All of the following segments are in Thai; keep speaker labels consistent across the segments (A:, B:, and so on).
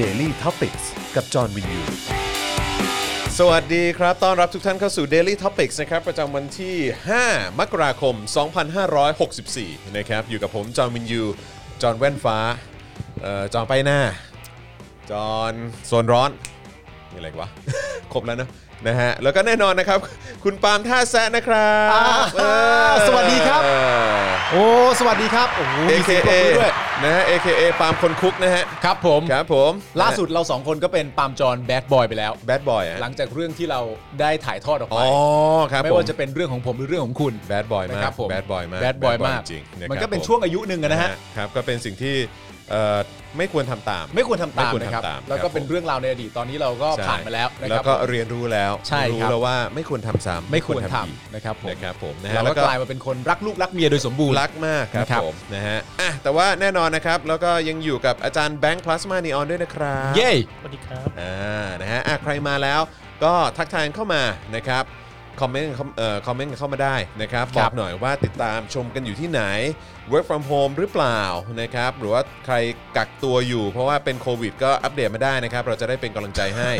A: Daily t o p i c กกับจอห์นวินยู
B: สวัสดีครับ ต้อนรับทุกท่านเข้าสู่ Daily Topics นะครับ ประจำวันที่ 5 มกราคม 2564 นะครับ อยู่กับผม จอห์นวินยู จอห์นแว่นฟ้าเอ่อจอห์นไปหน้า จอห์นโซนร้อนมีอะไรอีกวะ ครบแล้วเนอะนะฮะ แล้วก็แน่นอนนะครับ คุณปาล์มท่าแซะนะครับเออ
C: สวัสดีครับ โอ้ สวัสดีครับ โอ้โห
B: เออ
C: มีเสียงป
B: AKA
C: รบมือด้วย
B: นะฮะ AKA ปาล์มคนคุกนะฮะ
C: ครับผม
B: ครับผม
C: ล่าสุดเราสองคนก็เป็นปาล์มจอห์นแบดบอยไปแล้ว
B: แบดบอย
C: หลังจากเรื่องที่เราได้ถ่ายทอดออกไป
B: อ๋อครับ
C: ไม่
B: ผ
C: ว่าจะเป็นเรื่องของผมหรือเรื่องของคุณ
B: แบดบอย
C: นะ
B: มา
C: ครั
B: ก
C: ผม
B: แบดบอยมาก
C: แบดบอย
B: bad boy
C: มาก
B: จริงะ
C: มั
B: ครั
C: น
B: บ
C: ก็เป็น
B: ผ
C: ช่วงอายุหนึ่งอะนะฮะ
B: ครับก็เป็นสิ่งที่เอ่อไม่ควรทำตาม
C: ไม่ควรทำตาม
B: ไม่ควร
C: นะครับ
B: ทำตาม
C: แล้
B: ค
C: ว
B: รั
C: ก็
B: บ
C: เป็นเรื่องราวในอดีต ตอนนี้เราก็
B: ใช่
C: ผ่านมาแล้วนะค
B: แล้
C: รั
B: ว
C: บ
B: ก็เรียนรู้แล้ว
C: ใช่ครับ
B: รู้แล้วว่าไม่ควรทำซ้ำ
C: ไม่ควรท
B: อีก
C: ำนะครับผม
B: นะครับผมนะฮะ
C: เราก็กลายมาเป็นคนรักลูกรักเมียโดยสมบูรณ์
B: รักมากค
C: ครั
B: รับบ ผมนะฮะอ่ะแต่ว่าแน่นอนนะครับ แล้วก็ยังอยู่กับอาจารย์แบงค์พลาสมานีออนด้วยนะครับ
C: เย้
D: สวัสดีครับ
B: อ่านะฮะอ่ะใครมาแล้วก็ทักทายเข้ามานะครับคอมเมนต์เอ่อคอมเมนต์เข้ามาได้นะครับบ
C: ครั
B: อก
C: บ
B: หน่อยว่าติดตามชมกันอยู่ที่ไหน work from home หรือเปล่านะครับหรือว่าใครกักตัวอยู่ เพราะว่าเป็นโควิด ก็อัปเดตมาได้นะครับ เราจะได้เป็นกำลังใจให้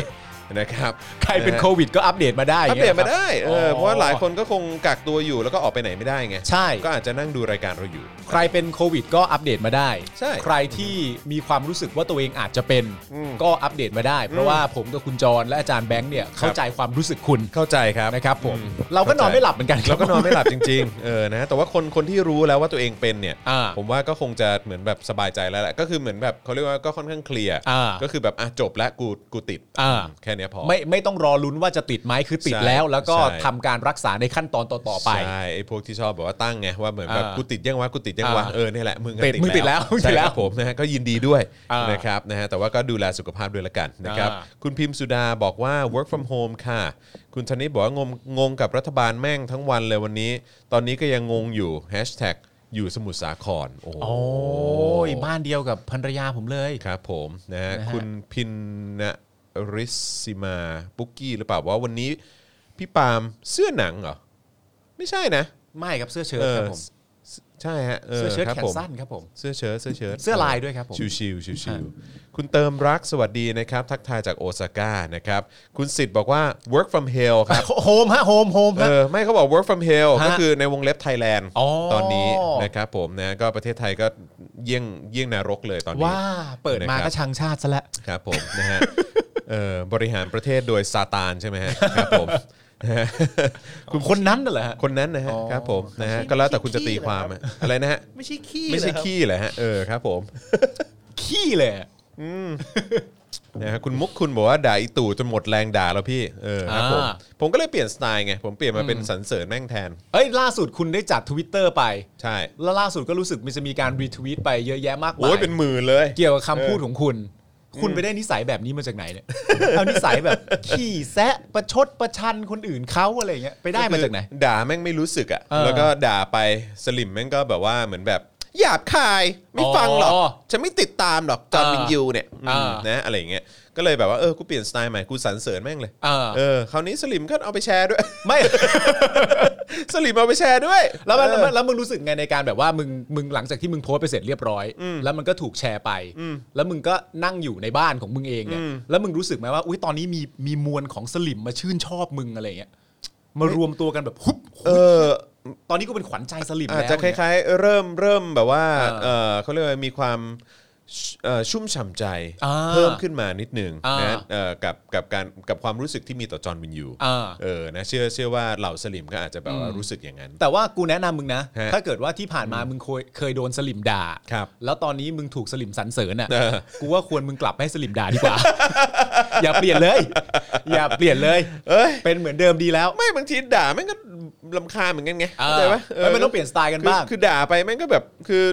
B: นะครับ
C: ใครเป็น
B: นะฮะ
C: โควิดก็อัปเดตมาได้
B: อัปเดตมาได้เออ
C: อ
B: อเพราะว่าหลายคนก็คงกักตัวอยู่แล้วก็ออกไปไหนไม่ได้ไง
C: ใช่
B: ก็อาจจะนั่งดูรายการเราอยู่
C: ใครเป็นโควิดก็อัปเดตมาได้
B: ใช่
C: ใครที่มีความรู้สึกว่าตัวเองอาจจะเป็น
B: อืม
C: ก็อัปเดตมาได้ เพราะว่าผมกับคุณจรและอาจารย์แบงค์เนี่ยเข้าใจความรู้สึกคุณ
B: เข้าใจครับ
C: นะครับผม
B: อืม
C: เราก็นอน
B: เข้าใจ
C: ไม่หลับเหมือนกันครั
B: แล้
C: บ
B: วก็นอนไม่หลับจริงๆ เออ นะ แต่ว่าคน คนที่รู้แล้วว่าตัวเองเป็นเนี่ย
C: อ่า
B: ผมว่าก็คงจะเหมือนแบบสบายใจแล้วแหละ ก็คือเหมือนแบบเขาเรียกว่าก็ค่อนข้างเคลียร์
C: อ่า
B: ก็คือแบบอ่ะจบแล้วกู กูติด
C: อ่า
B: แค่เนี้ยพอ
C: ไม่ไม่ต้องรอลุ้นว่าจะติดไหมคือติด
B: ใช่
C: แล้ว แล้วก็
B: ใช่
C: ทำการรักษาในขั้นตอนต่อๆไป
B: ใช่ไอ้พวกที่ชอบแบบว่าตั้งไงว่าเหมือนแบบ
C: อ่า
B: กูติดยังวะกูติดยังวะ
C: อ่า
B: เออเนี่ยแหละมึงอะ
C: ติดมึงติดแล้ว
B: ใช่
C: ติด
B: ค
C: แล้
B: รั
C: ว
B: บผมนะฮะก็ยินดีด้วย
C: อ่าน
B: นะครับนะฮะแต่ว่าก็ดูแลสุขภาพด้วยละกันนะครับ
C: อ่า
B: คุณพิมพ์สุดาบอกว่า work from home ค่ะ คุณธนิตบอกว่างงงงกับรัฐบาลแม่งทั้งวันเลยวันนี้ ตอนนี้ก็ยังงงอยู่ hashtag อยู่สมุทรสาครโอ้โห
C: โอ้ยบ้านเดียวกับภรรยาผมเลย
B: ครับผมนะฮะ
C: นะฮะ
B: คุณพินนะริสิมาปุกกี้หรือเปล่าว่าวันนี้พี่ปาล์มเสื้อหนังเหรอไม่ใช่นะ
C: ไม่ครับเสื้อเชิ้ตครับผม
B: เออใช่ฮะ
C: เสื้อเชิ้ต
B: ครับ
C: แขน
B: ผม
C: สั้นครับผม
B: เสื้อเชิ้ตเสื้อเชิ้ต
C: เสื้อลายด้วยครับผม
B: ชิวชิวชิวชิวๆคุณเติมรักสวัสดีนะครับ ทักทายจากโอซาก้านะครับ คุณสิทธิ์บอกว่า work from hell ครับ
C: โฮมฮะโฮมโฮม
B: เอ
C: ฮะ
B: อไม่เขาบอก work from hell
C: ฮะ
B: ก็คือในวงเล็บไทยแลนด์
C: อ๋อ
B: ตอนนี้นะครับผมนะก็ประเทศไทยก็เยี่ยงเยี่ยงนรกเลยตอนนี้
C: ว่าเปิดมา
B: นะครับ
C: ก็ชังชาติซะแล้ว
B: ครับผมนะฮะเออบริหารประเทศโดยซาตานใช่ไหมฮะครับผมนะฮะคุณ
C: คนนั้นน่ะเหรอฮะ
B: คนนั้นนะฮะ
C: อ๋อ
B: ครับผมนะฮะ
D: ไม่ใช่
B: ก็แล้วแต่คุณจะตี
D: ขี้
B: ค
D: เหรอ
B: วาม
D: ครับ
B: อะอะไรนะฮะ
D: ไม่ใช่ขี้
B: ไม่ใช่
D: เหรอครับ
B: ขี้เหรอฮะเออครับผม
C: ขี้เลยอะ
B: นะฮะคุณมุกคุณบอกว่าด่าอีตู่จนหมดแรงด่าแล้วพี่เออครับผม
C: อ่า
B: ผมก็เลยเปลี่ยนสไตล์ไง ผมเปลี่ยนมาเป็นสรรเสริญแม่งแทน
C: เอ้ยล่าสุดคุณได้จัดทวิตเตอร์ไป
B: ใช่
C: แล้วล่าสุดก็รู้สึกมันจะมีการรีทวีตไปเยอะแยะมากมา
B: โอ้ยเป็นหมื่นเลย
C: เกี่ยวกับคำพูดของคุณ คุณไปได้นิสัยแบบนี้มาจากไหนเนี่ย เอานิสัยแบบขี้แซะประชดประชันคนอื่นเขาอะไรเงี้ยไปได้มาจากไหน
B: ด่าแม่งไม่รู้สึกอ่ะ
C: เออ
B: แล้วก็ด่าไปสลิมแม่งก็แบบว่าเหมือนแบบหยาบคายไม่ฟังหรอก
C: อ๋อ
B: ฉันไม่ติดตามหรอกจอห์น
C: อ่า
B: วินยูเนี่ยอืม
C: อ่าน
B: นะอะไรอย่างเงี้ยก็เลยแบบว่าเออกูเปลี่ยนสไตล์ใหม่กูสรรเสริญแม่งเลย
C: เออ
B: เออคราวนี้สลิมก็เอาไปแชร์ด้วย
C: ไม่
B: สลิมเอาไปแชร์ด้วย
C: แล้วมัน
B: เออ
C: แล้วแล้วมึงรู้สึกไงในการแบบว่ามึงมึงหลังจากที่มึงโพสต์ไปเสร็จเรียบร้อย แล้วมันก็ถูกแชร์ไป แล้วมึงก็นั่งอยู่ในบ้านของมึงเองเนี่ยแล้วมึงรู้สึกไหมว่าอุ้ยตอนนี้มีมีมวลของสลิมมาชื่นชอบมึงอะไรเงี้ยมารวมตัวกันแบบฮุบ
B: เอ
C: หุบ
B: อ
C: ตอนนี้กูเป็นขวัญใจสลิม
B: อาจ
C: แล้ว
B: จะค
C: เนี่ย
B: ล้ายๆ เริ่มเริ่มแบบว่า
C: เออ
B: เอ่อเขาเรียกว่ามีความชุเอ่อชุ่มฉ่ำใจ
C: อ่า
B: เพิ่มขึ้นมานิดหนึง
C: อ่าน
B: นะเอ่อกับกับการกับความรู้สึกที่มีต่อจอห์นวินยู
C: อ่า
B: เออนะเชื่อเชื่อว่าเหล่าสลิมก็อาจจะแบบว่า
C: อืม
B: รู้สึกอย่างนั้น
C: แต่ว่ากูแนะนำมึงนะ
B: ฮะ
C: ถ้าเกิดว่าที่ผ่านมามึงเคยเคยโดนสลิมด่า
B: ครับ
C: แล้วตอนนี้มึงถูกสลิมสรรเสริญอ่ะ
B: เออ
C: กูว่าควรมึงกลับไปให้สลิมด่าดีกว่า อย่าเปลี่ยนเลย อย่าเปลี่ยนเลย
B: เอ้ย
C: เป็นเหมือนเดิมดีแล้ว
B: ไม่บางทีด่าแม่งก็ลำคาญเหมือนกันไงเข้าใจปะ
C: เออมันต้องเปลี่ยนสไตล์กัน
B: คือ
C: บ้าง
B: คือด่าไปแม่งก็แบบคือ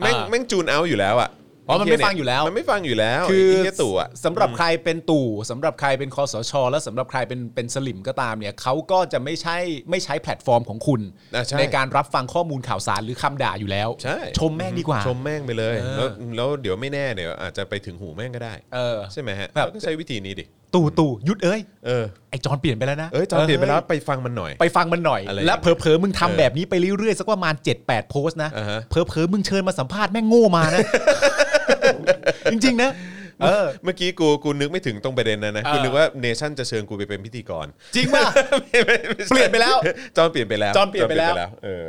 B: แม่ง
C: อ่า
B: แม่งจูนเอาอยู่แล้วอ่ะ
C: อ๋อมันไม่ฟังอยู่แล้ว
B: มันไม่ฟังอยู่แล้ว
C: คือ
B: ไเหี้ยตู่อ่ะ
C: สำหรับใครเป็นตู่สำหรับใครเป็นคอสช และสำหรับใครเป็นเป็นสลิมก็ตามเนี่ยเขาก็จะไม่ใช่ไม่ใช้แพลตฟอร์มของคุณ
B: อ่ะใช่
C: การรับฟังข้อมูลข่าวสารหรือคำด่าอยู่แล้ว
B: ใช่
C: มแม่งดีกว่า
B: ชมแม่งไปเลย
C: เออ
B: แล้วแล้วเดี๋ยวไม่แน่เดี๋ยวอาจจะไปถึงหูแม่งก็ได้
C: เออ
B: ใช่ไหมฮะ
C: แบบ
B: เราก็ใช้วิธีนี้ดิ
C: ตู่ตู่หยุดเอ้ย
B: เออ
C: ไอจอนเปลี่ยนไปแล้วนะ
B: เอ้ยจอนเปลี่ยนไปแล้วไปฟังมันหน่อย
C: ไปฟังมันหน่อย
B: อะไร
C: และ
B: อย่าง
C: เผ
B: เงี้ย
C: ลอๆมึงทำ
B: เออ
C: แบบนี้ไปเรื่อยๆสักประมาณ 7-8 โพสต์นะ
B: อ่าฮะ
C: เผลอๆมึงเชิญมาสัมภาษณ์แม่งโง่มานะ จริงๆนะ เออ
B: เมื่อกี้กูกูนึกไม่ถึงตรงประเด็นนั้นนะ
C: เออ
B: กูนึกว่าเนชั่นจะเชิญกูไปเป็นพิธีกร
C: จริงป่ะ
B: ไม่ไม่ม่ใช่
C: เปลี่ยนไปแล้ว
B: จอนเปลี่ยนไปแล้ว
C: จอนเปลี่ยนไปแล้ว
B: เออ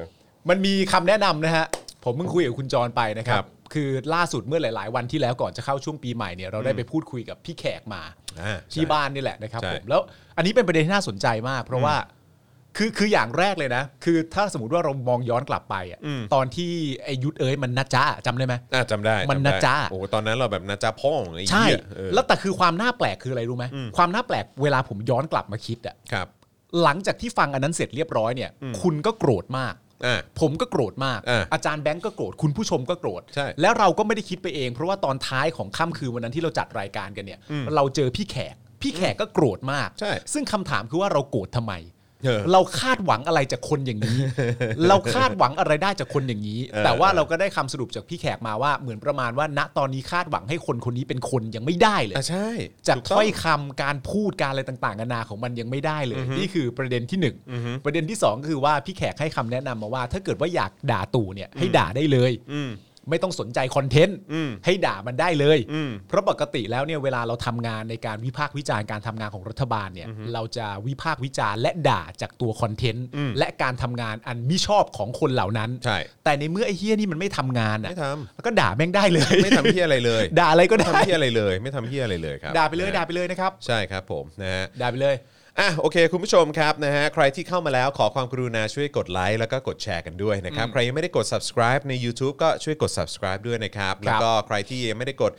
C: มันมีคำแนะนำนะฮะ ผมเพิ่งคุยกับคุณจรไปนะค
B: ค
C: รั
B: รับ บ
C: คือล่าสุดเมื่อหลาย ๆ วันที่แล้วก่อนจะเข้าช่วงปีใหม่เนี่ยเราได้ไปพูดคุยกับพี่แขกมา
B: อ่า
C: ที่
B: ใช่
C: บ้านนี่แหละนะครับ
B: ใช่
C: ผมแล้วอันนี้เป็นประเด็นที่น่าสนใจมาก เพราะว่าคือคืออย่างแรกเลยนะ คือถ้าสมมติว่าเรามองย้อนกลับไปอะตอนที่ไอยุทธเอ้ยมันนะจ้าจำได้ไหม
B: อ่าจำได้
C: มัน
B: จำได้
C: นะจ๊ะ
B: โอ้ตอนนั้นเราแบบนะจ๊ะพ่องไอ้
C: ใช่
B: เหี้ยเออ
C: แล้วแต่คือความน่าแปลกคืออะไรรู้ไหมความน่าแปลกเวลาผมย้อนกลับมาคิดอะ
B: ครับ
C: หลังจากที่ฟังอันนั้นเสร็จเรียบร้อยเนี่ย คุณก็โกรธมาก
B: อ่า
C: ผมก็โกรธมาก
B: อ่ะ
C: อาจารย์แบงก์ก็โกรธ คุณผู้ชมก็โกรธ
B: ใช่
C: แล้วเราก็ไม่ได้คิดไปเอง เพราะว่าตอนท้ายของค่ำคืนวันนั้นที่เราจัดรายการกันเนี่ย เราเจอพี่แขก พี่แขกก็โกรธมาก
B: ใช่
C: ซึ่งคำถามคือว่าเราโกรธทำไม
B: เออ
C: เราคาดหวังอะไรจากคนอย่างนี้ เราคาดหวังอะไรได้จากคนอย่างนี้
B: เออ
C: แต่ว่าเราก็ได้คำสรุปจากพี่แขกมาว่าเหมือนประมาณว่า ณตอนนี้คาดหวังให้คนคนนี้เป็นคนยังไม่ได้เลย
B: อ่าใช่
C: จาก
B: ถูต้ง
C: ถ้อยคำการพูดการอะไรต่างๆนานาของมันยังไม่ได้เลย นี่คือประเด็นที่ 1 ประเด็นที่ 2 คือว่าพี่แขกให้คำแนะนำมาว่า ถ้าเกิดว่าอยากด่าตู่เนี่ยให้ด่าได้เลย
B: อืม
C: ไม่ต้องสนใจคอนเทนต์
B: อืม
C: ให้ด่ามันได้เลย
B: อืม
C: เพราะปกติแล้วเนี่ยเวลาเราทำงานในการวิพากษ์วิจารณ์การทำงานของรัฐบาลเนี่ยเราจะวิพากษ์วิจารณ์และด่าจากตัวคอนเทนต์
B: อืม
C: และการทำงานอันมิชอบของคนเหล่านั้น
B: ใช่
C: แต่ในเมื่อไอ้เฮี้ยนี่มันไม่ทำงานอ่ะ
B: ไม่ท
C: แล้วก็ด่าแม่งได้เลย
B: ำไม่ทำเพี้ยอะไรเลย
C: ด่าอะไรก็
B: ไม่
C: ได้
B: ทำเพี้ยอะไรเลย ไม่ทำเพี้ยอะไรเลยครับ
C: ด่าไปเลย
B: นะฮะ
C: ด่าไปเลยนะครับ
B: ใช่ครับผมนะฮะ
C: ด่าไปเลย
B: อ่ะโอเค คุณผู้ชมครับนะฮะใครที่เข้ามาแล้วขอความกรุณาช่วยกดไลค์แล้วก็กดแชร์กันด้วยนะครับ ใครยังไม่ได้กด subscribe ใน YouTube ก็ช่วยกด subscribe ด้วยนะครับ แล้วก็ใครที่ยังไม่ได้กด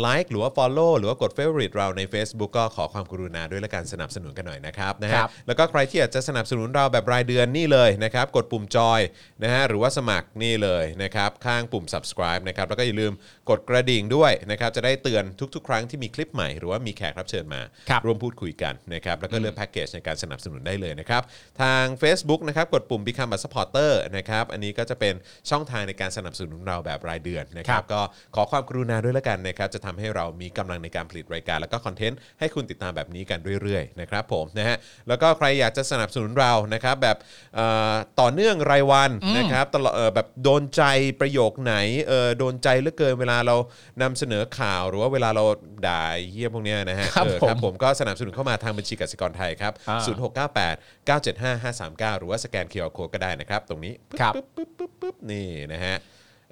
B: ไลค์หรือว่า follow หรือว่ากด favorite เราใน Facebook ก็ขอความกรุณาด้วยและการสนับสนุนกันหน่อยนะครับนะ
C: ค
B: ฮะ
C: รับ
B: แล้วก็ใครที่อยากจะสนับสนุนเราแบบรายเดือนนี่เลยนะครับ กดปุ่มจอยนะฮะหรือว่าสมัครนี่เลยนะครับข้างปุ่ม subscribe นะครับแล้วก็อย่าลืมกดกระดิ่งด้วยนะครับจะได้เตือนทุก ๆ ครั้งที่มีคลิปใหม่หรือว่ามีแขกรับเชิญมา
C: ครับ
B: ร่วมพูดคุยกันนะครับ แล้วก็เลือกแพ็กเกจในการสนับสนุนได้เลยนะครับ ทาง Facebook นะครับ กดปุ่ม Become a supporter นะครับ อันนี้ก็จะเป็นช่องทางในการสนับสนุนเราแบบรายเดือนนะครั
C: ครับ บ
B: ก็ขอความกรุณาด้วยละกันนะครับ จะทำให้เรามีกำลังในการผลิตรายการ แล้วก็คอนเทนต์ให้คุณติดตามแบบนี้กันเรื่อยๆนะครับผมนะฮะ แล้วก็ใครอยากจะสนับสนุนเรานะครับแบบเอ่อต่อเนื่องรายวันนะครับตลอดเอ่อแบบโดนใจประโยคไหนเออโดนใจเหลือเกินเวลาเรานำเสนอข่าวหรือว่าเวลาเราด่าไอ้เฮี้ยพวกเนี้ยนะฮะ
C: ครับ
B: เออ
C: ผม
B: ผมก็สนับสนุนเข้ามาทางบัญชีกสิกรไทยครับ
C: อ่า
B: 0698 975 539 หรือว่าสแกน QR Code ก็ได้นะครับ ตรงนี้ปึ๊
C: ครับ
B: บปึ๊บปึ๊บปึ๊บนี่นะฮะ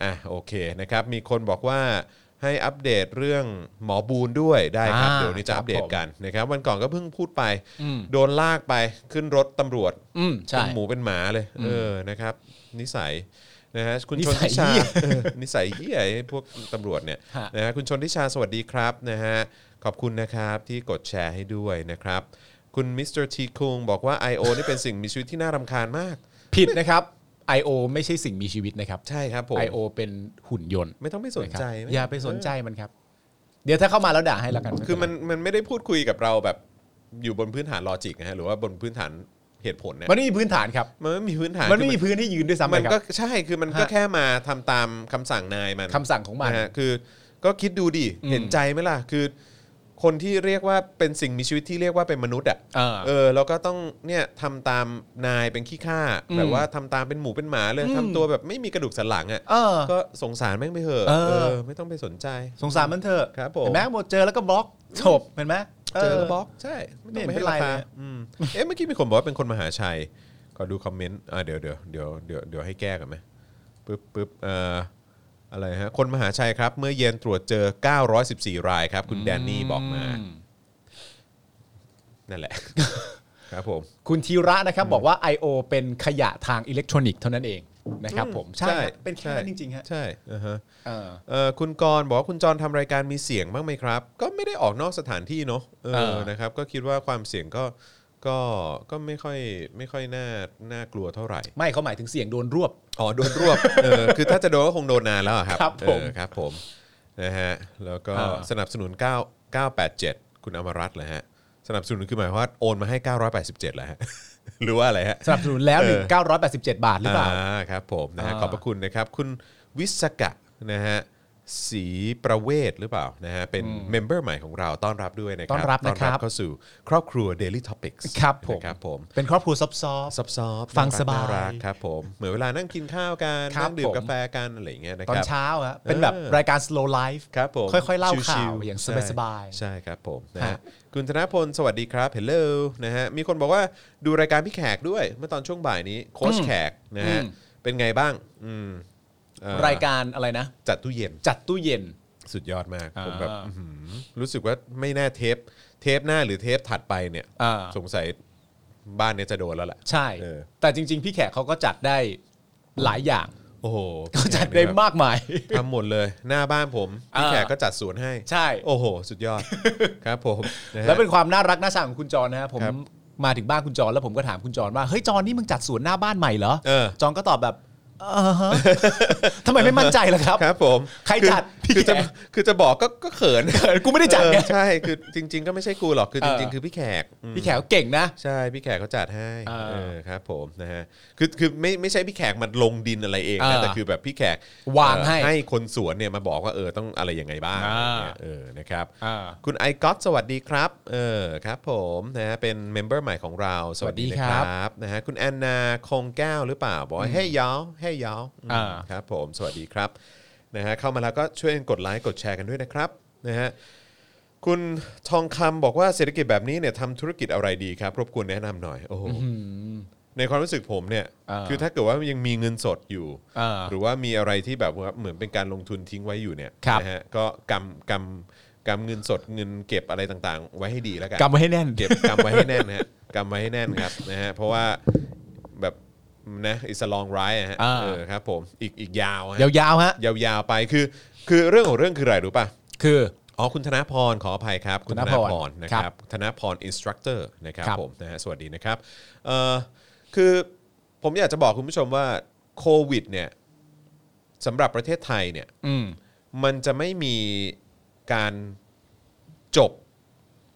B: อ่ะโอเคนะครับ มีคนบอกว่าให้อัปเดตเรื่องหมอบูนด้วยได้ครับ
C: อ่า
B: เดี๋ยวนี้
C: ค
B: จะ
C: รับ
B: อัปเดต
C: ผม
B: กันนะครับ วันก่อนก็เพิ่งพูดไป
C: อืม
B: โดนลากไปขึ้นรถตำรวจ
C: อืมใช่
B: เป็นหมูเป็นหมาเลย เออนะครับ นิสัยนะฮะคุณ
C: นิ
B: ชน
C: สั
B: ทิ
C: ย
B: ชา
C: เหี้ย
B: เออนิสัยเหี้ยไอ้พวกตำรวจเนี่ย
C: ฮะ
B: นะฮะคุณชนทิชาสวัสดีครับนะฮะขอบคุณนะครับที่กดแชร์ให้ด้วยนะครับ คุณมิสเตอร์ทีคุงบอกว่า I.O. นี่เป็นสิ่งมีชีวิตที่น่ารำคาญมาก
C: ผิดนะครับ I.O. ไม่ใช่สิ่งมีชีวิตนะครับ
B: ใช่ครับผม
C: I.O. เป็นหุ่นยนต์
B: ไม่ต้องไปสนใจ
C: นะครับ
B: ม่
C: อย่าไปสนใจมันครับ เดี๋ยวถ้าเข้ามาแล้วด่าให้ละกัน
B: คือมันมันไม่ได้พูดคุยกับเราแบบอยู่บนพื้นฐานลอจิกนะฮะหรือว่าบนพื้นฐานเหตุผลเนี่ย
C: มันไม่มีพื้นฐานครับ
B: มันไม่มีพื้นฐาน
C: มันไม่
B: คือ
C: มีพื้นให้ยืนด้วยซ้ำ
B: มั
C: นะ
B: น
C: ครั
B: ก็
C: บ
B: ใช่คือมันก็
C: ฮะ
B: แค่มาทำตามคำสั่งนายมัน
C: คำสั่งของมัน
B: นะฮะคือก็คิดดูดิ
C: อืม
B: เห็นใจไหมล่ะ คือ คนที่เรียกว่าเป็นสิ่งมีชีวิตที่เรียกว่าเป็นมนุษย์อ่ะ
C: เออ
B: เออแล้วก็ต้องเนี่ยทำตามนายเป็นขี้ข้า
C: อืม
B: แบบว่าทำตามเป็นหมูเป็นหมาเลย
C: อืม
B: ทำตัวแบบไม่มีกระดูกสันหลังอ่ะ
C: เออ
B: ก็สงสารแม่งไปเถอะ
C: เออ
B: ไม่ต้องไปสนใจ
C: สงสารมันเถอะ
B: ครับผม
C: เห็นไหมหมดเจอแล้วก็บล็อกจบเห็นไหม
B: เจอแล้วบล็อกใช่ไม่ต้อง
C: ไม่
B: ไปให้รา
C: เห็นเป็นไร
B: คา
C: เลย
B: อืมเอ๊ะเมื่อกี้มีคนบอกว่าเป็นคนมหาชัยขอดูคอมเมนต์อ่าเดี๋ยวเดี๋ยวเดี๋ยวเดี๋ยวเดี๋ยวให้แก้กันไหมปึ๊บปึ๊บเอ่ออะไรฮะคนมหาชัยครับ เมื่อเย็นตรวจเจอ 914 รายครับ คุณแดนนี่บอกมา
C: อื
B: นั่ นแหละ ครับผม
C: คุณธีระนะครับบอกว่า I.O. เป็นขยะทางอิเล็กทรอนิกส์เท่านั้นเองนะครับผม
B: ใช่
C: ฮะเป็นแค่
B: ใช่
C: นั้นจริงๆฮะ
B: ใช่อ่าฮะ
C: เออ
B: เอ่อคุณกรณ์บอกว่าคุณจรทำรายการมีเสียงบ้างไหมครับ ก็ไม่ได้ออกนอกสถานที่เนาะเอ
C: เอ
B: อ
C: อ
B: นะครับ ก็คิดว่าความเสี่ยงก็ก็ก็ไม่ค่อยไม่ค่อยน่าน่ากลัวเท่าไหร่
C: ไม่เขาหมายถึงเสียงโดนรวบ
B: อ๋อโดนรวบ เออคือถ้าจะโดนก็คงโดนนานแล้วอะครับ
C: ครับผม
B: เออครับผมนะฮะแล้วก็
C: อ่า
B: สนับสนุน 9 987 คุณอมรัตน์เลยฮะสนับสนุนคือหมายความว่าโอนมาให้ 987แล้วฮะ หรือว่าอะไรฮะ
C: สนับสนุนแล้ว
B: เออ
C: 1,987 บาทหรือเปล่า
B: ครับผมนะฮะ
C: อ่า
B: ขอบพระคุณนะครับ คุณวิศกะนะฮะ สีประเวศหรือเปล่านะฮะเป็นเมมเบอร์ใหม่ของเราต้อนรับด้วยนะครับ
C: ต้อนรับนะครับ
B: เข้าสู่ครอบครัว Daily Topics
C: ครับผม
B: นะครับผม
C: เป็นครอบครัวซับซ้อน
B: ซอบซอบ
C: ฟังสบาย
B: ครับผมเหมือนเวลานั่งกินข้าวกัน
C: ครับ
B: นั่งดื่ม
C: ผม
B: กาแฟกันอะไรอย่างเงี้ยนะค
C: ต
B: รั
C: อบ นเช้าอะเป็นแบบ
B: เออ
C: รายการ slow life
B: ครับผม
C: ค่อยๆ เล่า
B: ชิ
C: ข่าว
B: ๆ
C: อย่าง
B: ใช่
C: สบายๆ
B: ใช่ครับผมนะฮะ
C: ฮะ
B: คุณธนพลสวัสดีครับเฮลโลนะฮะมีคนบอกว่าดูรายการพี่แขกด้วย เมื่อตอนช่วงบ่ายนี้โค้ชแขกนะฮะเป็นไงบ้างอืมเอ่อ
C: รายการอะไรนะ
B: จัดตู้เย็น
C: จัดตู้เย็น
B: สุดยอดมาก
C: อ่า
B: ผมแบบอื้อหือรู้สึกว่าไม่แน่าเทป เทปหน้าหรือเทปถัดไปเนี่ย
C: อ่า
B: สงสัยบ้านเนี่ยจะโดนแล้วล่ะ
C: ใช่
B: เออ
C: แต่จริง ๆ พี่แขกเขาก็จัดได้หลายอย่าง
B: โอ้โห
C: เขาจัดได้มากมาย
B: ทำหมดเลย หน้าบ้านผมพี่
C: อ่า
B: แขกก็จัดสวนให้
C: ใช่
B: โอ้โห สุดยอ ดครับผมะฮะ
C: แล้วเป็นความน่ารักน่าชังของคุณจรนะฮะผม
B: ครับ
C: มาถึงบ้านคุณจรแล้วผมก็ถามคุณจรว่าเฮ้ยจรนี่มึงจัดสวนหน้าบ้านใหม่เหรอ
B: เออ
C: จรก็ตอบแบบเออฮะ ทำไมไม่มั่นใจล่ะครับ
B: ครับผม
C: ใครจัด
B: อ
C: พี่
B: คือจะ
C: แขก
B: คือจะบอกก็ก็เขิน
C: เออกูไม่ได้จัดไง
B: เออใช่คือจริง ๆ ก็ไม่ใช่กูหรอกคือ
C: เอ
B: จ
C: อ
B: ริง ๆ คือพี่แขกอืม
C: พี่แขกเก่งนะ
B: ใช่พี่แขกเขาจัดให้
C: เออ
B: เออครับผมนะฮะคือคือไม่ไม่ใช่พี่แขกมันลงดินอะไรเอง
C: เอ
B: นะ
C: อ
B: แต่คือแบบพี่แขก
C: วางให้
B: เอ่อให้คนสวนเนี่ยมาบอกว่าเออต้องอะไรยังไงบ้าง
C: อ่า
B: เนี่ยเออนะครับ
C: อ่า
B: คุณไอก็สวัสดีครับ เออครับผมนะฮะเป็นเมมเบอร์ใหม่ของเราสวัสดี
C: สวัสดี
B: นะค
C: ครั
B: รั
C: บบ
B: นะฮะคุณแอนนาคงแก้วหรือเปล่าบอกให้ยาวให้ยาว
C: อ่า
B: ครับผมสวัสดีครับนะฮะเข้ามาแล้วก็ช่วยกดไลค์กดแชร์กันด้วยนะครับนะฮะคุณทองคำบอกว่าเศรษฐกิจแบบนี้เนี่ยทำธุรกิจอะไรดีครับ รบกวนแนะนำหน่อยโอ้โหในความรู้สึกผมเนี่ย
C: อ่า
B: คือถ้าเกิดว่ายังมีเงินสดอยู่
C: อ่า
B: หรือว่ามีอะไรที่แบบว่าเหมือนเป็นการลงทุนทิ้งไว้อยู่เนี่ย
C: ครับ
B: นะฮะ นะฮะก็กำกำกำเงินสดเงินเก็บอะไรต่างๆ ไว้ให้ดีแล้วกัน
C: กำไว้ให้แน่น
B: เก็บกำไว้ให้แน่นนะ ฮะกำไว้ให้แน่นครับนะฮะเพราะว่าแบบนะอิสลองร้ายฮะ
C: อ่า
B: เออครับผมอีกอีกยาวฮะ
C: ยาวๆฮะ
B: ยาวๆไปคือ คือเรื่องของเรื่องคืออะไรรู้ป่ะ
C: คือ
B: อ๋อคุณธนาพรขออภัยครับ คุณธนาพรนะค
C: ครั
B: รับบ ธนาพรอินสตรัคเตอร์นะครับ
C: ครับ
B: ผมนะฮะสวัสดีนะครับเอ่อคือผมอยากจะบอกคุณผู้ชมว่าโควิดเนี่ยสำหรับประเทศไทยเนี่ย
C: อืม
B: มันจะไม่มีการจบ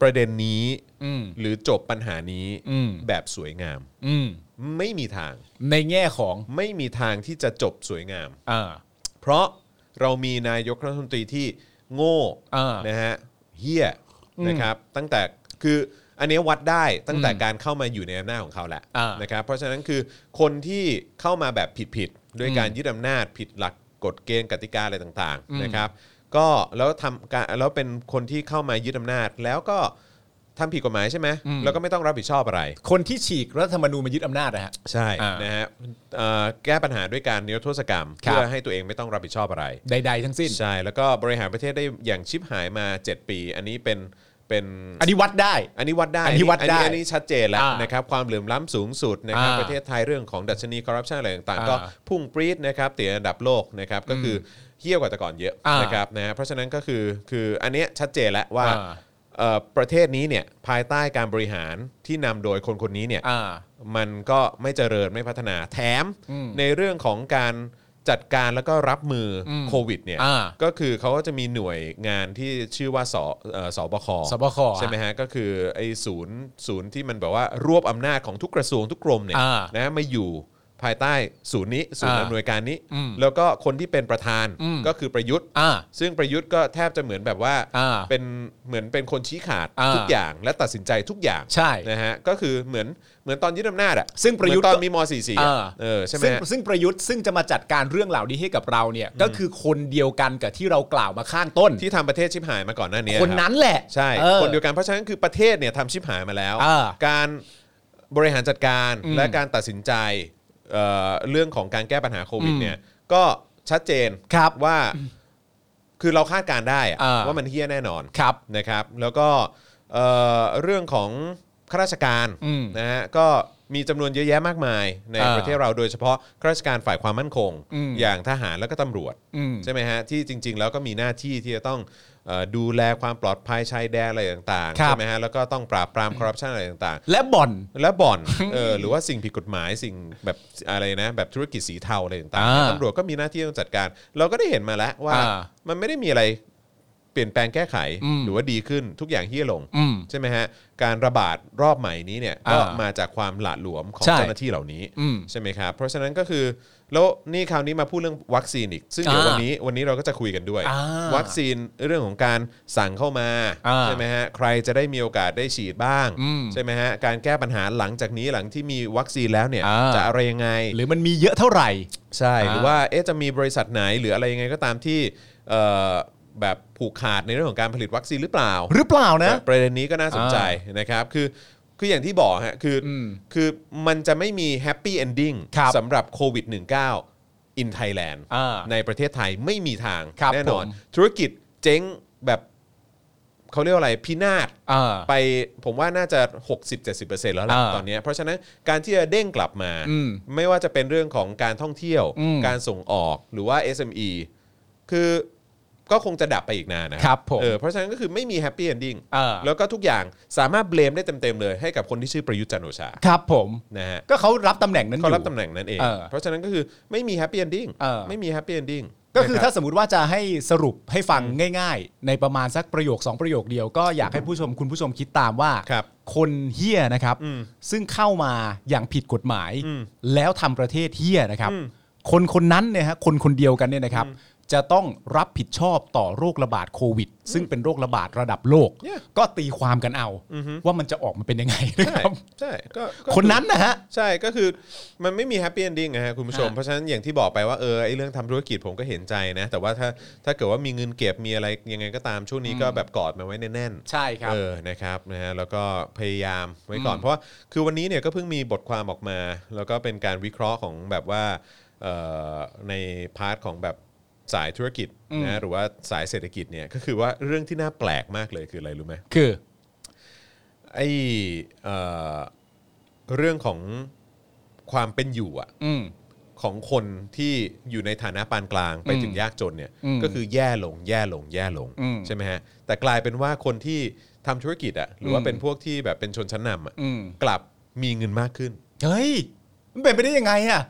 B: ประเด็นนี้
C: อืม
B: หรือจบปัญหานี้
C: อืม
B: แบบสวยงาม
C: อืม
B: ไม่มีทาง
C: ในแง่ของ
B: ไม่มีทางที่จะจบสวยงาม
C: อ่า
B: เพราะเรามีนายกรัฐมนตรีที่โง่
C: อ่าน
B: นะฮะเฮี้ยนะครับ ตั้งแต่คืออันเนี้ยวัดได้ตั้งแต่การเข้ามาอยู่ในอำนาจของเขาแหละ
C: อ่าน
B: นะครับเพราะฉะนั้นคือคนที่เข้ามาแบบผิดๆด้วยการยึดอำนาจผิดหลักกฎเกณฑ์กติกาอะไรต่างๆนะครับ ก็แล้วทำการแล้วเป็นคนที่เข้ามายึดอำนาจ แล้วก็ทำผิดกฎหมายใช่ไหมแล้วก็ไม่ต้องรับผิดชอบอะไร
C: คนที่ฉีกรัฐธรรมนูญมายึดอำนาจนะฮะ
B: ใช่
C: อ่าน
B: นะฮะเอ่อแก้ปัญหาด้วยการนิรโทษกรรม เพื่อให้ตัวเองไม่ต้องรับผิดชอบอะไร
C: ใดๆทั้งสิ้น
B: ใช่ แล้วก็บริหารประเทศได้อย่างชิบหายมา 7 ปี อันนี้เป็นเป็น
C: อันนี้วัดได้
B: อันนี้วัดได้
C: อันนี้วัดได้
B: อันนี้ชัดเจนแล้ว
C: อ่าน
B: นะครับความเหลื่อมล้ำสูงสุดนะครับ
C: อ่า
B: ประเทศไทยเรื่องของดัชนีคอร์รัปชันอะไรต่างๆ
C: อ่า
B: ก็พุ่งปรี๊ดนะครับติดอันดับโลกนะครับก็คือเฮี้ยวกว่าแต่ก่อนเยอะ
C: อ่าน
B: นะครับนะเพราะฉะนั้นก็คือคืออันเนี้ยชัดเจนแล้วว่า
C: อ่า
B: เอ่อประเทศนี้เนี่ยภายใต้การบริหารที่นำโดยคนคนนี้เนี่ย
C: อ่า
B: มันก็ไม่เจริญไม่พัฒนาแถมในเรื่องของการจัดการแล้วก็รับมืออ
C: ม
B: โควิดเนี่ย
C: อ่า
B: ก็คือเขาก็จะมีหน่วยงานที่ชื่อว่าสเอ่อสบค
C: สบค
B: ใช่ไหมฮะก็คือไอ้ศูนย์ศูนย์ที่มันแบบว่ารวบอำนาจของทุกกระทรวงทุกกรมเนี่ย
C: อ่า
B: นะมาอยู่ภายใต้ศูนย์นี้ศูนย์
C: อ่า
B: อำนวยการนี้ แล้วก็คนที่เป็นประธาน
C: อืม
B: ก็คือประยุทธ์
C: อ่า
B: ซึ่งประยุทธ์ก็แทบจะเหมือนแบบว่า
C: อ่า
B: เป็นเหมือนเป็นคนชี้ขาด
C: อ่า
B: ทุกอย่างและตัดสินใจทุกอย่าง
C: ใช่
B: นะฮะก็คือเหมือนเหมือนตอนยึดอำนาจอ่ะ
C: ซึ่งประยุทธ์
B: เหมือนต
C: ก็
B: อนมีม .44
C: อ่า
B: อ่ะเออใช่ไหม
C: ซึ่ง
B: ฮะ
C: ซึ่งประยุทธ์ซึ่งจะมาจัดการเรื่องเหล่านี้ให้กับเราเนี่ย ก็คือคนเดียวกันกับที่เรากล่าวมาข้างต้น
B: ที่ทำประเทศชิบหายมาก่อนหน้านี้
C: คน
B: รับ
C: นั้นแหละ
B: ใช่
C: ออ
B: คนเดียวกันเพราะฉะนั้นคือประเทศเนี่ยทำชิบหายมาแล้ว
C: อ่า
B: การบริหารจัดการ
C: อืม
B: และการตัดสินใจเอ่อเรื่องของการแก้ปัญหาโควิดเนี่ยก็ชัดเจน
C: ครับ
B: ว่าคือเราคาดการณ์ได้อะ
C: อ่า
B: ว่ามันเฮี้ยแน่นอน
C: ครับ
B: นะครับแล้วก็เอ่อเรื่องของข้าราชการ
C: อืม
B: นะฮะก็มีจำนวนเยอะแยะมากมายใน
C: อ่า
B: ประเทศเราโดยเฉพาะข้าราชการฝ่ายความมั่นคง
C: อืม
B: อย่างทหารแล้วก็ตำรวจ
C: อืม
B: ใช่ไหมฮะที่จริง ๆ แล้วก็มีหน้าที่ที่จะต้องเอ่อดูแลความปลอดภัยชายแดนอะไรต่างๆ
C: ครับ
B: ใช่ไหมฮะแล้วก็ต้องปราบปรามคอร์รัปชันอะไรต่างๆ
C: และบ่อน
B: และบ่อน เออหรือว่าสิ่งผิดกฎหมายสิ่งแบบอะไรนะ แบบธุรกิจสีเทาอะไรต่าง
C: อ่า
B: ๆตำรวจก็มีหน้าที่ต้องจัดการ เราก็ได้เห็นมาแล้วว่า
C: อ่า
B: มันไม่ได้มีอะไรเปลี่ยนแปลงแก้ไข
C: อืม
B: หรือว่าดีขึ้นทุกอย่างเฮี้ยลง
C: อืม
B: ใช่ไหมฮะ การระบาดรอบใหม่นี้เนี่ย
C: อ่า
B: ก็มาจากความหละหลวมของ
C: ใช่
B: เจ้าหน้าที่เหล่านี้
C: อืม
B: ใช่ไหมครับเพราะฉะนั้นก็คือ แล้วนี่คราวนี้มาพูดเรื่องวัคซีนอีก ซึ่งเดี๋ยว
C: อ่า
B: วันนี้วันนี้เราก็จะคุยกันด้วย
C: อ่า
B: วัคซีนเรื่องของการสั่งเข้ามา
C: อ่า
B: ใช่ไหมฮะใครจะได้มีโอกาสได้ฉีดบ้าง
C: อืม
B: ใช่ไหมฮะการแก้ปัญหาหลังจากนี้หลังที่มีวัคซีนแล้วเนี่ย
C: อ่า
B: จะอะไรยังไง
C: หรือมันมีเยอะเท่าไหร่
B: ใช่
C: อ่า
B: หรือว่าเอ๊ะจะมีบริษัทไหนหรืออะไรยังไงก็ตามที่เอ่อแบบผูกขาดในเรื่องของการผลิตวัคซีนหรือเปล่า
C: หรือเปล่านะ
B: แต่ประเด็นนี้ก็น่าสนใจนะครับคือคืออย่างที่บอกฮะคืออ
C: ม
B: คือมันจะไม่มีแฮปปี้เอนดิ้ง
C: ครับ
B: สำหรับโควิด -19 in Thailand
C: อ่า
B: ในประเทศไทยไม่มีทาง
C: ครับ
B: แน่นอน
C: ผม
B: ธุรกิจเจ๊งแบบเขาเรียกว่าอะไรพินาศ
C: อ่า
B: ไปผมว่าน่าจะ 60-70%แล้วล่ะ
C: อ่า
B: ตอนเนี้ยเพราะฉะนั้นการที่จะเด้งกลับมา
C: อืม
B: ไม่ว่าจะเป็นเรื่องของการท่องเที่ยว
C: อืม
B: การส่งออกหรือว่า SME คือก็คงจะดับไปอีกนานนะครับ
C: ผม
B: เออเพราะฉะนั้นก็คือไม่มีแฮปปี้เอนดิ้ง
C: อ่า
B: แล้วก็ทุกอย่างสามารถเบลมได้เต็ม ๆ เลยให้กับคนที่ชื่อประยุทธ์จันทร์โอชา
C: ครับผม
B: นะฮะ
C: ก็เขารับตำแหน่งนั้นอ
B: เขา
C: ยู่
B: รับตำแหน่งนั้นเอง
C: เออ
B: เพราะฉะนั้นก็คือไม่มีแฮปปี้เอนดิ้ง
C: เออ
B: ไม่มีแฮปปี้เอนดิ้ง
C: ก็คือ
B: นะรับ
C: ถ้าสมมติว่าจะให้สรุปให้ฟังง่าย ๆ ในประมาณสักประโยค 2 ประโยคเดียว ก็อยากให้ผู้ชมคุณผู้ชมคิดตามว่า
B: ครับ
C: นเฮี้ยนะครับ ซึ่งเข้ามาอย่างผิดกฎหมาย แล้วทำประเทศเฮี้ยนะครับ คนคนนั้นเนี่ยฮะคนคนเดียวกันเนี่ยนะครับ จะต้องรับผิดชอบต่อโรคระบาดโควิด ซึ่งเป็นโรคระบาดระดับโลก
B: เนี่ย
C: ก็ตีความกันเอา ว่ามันจะออกมาเป็นยังไงนะค
B: ใช่
C: รับ
B: ใช่ก็ก็
C: คนนั้นนะฮะ
B: ใช่ก็คือมันไม่มีแฮปปี้เอนดิ้งนะฮะคุณผู้ชม
C: อ่า
B: เพราะฉะนั้นอย่างที่บอกไปว่าเออไอเรื่องทำธุรกิจผมก็เห็นใจนะ แต่ว่าถ้าถ้าเกิดว่ามีเงินเก็บมีอะไรยังไงก็ตามช่วงนี้ก็แบบกอดมาไว้แน่นๆ
C: ใช่ครับ
B: เออนะครับนะฮะแล้วก็พยายามไว้ก่อน เพราะว่าคือวันนี้เนี่ยก็เพิ่งมีบทความออกมา แล้วก็เป็นการวิเคราะห์ของแบบว่าเอ่อในพาร์ทของแบบสายธุรกิจนะหรือว่าสายเศรษฐกิจเนี่ยก็คือว่าเรื่องที่น่าแปลกมากเลยคืออะไรรู้ไหม
C: คือ
B: ไอ้เอ่อเรื่องของความเป็นอยู่อะ
C: อืม
B: ของคนที่อยู่ในฐานะปานกลางไปถึงยากจนเนี่ยก็คือแย่ลงแย่ลงแย่ลง
C: อืม
B: ใช่ไหมฮะแต่กลายเป็นว่าคนที่ทำธุรกิจอะหรือว่า
C: อืม
B: เป็นพวกที่แบบเป็นชนชั้นนำอะ
C: อืม
B: กลับมีเงินมากขึ้น
C: เฮ้ยมันเป็นไปได้ยังไงอ่ะ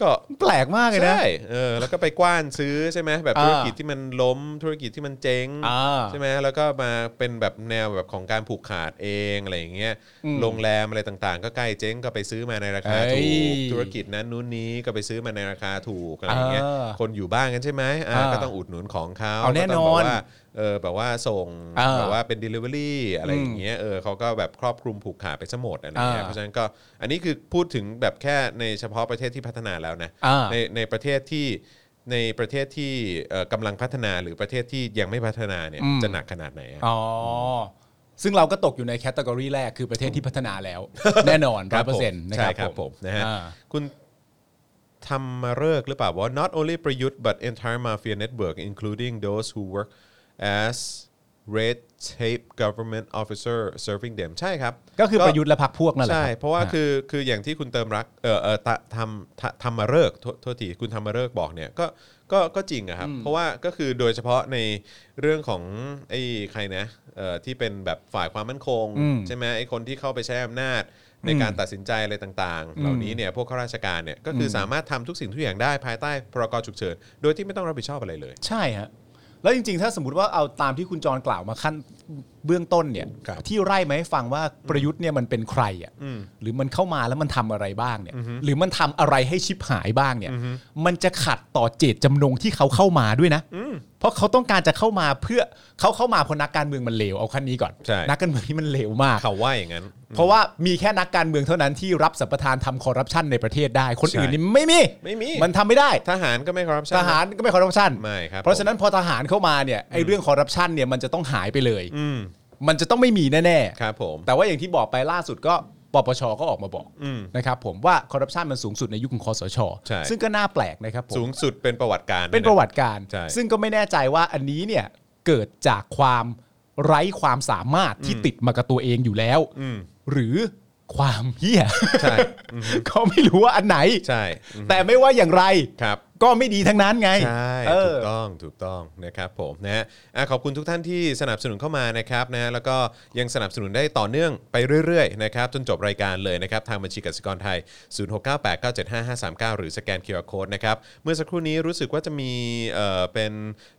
B: ก็
C: มันแปลกมากเลยนะ
B: ใช่เออแล้วก็ไปกว้านซื้อใช่ไหมแบบ
C: อ่า
B: ธุรกิจที่มันล้มธุรกิจที่มันเจ๊ง
C: อ่า
B: ใช่ไหมแล้วก็มาเป็นแบบแนวแบบของการผูกขาดเองอะไรอย่างเงี้ย
C: อืม
B: โรงแรมอะไรต่างๆ ก็ใกล้เจ๊งก็ไปซื้อมาในราคา
C: เอ้
B: ถูก
C: ย
B: ธุรกิจนั้นนู้นนี้ก็ไปซื้อมาในราคาถูกอะไรอย่างเงี้ย
C: อ่า
B: คนอยู่บ้านกันใช่ไหมอ่า
C: อ่า
B: ก็ต้องอุดหนุนของเขา
C: เอาแน่
B: ก็ต้ง
C: นอ
B: แบ
C: น
B: บว่าเออแบบว่าส่ง
C: อ่า
B: แบบว่าเป็น Delivery อะไรอย่างเงี้ยเออเขาก็แบบครอบคลุมผูกขาดไปซะหมดอะไรอย่างเงี้ย
C: อ่า
B: เพราะฉะนั้นก็อันนี้คือพูดถึงแบบแค่ในเฉพาะประเทศที่พัฒนาแล้วนะ
C: อ่า
B: ใน ในในประเทศที่ในประเทศที่เอ่อกำลังพัฒนาหรือประเทศที่ยังไม่พัฒนาเนี่ย
C: อืม
B: จะหนักขนาดไหนอะ
C: อ๋อ ซึ่งเราก็ตกอยู่ในแคตตากรีแรกคือประเทศที่พัฒนาแล้ว แน่นอน
B: ค
C: ร้
B: รั
C: อบ ยเปอร์เซ็นต์นะ
B: ใช่
C: ค
B: ค
C: รั
B: รั
C: บบ ผ
B: ผม มนะฮะ
C: อ่า
B: คุณทำมาเลิกหรือเปล่าว่า not only ประยุทธ์ but entire mafia network including those who work as red tape government officer serving them ใช่ครับ
C: ก็คือประยุทธ์และพรรคพวกนั่นแหละ
B: ใช่
C: ครับ
B: เพราะว่า
C: อ่า
B: คือคืออย่างที่คุณเติมรักเออเออตะทำทะทำมาเลิกโทษโทษทีคุณทำมาเลิกบอกเนี่ยก็ก็ก็จริงอะครับ เพราะว่าก็คือโดยเฉพาะในเรื่องของไอ้ใครนะเอ่อที่เป็นแบบฝ่ายความมั่นคง
C: อืม
B: ใช่ไหมไอ้คนที่เข้าไปใช้อำนาจในการตัดสินใจอะไรต่างๆ เหล่านี้เนี่ยพวกข้าราชการเนี่ยก็คืออสามารถทำทุกสิ่งทุกอย่างได้ภายใต้พรกฉุกเฉินโดยที่ไม่ต้องรับผิดชอบอะไรเลย
C: ใช่ฮะ แล้วจริงๆ ถ้าสมมติว่าเอาตามที่คุณจรกล่าวมาขั้นเบื้องต้นเนี่ย
B: ครับ
C: ที่ไร่มาให้ฟังว่าประยุทธ์เนี่ยมันเป็นใครอ่ะ หรือมันเข้ามาแล้วมันทำอะไรบ้างเนี่ย หรือมันทำอะไรให้ชิบหายบ้างเนี่ย มันจะขัดต่อเจตจำนงที่เขาเข้ามาด้วยนะ เพราะเขาต้องการจะเข้ามาเพื่อเขาเข้ามาเพราะนักการเมืองมันเลวเอาขั้นนี้ก่อน
B: ใช่
C: นักการเมืองที่มันเลวมาก
B: เขาว่าอย่างนั้น
C: เพราะว่ามีแค่นักการเมืองเท่านั้นที่รับสัมปทานทำคอร์รัปชันในประเทศได้ คน
B: ใช่
C: อื่นนี่ไม่มี
B: ไม่มี
C: มันทำไม่ได้
B: ทหารก็ไม่คอร์รัปชัน
C: ทหารก็ไม่คอร์รัปชัน
B: ไม่ครับ
C: เพราะฉะนั้นพอทหารเข้ามาเนี่ยไอ้เรื่องคอร์รัปชันเนี่ยมันจะต้องหายไปเลย
B: อืม
C: มันจะต้องไม่มีแน่
B: ครับผม
C: แต่ว่าอย่างที่บอกไปล่าสุดก็ปปชก็ออกมาบอก
B: อืม
C: นะครับผมว่าคอร์รัปชันมันสูงสุดในยุคของคอสช
B: ใช่
C: ซึ่งก็น่าแปลกนะครับผม
B: สูงสุดเป็นประวัติการณ์
C: เป็น
B: ยน
C: ประวัติการ
B: ใช่
C: ซึ่งก็ไม่แน่ใจว่าอันนี้เนี่ยเกิดจากความไร้ความสามารถที่ติดมากับตัวเองอยู่แล้ว
B: อืม
C: หรือความเหี้ย
B: ใช่
C: ก็ไม่รู้ว่าอันไหน
B: ใช่อืม
C: แต่ไม่ว่าอย่างไร
B: ครับ
C: ก็ไม่ดีทั้งนั้นไง
B: ใช่
C: เอ
B: ถู
C: อ
B: กต้องถูกต้องนะครับผมนะฮะอ่ะขอบคุณทุกท่านที่สนับสนุนเข้ามานะครับนะฮะแล้วก็ยังสนับสนุนได้ต่อเนื่องไปเรื่อยๆนะครับจนจบรายการเลยนะครับทางบัญชีกสิกรไทย 0698975539 หรือสแกน QR Code นะครับเมื่อสักครู่นี้รู้สึกว่าจะมีเอ่อเป็น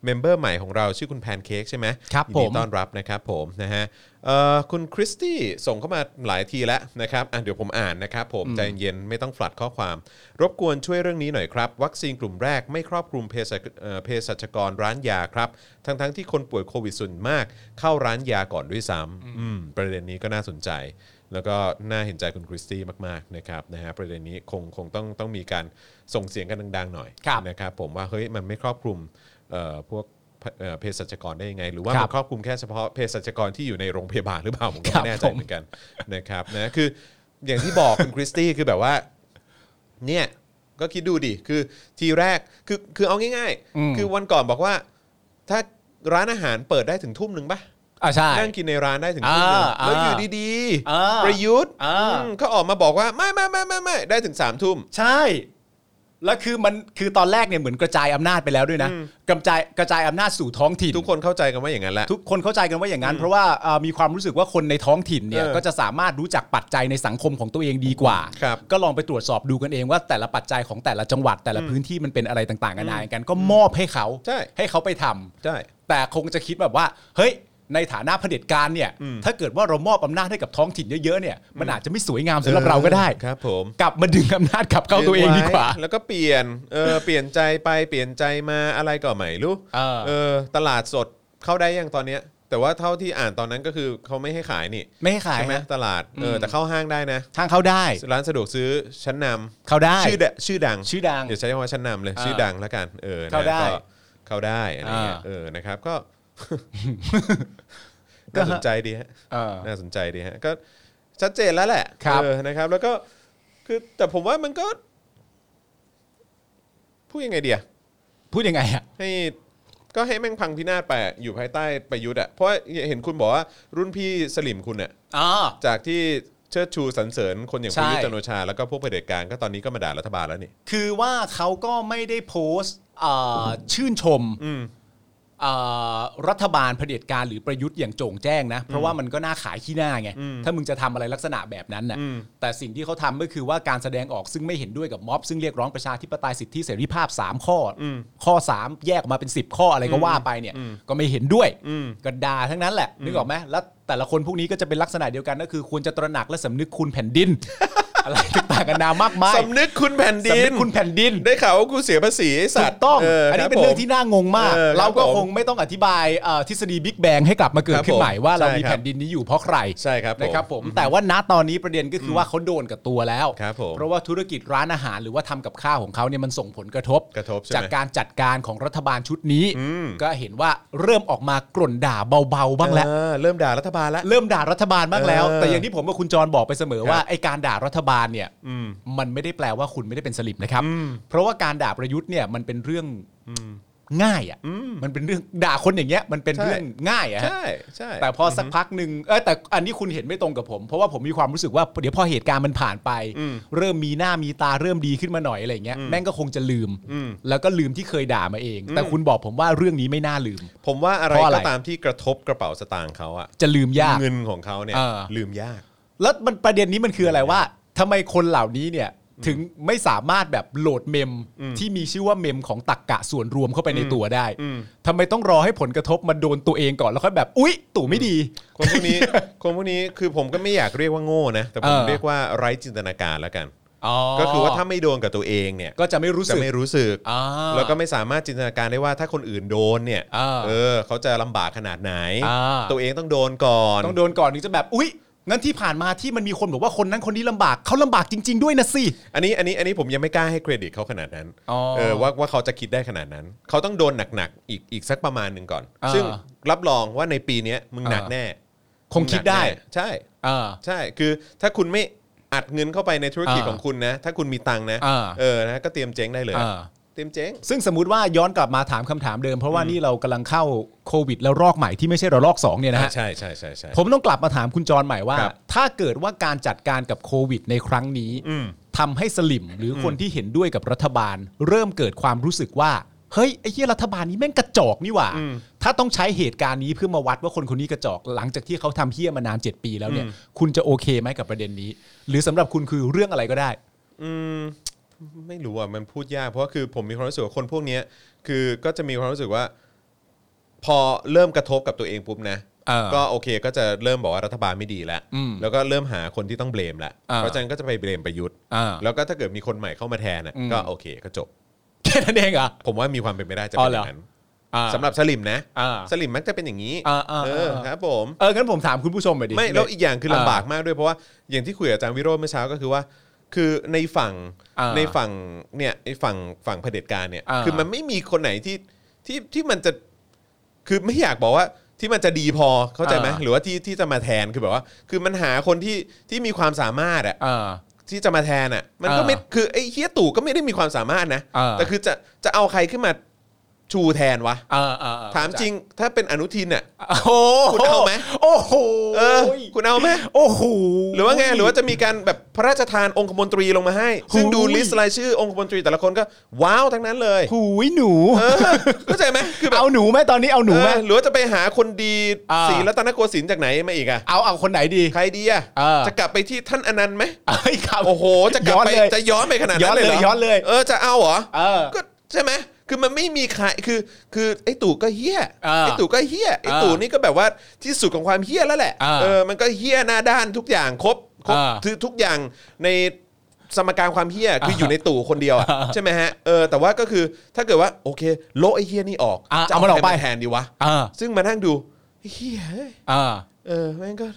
B: เมมเบอร์ใหม่ของเราชื่อคุณแพนเค้กใช่ไหม
C: ครับ
B: ยินดี
C: ผม
B: ต้อน ต้อนรับนะครับผมนะฮะเอ่อคุณคริสตี้ส่งเข้ามาหลายทีแล้วนะครับอ่ะเดี๋ยวผมอ่านนะครับผมใจเย็นๆไม่ต้องฝลัดข้อความ รบกวนช่วยเรื่องนี้หน่อยครับ วัคซีนกลุ่มแรกไม่ครอบคลุมเภสัชเอ่อเภสัชกรร้านยาครับ ทั้งๆที่คนป่วยโควิดส่วนมาก เข้าร้านยาก่อนด้วยซ้ำอืมประเด็นนี้ก็น่าสนใจ แล้วก็น่าเห็นใจคุณคริสตี้มากๆนะครับนะฮะประเด็นนี้คงคงต้องต้องมีการส่งเสียงกันดังๆหน่อย
C: ครับ
B: นะครับผมว่าเฮ้ยมันไม่ครอบคลุมเอ่อพวกเอ่อเภสัชกรได้ยังไง หรือว่า
C: ครั
B: มั
C: บ
B: นครอบ ครอบคลุมแค่เฉพาะเภสัชกรที่อยู่ในโรงพยาบาลหรือเปล่าผมก็
C: ครับ
B: ไม่แน่ใจ
C: ผม
B: เหมือนกันนะครับนะคืออย่างที่บอก คุณคริสตี้คือแบบว่าเนี่ยก็คิดดูดิคือทีแรกคือคือเอาง่าย ๆ คือวันก่อนบอกว่า ถ้าร้านอาหารเปิดได้ถึงทุ่มหนึ่งปะ
C: อ่าใช่
B: นั่งกินในร้านได้ถึงทุ่มหนึ่ง
C: อ่า
B: แล้ว
C: อ่า
B: อยู่ดี
C: อ่า
B: ประยุทธ์
C: อ่า
B: อืมเขาออกมาบอกว่าไม่ไม่ไม่ไม่ไม่ได้ถึงสามทุ่ม
C: ใช่ แล้วคือมันคือตอนแรกเนี่ยเหมือนกระจายอำนาจไปแล้วด้วยนะกระจายกระจายอำนาจสู่ท้องถิ่น
B: ทุกคนเข้าใจกันว่าอย่างนั้นแหละ
C: ทุกคนเข้าใจกันว่าอย่างนั้น เพราะว่าเอ่อมีความรู้สึกว่าคนในท้องถิ่นเนี่ย
B: เออ
C: ก็จะสามารถรู้จักปัจจัยในสังคมของตัวเองดีกว่า
B: ครับ
C: ก็ลองไปตรวจสอบดูกันเองว่าแต่ละปัจจัยของแต่ละจังหวัดแต่ละพื้นที่มันเป็นอะไรต่างๆกันานากันก็มอบให้เขา
B: ใช่
C: ให้เขาไปทำ
B: ใช่
C: แต่คงจะคิดแบบว่า เฮ้ย ในฐานะเผด็จการเนี่ย ถ้าเกิดว่าเรามอบอำนาจให้กับท้องถิ่นเยอะๆเนี่ย มันอาจจะไม่สวยงามสำหรับเราก็ได้
B: ครับผม
C: กลับมาดึงอำนาจกลับเข้าตัวเองดีกว่า
B: ไแล้วก็เปลี่ยน เออ เปลี่ยนใจไป เปลี่ยนใจมา อะไรก็ไม่รู้
C: เออ
B: เออ ตลาดสดเข้าได้ยังตอนเนี้ย แต่ว่าเท่าที่อ่านตอนนั้นก็คือเขาไม่ให้ขายนี่
C: ไม่ให้ขาย
B: ใช่ไหม
C: ฮะ
B: ตลาด เออ แต่เข้าห้างได้นะ
C: ทางเข้าได้
B: ร้านสะดวกซื้อชั้นนำ
C: เข้าได้
B: ชื่อดะชื่อดัง
C: ชื่อดัง
B: เดี๋ยวใช้คำว่าชั้นนำเลย
C: อ่า
B: ชื่อดังแล้วกัน เออนะ
C: เข้าได้
B: ก็เข้าได้อะไรเงี้ย
C: อ่า
B: เออ นะครับ ก็
C: ก็
B: น่า
C: ฮะ
B: สนใจดีฮะ
C: เออ
B: น่าสนใจดีฮะก็ชัดเจนแล้วแหละ
C: ครับ
B: เออนะครับ แล้วก็คือแต่ผมว่ามันก็พูดยังไงเดีย
C: พูดยังไงอ่ะ
B: ให้ก็ให้แม่งพังพินาศไปอะอยู่ภายใต้ประยุทธ์อ่ะเพราะเห็นคุณบอกว่ารุ่นพี่สลิมคุณเนี่ย
C: อ๋อ
B: จากที่เชิดชูสรรเสริญคนอย่างป
C: ใช่
B: ระยุทธ์จันทร์โอชา แล้วก็พวกเผด็จการก็ตอนนี้ก็มาด่ารัฐบาลแล้วนี่
C: คือว่าเขาก็ไม่ได้โพสต์เอ่อชื่นชมเอ่อรัฐบาลเผด็จการหรือประยุทธ์อย่างโจ่งแจ้งนะ เพราะว่ามันก็น่าขายขี้หน้าไง ถ้ามึงจะทำอะไรลักษณะแบบนั้นนะแต่สิ่งที่เขาทำก็คือว่าการแสดงออกซึ่งไม่เห็นด้วยกับม็อบ ซึ่งเรียกร้องประชาธิปไตยสิทธิเสรีภาพ 3 ข้ออข้อ 3 แยกออกมาเป็น 10 ข้ออะไรก็ว่าไปเนี่ย ก็ไม่เห็นด้วยก็ด่าทั้งนั้นแหละนึกออกไหมแล้วแต่ละคนพวกนี้ก็จะเป็นลักษณะเดียวกันก็คือควรจะตระหนักและสำนึกคุณแผ่นดิน อะไรต่างๆกันนามากมาย
B: สำนึกคุณแผ่นดิน
C: สำนึกคุณแผ่นดิน
B: ได้ข่าวว่ากูเสียภาษีไอ้สัต
C: ถูก
B: ว์
C: ต้อง
B: เ
C: อันนี้เป็นเรื่องที่
B: คบผม
C: น่างงมาก
B: เออครับ
C: เราก็
B: ผม
C: คงไม่ต้องอธิบายเอ่อทฤษฎีบิ๊กแบงให้กลับมาเกิดขึ้นใหม่
B: ครับผม
C: ว่าเรา
B: ใช่
C: มี
B: ครับ
C: แผ่นดินนี้อยู่เพราะใคร
B: ใช่ครับผม
C: นะครับผมแต่ว่าณตอนนี้ประเด็นก็คืออว่าเขาโดนกับตัวแล้ว
B: ครับผม
C: เพราะว่าธุรกิจร้านอาหารหรือว่าทำกับข้าวของเขาเนี่ยมันส่งผลกระทบ
B: กระทบใช่ไหม
C: จากการจัดการของรัฐบาลชุดนี้ ก็เห็นว่าเริ่มออกมากล่นด่าเบาๆบ้างแล้ว
B: เออเริ่มด่ารัฐบาลแล้ว
C: เริ่มด่ารัฐบาลบ้างแล้ว
B: เออ
C: แต่อย่างที่ผมกับคุณจรบอกไปเสมอว่า
B: ครับ
C: ไอการด่ารัฐบาลเนี่ยมันไม่ได้แปลว่าคุณไม่ได้เป็นสลิมนะครับ เพราะว่าการด่าประยุทธ์เนี่ยมันเป็นเรื่องง่ายอ่ะมันเป็นเรื่องด่าคนอย่างเงี้ยมันเป็น
B: ใช่
C: เรื่องง่ายอ่ะฮะ
B: ใช่ใช่
C: แต่พอสักพักหนึ่งเออแต่อันนี้คุณเห็นไม่ตรงกับผม เพราะว่าผมมีความรู้สึกว่าเดี๋ยวพอเหตุการณ์มันผ่านไป เริ่มมีหน้ามีตาเริ่มดีขึ้นมาหน่อยอะไรอย่างเงี้ยแม่งก็คงจะลืม แล้วก็ลืมที่เคยด่ามาเอง แต่คุณบอกผมว่าเรื่องนี้ไม่น่าลืม
B: ผมว่าอะไร
C: เพราะอะไร
B: ก็ตามที่กระทบกระเป๋าสตางค์เขาอะ
C: จะลืมยาก
B: เงินของเขาเนี่ย
C: เออ
B: ลืมยาก
C: แล้วมันประเด็นนี้มันคืออะไรว่าทำไมคนเหล่านี้เนี่ยถึงไม่สามารถแบบโหลดเมมที่มีชื่อว่าเมมของตักกะส่วนรวมเข้าไปในตัวได้ทำไมต้องรอให้ผลกระทบมาโดนตัวเองก่อนแล้วค่อยแบบ อุ๊ย ตู่ไม่ดี
B: คนพวกนี้ คนพวกนี้คือผมก็ไม่อยากเรียกว่าโง่นะ แต่ผม
C: เออ
B: เรียกว่าไร้จินตนาการแล้วกัน ก็คือว่าถ้าไม่โดนกับตัวเองเนี่ย
C: ก็จะไม่รู้
B: จะ
C: สึก
B: ไม่รู้สึก
C: อ่า
B: แล้วก็ไม่สามารถจินตนาการได้ว่าถ้าคนอื่นโดนเนี่ย
C: อ่า
B: เออเขาจะลำบากขนาดไหน
C: อ่า
B: ตัวเองต้องโดนก่อน
C: ต้องโดนก่อนถึงจะแบบ อุ๊ย งั้นที่ผ่านมาที่มันมีคนบอกว่าคนนั้นคนนี้ลำบากเขาลำบากจริง ๆ ด้วยนะสิ
B: อันนี้อันนี้อันนี้ผมยังไม่กล้าให้เครดิตเขาขนาดนั้น
C: อ๋อ
B: เออว่าว่าเขาจะคิดได้ขนาดนั้น เขาต้องโดนหนักๆอีกอีกสักประมาณหนึ่งก่อน
C: อ่า
B: ซึ่งรับรองว่าในปีเนี้ยมึงหนัก
C: อ่า
B: แน่
C: คงคิดได้
B: มึงหนักแน่ใช่
C: อ่า
B: ใช่ คือถ้าคุณไม่อัดเงินเข้าไปในธุรกิจ
C: อ่า
B: ของคุณนะ ถ้าคุณมีตังค์นะ
C: อ่า
B: เออ นะ ก็เตรียมเจ๊งได้เลย
C: อ่า
B: เตรียมเจ๊ง
C: ซึ่งสมมติว่าย้อนกลับมาถามคำถามเดิม เพราะว่านี่เรากำลังเข้าโควิดแล้วรอกใหม่ที่ไม่ใช่ระลอกสองเนี่ยนะฮะ
B: ใช่ใช่ใช่ใช่
C: ผมต้องกลับมาถามคุณจรใหม่ว่า
B: ครับ
C: ถ้าเกิดว่าการจัดการกับโควิดในครั้งนี้
B: อืม
C: ท ทำให้สลิมหรือคนที่เห็นด้วยกับรัฐบาล เริ่มเกิดความรู้สึกว่า เฮ้ยไอ้เหี้ยรัฐบาลนี้แม่งกระจอกนี่หว่า ถ้าต้องใช้เหตุการณ์นี้เพื่อมาวัดว่าคนคนนี้กระจอกหลังจากที่เขาทำเหี้ยมานาน 7 ปีแล้วเนี่ย คุณจะโอเคไหมกับประเด็นนี้ หรือสำหรับคุณคือเรื่องอะไรก็ได้
B: อืมไม่รู้อ่ะมันพูดยากเพราะว่าคือผมมีความรู้สึกว่าคนพวกเนี้ยคือก็จะมีความรู้สึกว่า พอเริ่มกระทบกับตัวเองปุ๊บนะ
C: เออ
B: ก็โอเคก็จะเริ่มบอกว่ารัฐบาลไม่ดีแล้ว
C: อืม
B: แล้วก็เริ่มหาคนที่ต้องเบลมแล้ว
C: อ่า
B: เพราะฉะนั้นก็จะไปเบลมประยุทธ์
C: อ่า
B: แล้วก็ถ้าเกิดมีคนใหม่เข้ามาแทนน่ะ
C: อืม
B: ก็โอเคก็จบ
C: แค่นั้นเองเหรอ่ะ
B: ผมว่ามีความเป็นไปได้จะเป็น
C: อ๋อ
B: อ
C: เหร
B: ย่า
C: อ
B: งนั้นสำหรับสลิมนะ
C: อ่า
B: สลิมมักจะเป็นอย่างนี้
C: อ่าอ่าอ่า
B: เออครับ ผม
C: เอองั้นผมถามคุณผู้ชมหน่อยดิ
B: ไม่แล้วอีกอย่างคือ
C: เออ
B: ลำบากมากด้วยเพราะว่าอย่างที่คุยกับอาจารย์วิโรจน์เมื่อเช้าก็คือว่า คือในฝั่ง
C: อ่า
B: ในฝั่งเนี่ยไอ้ฝั่งฝั่งเผด็จการเนี่ย
C: อ่า
B: คือมันไม่มีคนไหนที่ที่ที่มันจะคือไม่อยากบอกว่าที่มันจะดีพอเข้าใจไหม
C: อ่า
B: หรือว่าที่ที่จะมาแทนคือแบบว่า คือมันหาคนที่ที่มีความสามารถอะ
C: อ่า
B: ที่จะมาแทนอ่ะ มันก็ไม่
C: อ่า
B: คือไอ้เฮียตู่ก็ไม่ได้มีความสามารถนะ
C: อ่า
B: แต่คือจะจะเอาใครขึ้นมาชูแทนวะ
C: อ่าอ่
B: ถามจริงถ้าเป็นอนุทินเนี่ย
C: โอ้โห
B: คุณเอาไหม
C: โอ้โห
B: เออ คุณเอาไหม
C: โอ้โห
B: หรือว่าไงหรือว่าจะมีการแบบพระราชทานองคมนตรีลงมาให้ ซึ่งดู
C: หูย
B: ลิสต์รายชื่อองคมนตรีแต่ละคนก็ว้าวทั้งนั้นเลย
C: หูยหนู
B: เออเข้าใจไหมคือแบบ
C: เอาหนูไหมตอนนี้เอาหนูไหม
B: เออหรือว่าจะไปหาคนดี
C: อ่า
B: ศรีรัตนโกสินทร์จากไหนมาอีกอะ
C: เอาเอาคนไหนดี
B: ใครดีอะ
C: เออ
B: จะกลับไปที่ท่านอนันต์ไหม
C: เอ้ยครับ
B: โอ้โห จะกลับไป
C: ย้อนเลย
B: จะย้อนไปขนาดนั้นเลยเหรอ
C: ย้อนเลยย้อนเลย
B: เออจะเอาเหรอ
C: เออ
B: ก็ใช่ไหมคือมันไม่มีใครคือ คือไอ้ตู่ก็เฮี้ย
C: เออ
B: ไอ้ตู่ก็เฮี้ย ไอ้ตู่นี่ก็แบบว่าที่สุดของความเฮี้ยแล้วแหละ
C: เออ
B: เออ มันก็เฮี้ยหน้าด้านทุกอย่างครบ ครบ
C: เออ
B: คือทุกอย่างในสมการความเฮี้ยคืออยู่ในตู่คนเดียวอะใช่ไหมฮะ เออ แต่ว่าก็คือถ้าเกิดว่าโอเคโละไอ้เฮี้ยนี่ออก
C: อ่ะ
B: จะ
C: เอามันออกไป
B: ใครแทนดีวะ
C: อ่า
B: ซึ่งมานั่งดูเฮี้ยเอ้ย
C: อ่า
B: เออแม่งก็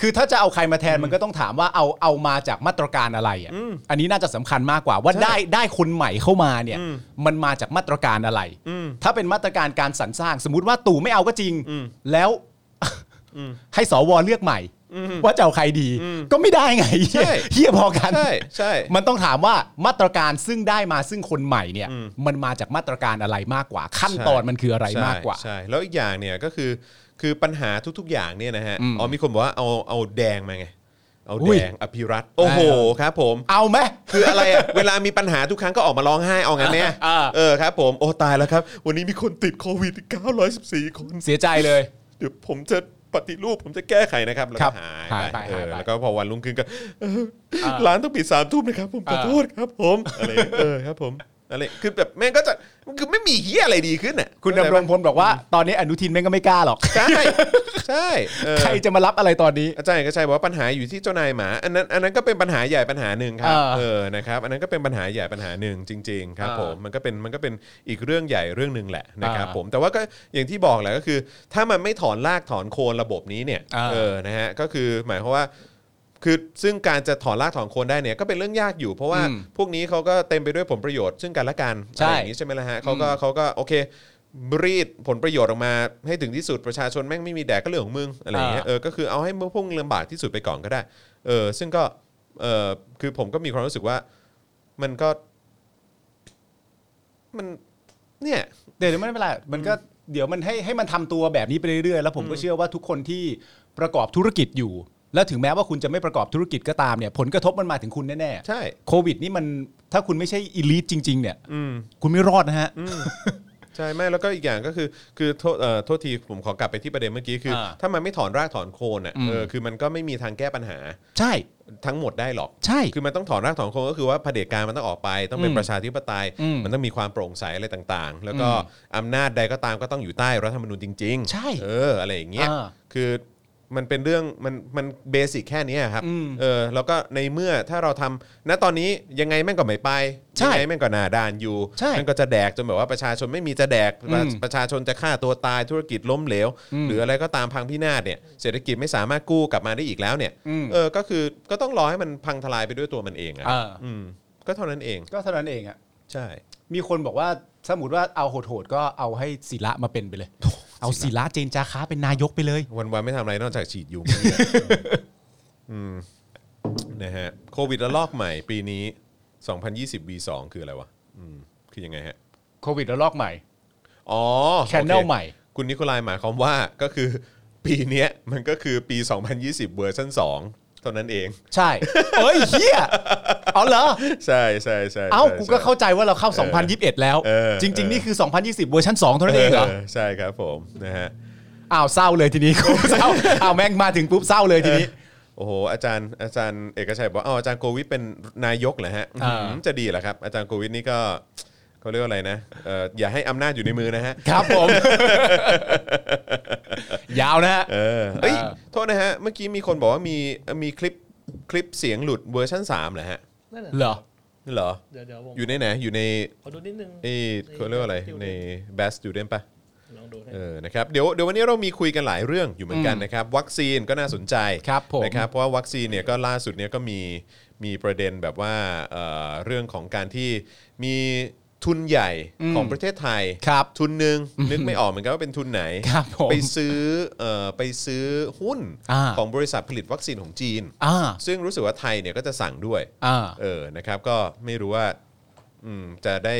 C: คือถ้าจะเอาใครมาแทนมันก็ต้องถามว่าเอาเอามาจากมาตรการอะไรอ่ะอันนี้น่าจะสำคัญมากกว่าว่า
B: ใช่
C: ได้ได้คนใหม่เข้ามาเนี่ย
B: อืม
C: มันมาจากมาตรการอะไร
B: อืม
C: ถ้าเป็นมาตรการการสรรสร้าง สมมติว่าตู่ไม่เอาก็จริง
B: อืม
C: แล้ว
B: อืม
C: ให้สวเลือกใหม่
B: อืม
C: ว่าจะเอาใครดี
B: อืม
C: ก็ไม่ได้ไง
B: ใช่
C: เฮียพอกัน
B: ใช่ใช่
C: มันต้องถามว่ามาตรการซึ่งได้มาซึ่งคนใหม่เนี่ย
B: อืม
C: มันมาจากมาตรการอะไรมากกว่า ขั้นตอน
B: ใช่
C: มันคืออะไร
B: ใช่
C: มากกว่า
B: ใช่แล้วอีกอย่างเนี่ยก็คือคือปัญหาทุก ๆ อย่างเนี่ยนะฮะ
C: อืม
B: อ๋อมีคนบอกว่าเอาเอาแดงมาไง เอา
C: อุ้
B: แด
C: ย
B: งอภิรัตน์โอ้โห
C: ได้ค
B: ค
C: รับ
B: รับผม
C: เอาไหม
B: คืออะไรอะ เวลามีปัญหาทุกครั้งก็ออกมาร้องไห้เอางั้นเนี่ย
C: อ่า
B: เออครับผมโอ้ตายแล้วครับ วันนี้มีคนติดโควิด 914 คน
C: เสียใจเลย
B: เดี๋ยวผมจะปฏิรูปผมจะแก้ไขนะครับแล้ว
C: ครั
B: ก็
C: บ
B: หาย
C: หาย
B: ไป
C: ไป
B: เออ
C: หายไป
B: แล้วก็พอวันรุ่งขึ้นก็เออ
C: อ่า
B: ร้านต้องปิดสามทุ่มนะครับ ผมขอ
C: อ่า
B: โทษครับผมอะไรเออครับผมอะไรคือแบบแม่งก็จะคือไม่มีเฮียอะไรดีขึ้นอ่ะ
C: คุณ
B: เข้าใจ
C: ดำรง
B: ปะ
C: พลบอกว่าตอนนี้อนุทินแม่งก็ไม่กล้าหรอก
B: ใช่ใช่เออ
C: ใครจะมารับอะไรตอนนี้
B: อาจารย์เอกชัยบอกว่าปัญหาอยู่ที่เจ้านายหมาอันนั้นอันนั้นก็เป็นปัญหาใหญ่ปัญหาหนึ่งครับ
C: เออ
B: เออนะครับอันนั้นก็เป็นปัญหาใหญ่ปัญหาหนึ่งจริง ๆ ครับ
C: เออ
B: ผมมันก็เป็นมันก็เป็นอีกเรื่องใหญ่เรื่องหนึ่งแหละนะครับ
C: เออ
B: ผมแต่ว่าก็อย่างที่บอกแหละก็คือ ถ้ามันไม่ถอนรากถอนโคนระบบนี้เนี่ย
C: เออ
B: เออนะฮะก็คือหมายความว่าคือซึ่งการจะถอนรากถอนโคนได้เนี่ยก็เป็นเรื่องยากอยู่ เพราะว่าพวกนี้เขาก็เต็มไปด้วยผลประโยชน์ซึ่งกันและกันอะไรอย่างนี้ใช่ไหมล่ะฮะเขาก็เขาก็โอเค รีดผลประโยชน์ออกมาให้ถึงที่สุดประชาชนแม่งไม่มีแดกก็เรื่องของมึงอะไรอย่างเงี้ย
C: อ่า
B: เออก็คือเอาให้พวกมึงลำบากที่สุดไปก่อนก็ได้เออซึ่งก็เออคือผมก็มีความรู้สึกว่ามันก็ มันเนี่ย
C: เดี๋ยวไม่เป็นไรมันก็เดี๋ยวมันให้ให้มันทำตัวแบบนี้ไปเรื่อยๆ แล้วผมก็เชื่อว่าทุกคนที่ประกอบธุรกิจอยู่ และถึงแม้ว่าคุณจะไม่ประกอบธุรกิจก็ตามเนี่ยผลกระทบมันมาถึงคุณแน่
B: ใช่
C: ๆโควิดนี่มันถ้าคุณไม่ใช่อ l ลิ e จริง ๆ เนี่ย
B: อืม
C: คุณไม่รอดนะฮะ
B: ใช่ไม่แล้วก็อีกอย่างก็คือคือโทษเอ่อโทษทีผมขอกลับไปที่ประเด็นเมื่อกี้คือ
C: อ่า
B: ถ้ามันไม่ถอนรากถอนโคนอ่ะ
C: อืม
B: เออคือมันก็ไม่มีทางแก้ปัญหา
C: ใช่
B: ทั้งหมดได้หรอก
C: ใช่
B: คือมันต้องถอนรากถอนโคนก็คือว่าเผด็จการมันต้องออกไป ต้องเป็น
C: อืม
B: ประชาธิปไตย
C: อืม
B: มันต้องมีความโปร่งใสอะไรต่างๆ แล้วก็
C: อื
B: อำนาจใดก็ตามก็ต้องอยู่ใต้รัฐธรรมนูญจริงๆ
C: ใช่
B: เอออะไรอย่างเงี้ย
C: อ่า
B: คือมันเป็นเรื่องมันมันเบสิกแค่เนี้ยครับ
C: อืม
B: เออแล้วก็ในเมื่อถ้าเราทำณตอนนี้ยังไงแม่งก็ไม่ไปยั
C: ใช่
B: งไงแม่งก็หนาด่านอยู่
C: ใช่
B: แม่งก็จะแดกจนแบบว่าประชาชนไม่มีจะแดก
C: อืม
B: ประชาชนจะฆ่าตัวตายธุรกิจล้มเหลว
C: อืม
B: หรืออะไรก็ตามพังพินาศเนี่ยเศรษฐกิจไม่สามารถกู้กลับมาได้อีกแล้วเนี่ย
C: อืม
B: เออก็คือก็ต้องรอให้มันพังทลายไปด้วยตัวมันเองอะ
C: อ่า
B: อืมก็เท่านั้นเอง
C: ก็เท่านั้นเองอะ
B: ใช่
C: มีคนบอกว่าสมมติว่าเอาโหดๆก็เอาให้ศิระมาเป็นไป เลย เอาศิระเจนจาค้าเป็นนายกไปเลย
B: วันวันๆไม่ทำอะไรนอกจากฉีดยุง อืมนะฮะโควิดระลอกใหม่ปีนี้ 2020 V2 คืออะไรวะอืมคือยังไงฮะ
C: โควิดระลอกใหม่
B: อ๋อโอเค
C: Channel ใหม่
B: คุณ นิโคลายหมายความว่าก็คือ ปีเนี้ยมันก็คือปี 2020 เวอร์ชัน เท่านั้นเอง
C: ใช่เอ้ยเฮียเอาเหรอ
B: ใช่ใช่ใช่
C: เอ้า
B: ใช่
C: กูก็
B: ใช่
C: เข้าใจว่าเราเข้า 2021 แล้ว
B: เออ
C: จริง ๆ นี่คือ 2020 เวอร์ชัน2เท่านั้นเองเหรอ
B: ใช่ครับผมนะฮะ
C: อ้าวเศร้าเลยที นี้ กูเศร้าอ้าวแม่งมาถึงปุ๊บเศร้าเลยทีนี้
B: โอ้โหอาจารย์อาจารย์เอกชัยบอกว่าอ้าวอาจารย์โควิดเป็นนายกเหรอฮะ
C: อ่า
B: อืมจะดีเหรอครับ อาจารย์โควิดนี่ก็เขาเรียกว่าอะไรนะเอ่ออย่าให้อำนาจอยู่ในมือนะฮะ
C: ครับผม ยาวนะฮะ
B: เออเอ้ย
C: อ่า
B: โทษนะฮะเมื่อกี้มีคนบอกว่ามีมีคลิปคลิปเสียงหลุดเวอร์ชัน3เหรอฮะ
D: นั่นแหละ
C: เหรอ
B: เหรอ
D: เดี๋ยวเดี๋ยวผม
B: อยู่ในไหนอยู่ใน
D: ขอดูนิดนึง
B: ไอ้เขาเรียกว่าอะไรใน best student ปะ
D: ลองดูนะ
B: เออ นะครับ เดี๋ยว เดี๋ยววันนี้เรามีคุยกันหลายเรื่องอยู่เหมือนกันนะครับ วัคซีนก็น่าสนใจ
C: ครับผม
B: นะครับ เพราะว่าวัคซีนเนี่ยก็ล่าสุดเนี่ยก็มี มีประเด็นแบบว่าเอ่อเรื่องของการที่มีทุนใหญ่ของประเทศไทย
C: ครับ
B: ทุนหนึ่งนึกไม่ออกเหมือนกันว่าเป็นทุนไหน
C: ครับผม
B: ไปซื้อ เอ่อ ไปซื้อหุ้น
C: อ่า
B: ของบริษัทผลิตวัคซีนของจีน
C: อ่า
B: ซึ่งรู้สึกว่าไทยเนี่ยก็จะสั่งด้วย
C: อ่า
B: เออ นะครับ ก็ไม่รู้ว่าอืมจะได้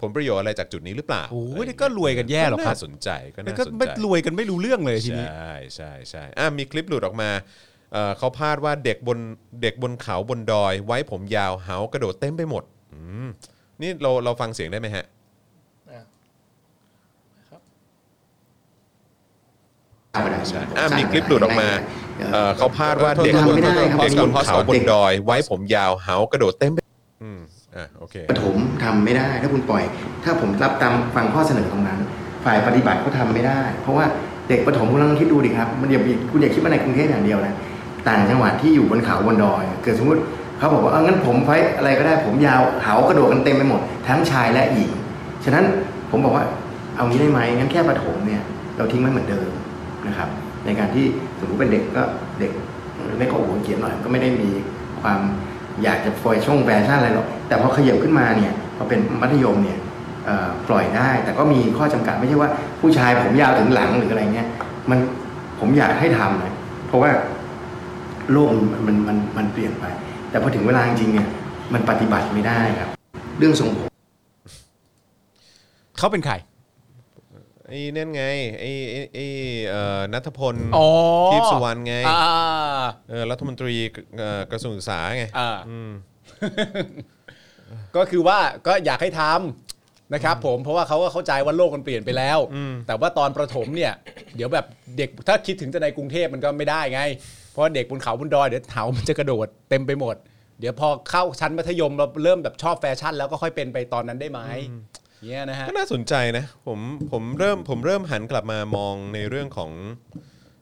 B: ผลประโยชน์อะไรจากจุดนี้หรือเปล่า
C: โอ้ยนี่ก็รวยกันแย่หรอกครับ
B: น่าสนใจก็
C: แล้ว
B: น่า
C: ก็
B: สน
C: ไม่
B: ใจ
C: รวยกันไม่รู้เรื่องเลยทีนี้
B: ใช่ใช่ใช่อ่ะมีคลิปหลุดออกมาเอ่อเขาพาดว่าเด็กบนเด็กบนเขาบนดอย ไว้ผมยาวเหากระโดดเต้นไปหมดอืมนี่เราเราฟังเสียงได้ไหมฮะ
D: อ่ะครับ
B: อ่ะมีคลิปหลุดออกมาเอ่อเขาพาดว่าเด็กบ
E: ทำ
B: น
E: ไม่ได้ครับ
B: เด็กบน
E: เป็น
B: เขาบน
E: เด็ก
B: ดอย ไว้ผมยาวเหากระโดดเต้นไปอืมอ่ะโอเค
E: ปฐมทำไม่ได้ ถ้าคุณปล่อย ถ้าผมรับตามฟังข้อเสนอตรงนั้น ฝ่ายปฏิบัติก็ทำไม่ได้ เพราะว่าเด็กปฐมคุณลองคิดดูดิครับมันอย่าคุณอย่าคิดว่าในกรุงเทพอย่างเดียวนะต่างจังหวัดที่อยู่บนเขาบนดอยเกิดสมมติเขาบอกว่าเอางั้นผมไฟอะไรก็ได้ผมยาวเหากระโดดกันเต็มไปหมด ทั้งชายและหญิงฉะนั้นผมบอกว่าเอางี้ได้ไหมงั้นแค่ปฐมเนี่ยเราทิ้งไว้เหมือนเดิมนะครับ ในการที่สมมติเป็นเด็กก็เด็ก ไม่ก็โอ้โหเกียรติหน่อยก็ไม่ได้มีความอยากจะฟอยช่องแฟชั่นอะไรหรอกแต่พอขยับขึ้นมาเนี่ยพอเป็นมัธยมเนี่ยเอ่อปล่อยได้ แต่ก็มีข้อจำกัดไม่ใช่ว่าผู้ชายผมยาวถึงหลังหรืออะไรเงี้ยมันผมอยากให้ทำนะเพราะว่าโลกมันมันมันมันเปลี่ยนไป แต่พอถึงเวลาจริงๆเนี่ยมันปฏิบัติไม่ได้ครับ เรื่องทรงผม
C: เขาเป็นใคร
B: ไอ้นั่นไงไอ้ไอ้ไอ้เอ่อนัทพล
C: อ๋อ
B: ทีพสุวรรณไง
C: อ่า
B: เออรัฐมนตรีเอ่อกระทรวงศึกษาไง
C: อ่า
B: อืม
C: ก็คือว่าก็อยากให้ทำนะครับผมเพราะว่าเขาก็เข้าใจว่าโลกมันเปลี่ยนไปแล้ว แต่ว่าตอนประถมเนี่ย เดี๋ยวแบบเด็กถ้าคิดถึงแต่ในกรุงเทพมันก็ไม่ได้ไง เพราะเด็กบนเขาบนดอยเดี๋ยวเถามันจะกระโดดเต็มไปหมด เดี๋ยวพอเข้าชั้นมัธยมเราเริ่มแบบชอบแฟชั่น แล้วก็ค่อยเป็นไปตอนนั้นได้ไหมเนี่ยนะฮะ
B: ก็น่าสนใจนะผมผมเริ่มผมเริ่มหันกลับมามองในเรื่องของ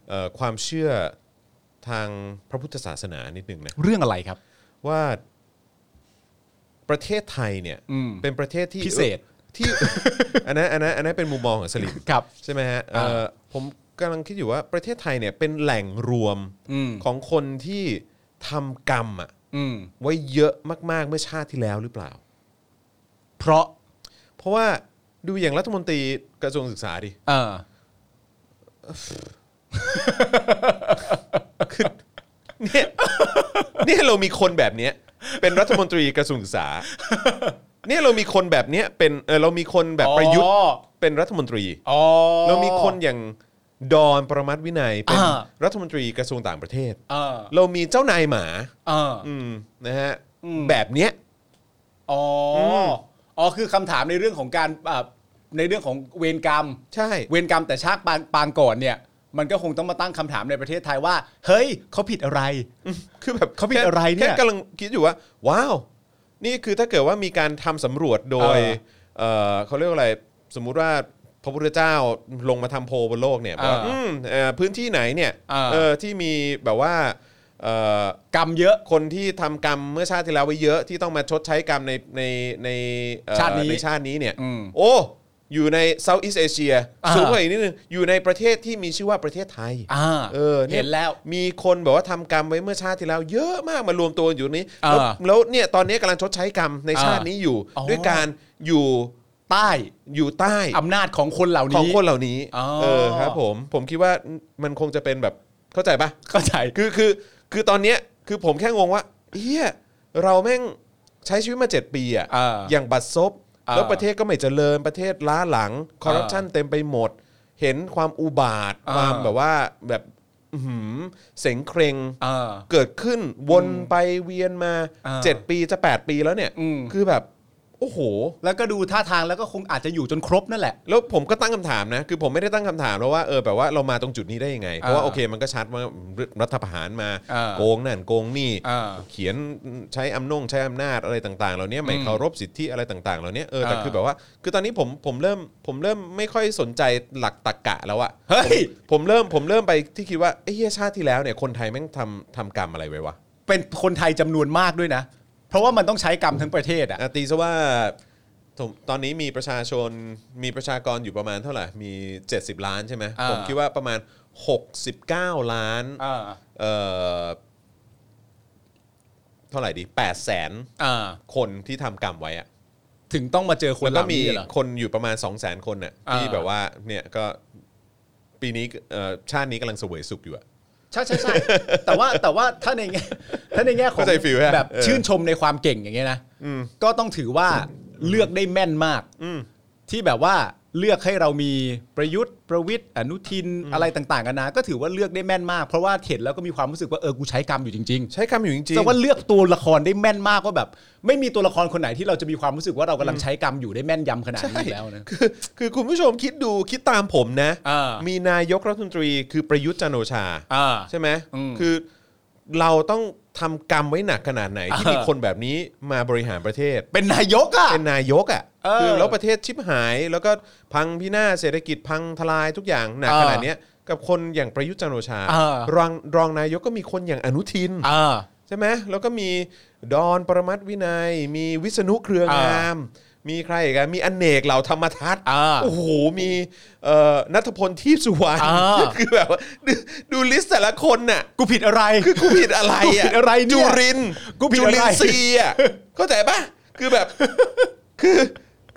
B: เออความเชื่อทางพระพุทธศาสนานิดนึงนะ
C: เรื่องอะไรครับ
B: ว่าประเทศไทยเนี่ย
C: อืม
B: เป็นประเทศที่
C: พิเศษ
B: ที่ อันนั้นอันนั้นอันนั้นเป็นมุมมองของสลิม
C: ครับ
B: ใช่ไหมฮะเอ่อ
C: อ่า
B: ผมกำลังคิดอยู่ว่าประเทศไทยเนี่ยเป็นแหล่งรวม
C: อืม
B: ของคนที่ทำกรรมอะ
C: อืม
B: ไว้เยอะมาก ๆ เมื่อชาติที่แล้วหรือเปล่า
C: เพราะ
B: เพราะว่าดูอย่างรัฐมนตรีกระทรวงศึกษาดิ
C: เออ
B: เนี่ย เนี่ยเรามีคนแบบเนี้ยเป็นรัฐมนตรีกระทรวงศึกษา เนี่ยเรามีคนแบบเนี้ยเป็นเออเรามีคนแบบประยุทธ์
C: อ๋อ
B: เป็นรัฐมนตรี
C: อ๋อ
B: เรามีคนอย่างดอนประมัติวินัยเป็น
C: อ่า
B: รัฐมนตรีกระทรวงต่างประเทศ
C: เออ
B: เรามีเจ้านายหมา
C: เออ
B: อืมนะฮะ
C: อืม
B: แบบเนี้ย
C: อ๋ออ
B: ม
C: อ๋อ คือคำถามในเรื่องของการอ่าในเรื่องของเวรกรรม
B: ใช่
C: เวรกรรมแต่ชาติปางปางก่อนเนี่ย มันก็คงต้องมาตั้งคำถามในประเทศไทยว่า เฮ้ยเขาผิดอะไร
B: คือแบบ
C: เขามี
B: แค่
C: อะไรเนี่ย
B: แค่กำลังคิดอยู่ว่า ว้าว นี่คือถ้าเกิดว่ามีการทำสำรวจโดย
C: เออ
B: เออเขาเรียกว่าอะไร สมมุติว่าพระพุทธเจ้าลงมาทำโพลบนโลกเนี่ยบอกว่า
C: เอออื
B: มเอ่อพื้นที่ไหนเนี่ย
C: เออ
B: เออที่มีแบบว่าเอ่อก
C: รรมเยอะ
B: คนที่ทำกรรมเมื่อชาติที่แล้วไว้เยอะที่ต้องมาชดใช้กรรมในในในเอ่อ
C: ชาตินี้
B: ในชาตินี้เนี่ย
C: อืม
B: โอ้ อยู่ในเซาท์อีสเอเชีย
C: อ่า
B: สูงกว่าอีกนิดนึงอยู่ในประเทศที่มีชื่อว่าประเทศไทย
C: อ่า
B: เออเนี่ย
C: เห็นแล้ว
B: มีคนแบบว่าทำกรรมไว้เมื่อชาติที่แล้ว เยอะมากมารวมตัวอยู่นี้
C: เอ
B: แล้ว
C: อ
B: แล้วเนี่ยตอนนี้กำลังชดใช้กรรมในชาติ
C: เออ
B: นี้อยู่
C: อ๋อ
B: ด้วยการอยู่
C: ใต้
B: อยู่ใต้
C: อำนาจของคนเหล่า
B: ของ
C: นี้
B: คนเหล่านี้
C: อ๋อ
B: เออครับผมผมคิดว่ามันคงจะเป็นแบบเข้าใจปะ
C: เข้าใจ
B: คือคือคือตอนเนี้ยคือผมแค่งงว่าเฮียเราแม่งใช้ชีวิตมา 7 ปีอะ
C: เอออย่าง
B: บัดซบ
C: เออ
B: แล้วประเทศก็ไม่เจริญประเทศล้าหลังคอร์รัปชันเต็มไปหมด เห็นความอุบาท
C: เออ
B: ความแบบว่าแบบ อื้อหือเสงเครง
C: เออ
B: เกิดขึ้นวนไปเวียนมา
C: อ่า
B: 7 ปีจะ 8 ปีแล้วเนี่ย
C: อืม
B: คือแบบ โอ้โห
C: แล้วก็ดูท่าทางแล้วก็คงอาจจะอยู่จนครบนั่นแหละ
B: แล้วผมก็ตั้งคำถามนะ คือผมไม่ได้ตั้งคำถามแล้วว่าเออแบบว่าเรามาตรงจุดนี้ได้ยังไง เพราะว่า
C: อ่า
B: โอเคมันก็ชัดว่ารัฐประหารมา
C: อ่า
B: โกงนั่นโกงนี่
C: อ่า
B: เขียนใช้อำนงใช้อำนาจอะไรต่างๆเหล่านี้ไม่
C: อืม
B: เคารพสิทธิอะไรต่างๆเหล่านี้เออแต่
C: อ่า
B: คือแบบว่า คือตอนนี้ผมผมเริ่มผมเริ่มไม่ค่อยสนใจหลักตรรกะแล้วอะ
C: เฮ้ย
B: ผมผมเริ่มผมเริ่มไปที่คิดว่าเอ้ยเหี้ยชาติที่แล้วเนี่ยคนไทยแม่งทำทำกรรมอะไรไว้วะ
C: เป็นคนไทยจำนวนมากด้วยนะ เพราะว่ามันต้องใช้กรรมทั้งประเทศอ่ะ
B: อ่ะตีซะว่าผมตอนนี้มีประชาชนมีประชากรอยู่ประมาณเท่าไหร่มี 70 ล้านใช่ไหมผมคิดว่าประมาณ 69 ล้าน
C: อ่า
B: เอ่อเท่าไหร่ดี8 0 0แสน
C: อ่า
B: คนที่ทำกรรมไว้อะ
C: ถึงต้องมาเจอคน
B: แล้วก็
C: เหล่า
B: มี
C: นี้เหรอ
B: คนอยู่ประมาณ 2 0 0แสนคนน่ะ
C: อ่า
B: ที่แบบว่าเนี่ยก็ปีนี้เอ่อชาตินี้กำลังเสวยสุขอยู่อะ
C: ใช่ใช่ใช่ แต่ว่าแต่ว่าถ้าในแง่ถ้าในแง่ของ
B: เข้าใจฟีลไหม
C: แบบ
B: เออ
C: ชื่นชมในความเก่งอย่างเงี้ยนะก็ต้องถือว่าเลือกได้แม่นมากที่แบบว่าเลือกให้เรามีประยุทธ์ประวิทย์อนุทินอะไรต่างๆกันานะก็ถือว่าเลือกได้แม่นมาก เพราะว่าเห็นแล้วก็มีความรู้สึกว่าเออกูใช้กรรมอยู่จริง ๆ
B: ใช้คำอยู่จริง
C: แต่
B: ๆ
C: ว่าเลือกตัวละครได้แม่นมากว่าแบบ ไม่มีตัวละครคนไหนที่เราจะมีความรู้สึกว่าเรากำลังใช้กรรมอยู่ได้แม่นยำขนาดนี้อยู่แล้วนะ
B: คือคือคุณผู้ชมคิดดูคิดตามผมนะ
C: อ่ามี
B: มีนายกรัฐมนตรีคือประยุทธ์จันทร์โอชา
C: อ่า
B: ใช่ไหม
C: อืม
B: คือเราต้องทำกรรมไว้หนักขนาดไหน ที่
C: อ่ามี
B: มีคนแบบนี้มาบริหารประเทศ
C: เป็นนายกอ่ะ
B: เป็นนายกอ่ะ
C: เออ
B: คือแล้วประเทศชิบหาย แล้วก็พังพินาศเศรษฐกิจพังทลายทุกอย่างหนัก
C: เออ
B: ขนาดเนี้ยกับคนอย่างประยุทธ์จันทร์โอชา
C: เออ
B: รองรองนายกก็มีคนอย่างอนุทิน
C: อ่า
B: ใช่ไหมแล้วก็มีดอนประมัตถวินัย มีวิษณุเครืองาม มีใครอีกอะมีอเนกเหล่าธรรมทัศน์
C: อ่า
B: โอ้โห มีเอ่อนัทพลทีพสุวรรณ
C: อ่า
B: คือแบบว่าดูดูลิสต์แต่ละคนน่ะ
C: กูผิดอะไร
B: คือกูผิดอะไร
C: กู
B: อ่ะ
C: ผิดอะไรเนี่ย
B: จุรินทร์
C: กูผิดอะ
B: จุ
C: ไร
B: ลินทรีย์อ่ะเข้าใจปะคือแบบ คือ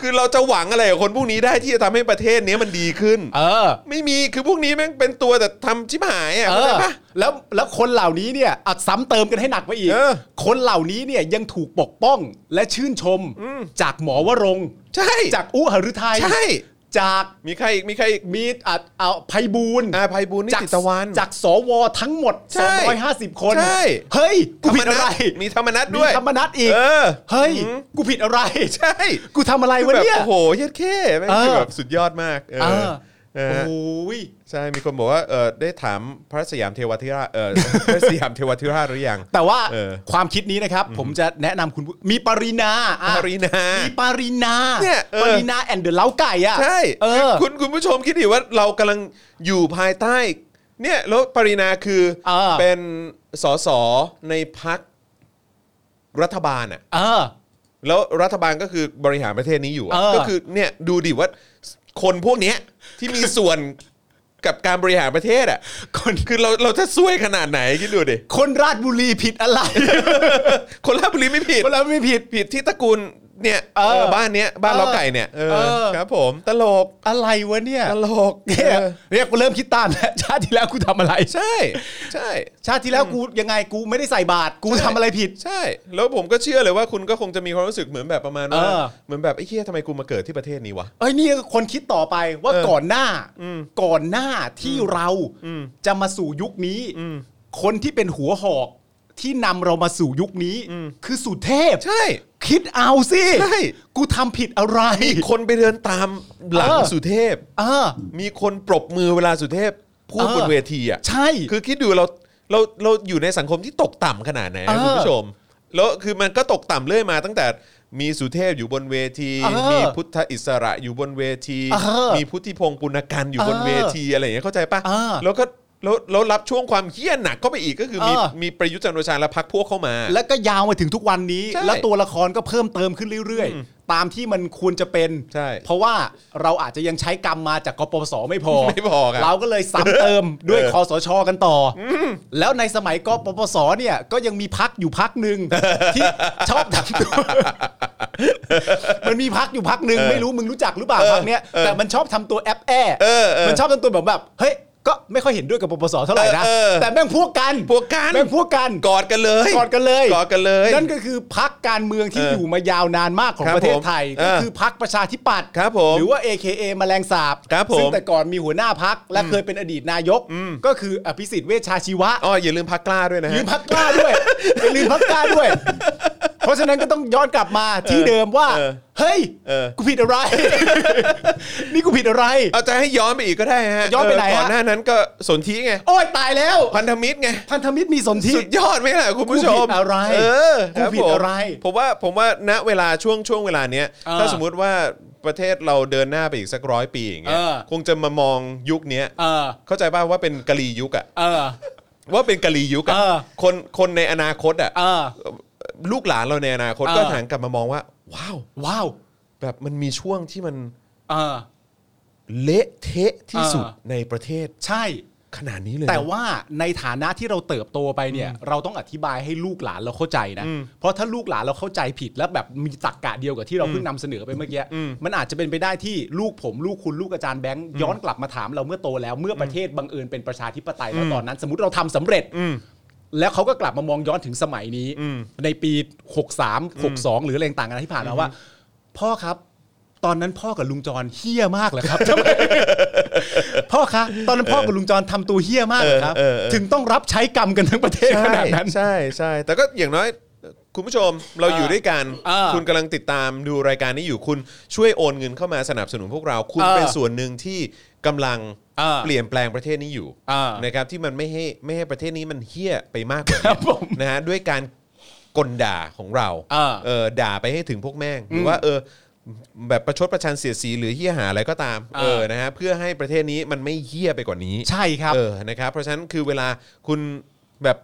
B: คือเราจะหวังอะไรกับคนพวกนี้ได้ที่จะทำให้ประเทศเนี้ยมันดีขึ้น
C: เออ
B: ไม่มี คือพวกนี้แม่งเป็นตัวแต่ทำชิบหายอ่ะ
C: เอ
B: เข้าใจ
C: อ
B: ปะ
C: แล้วแล้วคนเหล่านี้เนี่ยอัดซ้ำเติมกันให้หนักไปอีก
B: เออ
C: คนเหล่านี้เนี่ยยังถูกปกป้องและชื่นชมจากหมอวรงค์
B: ใช่
C: จากอู้หฤทัย
B: ใช่
C: จาก
B: มีใครอีก มีใครอีก
C: มีอัดเอาไพบูลย์
B: อาภัยบูลย์นิติตะวัน
C: จากสวทั้งหมด
B: ใช่
C: 250 คน
B: ใช่
C: เฮ้ย กูผิด
B: ธม
C: อะไร
B: นัสมีธรรมนัตด้วย
C: มีธรรมนัตอีก
B: เออ
C: เฮ้ย กูผิดอะไร
B: ใช่
C: กูทำอะไร
B: คื
C: วะ
B: อแบบ
C: เนี่ย
B: โอ้โหเย็ดเข้แม่ง
C: เออ
B: คือแบบสุดยอดมาก เอ
C: เอ
B: อ
C: อ
B: เอ
C: โอ้
B: อ
C: โห
B: ใช่ มีคนบอกว่าเออได้ถามพระสยามเทวทิราชเออ พระสยามเทวทิราชหรือยัง
C: แต่ว่า
B: เออ
C: ความคิดนี้นะครับ ผมจะแนะนำคุณผู้มีปรินา อ่ะ
B: ปรินา
C: มีปรินา
B: เนี่ยเออ
C: ปรินาแอนเดอร์เล้าไก่อ่ะ
B: ใช่
C: เออ
B: คุณคุณผู้ชมคิดดิว่าเรากำลังอยู่ภายใต้ เนี่ยแล้วปรินาคือ
C: เออ
B: เป็นสสในพักรัฐบาลอ่ะ
C: เออ
B: แล้วรัฐบาลก็คือบริหารประเทศนี้อยู่อะ
C: เออ
B: ก็คือเนี่ยดูดิว่าคนพวกเนี้ยที่มีส่วนกับการบริหารประเทศอ่ะ
C: คน
B: คือเราเราจะซวยขนาดไหนคิดดูดิ
C: คนราชบุรีผิดอะไร
B: คนราชบุรีไม่ผิด
C: คนราชบุรีผิด
B: ผิดที่ตระกูลเนี่ย
C: เออ
B: เออบ้านเนี้ยบ้าน
C: เออ
B: เล้าไก่เนี่ยเออ
C: เออ
B: ครับผมตลก
C: อะไรวะเนี่ย
B: ตลก
C: เนี่ย
B: เออ
C: เนี่ยกูเริ่มคิดตามแล้ว ชาติที่แล้วกูทำอะไร
B: ใช่ใช่
C: ชาติที่แล้วกูยังไงกูไม่ได้ใส่บาตรกูทำอะไรผิด
B: ใช่ แล้วผมก็เชื่อเลยว่าคุณก็คงจะมีความรู้สึกเหมือนแบบประมาณว่า
C: เออ
B: เหมือนแบบไอ้เฮียทำไมกูมาเกิดที่ประเทศนี้วะ
C: เอ้ยนี่คนคิดต่อไปว่า
B: เออ
C: ก่อนหน้าก่อนหน้าที่เราจะมาสู่ยุคนี้ คนที่เป็นหัวหอกที่นำเรามาสู่ยุคนี้ คือสุเทพ
B: ใช่
C: คิดเอาสิ
B: ใช่
C: กูทำผิดอะไร
B: มีคนไปเดินตามหลัง
C: เออ
B: สุเทพ
C: เออ
B: มีคนปรบมือเวลาสุเทพพูด
C: เออ
B: บนเวทีอ่ะ
C: ใช่
B: คือคิดดูเราเราเราอยู่ในสังคมที่ตกต่ำขนาดไหน
C: เออ
B: คุณผู้ชม แล้วคือมันก็ตกต่ำเรื่อยมา ตั้งแต่มีสุเทพอยู่บนเวที
C: เออ
B: มีพุทธอิสระอยู่บนเวที
C: เออ
B: มีพุทธิพงศ์ปุณกันอยู่
C: เออบ
B: นเวทีอะไรอย่างเงี้ยเข้าใจปะ
C: เออ
B: แล้วก็แล้วแล้วรับช่วงความเฮี้ยหนักเข้าไปอีกก็คือมี
C: เออ
B: มีประยุทธ์จันทร์โอชาและพักพวกเข้ามา
C: แล้วก็ยาวมาถึงทุกวันนี้
B: ใช่
C: แล้วตัวละครก็เพิ่มเติมขึ้นเรื่อย ๆ ตามที่มันควรจะเป็น
B: ใช่
C: เพราะว่าเราอาจจะยังใช้กรรมมาจากกปปสไม่พอ
B: ไม่พอครับ
C: เราก็เลยซ้ำเติมด้วย
B: เออ
C: คอสชกันต่ออแล้วในสมัยกปปสเนี่ยก็ยังมีพักอยู่พักหนึ่ง ที่ชอบทำตัว มันมีพักอยู่พักหนึ่งไม่รู้มึงรู้จักหรือเปล่าพักเนี้ยแต่มันชอบทำตัวแอปแอ
B: เออเออ
C: มันชอบทำตัวแบบแบบเฮ้ยก ก็ไม่ค่อยเห็นด้วยกับปปสเท่าไหร่นะ
B: เออเออ
C: แต่แม่งพวกกัน
B: พวกกัน
C: แม่งพวกกัน
B: กอดกันเลย
C: กอดกันเลย
B: กอดกันเลย
C: นั่นก็คือพักการเมืองที่
B: เออ
C: อ
B: อยู่
C: มายาวนานมากของ
B: ครับ
C: ประเทศ
B: ผม
C: ไทย
B: เอ
C: ก็
B: อ
C: คือพักประชาธิปัตย์
B: ครับผม
C: หรือว่า AKA แมลงสาบ
B: ครับผม
C: ซึ่งแต่ก่อนมีหัวหน้าพักและเคยเป็นอดีตนายก ก็คืออภิสิทธิ์เวชชาชีวะ
B: อ๋ออย่าลืมพักกล้าด้วยนะฮะ
C: ยืนพักกล้า ด้วย อย่าลืมพักกล้าด้วย เพราะฉะนั้นก็ต้องย้อนกลับมาที่เดิมว่า
B: เออ
C: เฮ้ย
B: เออ
C: กูผิดอะไร นี่กูผิดอะไร
B: เอาจะให้ย้อนไปอีกก็ได้ฮะ
C: ย้อนไปไหนฮะ
B: ก่อนหน้านั้นก็สนธิไง
C: โอ้ยตายแล้ว
B: พันธมิตรไง
C: พันธมิตรมีสนธิ
B: สุดยอดไหมล่ะคุณผู้ชม
C: กูผิดอะไร
B: เออ
C: กูผิด
B: คบผม
C: อะไร
B: ผมว่าผมว่าณเวลาช่วงช่วงเวลาเนี้ย
C: เออ
B: ถ้าสมมุติว่าประเทศเราเดินหน้าไปอีกสักร้อยปีอย่างเงี้ย
C: เออ
B: คงจะมามองยุคเนี้ย
C: เออ
B: เข้าใจป่าวว่าเป็นกะลียุคอะ
C: เออ
B: ว่าเป็นกะลียุคอะ
C: เออ
B: คนคนในอนาคตอะ
C: เออ
B: ลูกหลานเราในอนาคต
C: เออ
B: ก็หันกลับมามองว่า ว้าว
C: ว้าว
B: แบบมันมีช่วงที่มัน
C: เออ
B: เละเทะที่สุด
C: เออ
B: ในประเทศ
C: ใช่
B: ขนาดนี้เลยนะ
C: แต่ว่าในฐานะที่เราเติบโตไปเนี่ย เราต้องอธิบายให้ลูกหลานเราเข้าใจนะ เพราะถ้าลูกหลานเราเข้าใจผิดแล้วแบบมีตรรกกะเดียวกับที่เราเพิ่งนำเสนอไปเมื่อกี้มันอาจจะเป็นไปได้ที่ลูกผมลูกคุณลูกอาจารย์แบงค์ย้อนกลับมาถามเราเมื่อโตแล้วเมื่อประเทศบังเอิญเป็นประชาธิปไตยแล้วตอนนั้น สมมติเราทำสำเร็จ แล้วเขาก็กลับมามองย้อนถึงสมัยนี้ ในปี 63 62 หรืออะไรต่างๆกันที่ผ่านมาว่า พ่อครับ ตอนนั้นพ่อกับลุงจรเฮี้ยมากเลยครับ พ่อคะตอนนั้นพ่อกับลุงจรทำตัวเฮี้ยมากเหรอครับ
B: เออเออเออ
C: ถึงต้องรับใช้กรรมกันทั้งประเทศข
B: ใช่
C: นาดนั้น
B: ใช่ใช่แต่ก็อย่างน้อยคุณผู้ชมเราอยู่ด้วยกัน
C: เออ
B: คุณกำลังติดตามดูรายการนี้อยู่คุณช่วยโอนเงินเข้ามาสนับสนุนพวกเรา คุณ
C: เออ
B: เป็นส่วนหนึ่งที่กำลัง
C: เออ
B: เปลี่ยนแปลงประเทศนี้อยู่
C: เออ
B: นะครับที่มันไม่ให้ไม่ให้ประเทศนี้มันเฮี้ยไปมากกว่านี้
C: ครับผม
B: นะฮะด้วยการกลด่าของเรา
C: เออ
B: เออด่าไปให้ถึงพวกแม่งหรือว่าเออแบบประชดประชันเสียดสีหรือเฮี้ยหาอะไรก็ตาม
C: เออ
B: เออนะฮะเพื่อให้ประเทศนี้มันไม่เฮี้ยไปกว่านี้
C: ใช่ครับ
B: เออ นะครับ เพราะฉะนั้นคือเวลาคุณแบบ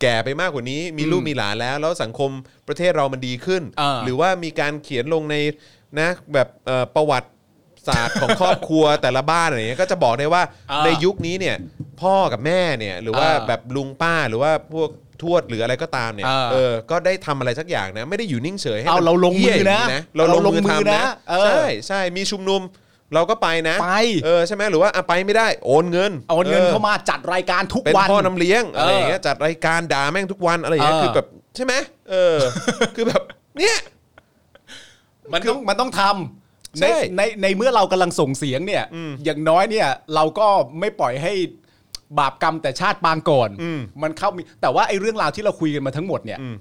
B: แก่ไปมากกว่านี้ มีลูกมีหลานแล้ว แล้วสังคมประเทศเรามันดีขึ้น
C: เออ
B: หรือว่ามีการเขียนลงในนะแบบเอ่อประวัติศาสตร์ของครอบครัว แต่ละบ้านอะไรเงี้ยก็จะบอกได้ว่า
C: เออ
B: ในยุคนี้เนี่ยพ่อกับแม่เนี่ยหรือว่า
C: เออ
B: แบบลุงป้าหรือว่าพวกทวดหรืออะไรก็ตามเนี่ย
C: เออ
B: เออก็ได้ทำอะไรสักอย่างนะไม่ได้อยู่นิ่งเฉยให้
C: เอา
B: มัน
C: เราลงมือนะ
B: เหี้ยย่าเราลงมือ
C: เราลงมือ
B: ทำ
C: นะ
B: นะ
C: เออ
B: ใช่ใช่มีชุมนุมเราก็ไปนะ
C: ไป
B: เออใช่ไหมหรือว่าอ่ะไปไม่ได้โอนเงิน
C: เอาเงินเข้ามาจัดรายการทุก
B: เป็น
C: วัน
B: พ่อน้ำเลี้ยง
C: เอออ
B: อะไรอย่างเงี้ยจัดรายการด่าแม่งทุกวันอะไรอย่างเงี้ย
C: เออ
B: คือแบบใช่ไหมเออ คือแบบเนี่ย
C: มันต้องมันต้องทำ
B: ใช่
C: ในในในเมื่อเรากำลังส่งเสียงเนี่ย อย่างน้อยเนี่ย เราก็ไม่ปล่อยให้บาปกรรมแต่ชาติปางก่อน
B: อืม
C: มันเข้ามีแต่ว่าไอ้เรื่องราวที่เราคุยกันมาทั้งหมดเนี่ย
B: อืม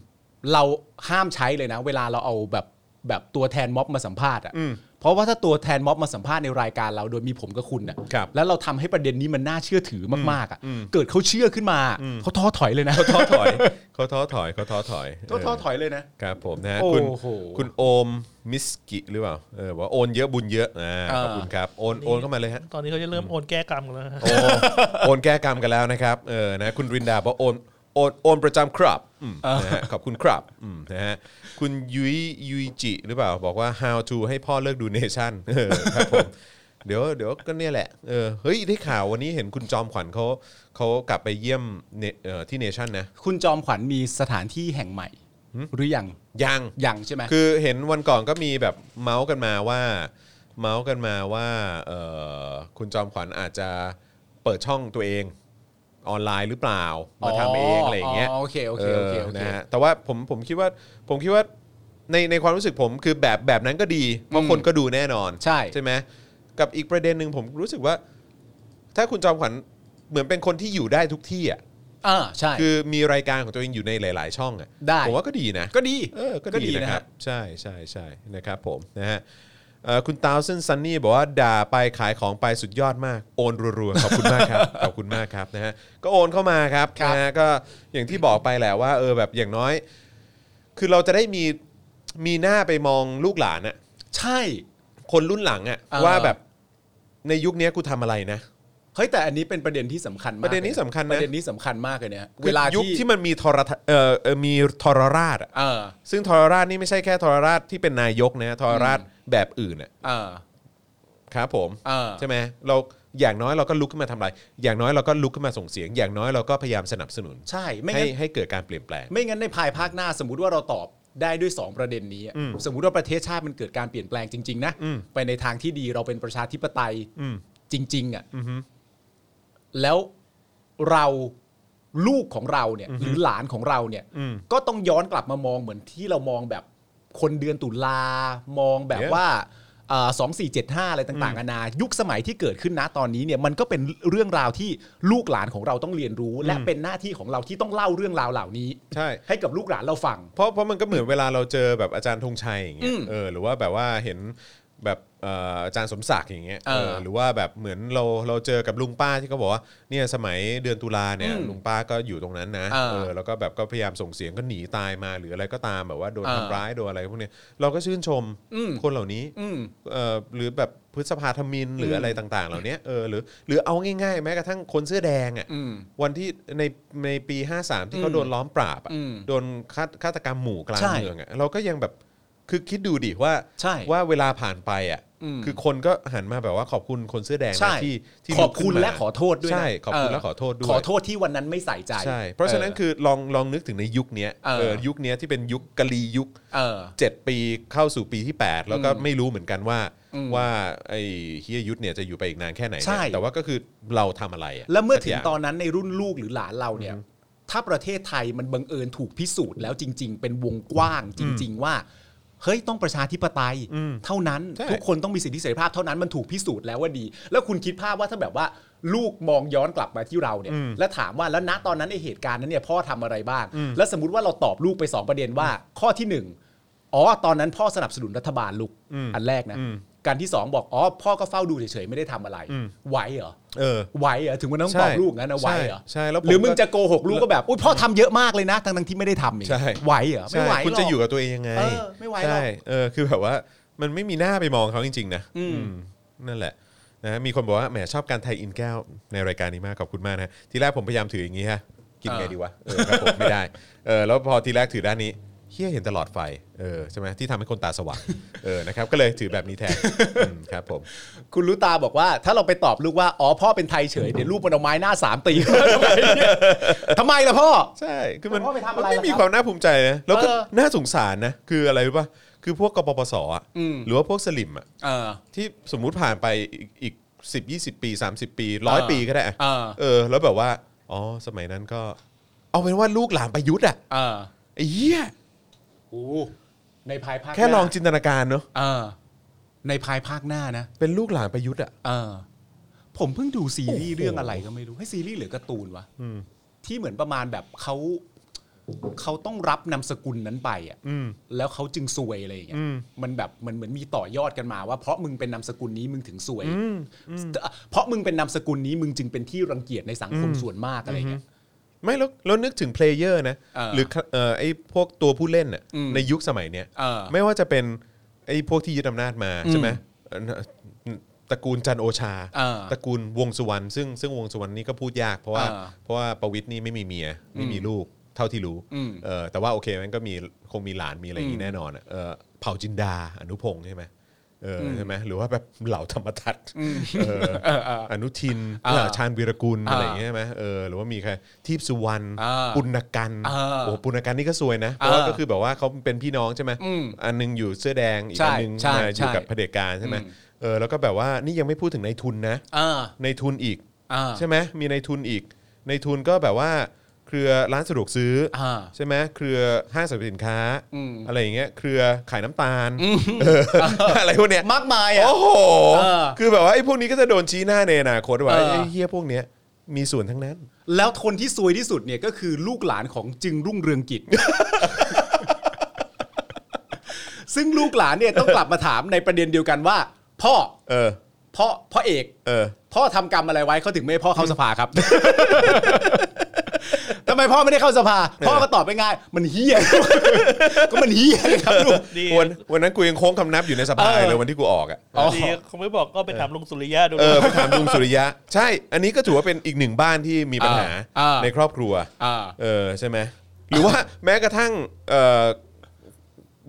C: เราห้ามใช้เลยนะ เวลาเราเอาแบบแบบตัวแทนม็อบมาสัมภาษณ์อ่ะ
B: อืม
C: เพราะว่าถ้าตัวแทนม็อบมาสัมภาษณ์ในรายการเราโดยมีผมกับคุณอ่ะ
B: ครับ
C: แล้วเราทำให้ประเด็นนี้มันน่าเชื่อถือมากๆอ่ะเกิดเขาเชื่อขึ้นมา
B: อืม
C: เขาท้อถอยเลยนะ
B: เขาท้อถอยเขาท้อถอยเขาท้อถอย
C: เขาท้อถอยเลยนะ
B: ครับผมนะฮะ
C: โอ้
B: คุณ
C: โห
B: คุณโอมมิสกิหรือเปล่าเออบอกว่าโอนเยอะบุญเยอะอ่า
C: อ่า
B: ขอบคุณครับโอนโอนเข้ามาเลยฮะ
D: ตอนนี้เขาจะเริ่มโอนแก้กรรมกันแล้วนะฮะ
B: โอ้ โอนแก้กรรมกันแล้วนะครับเออนะคุณรินดาบอกโอนโอนโอนประจำครับอืมนะฮะขอบคุณครับอืมนะฮะคุณยุยยุยจิหรือเปล่า บอกว่า how to ให้พ่อเลิกดูเนชั่นเออครับผม เดี๋ยวเดี๋ยวก็เนี่ยแหละ เออ เฮ้ย ได้ข่าววันนี้เห็นคุณจอมขวัญเขาเขากลับไปเยี่ยมเนเอ่อที่เนชั่นนะ
C: คุณจอมขวัญมีสถานที่แห่งใหม่ หรือยัง
B: ยัง
C: ยังใช่ไหม
B: คือเห็นวันก่อนก็มีแบบเมาส์กันมาว่า เมาส์กันมาว่าเอ่อคุณจอมขวัญอาจจะเปิดช่องตัวเองออนไลน์หรือเปล่า มาทำเองอะไรอย่างเงี้ย
C: อ๋อโอเคโอเคโอเคโอเค
B: นะฮะแต่ว่าผมผมคิดว่าผมคิดว่าในในความรู้สึกผมคือแบบแบบนั้นก็ดีเพราะคนก็ดูแน่นอน
C: ใช่
B: ใช่ไหมกับอีกประเด็นหนึ่งผมรู้สึกว่า ถ้าคุณจอมขวัญเหมือนเป็นคนที่อยู่ได้ทุกที่อ่ะ
C: อ่าใช่
B: คือมีรายการของตัวเองอยู่ในหลาย ๆ ช่องอ่ะ
C: ได้
B: ผมว่าก็ดีนะ
C: ก็ดี
B: เออก็ดีนะครับ ใช่ใช่ใช่นะครับผมนะฮะเอ่อคุณตาวเซนซันนี่บอกว่าด่าไปขายของไปสุดยอดมาก โอนรัวๆ ขอบคุณมากครับ ขอบคุณมากครับนะฮะก็โอนเข้ามาครับนะฮะก็อย่างที่บอกไปแหละว่าเออแบบอย่างน้อย คือเราจะได้มีมีหน้าไปมองลูกหลานอะ
C: ใช่
B: คนรุ่นหลังอะ
C: เออ
B: ว่าแบบในยุคนี้กูทำอะไรนะ
C: เฮ้ยแต่อันนี้เป็นประเด็นที่สำคัญมาก
B: ประเด็นนี้สำคัญนะ
C: ประเด็นนี้สำคัญมากเลยเนี่ย
B: คือ
C: เวลา
B: ยุค
C: ที่
B: ที่มันมีทรทัศน์เออเอ่อมีทรราชอะ
C: เออ
B: ซึ่งทรราชนี่ไม่ใช่แค่ทรราชที่เป็นนายกนะทรราชแบบอื่นอะ
C: เออ
B: ครับผม
C: เออ
B: ใช่ไหมเราอย่างน้อยเราก็ลุกขึ้นมาทำอะไร อย่างน้อยเราก็ลุกขึ้นมาส่งเสียง อย่างน้อยเราก็พยายามสนับสนุน
C: ใช่ไม่
B: ให้
C: งั้น
B: ให้เกิดการเปลี่ยนแปลง
C: ไม่งั้นในภายภาคหน้า สมมติว่าเราตอบได้ด้วย 2 ประเด็นนี้อะสมมุติว่าประเทศชาติมันเกิดการเปลี่ยนแปลงจริง ๆ นะ
B: อืม
C: ไปในทางที่ดีเราเป็นประชาธิปไตย
B: อืม
C: จริง ๆอ่ะ
B: อือฮึ
C: แล้วเราลูกของเราเนี่ยหรือหลานของเราเนี่ย
B: อืม
C: ก็ต้องย้อนกลับมามองเหมือนที่เรามองแบบคนเดือนตุลามองแบบ
B: Yeah.
C: ว่าสองสี่เจ็ดห้าอะไรต่างๆนานายุคสมัยที่เกิดขึ้นนะตอนนี้เนี่ยมันก็เป็นเรื่องราวที่ลูกหลานของเราต้องเรียนรู้ และเป็นหน้าที่ของเราที่ต้องเล่าเรื่องราวเหล่านี้
B: ใช่
C: ให้กับลูกหลานเราฟัง
B: เพราะเพราะมันก็เหมือนเวลาเราเจอแบบอาจารย์ธงชัยอย่างเงี้
C: อื
B: ย
C: ม
B: เออหรือว่าแบบว่าเห็นแบบเอ่ออาจารย์สมศักดิ์อย่างเงี้ย
C: เออ
B: เออหรือว่าแบบเหมือนเราเราเจอกับลุงป้าที่เขาบอกว่าเนี่ยสมัยเดือนตุลาเนี่ย
C: อืม
B: ลุงป้าก็อยู่ตรงนั้นนะ
C: เออ
B: แล้วก็แบบก็พยายามส่งเสียงก็หนีตายมาหรืออะไรก็ตามแบบว่าโดน
C: เออ
B: ทำร้ายโดนอะไรพวกเนี้ยเราก็ชื่นชม
C: อืม
B: คนเหล่านี้
C: อืม
B: เอ่อหรือแบบพฤษภาธมินหรืออะไรต่าง ๆ เหล่านี้เออหรือหรือเอาง่ายๆ แม้กระทั่งคนเสื้อแดงอ่ะ
C: อืม
B: วันที่ในในปี 53 ที่เขา
C: อืม
B: โดนล้อมปราบอะ
C: อืม
B: โดนฆาตฆาตกรรมหมู่กลาง
C: ใช่
B: เมืองอะเราก็ยังแบบคือคิดดูดิว่า
C: ใช่
B: ว่าเวลาผ่านไปอ่ะ
C: อืม
B: คือคนก็หันมาแบบว่าขอบคุณคนเสื้อแดงนะ
C: ใช่
B: ที่ที่
C: ขอบคุณ
B: ลุกขึ้นมา
C: และขอโทษด้วยนะ
B: ใช่ขอบคุณ
C: เออ
B: และขอโทษด้วย
C: ขอโทษที่วันนั้นไม่ใส่ใจ
B: ใช่ เพราะฉะนั้น
C: อ
B: คือลองลองนึกถึงในยุคเนี้ย
C: เออ
B: เออยุคเนี้ยที่เป็นยุคกะลียุค
C: เออ
B: 7 ปีเข้าสู่ปีที่ 8 แล้วก็
C: อืม
B: ไม่รู้เหมือนกันว่า
C: อืม
B: ว่าไอ้เฮียยุทธเนี่ยจะอยู่ไปอีกนานแค่ไหนเนี่ย
C: ใช่
B: แต่ว่าก็คือเราทำอะไรอะ
C: แล้วเมื่อ
B: สัก
C: ถึง
B: ย่า
C: ตอนนั้นในรุ่นลูกหรือหลานเราเนี่ย ถ้าประเทศไทยมันบังเอิญถูกพิสูจน์แล้วจริง ๆ เป็นวงกว้างจริง ๆ ว่า เฮ้ยต้องประชาธิปไตย
B: อืม
C: เท่านั้น
B: ใช่
C: ทุกคนต้องมีสิทธิเสรีภาพเท่านั้นมันถูกพิสูจน์แล้วว่าดี แล้วคุณคิดภาพว่าถ้าแบบว่า ลูกมองย้อนกลับมาที่เราเนี่ยแล้วถามว่าแล้วณตอนนั้นไอเหตุการณ์นั้นเนี่ยพ่อทำอะไรบ้าง แล้วสมมติว่าเราตอบลูกไปสองประเด็นว่า ข้อที่หนึ่งอ๋อตอนนั้นพ่อสนับสนุนรัฐบาลลูกอันแรกนะการที่สองบอกอ๋อพ่อก็เฝ้าดูเฉยๆไม่ได้ทำอะไรไหวเหรอ
B: เออ
C: ไหวเหรอถึงวันนั้นต้อง
B: ใช่
C: ตอบลูกงั้นนะไหวเหรอ
B: ใช่ใช่แล้วผม
C: หรือมึง
B: ก็
C: จะโกหกลูกก็แบบอุ้ยพ่อทำเยอะมากเลยนะทั้งทั้งๆที่ไม่ได้ทำอย่าง
B: ใช่
C: เงี้ยไหวเหรอไม่
B: ใช่
C: ไหว
B: คุณ
C: หร
B: จะ
C: อก
B: อยู่กับตัวเองยังไง
C: เออไม่ไหวหรอก
B: ใช่เออคือแบบว่ามันไม่มีหน้าไปมองเขาจริง ๆ นะ
C: อืม
B: อืมนั่นแหละนะมีคนบอกว่าแหมชอบการไทยอินแก้วในรายการนี้มากขอบคุณมากนะทีแรกผมพยายามถืออย่างนี้ฮะกินไงดีวะเออครับผม ไม่ได้เออแล้วพอทีแรกถือด้านนี้เฮียเห็นตลอดไฟเออใช่ไหมที่ทำให้คนตาสว่างเออนะครับก็เลยถือแบบนี้แทนอืมครับผม
C: คุณรู้ตาบอกว่า ถ้าเราไปตอบลูกว่าอ๋อพ่อเป็นไทยเฉยเดี๋ยวลูกมันเอาไม้หน้าสามตี ทำไมล่ะพ่อ
B: ใช่คือมัน
C: แล้วพ่อไปทำอะ
B: มั
C: ไร
B: นไม่มี
C: ล่ะครับ
B: ความน่าภูมิใจนะแล้วก็
C: เออ
B: น่าสงสารนะคืออะไรรู้ป่ะคือพวกกปปสอะ
C: อืม
B: หรือว่าพวกสลิมอะ
C: เออ
B: ที่สมมุติผ่านไปอีกอีกสิบยี่สิบปีสามสิบปีร้อย
C: เออ
B: ปีก็ได้อะ
C: เออ
B: เออ แล้วแบบว่า อ๋อ สมัยนั้นก็ เอาเป็นว่าลูกหลานประยุทธ์อ่ะ
C: เออ
B: ไอ้เหี้ย
C: โอ้ในภายภาคหน้า
B: แค่ลองจินตนาการเนาะ
C: เออในภายภาคหน้านะ
B: เป็นลูกหลานประยุทธ์อ่ะ
C: เออผมเพิ่งดูซีรีส์เรื่องอะไรก็ไม่รู้ให้ยซีรีส์หรือการ์ตูนวะ
B: อืม
C: ที่เหมือนประมาณแบบเขาเขาต้องรับนามสกุลนั้นไปอ่ะ
B: อืม
C: แล้วเขาจึงซวยอะไรอย่างเงี้
B: อื
C: ย
B: ม
C: มันแบบมันเหมือนมีต่อยอดกันมาว่า เพราะมึงเป็นนามสกุลนี้มึงถึงซวย
B: อืม
C: เพราะมึงเป็นนามสกุลนี้มึงจึงเป็นที่รังเกียจในสังคมส่วนมากอะไรเงี้ย
B: ไม่แล้วแล้วนึกถึงเพลเยอร์นะ
C: เออ
B: หรือเอ่อไอ้พวกตัวผู้เล่นน่ะ
C: อืม
B: ในยุคสมัยเนี้ย
C: เออ
B: ไม่ว่าจะเป็นไอ้พวกที่ยึดอำนาจมาใช่ไหมเอ่อตระกูลจันทร์โอชา
C: เออ
B: ตระกูลวงสุวรรณซึ่งซึ่งวงสุวรรณนี่ก็พูดยาก เพราะว่า
C: เออ
B: เพราะว่าประวิทย์นี่ไม่มีเมียไม่มีลูกเท่าที่รู้
C: อืม
B: เออแต่ว่าโอเคมันก็มีคงมีหลานมีอะไรอย่างนี้แน่นอนอะเออเผ่าจินดาอนุพงศ์ใช่ไหมเอออใช่ไหมหรือว่าแบบเหล่าธรรมทัตเอออนุทิน
C: เออ
B: เหล่าชาญวีรกุลอะไรอย่างเงี้ย
C: อ่า
B: ใช่ไหมเออหรือว่ามีใครทีพสุวรรณ
C: อ่า
B: ปุณกัน
C: อ่า
B: โอ้ปุณกันนี่ก็สวยนะเพราะว่า
C: อ่า
B: ก็คือแบบว่าเขาเป็นพี่น้องใช่ไหม
C: อืม
B: อันหนึงอยู่เสื้อแดงอีก
C: ใช่
B: อันหนึง
C: ใช่
B: มาอยู่
C: ใช่
B: กับเผด็จการใช่ไหม
C: อืม
B: เออแล้วก็แบบว่านี่ยังไม่พูดถึงในายทุนนะ
C: อ่า
B: ในายทุนอีก
C: อ่า
B: ใช่ไหมมีในายทุนอีกในายทุนก็แบบว่าเครือร้านสะดวกซื้ออา ใช่ไหมเครือห้างสรรพสินค้า
C: อืม
B: อะไรอย่างเงี้ยเครือขายน้ำตาลเอออะไรพวกเนี้ย
C: มากมายอ่ะ
B: โอ้โห
C: เออ
B: คือแบบว่าไอ้พวกนี้ก็จะโดนชี้หน้าในอนาคตว่า
C: เออ
B: ไอ้เฮียพวกเนี้ยมีส่วนทั้งนั้น
C: แล้วคนที่ซวยที่สุดเนี่ยก็คือลูกหลานของจึงรุ่งเรืองกิจ ซึ่งลูกหลานเนี่ยต้องกลับมาถามในประเด็นเดียวกันว่า พ่อ
B: เออ
C: พ่อพ่อเอก
B: เออ
C: พ่อทำกรรมอะไรไว้เขาถึงไม่ให้พ่อเข้าสภาครับ ทำไมพ่อไม่ได้เข้าสภา พ่อก็ตอบไปง่ายๆมันเฮี้ย ก็มันเฮี้ยครับลูก
D: ดี
B: วันวันนั้นกูยังโค้งคำนับอยู่ในสภา
C: เออ
B: เลยวันที่กูออกอ่ะ
C: อ๋อ
D: ดีเขาไม่บอกก็ไปถามลุงสุริยะดู
B: เออไปถามลุงสุริยะ ใช่ อันนี้ก็ถือว่าเป็นอีกหนึ่งบ้านที่มีปัญหา
C: อ่าอ่า
B: ในครอบครัว
C: อ่า
B: เออใช่ไหม หรือว่าแม้กระทั่งเอ่อ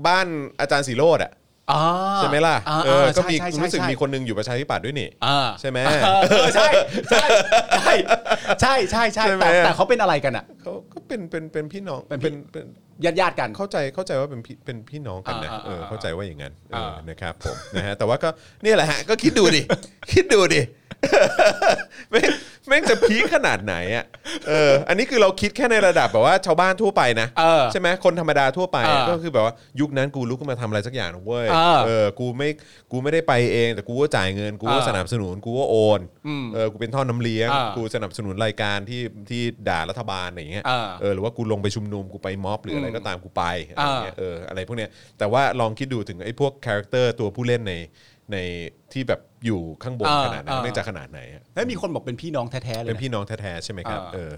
B: บ้านอาจารย์สีโรดอ่ะ
C: อ่า
B: ใช่ไหมล่ะ
C: อ่า
B: เออ ก็มี
C: ใช่ใช่
B: รู้สึก
C: ใช่
B: มีคนหนึงอยู่ประชาธิปัตย์ด้วยนี่
C: อ่า
B: ใช่ไหม
C: เออใช่ใช่ใช่ใช่ใช่ใช่
B: ใช่ไหม
C: แต่แต่เขาเป็นอะไรกันอ่ะ
B: เขาก็เป็นเป็นเป็นพี่น้อง
C: เป็นพี่
B: เป็นเป็น
C: ญาติญาติๆกัน
B: เข้าใจเข้าใจว่าเป็นพี่เป็นพี่น้องกันนะ
C: อ่าอ่า
B: เออ
C: อ่า
B: เข้าใจว่าอย่างนั้นเอออา นะครับผม นะฮะแต่ว่าก็เนี่ยแหละฮะก็คิดดูดิ คิดดูดิ ไม่ไม่ งจะพีคขนาดไหนอ่ะเอออันนี้คือเราคิดแค่ในระดับแบบว่าชาวบ้านทั่วไปนะ
C: เออ
B: ใช่ไหมคนธรรมดาทั่วไป
C: เออ
B: ก็คือแบบว่ายุคนั้นกูลุกขึ้นมาทำอะไรสักอย่างนะเว้ย
C: เออ
B: เออกูไม่กูไม่ได้ไปเองแต่กูก็จ่ายเงินกูก็
C: เออ
B: สนับสนุนกูก็โอน
C: อืม
B: เออกูเป็นท่อน้ำเลี้ยง
C: เออ
B: กูสนับสนุนรายการที่ที่ด่ารัฐบาลอะไรอย่างเงี้ย
C: เออ
B: เออหรือว่ากูลงไปชุมนุมกูไปม็อบหรืออะไร
C: อืม
B: ก็ตามกูไปอะไรอย่างเงี้ยเอออะไรพวกเนี้ยแต่ว่าลองคิดดูถึงไอ้พวกคาแรคเตอร์ตัวผู้เล่นในในที่แบบอยู่ข้างบน
C: เออ
B: ขนาดนั้
C: เอน อ
B: เนื่องจากขนาดไหนอะ
C: เฮ้ยมีคนบอกเป็นพี่น้องแท้ๆเลย
B: เป็น
C: นะ
B: พี่น้องแท้ๆใช่ไหมครับ
C: เออ
B: เออ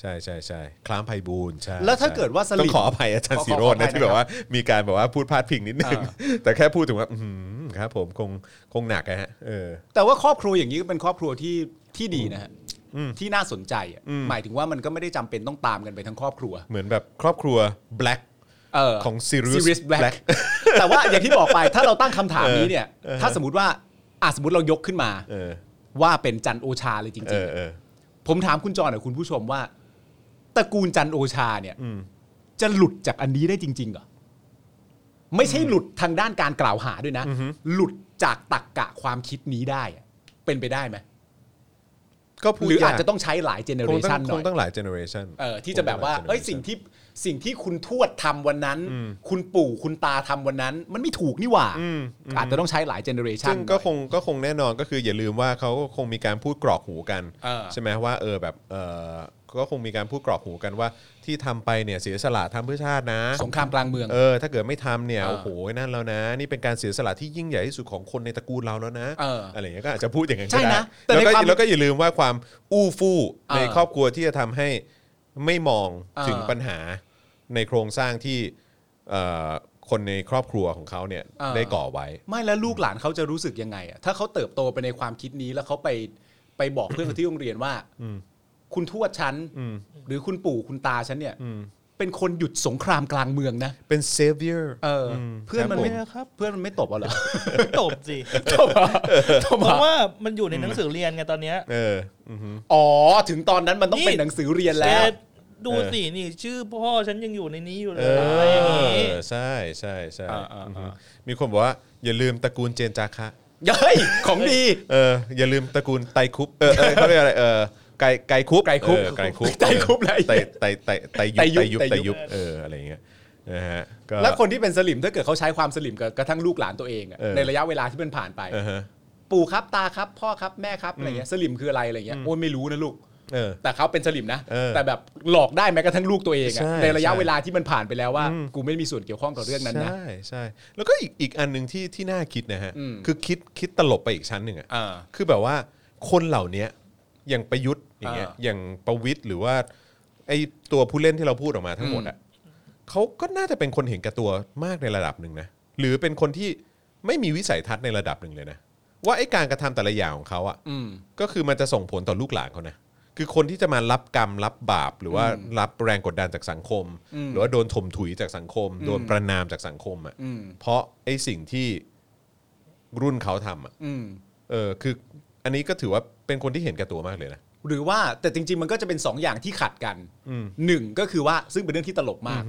B: ใช่ใช่ใช่คล้ามไพบูลย์ใช่
C: แล้วถ้า
B: ใช่
C: เกิดว่าสลิม
B: ต้องขอ ขออภัยอาจารย์สีโรจน์นะที่แบบว่ามีการแบบว่าพูดพาดพิงนิดนึง แต่แค่พูดถึงว่า อื้อหือครับผมคงคงหนักอะฮะเออ
C: แต่ว่าครอบครัวอย่างนี้ก็เป็นครอบครัวที่ที่ดีนะฮะที่น่าสนใจอะหมายถึงว่ามันก็ไม่ได้จำเป็นต้องตามกันไปทั้งครอบครัว
B: เหมือนแบบครอบครัว black
C: เ
B: ของ Sirius
C: Sirius Black
B: Black
C: แต่ว่าอย่างที่บอกไปถ้าเราตั้งคำถามนี้เนี่ย
B: เออ
C: ถ้าสมมติว่าอ่ะสมมติเรายกขึ้นมา
B: เออ
C: ว่าเป็นจันโอชาเลยจ
B: เอ
C: ริง
B: อเออ
C: ๆ ผมถามคุณจรหน่อยคุณผู้ชมว่าตระกูลจันโอชาเนี่ย
B: อืม
C: จะหลุดจากอันนี้ได้จริงๆเหรอไม่ใช่หลุดทางด้านการกล่าวหาด้วยนะ หลุดจากตักกะความคิดนี้ได้อะเป็นไปได้ไหม
B: ก็พูด
C: หรือย
B: ก
C: อาจจะต้องใช้หลายเจเนอ
B: ค
C: เรง
B: ต้อ
C: ชัน
B: ง
C: ห
B: ค
C: น่อง ย
B: ต้องหลาย generation
C: เออที่จะแบบว่า
B: คงต้องหล
C: เอ้ยสิ่ง
B: generation
C: ที่สิ่งที่คุณทวดทำวันนั้น คุณปู่คุณตาทำวันนั้น มันไม่ถูกนี่หว่า
B: อืมอืม
C: อาจจะต้องใช้หลายเจเนอเรชัน
B: ซึ่งก็คงก็คงแน่นอนก็คืออย่าลืมว่าเขาก็คงมีการพูดกรอกหูกัน
C: เออ
B: ใช่ไหมว่าเออแบบเออก็คงมีการพูดกรอกหูกันว่าที่ทำไปเนี่ยเสียสละทำเพื่อชาตินะ
C: สงครามกลางเมือง
B: เออถ้าเกิดไม่ทำเนี่ย
C: เออ
B: โอ้โหนั่นแล้วนะ นี่เป็นการเสียสละที่ยิ่งใหญ่ที่สุดของคนในตระกูลเราแล้วนะ
C: เอออ
B: ไรอย่างเงี้ยก็อาจจะพูดอย่างนั้นก็
C: ใช่
B: ได้
C: นะแต่
B: แล้วก็
C: ในความ
B: แล้วก็อย่าลืมว่าความอู้ฟู่
C: เออ
B: ในครอบครัวที่จะทำให้ไม่มอง
C: เออ
B: ถึงปัญหาในโครงสร้างที่เอ่อคนในครอบครัวของเขาเนี่ย
C: เออ
B: ได้ก่อไว้
C: ไม่แล้วลูกหลานเขาจะรู้สึกยังไงอะถ้าเขาเติบโตไปในความคิดนี้แล้วเขาไปไปบอกเพื่อนเขาที่โรงเรียนว่าคุณทวดฉัน
B: อืม
C: หรือคุณปู่คุณตาฉันเนี่ย
B: อืม
C: เป็นคนหยุดสงครามกลางเมืองนะ
B: เป็น savior
C: เอออ
B: ม
C: เพื่อนมันไม่
B: ครับผม
D: ครับ
C: เพื่อนมันไม่ตบเอาเหรอ
D: ตบสิ
C: ตบเหรอตบเห
D: เพ
C: รอ
D: ราะว่ามันอยู่ในหนังสือเรียนไงตอนเนี้ย
B: เอออือฮึ
C: อ๋อถึงตอนนั้นมันต้องเป็นหนังสือเรียนแล้ว
D: แกดูสินี่ชื่อพ่อฉันยังอยู่ในนี้อยู่เลยอะ
B: เอ
D: ไรอย่างนี้
B: อใช่ใช่ใช่
C: อ่าอ่าอ่า
B: อือฮึมีคนบอกว่าอย่าลืมตระกูลเจนจาคะ
C: เฮ้ยของดี
B: เอออย่าลืมตระกูลไตรคุปเออเออเขาเรียกอะไรเออไก่ไก่คุป
C: ไก่คุป
B: เออไก่คุป
C: ไก่คุปอะไร
B: ไตไตไตไตยุบไตยุบ
C: ไตยุ
B: บ ไตยุบเอออะไรอย่างเงี้ยนะฮะก็
C: แล้วคนที่เป็นสลิมถ้าเกิดเขาใช้ความสลิมกับกระทั่งลูกหลานตัวเองอะ
B: เออ
C: ในระยะเวลาที่มันผ่านไป
B: เออฮะ
C: ปู่ครับตาครับพ่อครับแม่ครับอะไรเงี้ยสลิมคืออะไรอะไรเงี้ยโอ้ยไม่รู้นะลูก
B: เออ
C: แต่เขาเป็นสลิมนะ
B: เออ
C: แต่แบบหลอกได้แม้กระทั่งลูกตัวเองอะ
B: ใช่
C: ในระยะ
B: ใช่
C: เวลาที่มันผ่านไปแล้วว่า กูไม่มีส่วนเกี่ยวข้องกับเรื่องนั้นนะ
B: ใช่ใช่แล้วก็อีกอีกอันหนึ่งที่ที่น่าคิดนะฮะ
C: อืม
B: คือคิดคิดตลบไปอีกชั้นหนึ่งอ่ะ
C: อ่า
B: คือแบบว่าคนเหล่าเนี้ยอย่างประยุทธ์อย่างเงี้ย
C: อ่า
B: อย่างประวิทย์หรือว่าไอตัวผู้เล่นที่เราพูดออกมาทั้งหมดอ่ะเขาก็น่าจะเป็นคนเห็นแก่ตัวมากในระดับหนึ่งนะหรือเป็นคนที่ไม่มีวิสัยทัศน์ในระดับหนึ่งเลยนะว่าไอการกระทำแต่ละอย่างของเขาอ่ะ
C: อืม
B: ก็คือมันจะส่งผลต่อลูกหลานเขานะคือคนที่จะมารับกรรมรับบาป หรือว่ารับแรงกดดันจากสังคม หรือว่าโดนถมถุยจากสังคม โดนประนามจากสังคมอ่ะ
C: อืม
B: เพราะไอ้สิ่งที่รุ่นเขาทำอ่ะ
C: อืม
B: เออ คือ อันนี้ก็ถือว่าเป็นคนที่เห็นแก่ตัวมากเลยนะ
C: หรือว่าแต่จริง ๆ มันก็จะเป็นสองอย่างที่ขัดกัน
B: อืม
C: หนึ่งก็คือว่าซึ่งเป็นเรื่องที่ตลกมาก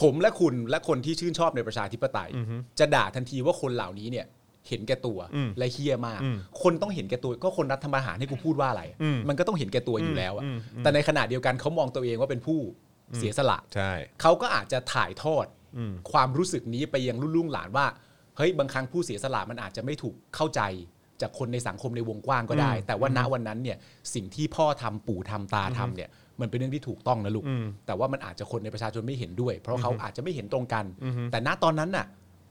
C: ผมและคุณและคนที่ชื่นชอบในประชาธิปไตย จะด่าทันทีว่าคนเหล่านี้เนี่ย เห็นแก่ตัวและเฮี้ยมาก คนต้องเห็นแก่ตัวก็คนรัฐธรรมหารให้กูพูดว่าอะไร มันก็ต้องเห็นแก่ตัวอยู่แล้วอะแต่ในขณะเดียวกันเขามองตัวเองว่าเป็นผู้เสียสละ
B: ใช่
C: เขาก็อาจจะถ่ายทอดความรู้สึกนี้ไปยังรุ่นลูกหลานว่า เฮ้ยบางครั้งผู้เสียสละมันอาจจะไม่ถูกเข้าใจจากคนในสังคมในวงกว้างก็ได้ แต่ว่าณวันนั้นเนี่ยสิ่งที่พ่อทำปู่ทำตาทำเนี่ยมันเป็นเรื่องที่ถูกต้องนะลูก แต่ว่ามันอาจจะคนในประชาชนไม่เห็นด้วย เพราะเขาอาจจะไม่เห็นตรงกัน แต่ณตอนนั้นน่ะ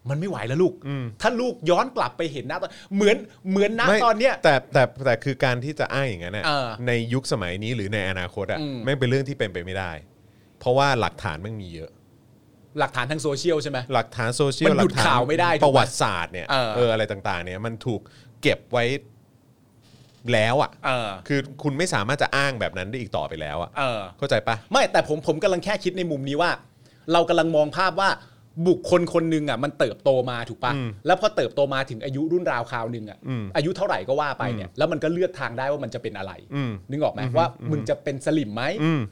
C: มันไม่ไหวแล้วลูก ถ้าลูกย้อนกลับไปเห็นณตอนเหมือนเหมือนณ
B: ไม่
C: ตอนเนี้ย
B: แต่แต่แต่คือการที่จะอ้างอย่างนั้นน่ะ
C: เออ
B: ในยุคสมัยนี้หรือในอนาคตอ่ะ
C: อืม
B: ไม่งเป็นเรื่องที่เป็นไปไม่ได้ เพราะว่าหลักฐานมันมีเยอะ
C: หลักฐานทางโซเชียลใช่ไหม
B: หลักฐานโซเชียล
C: มันหยุด
B: ลักฐน
C: ข่าวไม่ได้ถูกไหม
B: ประวัติศาสตร์เนี่ย
C: เออ
B: เอออะไรต่างๆ เนี่ยมันถูกเก็บไว้แล้วอ่ะ
C: เออ
B: คือคุณไม่สามารถจะอ้างแบบนั้นได้อีกต่อไปแล้วอ่ะ
C: เออ
B: เข้าใจปะ
C: ไม่แต่ผมผมกำลังแค่คิดในมุมนี้ว่า เรากำลังมองภาพว่าบุคคลคนหนึ่งอ่ะมันเติบโตมาถูกปะแล้วพอเติบโตมาถึงอายุรุ่นราวคราวหนึ่งอ่ะอายุเท่าไหร่ก็ว่าไปเนี่ยแล้วมันก็เลือกทางได้ว่ามันจะเป็นอะไร
B: อืม
C: นึกออกไหมว่ามึงจะเป็นสลิมไหม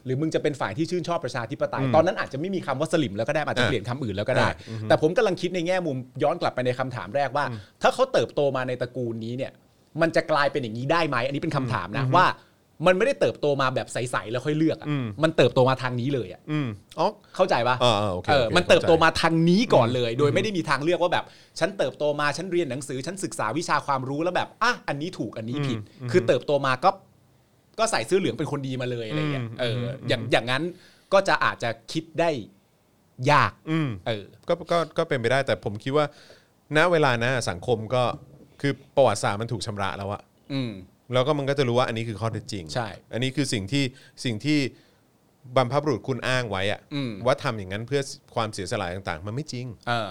C: หรือมึงจะเป็นฝ่ายที่ชื่นชอบประชาธิปไตยตอนนั้นอาจจะไม่มีคำว่าสลิมแล้วก็ได้อาจจะ
B: อ่ะ
C: เปลี่ยนคำอื่นแล้วก็ได้ แต่ผมกำลังคิดในแง่มุมย้อนกลับไปในคำถามแรกว่า ถ้าเขาเติบโตมาในตระกูลนี้เนี่ย มันจะกลายเป็นอย่างนี้ได้ไหมอันนี้เป็นคำถามนะว่า มันไม่ได้เติบโตมาแบบใสๆแล้วค่อยเลือกอะ
B: อืม
C: มันเติบโตมาทางนี้เลยอะ
B: อืมอ๋อ
C: เข้าใจปะ
B: อ่าอ่าโอเค
C: เออ
B: โอเค
C: มันเติบโต
B: เข้าใจ
C: มาทางนี้ก่อนเลย โดยไม่ได้มีทางเลือกว่าแบบ ฉันเติบโตมาฉันเรียนหนังสือฉันศึกษาวิชาความรู้แล้วแบบอ่ะอันนี้ถูกอันนี้ผิด คือเติบโตมาก็ ก็ใส่เสื้อเหลืองเป็นคนดีมาเลยอะไรเงี้ยเออออย่างอย่างนั้นก็จะอาจจะคิดได้ยาก
B: อืม
C: เออ
B: ก็ก็ก็เป็นไปได้แต่ผมคิดว่า ณเวลานะสังคมก็คือประวัติศาสตร์มันถูกชำระแล้วอะ
C: อืม
B: แล้วก็มันก็จะรู้ว่าอันนี้คือข้อเท็จจริง
C: ใช่
B: อันนี้คือสิ่งที่สิ่งที่บรรพบุรุษคุณอ้างไว้อะ
C: อืม
B: ว่าทำอย่างนั้นเพื่อความเสียสละต่างๆ มันไม่จริง
C: เออ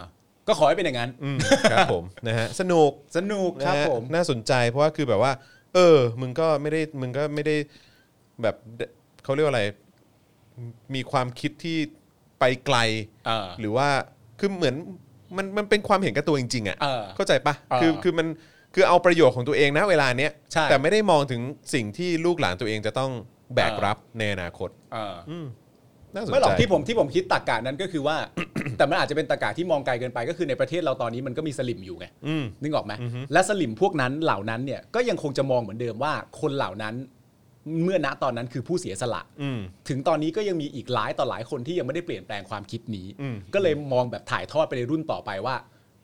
C: ก็ขอให้เป็นอย่างนั้น
B: อืม ครับผม นะฮะสนุก
C: สนุกครับ
B: นะฮะ
C: ผม
B: น่าสนใจเพราะว่าคือแบบว่า เออ มึงก็ไม่ได้มึงก็ไม่ได้แบบเขาเรียกว่าอะไร มีความคิดที่ไปไกล
C: เออ
B: หรือว่าคือเหมือนมันมันเป็นความเห็นแกับตัวจริงๆ
C: เออ
B: อะ่ะเข้าใจปะ
C: เออ
B: คือคือมันคือเอาประโยชน์ของตัวเองนะเวลาเนี้ย
C: ใช่
B: แต่ไม่ได้มองถึงสิ่งที่ลูกหลานตัวเองจะต้องแบกรับในอนาคต
C: เออ
B: น่าสนใจ
C: ไม่หรอกที่ผมที่ผมคิดตากกะนั้นก็คือว่า แต่มันอาจจะเป็นตากกะที่มองไกลเกินไปก็คือในประเทศเราตอนนี้มันก็มีสลิมอยู่ไง
B: อืม
C: นึกออกไหมและสลิมพวกนั้นเหล่านั้นเนี่ยก็ยังคงจะมองเหมือนเดิมว่าคนเหล่านั้นเมื่อณตอนนั้นคือผู้เสียสละ
B: อืม
C: ถึงตอนนี้ก็ยังมีอีกหลายต่อหลายคนที่ยังไม่ได้เปลี่ยนแปลงความคิดนี้
B: อืม
C: ก็เลยมองแบบถ่ายทอดไปในรุ่นต่อไปว่า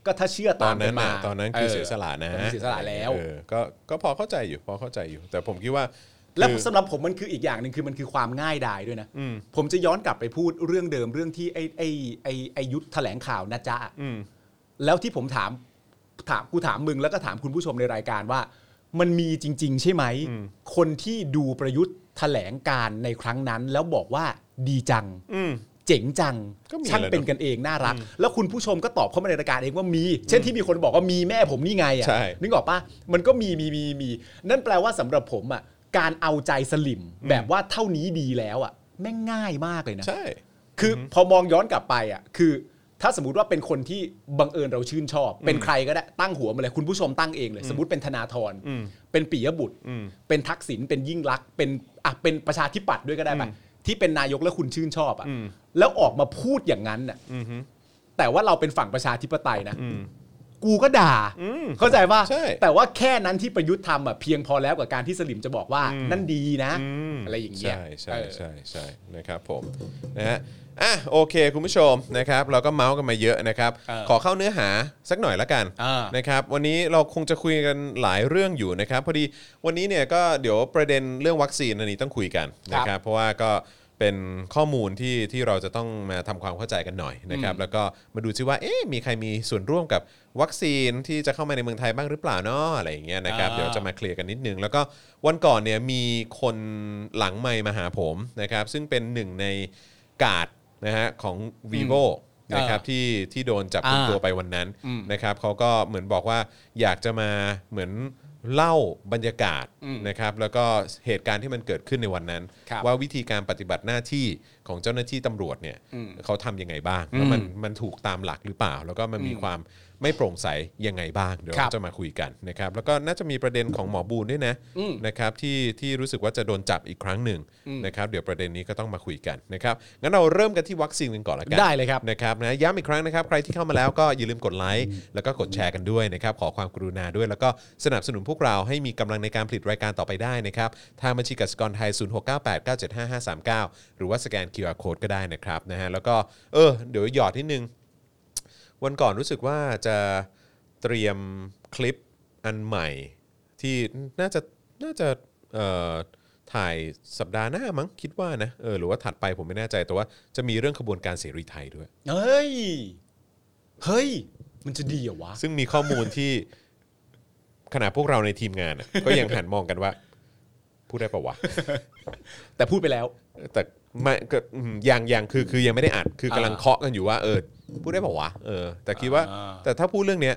C: ก็ถ้าเชื่อ
B: ต
C: ตา
B: อน
C: มกั
B: นั้น น
C: มา
B: น่ะตอนนั้นคือเสียสละนะ
C: ตอเสียสละแล้ว
B: เออก็ก็พอเข้าใจอยู่พอเข้าใจอยู่ แต่ผมคิดว่า
C: แล้ว
B: คือ
C: สำหรับผมมันคืออีกอย่างหนึ่งคือมันคือความง่ายดายด้วยนะ
B: อืม
C: ผมจะย้อนกลับไปพูดเรื่องเดิมเรื่องที่ไอ้ไอ้ไอ้ไอ้ยุทธแถลงข่าวนะจ๊ะ
B: อืม
C: แล้วที่ผมถามถามกูถามมึงแล้วก็ถามคุณผู้ชมในรายการว่า มันมีจริง ๆ ใช่ไหม
B: อืม
C: คนที่ดูประยุทธ์แถลงการในครั้งนั้น แล้วบอกว่าดีจัง
B: อืม
C: เจ๋งจัง
B: ก็มี
C: ช่าง
B: แหละเนอะ
C: เป็นกันเองน่ารัก แล้วคุณผู้ชมก็ตอบเข้ามาในรายการเองว่ามี เช่นที่มีคนบอกว่ามีแม่ผมนี่ไง
B: ใช่
C: อะ่ะนึกออกปะมันก็มีมีมีมี นั่นแปลว่าสำหรับผมอะ่ะการเอาใจสลิม
B: อืม
C: แบบว่าเท่านี้ดีแล้วอะ่ะแม่งง่ายมากเลยนะ
B: ใช่
C: คือพอมองย้อนกลับไปอ่ะคือ ถ้าสมมติว่าเป็นคนที่บังเอิญเราชื่นชอบ เป็นใครก็ได้ตั้งหัวมาเลยคุณผู้ชมตั้งเองเลย สมมติเป็นธนาธร
B: อืม
C: เป็นปิยบุตร
B: อืม
C: เป็นทักษิณเป็นยิ่งรักษณ์เป็นอ่ะเป็นประชาธิปัตย์ด้วยก็ได้ไปที่เป็นนายกแล้วคุณชื่นชอบอ่ะ
B: อืม
C: แล้วออกมาพูดอย่างนั้นอ่ะ
B: อืมฮึ
C: แต่ว่าเราเป็นฝั่งประชาธิปไตยนะ
B: อืม
C: กูก็ด่า
B: อืม
C: เข้าใจว่า
B: ใช่
C: แต่ว่าแค่นั้นที่ประยุทธ์ทำอ่ะเพียงพอแล้วกับการที่สลิมจะบอกว่า
B: อืม
C: นั่นดีนะ
B: ม
C: อะไรอย่างเงี้ย
B: ใช่ใช่
C: เออ
B: ใช่ใช่นะครับผมนะฮะอ่ะโอเค คุณผู้ชมนะครับเราก็เมาส์กันมาเยอะนะครับ
C: เออ
B: ขอเข้าเนื้อหาสักหน่อยละกัน
C: อ่าน
B: นะครับวันนี้เราคงจะคุยกันหลายเรื่องอยู่นะครับพอดีวันนี้เนี่ยก็เดี๋ยวประเด็นเรื่องวัคซีนอันนี้ต้องคุยกัน
C: ครับ
B: นะครับเพราะว่าก็เป็นข้อมูลที่ที่เราจะต้องมาทำความเข้าใจกันหน่อยนะครับแล้วก็มาดูซิว่าเอ๊ะมีใครมีส่วนร่วมกับวัคซีนที่จะเข้ามาในเมืองไทยบ้างหรือเปล่าเนาะอะไรอย่างเงี้ยนะครับ
C: อ่า
B: เดี๋ยวจะมา มาเคลียร์กันนิดนึงแล้วก็วันก่อนเนี่ยมีคนหลังไมค์มาหาผมนะครับซึ่งเป็นหนึ่งในกาดนะฮะของ vivo นะครับที่ที่โดนจับกุม
C: อ่า
B: ตัวไปวันนั้น
C: อืม
B: นะครับเขาก็เหมือนบอกว่าอยากจะมาเหมือนเล่าบรรยากาศ
C: อืม
B: นะครับแล้วก็เหตุการณ์ที่มันเกิดขึ้นในวันนั้น
C: ครับ
B: ว่าวิธีการปฏิบัติหน้าที่ของเจ้าหน้าที่ตำรวจเนี่ย
C: อืม
B: เขาทำยังไงบ้างแล้วมัน
C: อืม
B: มันถูกตามหลักหรือเปล่า แล้วก็มันมี
C: อืม
B: ความไม่โปร่งใสยังไงบ้างเดี๋ยว
C: ครับ
B: จะ มาคุยกันนะครับแล้วก็น่าจะมีประเด็นของหมอบูนด้วยนะ
C: อืม
B: นะครับที่ที่รู้สึกว่าจะโดนจับอีกครั้งหนึ่ง
C: อืม
B: นะครับเดี๋ยวประเด็นนี้ก็ต้องมาคุยกันนะครับงั้นเราเริ่มกันที่วัคซีนกันก่อนละกัน
C: ได้เลยครับ
B: นะครับนะย้ำอีกครั้งนะครับใครที่เข้ามาแล้วก็อย่าลืมกดไลค์แล้วก็กดแชร์กันด้วยนะครับขอความกรุณาด้วย แล้วก็สนับสนุนพวกเราให้มีกำลังในการผลิตรายการต่อไปได้นะครับทางบัญชีกสิกรไทย 0698975539 หรือว่าสแกน QR Code ก็ได้นะครับนะฮะแล้วก็เออเดี๋ยวหยอดนิดนึง วันก่อนรู้สึกว่าจะเตรียมคลิปอันใหม่ ที่น่าจะน่าจะเอ่อถ่ายสัปดาห์หน้ามั้งคิดว่านะเออหรือว่าถัดไปผมไม่แน่ใจแต่ว่าจะมีเรื่องขบวนการเสรีไทยด้วย
C: เฮ้ยเฮ้ย มันจะดีเหรอวะ
B: ซึ่งมีข้อมูลที่ ขณะพวกเราในทีมงานน่ะ ก็ยังหันมองกันว่า พูดได้ปะวะ
C: แต่พูดไปแล้ว
B: แต่ไม่ก็อืมยังยังคือคือยังไม่ได้อัดคือกำลัง
C: อ่า
B: เคาะกันอยู่ว่าเออพูดได้ป่าวะเออ แต่คิดว่า
C: อ่า
B: แต่ถ้าพูดเรื่องเนี้ย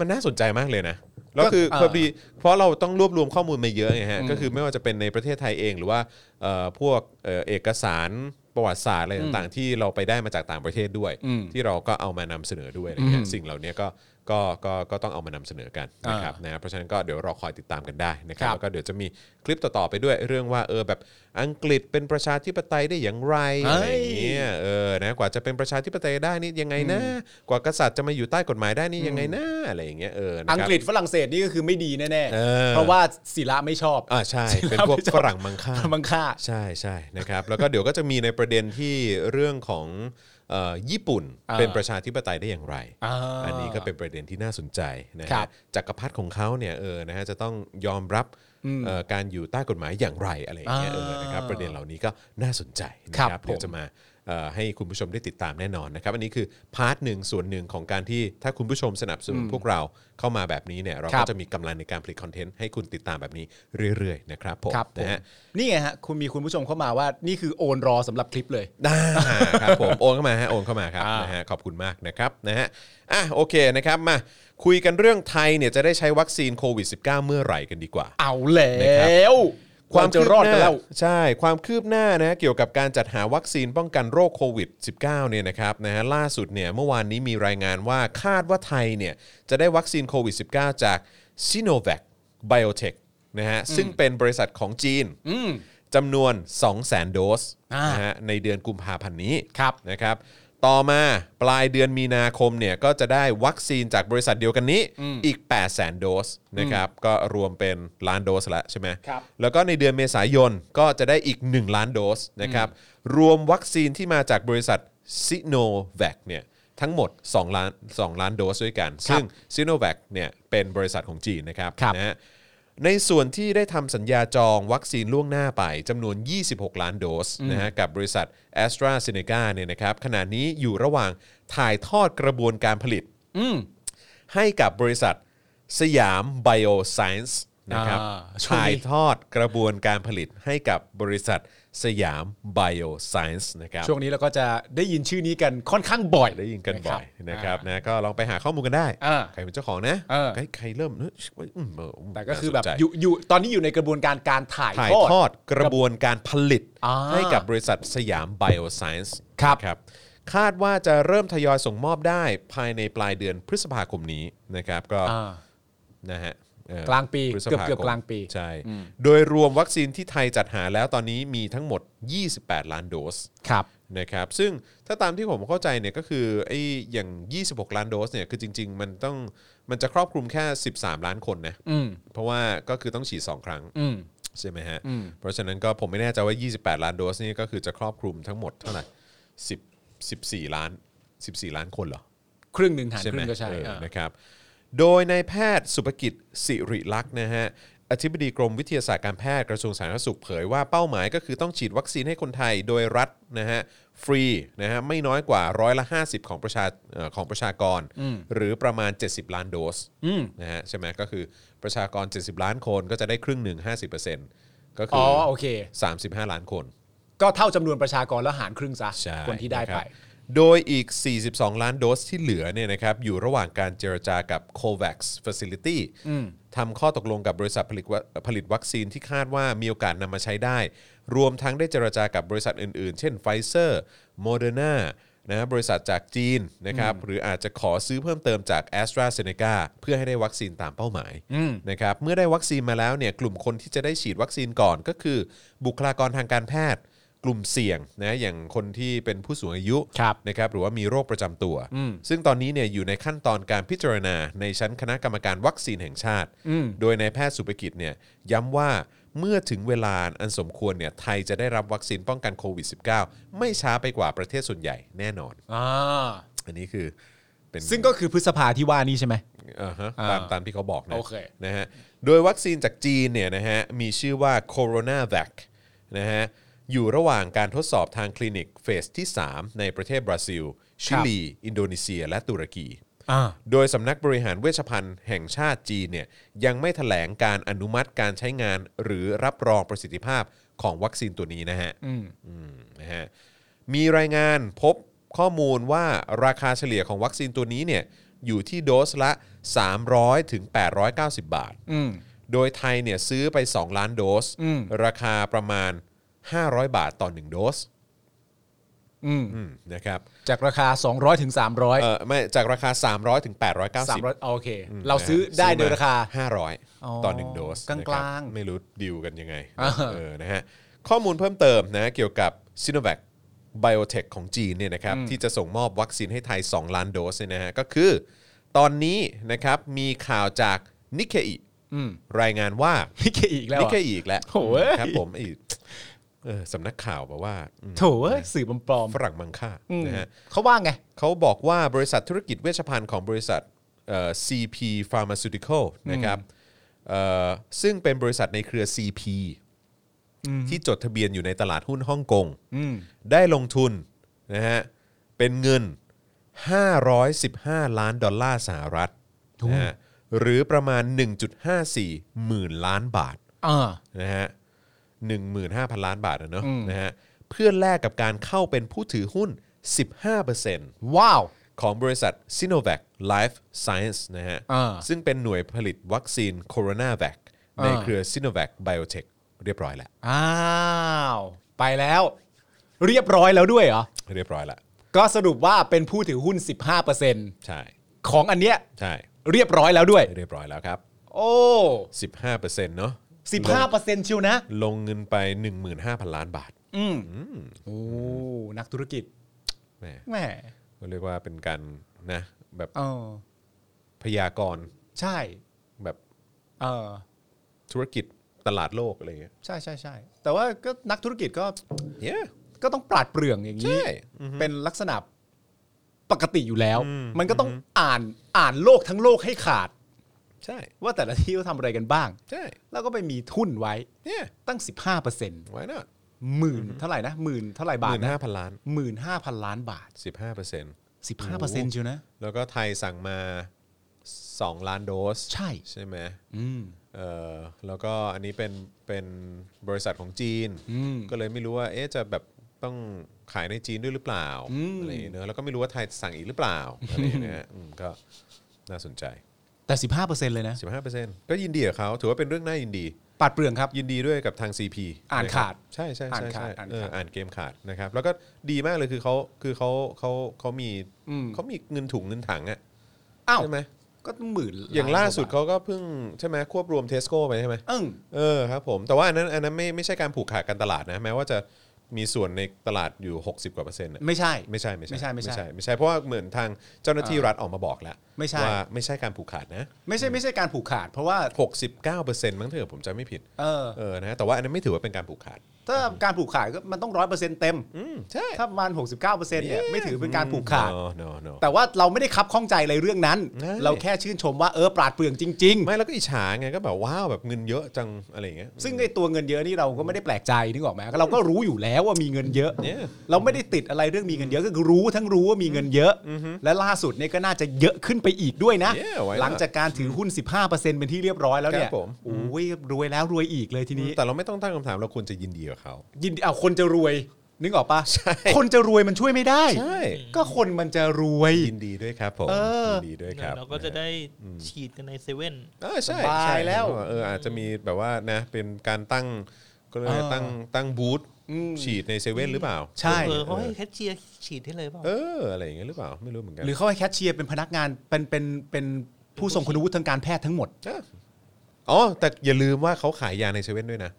B: มันน่าสนใจมากเลยนะแล้วคือ
C: ก็อ่า
B: พอดีเพราะเราต้องรวบรวมข้อมูลมาเยอะไงฮะ
C: อืม
B: ก็คือไม่ว่าจะเป็นในประเทศไทยเองหรือว่าเอ่อพวกเอ่อเอกสารประวัติศาสตร์อะไรต่างๆ ที่เราไปได้มาจากต่างประเทศด้วย
C: อืม
B: ที่เราก็เอามานำเสนอด้วยอะไรเงี้ย
C: อืม
B: สิ่งเหล่านี้ก็ ก็ก็ก็ต้องเอามานำเสนอกันนะครับ
C: อ่าน
B: นะเพราะฉะนั้นก็เดี๋ยวรอคอยติดตามกันได้นะครับ
C: ครับ
B: แล้วก็เดี๋ยวจะมีคลิปต่อๆไปด้วยเรื่องว่าเออแบบอังกฤษเป็นประชาธิปไตยได้อย่างไร
C: เอ้
B: อะ
C: ย
B: ไรอย่างเงี้ยเออนะกว่าจะเป็นประชาธิปไตยได้นี่ยังไงนะ กว่ากษัตริย์จะมาอยู่ใต้กฎหมายได้นี่ยังไงนะอะไรอย่างเงี้ยเออนะครับ
C: อังกฤษฝรั่งเศสนี่ก็คือไม่ดีแน่
B: เออ
C: ๆ เพราะว่าศิระไม่ชอบ
B: อ่าใช่ เป็นพวกฝรั่งมังค่า
C: มังค่า
B: ใช่ใช่นะครับ แล้วก็เดี๋ยวก็จะมีในประเด็นที่เรื่องของเอ่อญี่ปุ่น
C: อ่า
B: เป็นประชาธิปไตยได้อย่างไร
C: อ่าน
B: นี้ก็เป็นประเด็นที่น่าสนใจนะ
C: ครั
B: ฮะ
C: บ
B: จักรพรรดิของเขาเนี่ยเออนะฮะจะต้องยอมรับเอ่อการอยู่ใต้กฎหมายอย่างไรอะไรอย่างเงี้ย
C: อ่า
B: เออนะครับประเด็นเหล่านี้ก็น่าสนใจนะค
C: ครั
B: รับบ
C: ผม
B: เดี๋ยวจะมาเอ่อให้คุณผู้ชมได้ติดตามแน่นอนนะครับ อันนี้คือพาร์ทหนึ่งส่วนหนึ่งของการที่ถ้าคุณผู้ชมสนับสนุนพวกเราเข้ามาแบบนี้เนี่ยเรา
C: ครั
B: ก็
C: บ
B: จะมีกำลังในการผลิตคอนเทนต์ให้คุณติดตามแบบนี้เรื่อยๆนะครับผม
C: ครับผม
B: นะฮะ
C: นี่ไงฮะคุณมีคุณผู้ชมเข้ามาว่านี่คือโอนรอสำหรับคลิปเลย
B: ได้ครับผมโอนเข้ามาฮะโอนเข้ามาครับ
C: อ่าน
B: นะฮะขอบคุณมากนะครับนะฮะอ่ะโอเคนะครับมาคุยกันเรื่องไทยเนี่ยจะได้ใช้วัคซีนโควิด -19 เมื่อไหร่กันดีกว่า
C: เอาแล้
B: นะครับ
C: ว ความจะรอดกันแล้ว
B: ใช่ ความคืบหน้านะเกี่ยวกับการจัดหาวัคซีนป้องกันโรคโควิด -19 เนี่ยนะครับนะฮะล่าสุดเนี่ยเมื่อวานนี้มีรายงานว่าคาดว่าไทยเนี่ยจะได้วัคซีนโควิด -19 จากซิโนแวคไบโอเทคนะฮะซึ่งเป็นบริษัทของจีนจำนวน 200,000 โดส
C: อ่าน
B: นะฮะในเดือนกุมภาพันธ์นี้
C: ครับ
B: นะครับต่อมาปลายเดือนมีนาคมเนี่ยก็จะได้วัคซีนจากบริษัทเดียวกันนี้อีก 8 0 0 0 0 0 โดสนะครับก็รวมเป็นล้านโดสละใช่ไหม
C: ครับ
B: แล้วก็ในเดือนเมษายนก็จะได้อีก 1 ล้านโดสนะครับรวมวัคซีนที่มาจากบริษัทซิโนแวคเนี่ยทั้งหมด 2 ล้าน 2 ล้านโดสด้วยกัน ซึ่งซิโนแวคเนี่ยเป็นบริษัทของจีนนะครับ
C: ครับ
B: นะฮะ ในส่วนที่ได้ทำสัญญาจองวัคซีนล่วงหน้าไปจำนวน 26 ล้านโดสนะฮะกับบริษัท a s t r a z เซ e c a เนี่ยนะครับขณะนี้อยู่ระหว่างถ่ายทอดกระบวนการผลิต
C: อืม
B: ให้กับบริษัทสยามไบโอไซเอนซ์นะครับ
C: อ่าช่วงนี้
B: ถ่ายทอดกระบวนการผลิตให้กับบริษัทสยามไบโอไซเอนซ์นะครับ
C: ช่วงนี้เราก็จะได้ยินชื่อนี้กันค่อนข้างบ่อย
B: ได้ยินกันบ่อยนะ
C: นะ
B: ค
C: ครั
B: รับบ นะก็ลองไปหาข้อมูลกันได้
C: อ่า
B: ใครเป็นเจ้าของนะ
C: เออ
B: ใครใครเริ่มเนอะอืมเออ
C: แต่ก็คือแบบ
B: น่าสนใจ
C: อยู่อยู่ตอนนี้อยู่ในกระบวนการการถ่าย
B: ถ่าย
C: ทอด
B: ทอดกระบวนการผลิต
C: อ่า
B: ให้กับบริษัทสยามไบโอไซเอนซ์
C: ครับ
B: นะครับคาดว่าจะเริ่มทยอยส่งมอบได้ภายในปลายเดือนพฤษภาคมนี้นะครับก็
C: อ่า
B: นะฮะเอ่อก
C: ลางปี
B: พฤษภคม
C: เกือบๆกลางปี
B: ใช่โดยรวมวัคซีนที่ไทยจัดหาแล้วตอนนี้มีทั้งหมด 28 ล้านโดส
C: ครับ
B: นะครับซึ่งถ้าตามที่ผมเข้าใจเนี่ยก็คือไอ้อย่าง 26 ล้านโดสเนี่ยคือจริง ๆ มันต้องมันจะครอบคลุมแค่ 13 ล้านคนนะเพราะว่าก็คือต้องฉีด 2 ครั้งใช่ไหมฮะ เพราะฉะนั้นก็ผมไม่แน่ใจว่า 28 ล้านโดสนี่ก็คือจะครอบคลุมทั้งหมดเท่าไหร่10 14 ล้าน 14 ล้านคนเหรอ
C: ครึ่งหนึ่งหารครึ่งก็ใช่
B: เออ
C: เออ
B: นะครับ โดยนายแพทย์สุภกิจสิริลักษณ์นะฮะ อธิบดีกรมวิทยาศาสตร์การแพทย์กระทรวงสาธารณสุขเผยว่าเป้าหมายก็คือต้องฉีดวัคซีนให้คนไทยโดยรัฐนะฮะฟรีนะฮะไม่น้อยกว่าร้อยละ 50 ของประชาเอ่อของประชากร หรือประมาณ 70 ล้านโดสนะฮะใช่ไหมก็คือประชากร 70 ล้านคนก็จะได้ครึ่งหนึ่ง50%ก็คือ
C: อ
B: อ
C: โอเค
B: 35 ล้านคน
C: ก็เท่าจำนวนประชากรแล้วหารครึ่งซะ
B: ใช่
C: คนที่ได้
B: ะ
C: ไป
B: รับโดยอีก 42 ล้านโดสที่เหลือเนี่ยนะครับอยู่ระหว่างการเจรจากับ COVAX Facility ทำข้อตกลงกับบริษัทผลิตวะผลิตวัคซีนที่คาดว่ามีโอกาสนำมาใช้ได้ รวมทั้งได้เจรจากับบริษัทอื่นๆ เช่น Pfizer Moderna นะบริษัทจากจีนนะครับหรืออาจจะขอซื้อเพิ่มเติมจาก a s t r a z เซ e c a เพื่อให้ได้วัคซีนตามเป้าหมายนะครับเมื่อได้วัคซีนมาแล้วเนี่ยกลุ่มคนที่จะได้ฉีดวัคซีนก่อนก็คือ บุคลากรทางการแพทย์ กลุ่มเสี่ยงนะอย่างคนที่เป็นผู้สูงอายุ
C: ครับ
B: นะครับหรือว่ามีโรคประจำตัว ซึ่งตอนนี้เนี่ยอยู่ในขั้นตอนการพิจารณาในชั้นคณะกรรมการวัคซีนแห่งชาติ โดยนายแพทย์สุภกิจเนี่ยย้ำว่าเมื่อถึงเวลาอันสมควรเนี่ยไทยจะได้รับวัคซีนป้องกันโควิด -19 ไม่ช้าไปกว่าประเทศส่วนใหญ่แน่นอน
C: ่า
B: อันนี้คือเป็น
C: ซึ่งก็คือพฤษภาที่ว่านี่ใช่ไหม
B: อ่าฮะ
C: อ่า
B: ตามตามที่เขาบอกนะ
C: โอเค
B: นะฮะโดยวัคซีนจากจีนเนี่ยนะฮะมีชื่อว่า Corona v a c นะฮะอยู่ระหว่างการทดสอบทางคลินิกเฟสที่ 3 ในประเทศบราซิล ชิลี อินโดนีเซีย และตุรกี
C: อ่า
B: โดยสำนักบริหารเวชภัณฑ์แห่งชาติจีนเนี่ยยังไม่แถลงการอนุมัติการใช้งานหรือรับรองประสิทธิภาพของวัคซีนตัวนี้นะฮะ อืมนะฮะมีรายงานพบข้อมูลว่าราคาเฉลี่ยของวัคซีนตัวนี้เนี่ยอยู่ที่โดสละ 300ถึง890 บาท โดยไทยเนี่ยซื้อไป 2 ล้านโดส ราคาประมาณ 500 บาทต่อ 1 โดส
C: อืม
B: อืมนะครับ
C: จากราคา 200ถึง300
B: เออไม่จากราคา 300ถึง890
C: 300โอเค เราซื้อได้โดยราคา อ๋อ
B: 500 ต่อ 1 โดส
C: กลางๆ
B: นะครับไม่รู้ดีลกันยังไง
C: อ่า
B: เออนะฮะข้อมูลเพิ่มเติมนะเกี่ยวกับ s i n o v a c Biotech ของจีนเนี่ยนะครับที่จะส่งมอบวัคซีนให้ไทย 2 ล้านโดสเนี่ยนะฮะก็คือ ตอนนี้นะครับมีข่าวจากนิเคอี
C: อืม
B: รายงาน ว่า
C: นี่เคอีกแล้ว
B: นิ
C: อะ
B: เคอีกแล้ว
C: โอ้ย
B: ครับผมไอ้เออสำนักข่าวบอกว่าอืม
C: โถเอ้ยสื่อปลอม
B: ฝรั่งมังค่า
C: ๆอืม
B: นะฮะ
C: เขาว่าไง
B: เขาบอกว่าบริษัทธุรกิจเวชภัณฑ์ของบริษัทเอ่อ CP Pharmaceutical นะครับเอ่อซึ่งเป็นบริษัทในเครือ CP ที่จดทะเบียนอยู่ในตลาดหุ้นฮ่องกง
C: อืม
B: ได้ลงทุนนะฮะเป็นเงิน 515 ล้านดอลลาร์สหรัฐนะฮะหรือประมาณ 1.54 หมื่นล้านบาท
C: อ่า
B: นะฮะหนึ่งหมื่นห้าพันล้านบาทอะเนอะ
C: อืม
B: นะฮะเพื่อแลกกับการเข้าเป็นผู้ถือหุ้น 15%
C: ว้าว
B: ของบริษัท s i n o v a c Life Science นะฮะ
C: อ่า
B: ซึ่งเป็นหน่วยผลิตวัคซีนโคโรนาแวคใน
C: อ่า
B: เครือ s i n o v a c Biotech เรียบร้อยแล้ว
C: อ้าว ไปแล้ว เรียบร้อยแล้วด้วยเหรอ
B: เรียบร้อยแล้ว
C: ก็สรุปว่าเป็นผู้ถือหุ้น 15%
B: ใช่
C: ของอันเนี้ย
B: ใช่
C: เรียบร้อยแล้วด้วย
B: เรียบร้อยแล้วครับ
C: โอ้
B: 15%เนอะลง
C: 15%เชิวนะ
B: ลงเงินไป 15,000 ล้านบาท
C: อืมโอ้ นักธุรกิจ
B: แหม
C: แหม
B: ก็เรียกว่าเป็นการนะแบบ
C: เออ
B: พยากรณ์
C: ใช่
B: แบบ
C: เออ
B: ธุรกิจตลาดโลกอะไรอย่างเงี้ย
C: ใช่ใช่ใช่แต่ว่าก็นักธุรกิจก็
B: Yeah
C: ก็ต้องปราดเปรื่องอย่างนี้
B: ใช่
C: เป็นลักษณะปกติอยู่แล้ว มันก็ต้องอ่านอ่านโลกทั้งโลกให้ขาด
B: ใช่
C: ว่าแต่ละที่เขาทำอะไรกันบ้าง
B: ใช่
C: แล้วก็ไปมีทุนไว้
B: เนี่ย
C: ตั้ง 15เปอร์เซ็นต์
B: why not
C: หมื่นเท่าไหร่นะหมื่นเท่าไหร่
B: ห
C: บาท
B: มื่น
C: นะ
B: ห้าพันล้าน
C: หมื่นห้าพันล้านบาท
B: สิบห้าเปอร์เซ็นต์
C: 15
B: โอ้
C: เปอร์
B: โห
C: เซ็นต์อยู่นะ
B: แล้วก็ไทยสั่งมาสองล้านโดส
C: ใช่
B: ใช่ไหม
C: อืม
B: เออแล้วก็อันนี้เป็นเป็นบริษัทของจีน
C: อืม
B: ก็เลยไม่รู้ว่าเอ๊ะจะแบบต้องขายในจีนด้วยหรือเปล่า
C: อืม
B: อะไรอย่างเงี้ยเนอะแล้วก็ไม่รู้ว่าไทยสั่งอีกหรือเปล่าอะไรอย่างเงี้ยอืมก็น่าสนใจ
C: แต่ 15เปอร์เซ็นต์เลยนะ
B: 15%ก็ยินดีกับเขาถือว่าเป็นเรื่องน่ายินดี
C: ปราดเปรื่องครับ
B: ยินดีด้วยกับทาง CP
C: อ่านะครับ ขาด
B: ใช่ใช่ใช่ใช่
C: อ่านขาด
B: เออ
C: อ่านขาด
B: อ่านเกมขาดนะครับ แล้วก็ดีมากเลยคือเขาคือเขาเขาเขามี
C: อืม
B: เขามีเงินถุงเงินถังอะ
C: อ้าว
B: ใช่ไหม
C: ก็หมื่น
B: อย่างล่าสุด
C: ก็
B: เขาก็เพิ่งใช่ไหมควบรวมเทสโก้ไปใช่ไหม
C: อึ้ง
B: เออครับผม แต่ว่าอันนั้นอันนั้นไม่ไม่ใช่การผูกขาดการตลาดนะ แม้ว่าจะมีส่วนในตลาดอยู่ 60กว่าเปอร์เซ็นต์อะ
C: ไม่ใช่
B: ไม่ใช่ไม่ใช่
C: ไม่ใช่ไม่ใช่
B: ไม่ใช่เพราะว่าเหมือนทางเจ้าหน้าที่รัฐออกมาบอกแล้ว
C: ไม่ใช่
B: ว่าไม่ใช่การผูกขาดนะ
C: ไม่ใช่ไม่ใช่การผูกขาด เพราะว่า
B: 69%มั้งเถอะผมจำไม่ผิด
C: เออ
B: เออนะแต่ว่าอันนั้นไม่ถือว่าเป็นการผูกขาด
C: ถ้าการผูกขาดก็มันต้องร้อยเปอร์เซ็นต์เต็ม
B: อืมใช่
C: ถ้าประมาณ69%เนี่ยไม่ถือเป็นการผูกขาด
B: no no no
C: แต่ว่าเราไม่ได้คับข้องใจอะไรเรื่องนั้น
B: ใช่
C: เราแค่ชื่นชมว่าเออปราดเปรื่องจริง ๆ
B: ไม่แล้วก็อิจฉาไงก็แบบว้าวแบบเงินเยอะจังอะไรอย่างเงี้ย
C: ซึ่งไอตัวเงินเยอะนี่เราก็ไม่ได้แปลกใจนึกออกไหมเราก็รู้อยู่แล้วว่ามีเงินเยอะ
B: Yeah
C: เราไม่ได้ติดอะไรเรื่องมีเงินเยอะก็คือรู้ทั้งรู้ว่ามีเงินเยอะ และล่าสุดเนี่ยก็น่าจะเยอะขึ้นไปอีกด้วยนะ
B: Yeah, why not?
C: หลังจากการถือหุ้น 15%เป็นที่เรียบร้อยแล้ว
B: ค
C: เนี่ย
B: รับผม
C: โอ้ยรวยแล้วรวยอีกเลยทีนี้
B: แต่เราไม่ต้องตั้งคำถามเราควรจะยินดีกับเขา
C: ยินดีเอาคนจะรวย นึกออกปะ
B: ใช่
C: คนจะรวยมันช่วยไม่ได้
B: ใช่
C: ก็คนมันจะรวย
B: ยินดีด้วยครับผม
C: เออ
B: ยินดีด้วยครับ
D: เราก็จะได้ฉีดกันในเซเว่น
B: เออใช่
C: สบาย
B: ใช่
C: แล้ว
B: เอออาจจะมีแบบว่านะเป็นการตั้งก็เลยกว่าตั้งตั้งบูธฉีดในเซเว่นหรือเปล่า
C: ใช่
D: เออเขาให้แคชเชียร์ฉีดให้เลยเปล่า
B: เอออะไรอย่างเงี้ยหรือเปล่าไม่รู้เหมือนกัน
C: หรือเขาให้แคชเชียร์เป็นพนักงานเป็นเป็นเป็นผู้ทรงคุณวุฒิทางการแพทย์ทั้งหมด
B: เอออ๋อแต่อย่าลืมว่าเขาขายยาในเซเว่นด้วยนะ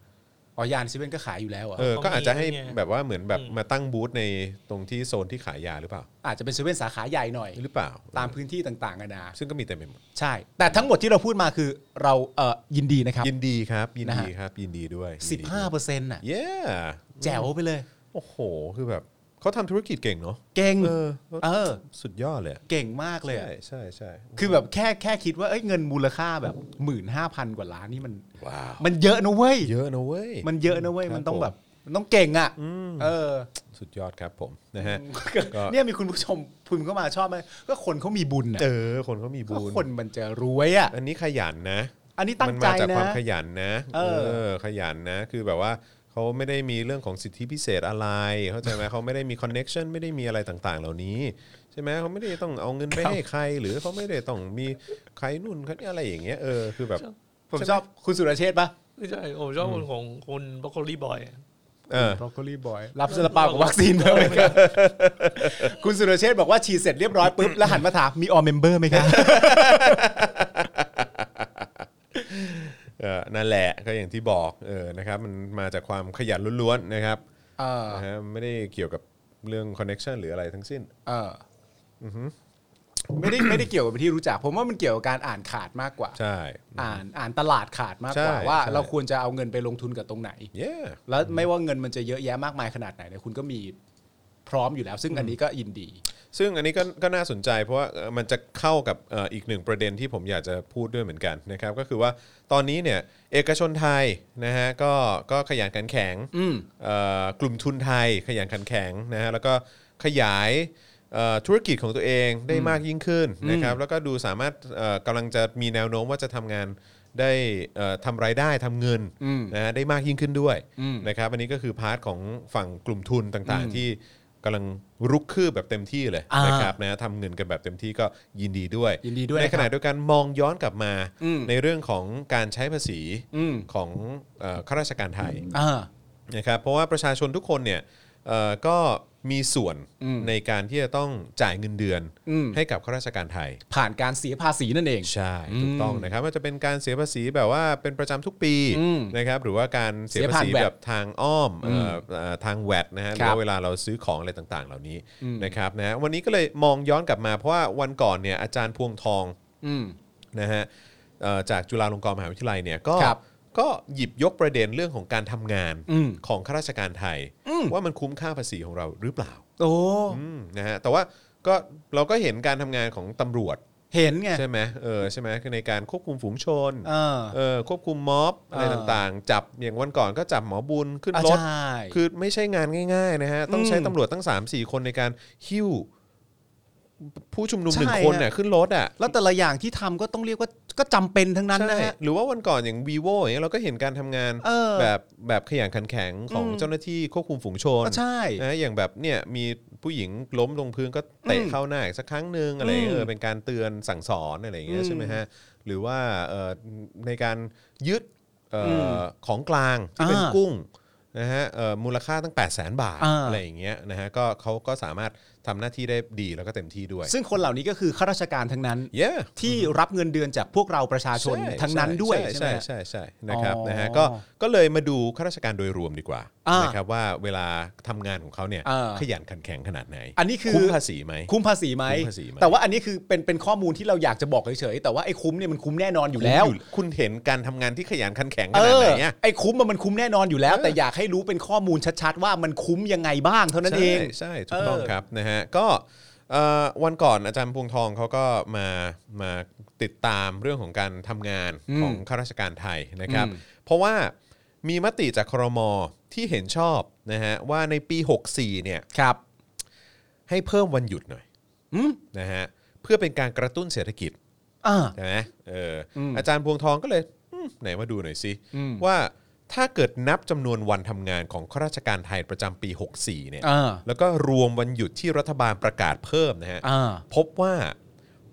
C: อ๋อยานเซเว่นก็ขายอยู่แล้วเหรอ
B: เออก็อาจจะให้แบบว่าเหมือนแบบมาตั้งบูธในตรงที่โซนที่ขายยาหรือเปล่า
C: อาจจะเป็นเซเว่นสาขาใหญ่หน่อย
B: หรือเปล่า
C: ตามพื้นที่ต่างๆกันานา
B: ซึ่งก็มีเต็มไปหมด
C: ใช่ แต่ทั้งหมดที่เราพูดมาคือเราเออยินดีนะครับ
B: ยินดีครับ ยิน
C: นะ
B: ดี
C: ฮะ
B: ครับ ยินดีด้วยยินดีด้วย
C: 15เปอร์เซ็นต์น่ะ
B: เย้
C: แจ๋วไปเลย
B: โอ้โห คือแบบเขาทำธุรกิจเก่งเนาะ
C: เก่ง
B: เออ
C: เออ
B: สุดยอดเลยอะ
C: เก่งมากเลยอะ
B: ใช่ใช่ใช่
C: คือแบบแค่แค่คิดว่าเอ้ยเงินมูลค่าแบบ 15,000 กว่าล้านนี่มัน
B: ว้าว
C: มันเยอะนะเว้ย
B: เยอะนะเว้ย
C: มันเยอะนะเว้ย
B: ครับ
C: มันต้องแบบมันต้องเก่งอ่ะเออ
B: สุดยอดครับผมนะฮะ ก็
C: เนี่ยมีคุณผู้ชมพิมพ์เข้ามาชอบไหมก็คนเขามีบุญอ่ะ
B: เออคนเขามี
C: ก็
B: บุญ
C: คนมันจะรวยอ่ะ
B: อันนี้ขยันนะ
C: อันนี้ตั้ง
B: มัมาจาก
C: ใจนะ
B: ความขยันนะ
C: เออ
B: ขยันนะ คือแบบว่าเขาไม่ได้มีเรื่องของสิทธิพิเศษอะไรเข้าใจไหมเขาไม่ได้มีคอนเน็ชันไม่ได้มีอะไรต่างๆ เหล่านี้ใช่ไหมเขาไม่ได้ต้องเอาเงินไป
C: ครับ
B: ให้ใคร หรือเขาไม่ได้ต้องมีใครนู่นใครนี่อะไรอย่างเงี้ยเออคือแบบ
C: ผมชอบคุณสุรเชษฐ์ปะ
D: ไม่ใช่โอ้ชอบคนของคุณบรอกโคลีบอย
B: เออ
C: บรอกโคลีบอยรับซาลาเปากับวัคซีนเพิ่มไหมครับ คุณสุรเชษฐ์บอกว่าฉีดเสร็จเรียบร้อยปุ๊บแล้วหันมาถามมีออเมมเบอร์ไหมครับ
B: เออนั่นแหละก็อย่างที่บอกเออนะครับมันมาจากความขยันล้วนๆนะครับ
C: เออ
B: นะฮะไม่ได้เกี่ยวกับเรื่องคอนเน็ชันหรืออะไรทั้งสิ้น
C: เอออไม่ได้ไม่ได้เกี่ยวกับที่รู้จัก ผมว่ามันเกี่ยวกับการอ่านขาดมากกว่า
B: ใช่
C: อ่านอ่านตลาดขาดมากกว่า
B: ใช่
C: ว่า
B: ใช่
C: เราควรจะเอาเงินไปลงทุนกับตรงไหน
B: yeah
C: แล้วไม่ว่าเงินมันจะเยอะแยะมากมายขนาดไหนเนี่ยคุณก็มีพร้อมอยู่แล้ว ซึ่งอันนี้ก็ยินดี
B: ซึ่งอันนี้ก็ก็น่าสนใจเพราะว่าเอ่อมันจะเข้ากับเอ่ออีกหนึ่งประเด็นที่ผมอยากจะพูดด้วยเหมือนกันนะครับก็คือว่าตอนนี้เนี่ยเอกชนไทยนะฮะก็ก็ขยันขันแข็ง
C: อืม
B: เอ่อกลุ่มทุนไทยขยันขันแข็งนะฮะแล้วก็ขยายเอ่อธุรกิจของตัวเองได้มากยิ่งขึ้นนะครับแล้วก็ดูสามารถเอ่อกำลังจะมีแนวโน้มว่าจะทำงานได้เอ่อทำรายได้ทำเงินนะฮะได้มากยิ่งขึ้นด้วยนะครับอันนี้ก็คือพาร์ทของฝั่งกลุ่มทุนต่างๆ ที่กำลังรุกคืบแบบเต็มที่เลย
C: อ่าน
B: นะครับ นะทำเงินกันแบบเต็มที่ก็ยินดีด้วย
C: ยินดีด้วย
B: ในขณะ
C: ครับ
B: เดียวกันมองย้อนกลับมา
C: อืม
B: ในเรื่องของการใช้ภาษี
C: อืม
B: ของเอ่อข้าราชการไทย
C: อ่า
B: นะครับเพราะว่าประชาชนทุกคนเนี่ยเอ่อก็มีส่วนในการที่จะต้องจ่ายเงินเดือน
C: อืม
B: ให้กับข้าราชการไทย
C: ผ่านการเสียภาษีนั่นเอง
B: ใช่ถูกต้องนะครับมันจะเป็นการเสียภาษีแบบว่าเป็นประจำทุกปี
C: อืม
B: นะครับหรือว่าการเสียภาษี
C: เสียผ่านแวด
B: แบบทางอ้อมเอ่อเอ่อทางแวดนะฮะห
C: ค
B: รื
C: รั
B: อบ ว่าเวลาเราซื้อของอะไรต่างๆ เหล่านี้นะครับนะฮะวันนี้ก็เลยมองย้อนกลับมาเพราะว่าวันก่อนเนี่ยอาจารย์พวงทอง
C: อืม
B: นะฮะเอ่อจากจุฬาลงกรณ์มหาวิทยาลัยเนี่ยก็
C: ครับ
B: ก็หยิบยกประเด็นเรื่องของการทำงาน
C: อืม
B: ของข้าราชการไทย ว่ามันคุ้มค่าภาษีของเราหรือเปล่า
C: โอ้
B: อืมนะฮะแต่ว่าก็เราก็เห็นการทำงานของตำรวจ
C: เห็นไง
B: ใช่ไหมเออใช่ไหมคือในการควบคุมฝูงชน
C: เออ
B: เออควบคุมม็อบอะไร
C: เออ
B: ต่างๆ จับอย่างวันก่อนก็จับหมอบุญขึ้น
C: อ่ะ
B: รถ
C: ใช่
B: คือไม่ใช่งานง่าย ๆ นะฮะ ต้องใช้
C: อืม
B: ตำรวจตั้ง 3-4 คนในการหิ้ว ผู้ชุมนุม
C: ใช่
B: หนึ่งคน
C: ฮะ
B: น่ะขึ้นรถอ่ะ
C: แล้วแต่ละอย่างที่ทำก็ต้องเรียกว่าก็จำเป็นทั้งนั้นนะ
B: ใช่
C: ฮะ
B: หรือว่าวันก่อนอย่าง vivo อย่างเงี้ยเราก็เห็นการทำงาน
C: เออ
B: แบบแบบขยันขันแข็งของเจ้าหน้าที่ควบคุมฝูงชน
C: ก็ใช่
B: นะอย่างแบบเนี่ยมีผู้หญิงล้มลงพื้นก็เตะ
C: อืม
B: เข้าหน้าอีกสักครั้งหนึ่งอะไร
C: อืม
B: เออเป็นการเตือนสั่งสอนอะไรอย่างเงี้ย
C: อืม
B: ใช่ไหมฮะหรือว่าเอ่อในการยึดเอ่ออ
C: ม
B: ของกลางที่เป็น
C: อ่า
B: กุ้งนะฮะเอ่อมูลค่าตั้ง 8 0 0 0 0นบาท
C: อ่า
B: อะไรอย่างเงี้ยนะฮะก็เขาก็สามารถทำหน้าที่ได้ดีแล้วก็เต็มที่ด้วย
C: ซึ่งคนเหล่านี้ก็คือข้าราชการทั้งนั้น
B: yeah
C: ที่รับเงินเดือนจากพวกเราประชาชน
B: ใ
C: ทั้งนั้นด้วย
B: ใช่
C: ใช่ไหม
B: ใช่
C: ฮะ
B: ใช่ใช่นะครับ
C: อ๋อ
B: นะฮะก็ก็เลยมาดูข้าราชการโดยรวมดีกว่า
C: อ่า
B: นะครับว่าเวลาทำงานของเขาเนี่ย
C: อ่า
B: ขยันขันแข็งขนาดไหน
C: อันนี้คือ
B: คุ้มภาษีไหม
C: คุ้มภาษีไหม
B: คุ้มภาษีไหม
C: แต่ว่าอันนี้คือเป็นเป็นข้อมูลที่เราอยากจะบอกเฉยๆ แต่ว่าไอ้คุ้มเนี่ยมันคุ้มแน่นอนอยู่แล้ว
B: คุณคุณเห็นการทำงานที่ขยันขันแข็งข
C: เอ
B: นาด
C: อ
B: ไหนเนี่ย
C: ไอ้คุ้มมันมันคุ้มแน่นอนอยู่แล้ว
B: เออ
C: แต่อยากให้รู้เป็นข้อมูลชัดๆ ว่ามันคุ้มยังไงบ้างเท่านั้นเอง
B: ใช่ใช่ถูกต้อง
C: เออ
B: ครับนะฮะก็เอ่อวันก่อนอาจารย์พวงทองเขาก็มามาติดตามเรื่องของการทำงาน
C: อืม
B: ของข้าราชการไทยนะครับ
C: อืม
B: เพราะว่ามีมติจากครมที่เห็นชอบนะฮะว่าในปี 64เนี่ย
C: ครับ
B: ให้เพิ่มวันหยุดหน่อย
C: อืม
B: นะฮะเพื่อเป็นการกระตุ้นเศรษฐกิจ
C: อ่า
B: ใช่ไหมเอออ
C: ม
B: อาจารย์พวงทองก็เลยอืมไหนมาดูหน่อยสิ
C: อืม
B: ว่าถ้าเกิดนับจำนวนวันทำงานของข้าราชการไทยประจำปี 64เนี่ย
C: อ่า
B: แล้วก็รวมวันหยุดที่รัฐบาลประกาศเพิ่มนะฮะ
C: อ่า
B: พบว่า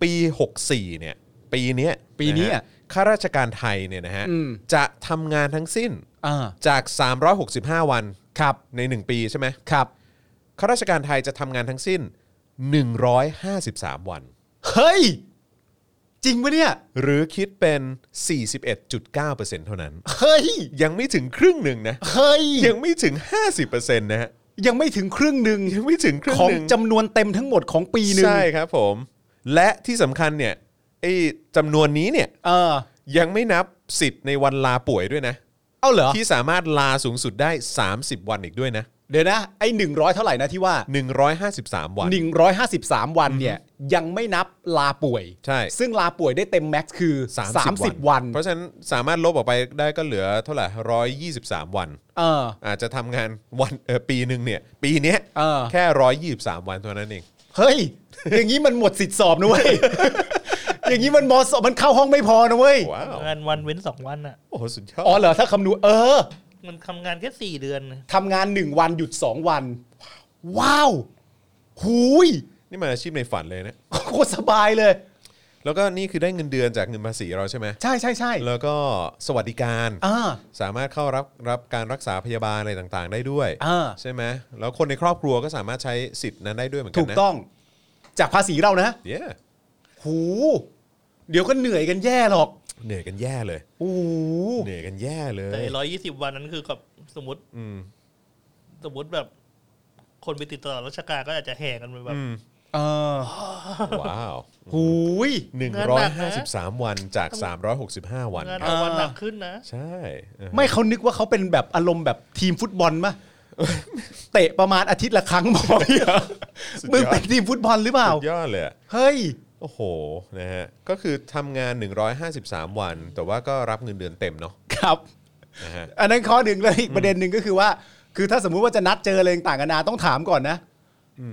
B: ปี 64เนี่ยปีเนี้ย
C: ปีเนี้ย
B: ะฮะข้าราชการไทยเนี่ยนะฮะ
C: อืม
B: จะทำงานทั้งสิ้น
C: อ่า
B: จาก 365 วัน
C: ครับ
B: ใน 1 ปีใช่ไหม
C: ครับ
B: ข้าราชการไทยจะทำงานทั้งสิ้น 153 วัน
C: เฮ้ย จริงปะเนี่ย
B: หรือคิดเป็น 41.9%เท่านั้น
C: เฮ้ย
B: ยังไม่ถึงครึ่งหนึ่งนะ
C: เฮ้ย
B: ยังไม่ถึง 50%นะฮะ
C: ยังไม่ถึงครึ่งหนึ่ง
B: ยังไม่ถึงครึ่ง
C: ของ
B: หนึ่ง
C: จำนวนเต็มทั้งหมดของปีหนึ่ง
B: ใช่ครับผม และที่สำคัญเนี่ยไอ้จำนวนนี้เนี่ย
C: เออ
B: ยังไม่นับสิทธิ์ในวันลาป่วยด้วยนะ
C: เอาเหรอ
B: ที่สามารถลาสูงสุดได้ 30 วันอีกด้วยนะ
C: เดี๋ยวนะ ไอ้หนึ่งร้อยเท่าไหร่นะที่ว่า
B: 153 วัน
C: 153 วันเนี่ยยังไม่นับลาป่วย
B: ใช่
C: ซึ่งลาป่วยได้เต็มแม็กซ์คือ 30 วัน
B: เพราะฉะนั้นสามารถลบออกไปได้ก็เหลือเท่าไหร่123 วัน
C: เออ
B: อาจจะทำงานวันเออปีหนึ่งเนี่ย ปีเนี้ย
C: เออ
B: แค่ร้อยยี่สามวันเท่านั้นเอง
C: เฮ้ย อย่างนี้มันหมดสิทธิ์สอบนะเว้ย อย่างนี้มันมอสอบมันเข้าห้องไม่พอนะเว้ย
B: ว้าว
D: งานวันเว้นสองวันอ่ะ
B: โอ้โหสุดยอด
C: อ๋อเหรอถ้าคำนวณเออ
D: มันทำงานแค่สี่เดือนนะ
C: ทำงาน 1 วันหยุด 2 วัน ว้าว หูย
B: นี่มันอาชีพในฝันเลยนะ
C: โคตรสบายเลย
B: แล้วก็นี่คือได้เงินเดือนจากเงินภาษีเราใช่ไหม
C: ใช่ใช่ใช่
B: แล้วก็สวัสดิการ
C: อ่า
B: สามารถเข้ารับรับการรักษาพยาบาลอะไรต่างๆ ได้ด้วย
C: อ่า
B: ใช่ไหมแล้วคนในครอบครัวก็สามารถใช้สิทธิ์นั้นได้ด้วยเหมือนกั
C: ถู
B: น
C: ก
B: นะ
C: ต้อง จากภาษีเรานะ
B: เย้
C: หู เดี๋ยวก็เหนื่อยกันแย่หรอก
B: เหนื่อยกันแย่เลย
C: โอ้โห
B: เหนื่อยกันแย่เลย
D: แต่ร้อยยี่สิบวันนั้นคือกับสมมติ
B: อืม
D: สมมติแบบ คนไปติดต่อราชการก็อาจจะแห่กันไปแบบ
B: อืม
C: เออ
B: ว้าว
C: หูย
D: งานหนักนะ
B: 153 วันจาก 365 วัน
D: งาน
B: ครับ
D: เอาวัน
C: อ่า
D: หนักขึ้นนะ
B: ใช่เออ
C: ไม่เขานึกว่าเขาเป็นแบบอารมณ์แบบทีมฟุตบอลมะ เตะประมาณอาทิตย์ละครั้ง บอกเหรอมึงเป็นทีมฟุตบอลหรือเปล่า
B: สุดยอดเลยอะ
C: เฮ้ย
B: โอ้โหนะฮะก็คือทำงาน 153 วัน แต่ว่าก็รับเงินเดือนเต็มเนาะ
C: ครับ
B: นะฮะ
C: อันนั้นข้อหนึ่งเลยอีกประเด็นหนึ่งก็คือว่า คือถ้าสมมุติว่าจะนัดเจออะไรต่างกันานาต้องถามก่อนนะ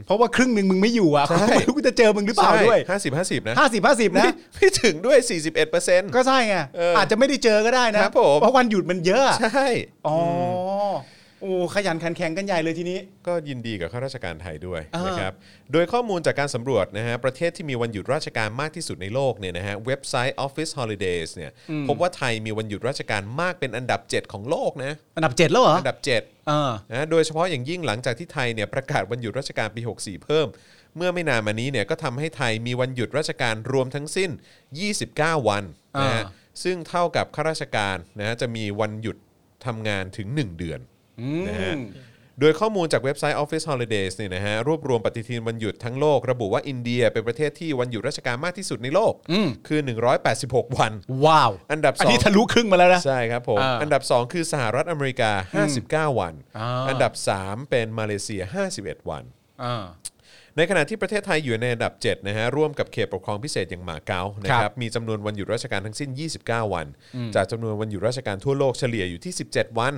C: เพราะว่าครึ่งหนึ่งมึงไม่อยู่อ่ะเขาไม่รู้กูจะเจอมึงหรือเปล่าด้วย
B: ใช่50 50 นะ
C: ห้าสิบห้าสิบนะ
B: ไม่ไม่ถึงด้วย 41เปอร์เซ็นต์
C: ก็ใช่ไง
B: เอออ
C: อาจจะไม่ได้เจอก็ได้นะครับ
B: ผม
C: เพราะวันหยุดมันเยอะ
B: ใช่
C: อ๋อโอ้ขยันขันแข็งกันใหญ่เลยทีนี้
B: ก็ยินดีกับข้าราชการไทยด้วย
C: อ่าน
B: นะครับ โดยข้อมูลจากการสำรวจนะฮะประเทศที่มีวันหยุดราชการมากที่สุดในโลกเนี่ยนะฮะเว็บไซต์ Office Holidays เนี่ยพบว่าไทยมีวันหยุดราชการมากเป็นอันดับ 7 ของโลกนะ
C: อันดับเจ็ดแล้วเหรอ
B: อันดับ 7
C: เออ
B: นะโดยเฉพาะอย่างยิ่งหลังจากที่ไทยเนี่ยประกาศวันหยุดราชการปี 64 เพิ่ม เมื่อไม่นานมานี้เนี่ยก็ทำให้ไทยมีวันหยุดราชการรวมทั้งสิ้น 29 วันนะฮะ
C: อ่า
B: ซึ่งเท่ากับข้าราชการนะฮะจะมีวันหยุดทำงานถึง 1 เดือน
C: อืม
B: นะฮะ โดยข้อมูลจากเว็บไซต์ Office Holidays เนี่ยนะฮะรวบรวมปฏิทินวันหยุดทั้งโลก ระบุว่าอินเดียเป็นประเทศที่วันหยุดราชการมากที่สุดในโลก
C: อืม
B: คือ 186 วัน
C: ว้าว
B: อันดับ
C: อัน
B: สอง
C: นี้ทะลุครึ่งมาแล้วนะ
B: ใช่ครับผม
C: อ่า
B: อันดับ 2 คือสหรัฐอเมริกา 59 วัน
C: อ่า
B: อันดับ 3 เป็นมาเลเซีย 51 วัน
C: อ่า
B: ในขณะที่ประเทศไทยอยู่ในอันดับ 7 นะฮะ ร่วมกับเขตปกครองพิเศษอย่างหมาเก๊านะค
C: ครั
B: รับ
C: บ
B: มีจำนวนวันหยุดราชการทั้งสิ้น 29 วัน จากจำนวนวันหยุดราชการทั่วโลกเฉลี่ยอยู่ที่ 17 วัน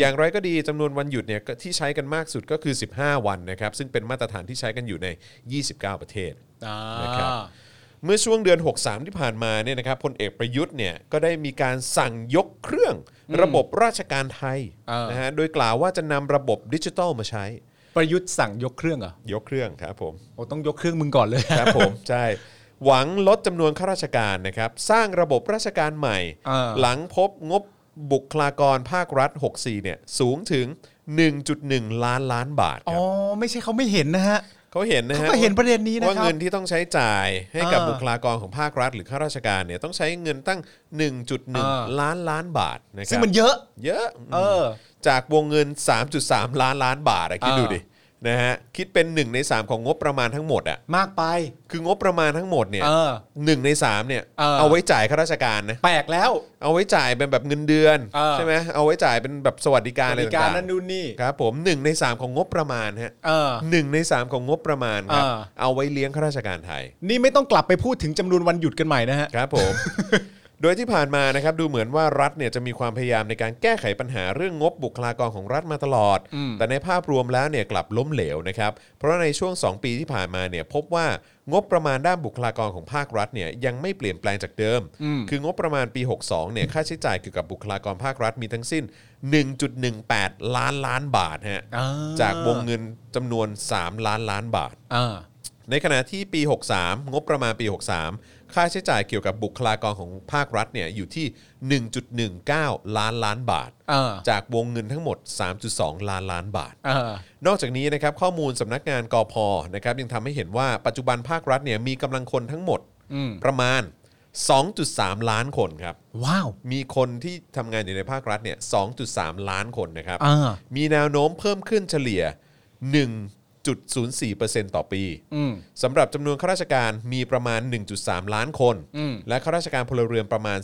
B: อย่างไรก็ดีจำนวนวันหยุดเนี่ยก็ที่ใช้กันมากสุดก็คือ 15 วันนะครับ ซึ่งเป็นมาตรฐานที่ใช้กันอยู่ใน 29 ประเทศ
C: อ่า
B: นะครับ เมื่อช่วงเดือน 63 ที่ผ่านมาเนี่ยนะครับพลเอกประยุทธ์เนี่ยก็ได้มีการสั่งยกเครื่องระบบราชการไทย
C: เออ
B: นะฮะโดยกล่าวว่าจะนำระบบดิจิทัลมาใช้
C: ประยุทธ์สั่งยกเครื่องเหรอ่ะ
B: ยกเครื่องครับ ผม
C: โอ้ต้องยกเครื่องมึงก่อนเลย
B: ครับผม ใช่หวังลดจำนวนข้าราชการนะครับ สร้างระบบราชการใหม่
C: เออ
B: หลังพบงบบุคลากรภาครัฐ 64เนี่ยสูงถึง 1.1 ล้านล้านบาทค
C: อ๋อ
B: รับ
C: ไม่ใช่เขาไม่เห็นนะฮะ
B: เขาเห็นนะฮะ
C: เขาก็เห็นประเด็นนี้นะครับ
B: ว่าเงินที่ต้องใช้จ่ายให้กับ
C: เออ
B: บุคลากรของภาครัฐ หรือข้าราชการเนี่ยต้องใช้เงินตั้ง 1.1 ล้านล้านบาทนะครับ
C: ซึ่งมันเยอะ
B: เยอะ
C: เออ
B: จากวงเงิน 3.3 ล้านล้านบาทอะคิดดูดินะฮะคิดเป็น 1 ใน 3 ของงบประมาณทั้งหมดอะ
C: มากไป
B: คืองบประมาณทั้งหมดเนี่ย
C: เออ
B: หนึ่งในสามเนี่ย
C: เออ
B: เอาไว้จ่ายข้าราชการนะ
C: แปลกแล้ว
B: เอาไว้จ่ายเป็นแบบเงินเดือน
C: เออ
B: ใช่ไหมเอาไว้จ่ายเป็นแบบสวัสดิการ
C: บ
B: อะไร
C: ริ
B: ต่างๆ
C: การนั้นนู่นนี่
B: ครับผมหนึ่งในสามของงบประมาณฮะ
C: เออ
B: หนึ่งในสามของงบประมาณครับ
C: เออ
B: เอาไว้เลี้ยงข้าราชการไทย
C: นี่ไม่ต้องกลับไปพูดถึงจำนวนวันหยุดกันใหม่นะฮะ
B: ครับผม โดยที่ผ่านมานะครับดูเหมือนว่ารัฐเนี่ยจะมีความพยายามในการแก้ไขปัญหาเรื่องงบบุคลากรของรัฐมาตลอด แต่ในภาพรวมแล้วเนี่ยกลับล้มเหลวนะครับ เพราะในช่วง 2 ปีที่ผ่านมาเนี่ยพบว่างบประมาณด้านบุคลากรของภาครัฐเนี่ยยังไม่เปลี่ยนแปลงจากเดิม คืองบประมาณปี 62เนี่ยค่าใช้จ่ายเกี่ยวกับบุคลากรภาครัฐมีทั้งสิ้น 1.18 ล้านล้านบาทฮะ
C: อ่า
B: จากวงเงินจำนวน 3 ล้านล้านบาท
C: เออ
B: ในขณะที่ปี 63 งบประมาณปี 63 ค่าใช้จ่ายเกี่ยวกับบุคลากรของภาครัฐเนี่ยอยู่ที่ 1.19 ล้านล้านบาท
C: เออ
B: จากวงเงินทั้งหมด 3.2 ล้านล้านบาท
C: เออ
B: นอกจากนี้นะครับข้อมูลสำนักงานกอพอนะครับยังทำให้เห็นว่าปัจจุบันภาครัฐเนี่ยมีกำลังคนทั้งหมด
C: อืม
B: ประมาณ 2.3 ล้านคนครับ
C: ว้าว
B: มีคนที่ทำงานอยู่ในภาครัฐเนี่ย 2.3 ล้านคนนะครับ
C: อ่า
B: มีแนวโน้มเพิ่มขึ้นเฉลี่ย 1.04%ต่อปี
C: อืม
B: สำหรับจำนวนข้าราชการมีประมาณ 1.3 ล้านคน
C: อืม
B: และข้าราชการพลเรือนประมาณ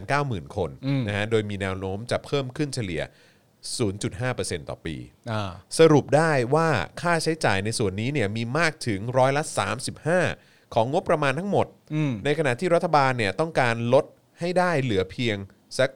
B: 390,000 คน
C: อืม
B: นะฮะ โดยมีแนวโน้มจะเพิ่มขึ้นเฉลี่ย 0.5%ต่อปี
C: อ่า
B: สรุปได้ว่าค่าใช้จ่ายในส่วนนี้เนี่ยมีมากถึงร้อยละ 35 ของงบประมาณทั้งหมด
C: อืม
B: ในขณะที่รัฐบาลเนี่ยต้องการลดให้ได้เหลือเพียงสัก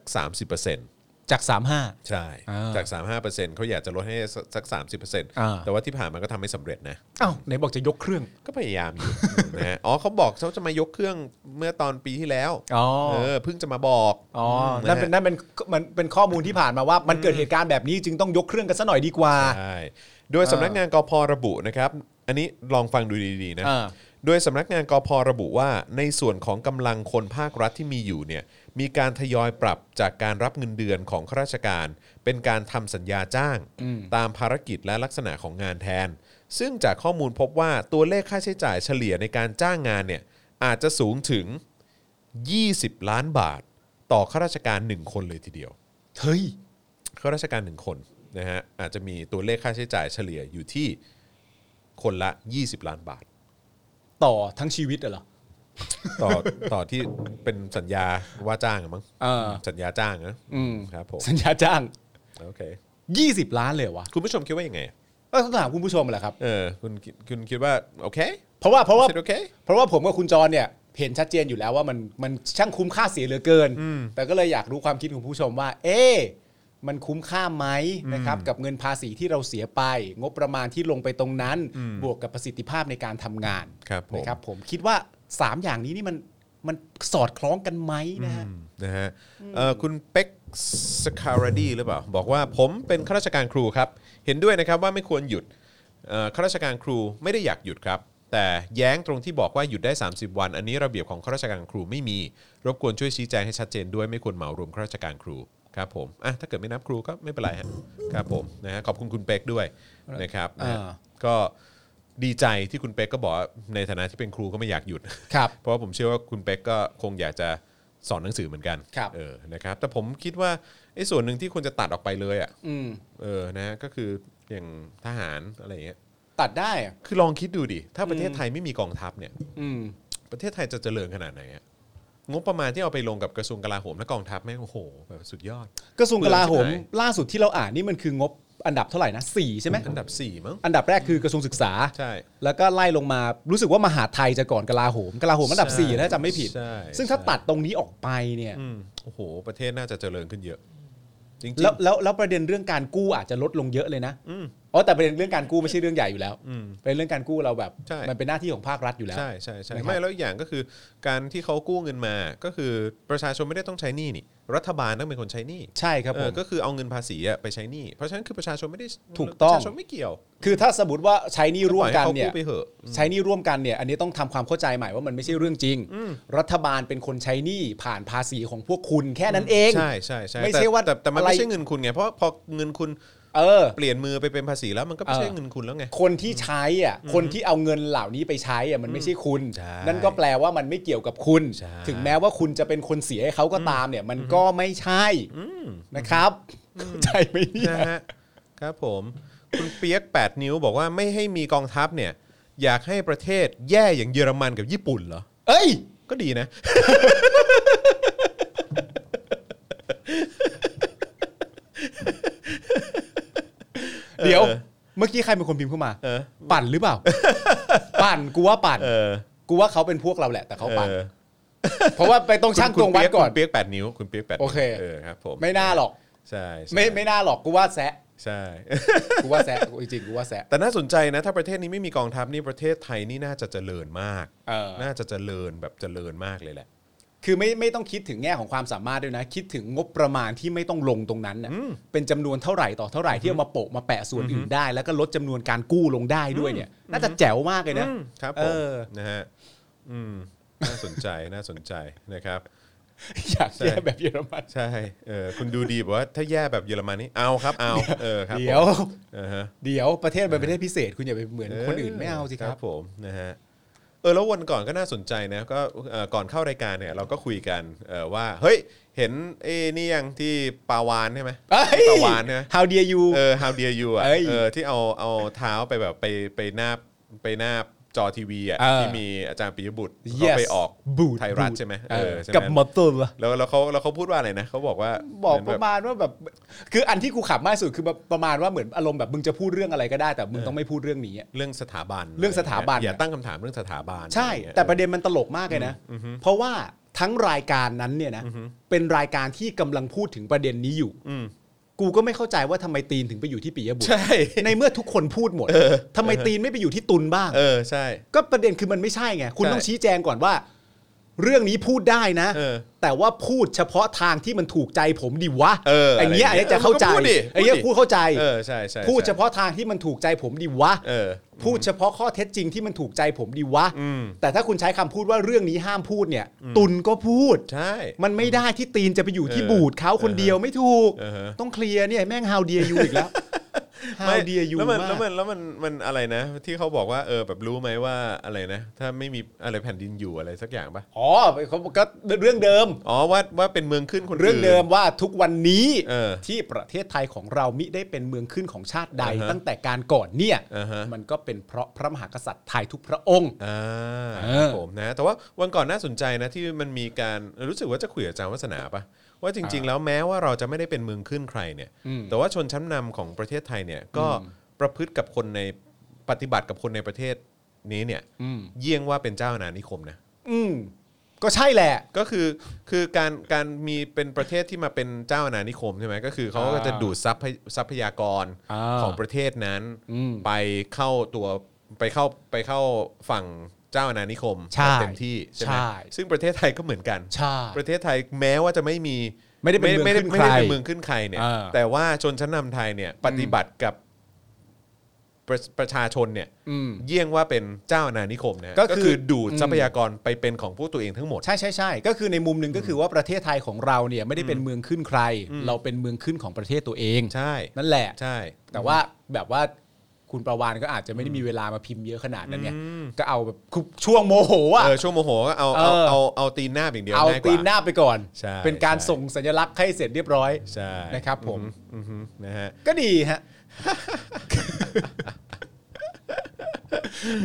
B: 30%
C: จากสามห้า
B: ใช่
C: อ่า
B: จาก 35%เขาอยากจะลดให้สัก
C: า
B: 30%แต่ว่าที่ผ่านมาก็ทำไม่สำเร็จนะ
C: อ้าวไหนบอกจะยกเครื่อง
B: ก็พยายามอยู่ นะฮะ อ๋อเขาบอกเขาจะมายกเครื่องเมื่อตอนปีที่แล้ว
C: อ๋อ
B: เออ เพิ่งจะมาบอก
C: อ๋อ นั่นเป็นะ
B: ฮะ
C: นั่นเป็นมันเป็นข้อมูลที่ผ่านมาว่ามันเกิดเหตุการณ์แบบนี้จึงต้องยกเครื่องกันซะหน่อยดีกว่า
B: ใช่ โดยสำนักงานกพระบุนะครับ อันนี้ลองฟังดูดีๆนะ
C: อ่า
B: โดยสำนักงานกพระบุว่า ในส่วนของกำลังคนภาครัฐที่มีอยู่เนี่ยมีการทยอยปรับจากการรับเงินเดือนของข้าราชการ เป็นการทำสัญญาจ้าง ตามภารกิจและลักษณะของงานแทน ซึ่งจากข้อมูลพบว่าตัวเลขค่าใช้จ่ายเฉลี่ยในการจ้างงานเนี่ยอาจจะสูงถึง 20 ล้านบาท ต่อข้าราชการ 1 คนเลยทีเดียว
C: เฮ้ย
B: ข้าราชการหนึ่งคนนะฮะอาจจะมีตัวเลขค่าใช้จ่ายเฉลี่ยอยู่ที่คนละ 20 ล้านบาท
C: ต่อทั้งชีวิตอะเหรอ
B: ต่อต่อที่เป็นสัญญาว่าจ้างอะมั้ง
C: เออ
B: สัญญาจ้างนะ
C: อืม
B: ครับผม
C: สัญญาจ้าง
B: โอเค
C: 20 ล้านเลยเหรอวะ
B: คุณผู้ชมคิดว่ายังไงอะ
C: ก็ต้องถามคุณผู้ชมแหละครับ
B: เออคุณคุณคิดว่า โอเค
C: เพราะว่าเพราะว่า
B: เสร็จโอเค
C: เพราะว่าผมกับคุณจรเนี่ยเห็นชัดเจนอยู่แล้วว่ามันมันช่างคุ้มค่าเสียเหลือเกิน แต่ก็เลยอยากรู้ความคิดของผู้ชมว่า เอ๊ะมันคุ้มค่าไหมนะครับกับเงินภาษีที่เราเสียไป งบประมาณที่ลงไปตรงนั้น บวกกับประสิทธิภาพในการทำงาน
B: ครับผม
C: นะครับผมคิดว่า 3 อย่างนี้นี่มันมันสอดคล้องกันไหมนะฮะ
B: นะฮะเอ่อคุณเป็กสคารดีหรือเปล่า บอกว่าผมเป็นข้าราชการครูครับ เห็นด้วยนะครับว่าไม่ควรหยุดเอ่อข้าราชการครูไม่ได้อยากหยุดครับ แต่แย้งตรงที่บอกว่าหยุดได้ 30 วัน อันนี้ระเบียบของข้าราชการครูไม่มี รบกวนช่วยชี้แจงให้ชัดเจนด้วยไม่ควรเหมารวมข้าราชการครูครับผมอ่ะถ้าเกิดไม่นับครูก็ไม่เป็นไรฮะครับผมนะฮะขอบคุณคุณเป็กด้วยนะครับนะฮะ
C: อ่า
B: ก็ดีใจที่คุณเป็กก็บอกว่าในฐานะที่เป็นครูก็ไม่อยากหยุด
C: ครับ
B: เพราะว่าผมเชื่อว่าคุณเป๊กก็คงอยากจะสอนหนังสือเหมือนกัน
C: ครับ
B: เออนะครับแต่ผมคิดว่าไอ้ส่วนหนึ่งที่ควรจะตัดออกไปเลยอ่ะ
C: อืม
B: เออนะก็คืออย่างทหารอะไรอย่างเงี้ย
C: ตัดได้อะ
B: คือลองคิดดูดิ ถ้าประเทศไทยไม่มีกองทัพเนี่ย
C: อืม
B: ประเทศไทยจะเจริญขนาดไหนอะงบประมาณที่เอาไปลงกับกระทรวงกลาโหมและกองทัพแม่งโอ้โหแบบสุดยอด
C: กระทรวงกลาโหม
B: เปลืองชิบหาย
C: ล่าสุดที่เราอ่านนี่มันคืองบอันดับเท่าไหร่นะสี่ใช่ไหม
B: อันดับสี่มั้ง
C: อันดับแรกคือกระทรวงศึกษา
B: ใช่
C: แล้วก็ไล่ลงมารู้สึกว่ามหาไทยจะก่อนกลาโหมกลาโหมอันดับ
B: ใช่
C: 4ถ้าจำไม่ผิด
B: ใช่
C: ซึ่งถ้า
B: ใช่
C: ตัดตรงนี้ออกไปเนี่ย
B: อืมโอ้โห ประเทศน่าจะเจริญขึ้นเยอะ จริง
C: แล้วแล้วแล้วประเด็นเรื่องการกู้อาจจะลดลงเยอะเลยนะ
B: ๆอืม
C: อ๋อแต่ประเด็นเรื่องการกู้ไม่ใช่เรื่องใหญ่อยู่แล้ว
B: อืม
C: เป็นเรื่องการกู้เราแบบ
B: ใช่
C: มันเป็นหน้าที่ของภาครัฐอยู่แล้ว
B: ใช่ใช่ใช่
C: นะครับ
B: ไม่แล้วอีกอย่างก็คือการที่เขากู้เงินมาก็คือประชาชนไม่ได้ต้องใช้หนี้นี่ รัฐบาลต้องเป็นคนใช้หนี้
C: ใช่ครับ
B: เอ
C: ผ
B: อ
C: ม
B: ก็คือเอาเงินภาษีอะไปใช้หนี้เพราะฉะนั้นคือประชาชนไม่ได้
C: ถูกต้อง
B: ประชาชนไม่เกี่ยว
C: คือถ้าสมมติว่าใช้หนี่ร่วมกัน
B: ปล่อให้
C: เนี่ย
B: ขากู้ไปเหอะ
C: ใช้หนี่ร่วมกันเนี่ยอันนี้ต้องทำความเข้าใจใหม่ว่ามันไม่ใช่เรื่องจริง รัฐบาลเป็นคนใช้หนี้ผ่านภาษีของพวกคุณแค่นั้นเอง
B: ใช่ใช่ใช่
C: ไม่ใช่ว่า
B: แต่แต่แต่มัน
C: อะไร
B: ไม่ใช่เงินคุณไงเพราะพอเงินคุณ
C: เออ
B: เปลี่ยนมือไปเป็นภาษีแล้วมันก็ไม่ใช่
C: เออ
B: เงินคุณแล้วไง
C: คนที่ใช้อ่ะคนที่เอาเงินเหล่านี้ไปใช้อ่ะมันไม่ใช่คุณ
B: ใช่
C: นั่นก็แปลว่ามันไม่เกี่ยวกับคุณ
B: ใช่
C: ถึงแม้ว่าคุณจะเป็นคนเสียให้เขาก็ตามเนี่ย มันก็ไม่ใช่นะครับเข้าใจไหมเนี่ย
B: นะฮะครับผมคุณเปียก 8 นิ้วบอกว่าไม่ให้มีกองทัพเนี่ยอยากให้ประเทศแย่อย่างเยอรมันกับญี่ปุ่นเหรอ
C: เอ้ย
B: ก็ดีนะ
C: เดี๋ยว เมื่อกี้ใครเป็นคนพิมพ์เข้ามา
B: เออ
C: ปั่นหรือเปล่า ปั่นกูว่าปั่น
B: เออ
C: กูว่าเขาเป็นพวกเราแหละ แต่เขาปั่น
B: เออ
C: เพราะว่าไปต้องช่างตวงวัดก่อน
B: คุณเปียกแปดนิ้วคุณเปียกแปดนิ้ว
C: โอเค
B: เออครับผม
C: ไม่น่าหรอก
B: ใช่ใช่
C: ไม่ไม่น่าหรอกกูว่าแซะ
B: ใช่
C: กูว่าแซะจริงๆกูว่าแซะ
B: แต่น่าสนใจนะ ถ้าประเทศนี้ไม่มีกองทัพนี่ประเทศไทยนี่น่าจะเจริญมาก
C: เออ
B: น่าจะเจริญแบบเจริญมากเลยแหละ
C: คือไม่ไม่ต้องคิดถึงแง่ของความสามารถด้วยนะ คิดถึงงบประมาณที่ไม่ต้องลงตรงนั้นนะเป็นจำนวนเท่าไหร่ต่อเท่าไหร่ที่เอามาโปะมาแปะส่วนอื่นได้ แล้วก็ลดจำนวนการกู้ลงได้ด้วยเนี่ย น่าจะแจ๋วมากเลยนะ
B: ครับผ
C: เอ
B: ม
C: อ
B: นะฮะอืมน่าสนใจ น่าสนใจนะครับ
C: อยากแย่แบบเยอรมัน
B: ใช่เออคุณดูดีบอกว่าถ้าแย่แบบเยอรมันนี่เอาครับเอาเออครับผม
C: เดี๋ยว
B: เออฮะ
C: เดี๋ยวประเทศเป็นประเทศพิเศษ คุณอย่าไปเหมือนคนอื่นไม่เอาสิครับ
B: ผมนะฮะเออแล้ววันก่อนก็น่าสนใจนะก็เอ่อก่อนเข้ารายการเนี่ยเราก็คุยกันเอ่อว่าเฮ้ยเห็นเอ้นี่ยังที่ปาวานใช่ไหม
C: เอ้ย
B: ปาวานเนี่ย
C: How dare you
B: เออ how dare you อ่ะ
C: เอ้ย
B: เออที่เอาเอาเท้าไปแบบไปไปหน้าไปหน้าจอทีวีอ่ะ
C: เออ
B: ที่มีอาจารย์ปิยบุตรเขา
C: Yes
B: ไปออก
C: บูด
B: ไทยรัฐ
C: บูด
B: ใช่ไหม
C: เอ
B: เอ
C: อ
B: อใช่ไห
C: กับ
B: ม
C: มอเตอร์
B: แล้วแล้วเขาแล้วเขาพูดว่าอะไรนะเขาบอกว่า
C: บอก
B: เห
C: ป
B: มืน
C: ระ
B: แ
C: มาณว่าแบบ คืออันที่กูขับมากที่สุดคือแบบประมาณว่าเหมือนอารมณ์แบบมึงจะพูดเรื่องอะไรก็ได้แต่มึงต้องไม่พูดเรื่องนี้อะ
B: เรื่องสถาบันะไ
C: เรื่องสถาบัน
B: อย่าตั้งคำถามเรื่องสถาบัน
C: ใช่
B: อไงี้ย
C: แต่ประเด็นมันตลกมากเลยนะ เพราะว่าทั้งรายการนั้นเนี่ยนะ เป็นรายการที่กำลังพูดถึงประเด็นนี้อยู่
B: อืม
C: กูก็ไม่เข้าใจว่าทำไมตีนถึงไปอยู่ที่ปิยบุตร
B: ใช่
C: ในเมื่อทุกคนพูดหมดทำไมตีนไม่ไปอยู่ที่ตุลบ้าง
B: เออใช่
C: ก็ประเด็นคือมันไม่ใช่ไง คุณ
B: ใช่
C: ต้องชี้แจงก่อนว่า เรื่องนี้พูดได้นะ
B: เออ
C: แต่ว่าพูดเฉพาะทางที่มันถูกใจผมดิวะ
B: เอออะไร
C: ไเงี้ยไอ้เนี้ยจะเข้าใจ
B: เออมึงก็พูดดิ
C: ไอ้เนี้ย
B: พูด
C: พู
B: ดิ
C: ดเข้าใจ
B: เออใช่ใช่ใช่
C: พูดเฉพาะทางที่มันถูกใจผมดิวะ
B: เออ
C: พูดเฉพาะข้อเท็จจริงที่มันถูกใจผมดีวะ
B: อืม
C: แต่ถ้าคุณใช้คำพูดว่าเรื่องนี้ห้ามพูดเนี่ย ตุนก็พูด
B: ใช่
C: มันไม่ได้ที่ตีนจะไปอยู่ที่
B: เออ
C: บูดเขาคนเดียวไม่ถูก
B: เออฮะ
C: ต้องเคลียร์เนี่ยแม่ง how dare you อีกแล้ว
B: ไม่
C: how dare you
B: แล้วมัน
C: มา
B: แล้วมั
C: ก
B: นแล้วมันมันอะไรนะ ที่เขาบอกว่าเออแบบรู้ไหมว่าอะไรนะ ถ้าไม่มีอะไรแผ่นดินอยู่อะไรสักอย่างปะ
C: อ๋อเขาก็เรื่องเดิม
B: อ๋อว่าว่าเป็นเมืองขึ้นคนน
C: เรื่องเดิมว่าทุกวันนี้
B: เออ
C: ที่ประเทศไทยของเรามิได้เป็นเมืองขึ้นของชาติใด
B: อ่าฮะ
C: ตั้งแต่การก่อนเนี่ย
B: อ่าฮะ
C: มันก็เป็นเพราะพระมหากษัตริย์ไทยทุกพระองค์
B: อ่า
C: เอ
B: ค
C: อ
B: รับผมนะแต่ว่าวันก่อนน่าสนใจนะที่มันมีการรู้สึกว่าจะคุยกับอาจารย์วัฒนาปะว่าจริง ๆ แล้วแม้ว่าเราจะไม่ได้เป็นเมืองขึ้นใครเนี่ย
C: อืม
B: แต่ว่าชนชั้นนำของประเทศไทยเนี่ยก็ประพฤติกับคนในปฏิบัติกับคนในประเทศนี้เนี่ย
C: อืม
B: เยี่ยงว่าเป็นเจ้าอาณานิคมนะ
C: อืมก็ใช่แหละ
B: ก็คือคือการการมีเป็นประเทศที่มาเป็นเจ้าอาณานิคมใช่ไหมก็คือเขาก็จะดูดทรัพยทรัพยากร
C: อ่า
B: ของประเทศนั้น
C: อืม
B: ไปเข้าตัวไปเข้าไปเข้าฝั่งเจ้าอาณานิคม
C: ใช่
B: เต็มที่ใช่ไหม
C: ใช่
B: ซึ่งประเทศไทยก็เหมือนกัน
C: ใช่
B: ประเทศไทยแม้ว่าจะไม่มี
C: ไม่ได้เป็นเมือง
B: ไม่ได้ไม่ได้
C: ขึ้นใคร
B: เป็นเมืองขึ้นใครเนี่ย
C: อ่า
B: แต่ว่าชนชั้นนำไทยเนี่ยปฏิบัติกับประประชาชนเนี่ย
C: อืม
B: เยี่ยงว่าเป็นเจ้าอาณานิคมนะ
C: ก็คือ
B: ดูด
C: อืม
B: ทรัพยากรไปเป็นของพวกตัวเองทั้งหมด
C: ใช่ใช่ใช่ก็คือในมุมหนึ่งก็คือว่าประเทศไทยของเราเนี่ยไม่ได้เป็นเมืองขึ้นใคร เราเป็นเมืองขึ้นของประเทศตัวเอง
B: ใช่
C: นั่นแหละ
B: ใช่
C: แต่ว่าแบบว่าคุณประวานก็อาจจะไม่ได้มีเวลามาพิมพ์เยอะขนาดนั้นไง
B: อืม
C: ก็เอาแบบคือช่วงโมโหอ่ะ
B: เออช่วงโมโหก็เอาเอา
C: เออ
B: เอาเอาตีนหน้าอย่างเดียว
C: เอา
B: ง่ยกว่
C: ตีนหน้าไปก่อน
B: ใช่
C: เป็นการ
B: ใช่
C: ส่งสัญลักษณ์ให้เสร็จเรียบร้อย
B: ใช่
C: นะครับผม
B: อือฮึอือฮึนะฮะ
C: ก็ดีฮะ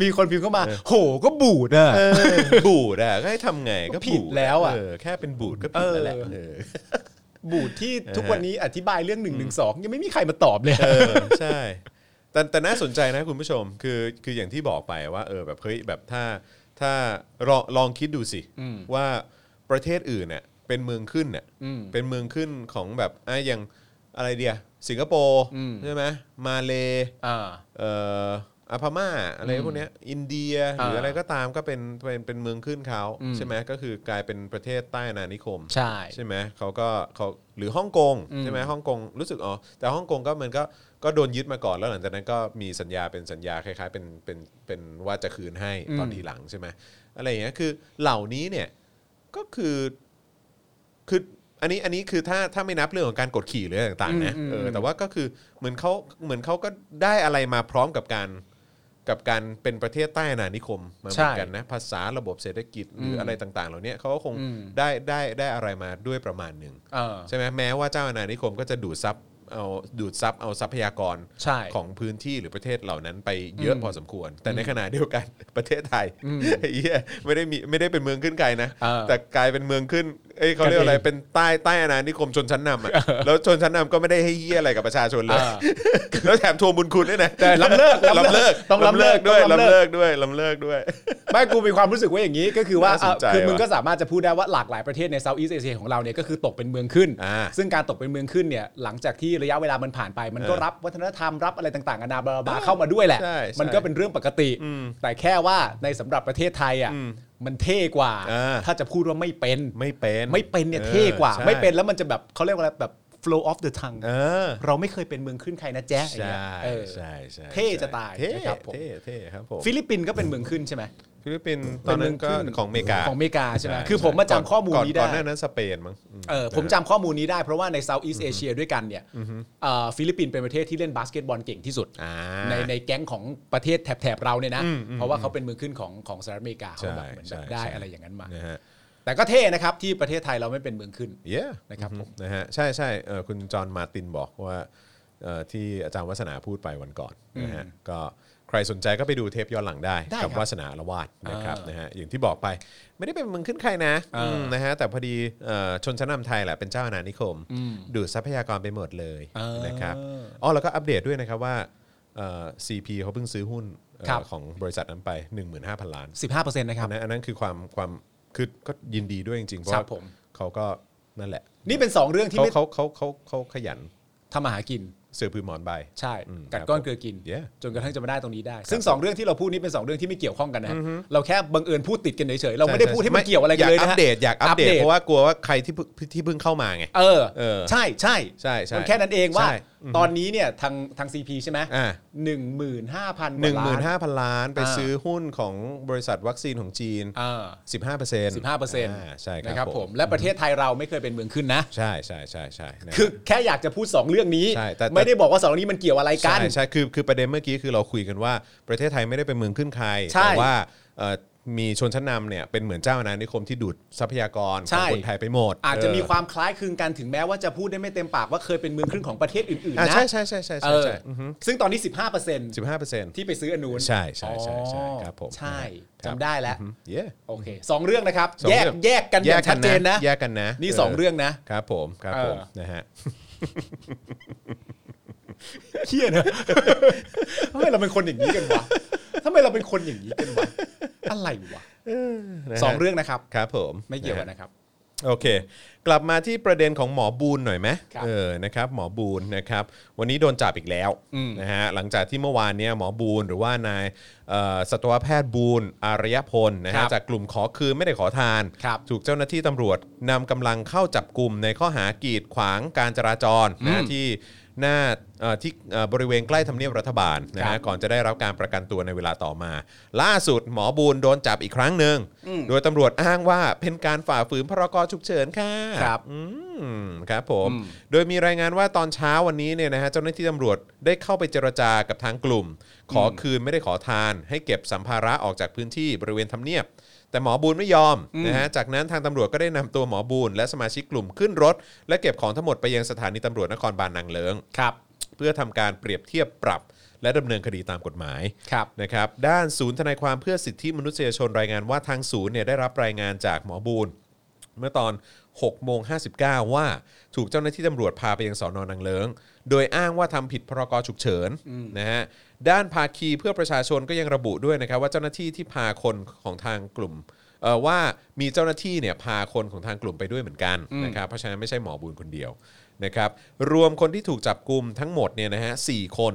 C: มีคนพิมพ์เข้ามา โหก็บูดอ่ะ
B: เออบูดอ่ะก็ให้ทำไงก็
C: ก็ผิด
B: บู
C: แล้วอะ
B: เแค่เป็นบูดก็ผิดแล้วแหละ
C: เออ
B: เออ
C: บูดที่ทุกวันนี้อธิบายเรื่องหนึ่งหนึ่งสองยังไม่มีใครมาตอบเลย
B: เออใช่ แต่แต่น่าสนใจนะคุณผู้ชมคือคืออย่างที่บอกไปว่าเออแบบเฮ้ยแบบถ้าถ้าลองลองคิดดูสิ ว่าประเทศอื่นเนี่ยเป็นเมืองขึ้นเนี่ย
C: อืม
B: เป็นเมืองขึ้นของแบบอ่ะอย่างอะไรเดียสิงคโปร์
C: อืม
B: ใช่ไหมมาเล
C: อ่า
B: เอ่ออาพม่าอะไรพวกเนี้ยอินเดียหรืออะไรก็ตามก็เป็นเป็นเป็นเมืองขึ้นเขา
C: อืม
B: ใช่ไหมก็คือกลายเป็นประเทศใต้อาณานิคม
C: ใช่
B: ใช่ไหมเขาก็เขาหรือฮ่องกง
C: อืม
B: ใช่ไหมฮ่องกงรู้สึกอ๋อแต่ฮ่องกงก็มันก็ก็โดนยึดมาก่อนแล้วหลังจากนั้นก็มีสัญญาเป็นสัญญาคล้ายๆเป็นเป็นเป็นว่าจะคืนให้
C: อืม
B: ตอนทีหลังใช่ไหมอะไรอย่างเงี้ยคือเหล่านี้เนี่ยก็คือคืออันนี้อันนี้คือถ้าถ้าไม่นับเรื่องของการกดขี่หรืออะไรต่างๆนะเออแต่ว่าก็คือเหมือนเขาเหมือนเขาก็ได้อะไรมาพร้อมกับการกับการเป็นประเทศใต้อาณานิคมมาเหมือนกันนะภาษาระบบเศรษฐกิจหรืออะไรต่างๆ เหล่าเนี้ยเขาก็คง
C: อืม
B: ได้ได้ได้อะไรมาด้วยประมาณหนึ่ง
C: เออ
B: ใช่ไหมแม้ว่าเจ้าอาณานิคมก็จะดูดซับเอาดูดซับเอาทรัพยากร
C: ใช่
B: ของพื้นที่หรือประเทศเหล่านั้นไปเยอะ
C: อืม
B: พอสมควร แต่ในขณะเดียวกัน ประเทศไทย
C: อืม
B: ไอ้เหี้ยไม่ได้มีไม่ได้เป็นเมืองขึ้นไกลนะ
C: เออ
B: แต่กลายเป็นเมืองขึ้นเอ้ยเขาเรียกอะไร
C: กันเอง
B: เป็นใต้ใต้อาณานิคมชนชั้นนำอะแล้วชนชั้นนำก็ไม่ได้ให้เหี้ยอะไรกับประชาชนเลย
C: เออ
B: แล้วแถมทวงบุญคุณด้วยนะ
C: แต่ล้ำเลิกล้ำ
B: ล้ำ
C: เลิ
B: เลิก
C: กต้องล้ำเลิก
B: ด้วย
C: ต้องล้ำ
B: ล้ำ
C: เลิ
B: เลิก
C: ก
B: ด้วยล้ำเลิกด้วย
C: ไม่กูมีความรู้สึกว่าอย่างนี้ก็คือว่า
B: น่าสนใจ
C: เอ่อคือมึง
B: ว่ะ
C: ก็สามารถจะพูดได้ว่าหลากหลายประเทศในเซาท์อีสเอเชียของเราเนี่ยก็คือตกเป็นเมืองขึ้น
B: อ่า
C: ซึ่งการตกเป็นเมืองขึ้นเนี่ยหลังจากที่ระยะเวลามันผ่านไป มันก็
B: เออ
C: รับวัฒนธรรมรับอะไรต่างๆนานาบลาบลาเข้ามาด้วยแหละ
B: ใช่ใช่
C: มันก็เป็นเรื่องปกติ
B: อืม
C: แต่แค่ว่าในสำหรับประเทศไทยอ่ะ
B: อืม
C: มันเท่กว่า
B: อ่า
C: ถ้าจะพูดว่าไม่เป็น
B: ไม่เป็น
C: ไม่เป็นเนี่ยเท่กว่า
B: ออใช่
C: ไม่เป็นแล้วมันจะแบบเขาเรียกว่าอะไรแบบ flow of the tongue
B: เออ
C: เราไม่เคยเป็นเมืองขึ้นใครนะแจ๊ะอย่าง
B: ใช่
C: เงี้ยเออ
B: ใช่ใช่
C: เท่จะตาย
B: เท่
C: นะครับผม
B: เท่เท่ครับผม
C: ฟิลิปปินส์ก็เป็นเมืองขึ้นใช่ไหม
B: ฟิลิปปินส์ตอนนั้นก็
C: เป็นเมืองขึ้น
B: ของอเมริกา
C: ของอเมริกาใช่ไหม
B: ใช่
C: คือผมมาจำข้อมูล
B: ก่
C: นี้ได้
B: ก่อนหน้านั้นสเปนมั้งอืม
C: เออผมจำข้อมูลนี้ได้เพราะว่าในเซาท์อีสเอเชียด้วยกันเนี่ยเอ่อฟิลิปปินส์เป็นประเทศที่เล่นบาสเกตบอลเก่งที่สุด
B: อ่า
C: ในในแก๊งของประเทศแถบๆเราเนี่ยนะ เพราะว่าเขาเป็นเมืองขึ้นของของสหรัฐอเมริกาเขาแบบเหมือน
B: ใช่
C: แบบ
B: ใช่
C: ได้
B: ใช่
C: อะไรอย่างนั้นมา
B: นะฮะ
C: แต่ก็เท่นะครับที่ประเทศไทยเราไม่เป็นเมืองขึ้น
B: เย้
C: นะครับผม
B: นะฮะใช่ใช่เออคุณจอห์นมาร์ตินบอกว่าเอ่อที่อาจารย์วัฒนาพูดไปวันก่อนนะฮะก็ใครสนใจก็ไปดูเทปย้อนหลังได้
C: ได้
B: กั
C: ครับ
B: วาสนาละวาดนะครับ
C: อ่าน
B: นะฮะอย่างที่บอกไปไม่ได้เป็นเมืองขึ้นใครนะ
C: อ่า
B: อืมนะฮะแต่พอดีเอ่อชนชั้นนำไทยแหละเป็นเจ้าอาณานิคม ดูดทรัพยากรไปหมดเลย
C: เออ
B: นะครับ อ๋อแล้วก็อัปเดตด้วยนะครับว่าเอ่อ CP เขาเพิ่งซื้อหุ้นเอ่อ
C: ครับ
B: ของบริษัทนั้นไป 15,000 ล้าน
C: 15%นะครับ
B: อันนั้นอันนั้นคือความความคือก็ยินดีด้วยจริงๆ เพราะ
C: ครั
B: ว่า
C: บผม
B: เขาก็นั่นแหละ
C: นี่เป็น 2 เรื่องที่
B: เขา
C: ไม่
B: เขาเขาเขาเขาขยัน
C: ทำมาหากิน
B: เสือผืนหมอนใบ
C: ใช่
B: อืม
C: กัดก้อนเกลือกิน
B: Yeah
C: จนกระทั่งจะมาได้ตรงนี้ได้ ซึ่ง 2 เรื่องที่เราพูดนี้เป็น 2 เรื่องที่ไม่เกี่ยวข้องกันนะฮะเราแค่บังเอิญพูดติดกันเฉยๆเราไม่ได้พูดให้มันเกี่ยวอะไรกันเลย
B: อยากอั
C: นะฮะ
B: ปเดตอยากอัปเดต เพราะ
C: ว่า
B: ว่ากลัวว่าใครที่เพิ่งที่เพิ่งเข้ามาไง
C: เออ
B: เออ
C: ใช่ใช่
B: ใช่ใช่
C: มันแค่นั้นเองว่า
B: ใช่อืม
C: ตอนนี้เนี่ยทางทางซีพีใช่ไหม
B: อ่า
C: หนึ่งหมื่นห้าพัน
B: หนึ่งหมื่นห้าพันล้านไป
C: อ่า
B: ซื้อหุ้นของบริษัทวัคซีนของจีน
C: อ่า
B: 15เปอร์เซ็นต์
C: สิบห้าเปอร์เซ็นต์
B: ใช่
C: นะ
B: ค
C: ค
B: รั
C: รั
B: บบ ผ
C: ผม มและประเทศไทยเราไม่เคยเป็นเมืองขึ้นนะ
B: ใช่ใช่ใช่ใช่นะ
C: คือแค่อยากจะพูด 2 เรื่องนี้
B: ใช่แต่แต่
C: ไม่ได้บอกว่าสองเรื่องนี้มันเกี่ยวอะไรกัน
B: ใช่ใช่คือคือประเด็นเมื่อกี้คือเราคุยกันว่าประเทศไทยไม่ได้เป็นเมืองขึ้นใคร
C: ใช่
B: แต่ว่าเอ่อมีชนชั้นนำเนี่ยเป็นเหมือนเจ้าอาณานิคมที่ดูดทรัพยากรข
C: ใช่
B: องคนไทยไปหมด
C: อาจจะมี
B: เ
C: ความคล้ายคลึงกันถึงแม้ว่าจะพูดได้ไม่เต็มปากว่าเคยเป็นเมืองครึ่งของประเทศอื่น
B: อ่า
C: ๆนะ
B: ใช่ใช่ใช่ใช่
C: เอ
B: ใช่
C: อ
B: ใช่
C: ซึ่งตอนนี้ 15%
B: สิบห้าเปอร์เซ็นต์
C: ที่ไปซื้ออนูน
B: ใช่ใช่ใช่ใช่ครับผม
C: ใช่
B: ครับ
C: จำได้แล้ว
B: เย้
C: โอเคสองเรื่องนะครับ
B: สอง
C: แยก
B: เรื่อง
C: แยกกันอย่างชัดเจนนะ
B: แยกกันนะ
C: นี่สองเรื่องนะ
B: ครับผมครับผม
C: เออ
B: นะฮะ
C: เฮี้ยนะ ทำไมเราเป็นคนอย่างนี้กันวะทำไมเราเป็นคนอย่างนี้กันวะอะไรวะ
B: นะฮะ
C: สองเรื่องนะครับ
B: ครับผม
C: ไม่เกี่ยวกัน
B: นะฮะ
C: นะครับ
B: โอเค กลับมาที่ประเด็นของหมอบูนหน่อยไหม
C: ครับ
B: เออนะครับหมอบูนนะครับวันนี้โดนจับอีกแล้ว
C: อืม
B: นะฮะหลังจากที่เมื่อวานเนี้ยหมอบูนหรือว่านายเอ่อสัตวแพทย์บูนอารยพลนะ
C: ครั
B: ฮะ
C: บ
B: จากกลุ่มขอคืนไม่ได้ขอทาน
C: ครับ
B: ถูกเจ้าหน้าที่ตำรวจนำกำลังเข้าจับกลุ่มในข้อหากีดขวางการจราจรนะฮะ
C: อืม
B: ที่หน้าเอ่อที่เอ่อบริเวณใกล้ทำเนียบรัฐบาลนะ
C: ครั
B: ฮะ
C: บ
B: ก่อนจะได้รับการประกันตัวในเวลาต่อมา ล่าสุดหมอบูนโดนจับอีกครั้งหนึ่งโดยตำรวจอ้างว่าเป็นการฝ่าฝืนพรกฉุกเฉินค่ะ
C: ครับ
B: อืมครับผม
C: อืม
B: โดยมีรายงานว่าตอนเช้าวันนี้เนี่ยนะฮะเจ้าหน้าที่ตำรวจได้เข้าไปเจรจากับทางกลุ่ม ขอคืนไม่ได้ขอทาน ให้เก็บสัมภาระออกจากพื้นที่บริเวณทำเนียบ แต่หมอบูนไม่ยอม
C: อืม
B: นะฮะจากนั้นทางตำรวจก็ได้นำตัวหมอบูนและสมาชิกกลุ่มขึ้นรถ และเก็บของทั้งหมดไปยังสถานีตำรวจนครบาลนางเลิง
C: ครับ
B: เพื่อทำการเปรียบเทียบปรับ และดำเนินคดีตามกฎหมาย
C: ครับ
B: นะครับด้านศูนย์ทนายความเพื่อสิทธิมนุษยชนรายงานว่าทางศูนย์เนี่ยได้รับรายงานจากหมอบูนเมื่อตอน6โมง59 ว่าถูกเจ้าหน้าที่ตำรวจพาไปยังสอนอนังเลิง โดยอ้างว่าทำผิดพรกฉุกเฉินนะฮะด้านภาคีเพื่อประชาชนก็ยังระบุด้วยนะครับว่าเจ้าหน้าที่ที่พาคนของทางกลุ่มเอ่อว่ามีเจ้าหน้าที่เนี่ยพาคนของทางกลุ่มไปด้วยเหมือนกันนะครับเพราะฉะนั้นไม่ใช่หมอบูนคนเดียวนะครับรวมคนที่ถูกจับกลุ่มทั้งหมดเนี่ยนะฮะสคน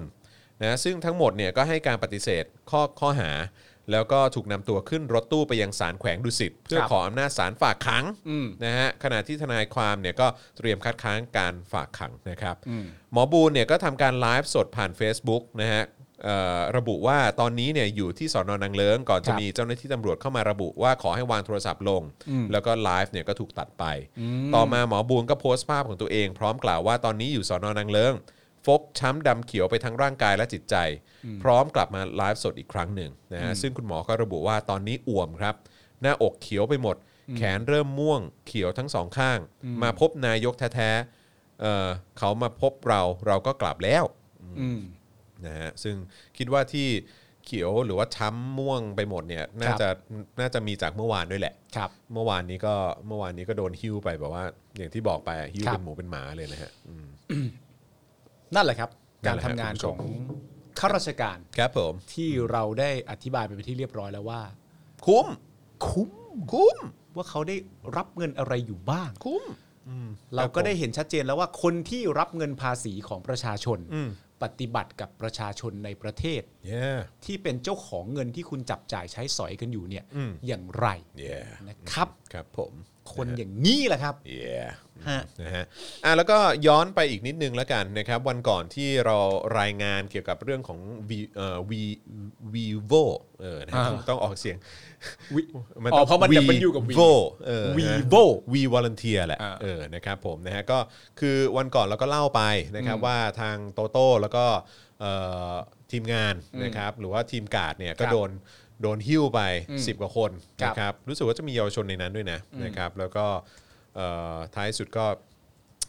B: นะซึ่งทั้งหมดเนี่ยก็ให้การปฏิเสธข้อข้อหา แล้วก็ถูกนำตัวขึ้นรถตู้ไปยังศาลแขวงดุสิตเพื่อขออำนาจศาลฝากขัง
C: อืม
B: นะฮะขณะที่ทนายความเนี่ยก็เตรียมคัดค้านการฝากขังนะครับหมอบูนเนี่ยก็ทำการไลฟ์สดผ่าน Facebook นะฮะเอ่อระบุว่าตอนนี้เนี่ยอยู่ที่สอนอนังเลิงก่อนจะมีเจ้าหน้าที่ตำรวจเข้ามาระบุว่าขอให้วางโทรศัพท์ลง แล้วก็ไลฟ์เนี่ยก็ถูกตัดไป ต่อมาหมอบูนก็โพสต์ภาพของตัวเอง พร้อมกล่าวว่าตอนนี้อยู่สอนอนังเลิง ฟกช้ำดำเขียวไปทั้งร่างกายและจิตใจ พร้อมกลับมาไลฟ์สดอีกครั้งหนึ่งนะฮะซึ่งคุณหมอก็ระบุว่าตอนนี้อ่วมครับ หน้าอกเขียวไปหมด แขนเริ่มม่วงเขียวทั้งสองข้าง มาพบนายกแท้ๆเอ่อเขามาพบเราเราก็กลับแล้ว
C: อืม
B: นะฮะซึ่งคิดว่าที่เขียวหรือว่าช้ำม่วงไปหมดเนี่ยน่าจะน่าจะมีจากเมื่อวานด้วยแหละ
C: ครับ
B: เมื่อวานนี้ก็เมื่อวานนี้ก็โดนหิ้วไปแบบว่า อย่างที่บอกไปอะหิ้ว
C: ครับ
B: เป็นหมูเป็นหมาเลยนะฮะ
C: นั่นแหละครับ
B: นั่
C: กาน
B: แห
C: ร
B: ละค
C: ทำ
B: รับ
C: งาน
B: คุณผู้ช
C: ข
B: ม
C: องข้าราชการ
B: ครับผม
C: ที่เราได้อธิบายไปเป็นที่เรียบร้อยแล้วว่า
B: คุ้ม
C: คุ้ม
B: คุ้ม
C: ว่าเขาได้รับเงินอะไรอยู่บ้าง
B: คุ้ม
C: เราก็ได้เห็นชัดเจนแล้วว่าคนที่รับเงินภาษีของประชาชน
B: อืม
C: ปฏิบัติกับประชาชนในประเทศ
B: yeah
C: ที่เป็นเจ้าของเงินที่คุณจับจ่ายใช้สอยกันอยู่เนี่ย
B: อืม
C: อย่างไร
B: yeah
C: นะครับ
B: ครับผม
C: คนอย่างนี้แหละครับ
B: เย่
C: ฮะ
B: นะฮะอ่ะแล้วก็ย้อนไปอีกนิดนึงแล้วกันนะครับ วันก่อนที่เรารายงานเกี่ยวกับเรื่องของ V เอ่อ V Vivo เออนะฮะ
C: อ่า
B: ต้องต้องออกเสียง
C: วิ
B: ต้
C: อ๋
B: ง
C: อเพราะมัน W กับ V
B: Vivo เออนะ
C: Vivo
B: V Volunteer แหละ
C: อ่า
B: เออนะครับผมนะฮะก็คือวันก่อนเราก็เล่าไปนะครับว่าทางโตโต้แล้วก็เอ่อทีมงานนะครับหรือว่าทีมการ์ดเนี่ยก็
C: ครับ
B: โดนโดนหิ้วไป
C: อืม
B: 10 กว่าคน
C: ครับ
B: นะครับรู้สึกว่าจะมีเยาวชนในนั้นด้วยนะนะครับแล้วก็เอ่อท้ายสุดก็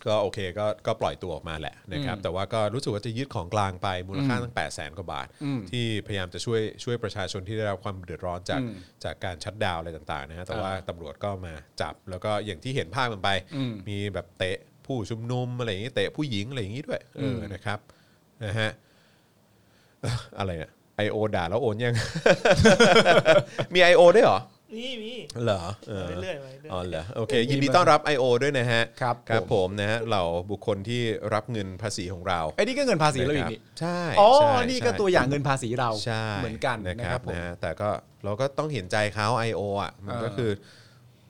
B: ก็โอเคก็ก็ปล่อยตัวออกมาแหละนะครับแต่ว่าก็รู้สึกว่าจะยึดของกลางไปมูลค่าตั้ง 8 0 0แสนกว่าบาท ที่พยายามจะช่วยช่วยประชาชนที่ได้รับความเดือดร้อนจากจากการชัดดาวน์อะไรต่างๆนะฮะแต่ว่า
C: อ่า
B: ตำรวจก็มาจับแล้วก็อย่างที่เห็นภาพมันไป
C: อืม
B: มีแบบเตะผู้ชุมนุมอะไรอย่างนี้เตะผู้หญิงอะไรอย่างนี้ด้วยเอออ
C: ม
B: นะครับนะฮะ เอ่ออะไรเนี่ยไอโอด่าแล้วโอนยัง มีไอโอด้วยเหรอ
D: นี่มี
B: เหรอเออ
D: เรื่อยๆไปเรื่อยๆ
B: อ๋อเหรอโอเค ยินดีต้อนรับ I.O. ด้วยนะฮะ
C: ครับ
B: ครับผมนะฮะเหล่าบุคคลที่รับเงินภาษีของเรา
C: ไอ้นี่ก็เงินภาษีเราอีกนี่
B: ใช่
C: อ๋อ
B: ใช่
C: นี่ก็
B: ใช่
C: ตัวอย่างเงินภาษีเรา
B: ใช่
C: เหมือนกัน
B: นะ
C: นะ
B: ค
C: ค
B: รั
C: รั
B: บบ
C: ผม
B: นะฮะแต่ก็เราก็ต้องเห็นใจเขา I.O. อ่ะมันก็
C: เออ
B: คือ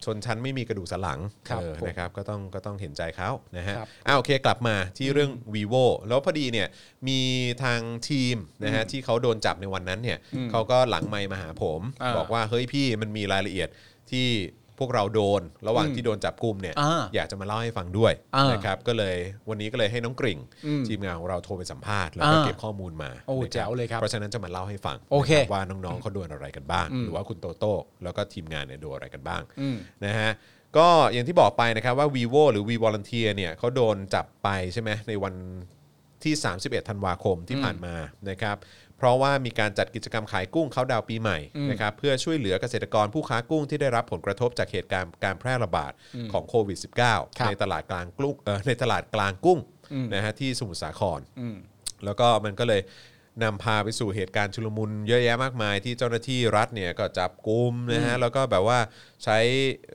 B: ชนชั้นไม่มีกระดูกสันหลัง
C: ครับ
B: เออ
C: ผม
B: นะครับก็ต้องก็ต้องเห็นใจเขานะฮะ
C: ครับ
B: อ่าโอเคกลับมาที่เรื่อง vivo แล้วพอดีเนี่ยมีทางทีมนะฮะที่เขาโดนจับในวันนั้นเนี่ย
C: อืม
B: เขาก็หลังไมค์มาหาผม
C: อ่า
B: บอกว่าเฮ้ยพี่มันมีรายละเอียดที่พวกเราโดน ระหว่าง
C: อืม
B: ที่โดนจับกลุ่มเนี่ย
C: อ่า
B: อยากจะมาเล่าให้ฟังด้วย
C: อ่าน
B: นะครับก็เลยวันนี้ก็เลยให้น้องกริ่ง
C: อืม
B: ทีมงานของเราโทรไปสัมภาษณ์แล้วก็
C: อ่า
B: เก็บข้อมูลมา
C: โอ้
B: นะ
C: แจ๋วเลยครับ
B: เพราะฉะนั้นจะมาเล่าให้ฟัง
C: โอเค
B: นะครับว่าน้องๆเขาโดนอะไรกันบ้าง
C: อืม
B: หรือว่าคุณโตโต้แล้วก็ทีมงานเนี่ยโดนอะไรกันบ้าง
C: อืม
B: นะฮะก็อย่างที่บอกไปนะครับว่า vivo หรือ v volunteer เนี่ยเขาโดนจับไปใช่ไหมในวันที่ 31 ธันวาคมที่ผ่านมานะครับเพราะว่ามีการจัดกิจกรรมขายกุ้งเขาดาวปีใหม่
C: อืม
B: นะครับเพื่อช่วยเหลือเกษตรกรผู้ค้ากุ้งที่ได้รับผลกระทบจากเหตุการณ์การแพร่ระบาดของโควิด
C: ครั
B: -19
C: บ
B: ในตลาดกลางกุ้งเอ่อในตลาดกลางกุ้ง
C: อืม
B: นะฮะที่สมุทรสาคร
C: อืม
B: แล้วก็มันก็เลยนำพาไปสู่เหตุการณ์ชุลมุนเยอะแยะมากมาย ที่เจ้าหน้าที่รัฐเนี่ยก็จับกุมนะฮะแล้วก็แบบว่าใช้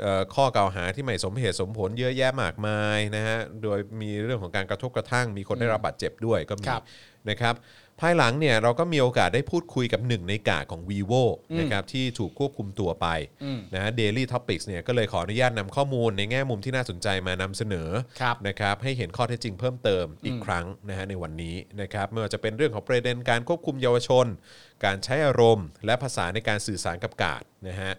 B: เอ่อข้อกล่าวหาที่ไม่สมเหตุสมผลเยอะแยะมากมายนะฮะโดยมีเรื่องของการกระทบกระทั่ง มีคนได้รับบาดเจ็บด้วยก็มี
C: ครับ
B: นะครับภายหลังเนี่ยเราก็มีโอกาสได้พูดคุยกับหนึ่งในกาดของ vivo นะครับที่ถูกควบคุมตัวไป
C: อืม
B: นะ Daily Topics เนี่ยก็เลยขออนุญาตนำข้อมูลในแง่มุมที่น่าสนใจมานำเสนอ
C: ครับ
B: นะครับให้เห็นข้อเท็จจริงเพิ่มเติมอีกครั้งนะฮะในวันนี้นะครับไม่ว่าจะเป็นเรื่องของประเด็นการควบคุมเยาวชน การใช้อารมณ์ และภาษาในการสื่อสารกับกาดนะฮะ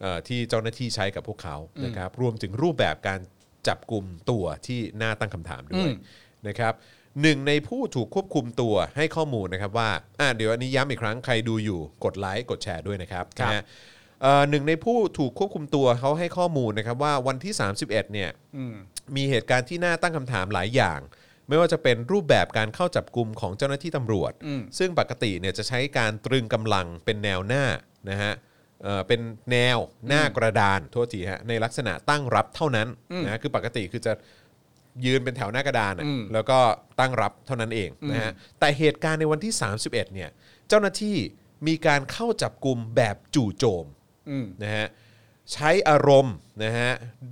B: เอ่อที่เจ้าหน้าที่ใช้กับพวกเขานะครับรวมถึงรูปแบบการจับกลุ่มตัวที่น่าตั้งคำถามด้วย
C: อืม
B: นะครับหนึ่งในผู้ถูกควบคุมตัวให้ข้อมูลนะครับว่าอ่ะเดี๋ยวอันนี้ย้ำอีกครั้งใครดูอยู่กดไลค์กดแชร์ด้วยนะครับ
C: ครับ
B: นะฮะ เอ่อหนึ่งในผู้ถูกควบคุมตัวเขาให้ข้อมูลนะครับว่าวันที่ 31เนี่ย
C: อืม
B: มีเหตุการณ์ที่น่าตั้งคำถามหลายอย่าง ไม่ว่าจะเป็นรูปแบบการเข้าจับกลุ่มของเจ้าหน้าที่ตำรวจ
C: อืม
B: ซึ่งปกติเนี่ยจะใช้การตรึงกำลังเป็นแนวหน้านะฮะเอ่อเป็นแนวหน้ากระดานโทษทีฮะในลักษณะตั้งรับเท่านั้นนะคือปกติคือจะยืนเป็นแถวหน้ากระดานอะ
C: อืม
B: แล้วก็ตั้งรับเท่านั้นเองนะฮะแต่เหตุการณ์ในวันที่ 31เนี่ยเจ้าหน้าที่มีการเข้าจับกลุ่มแบบจู่โจม
C: อืม
B: นะฮะใช้อารมณ์นะฮะ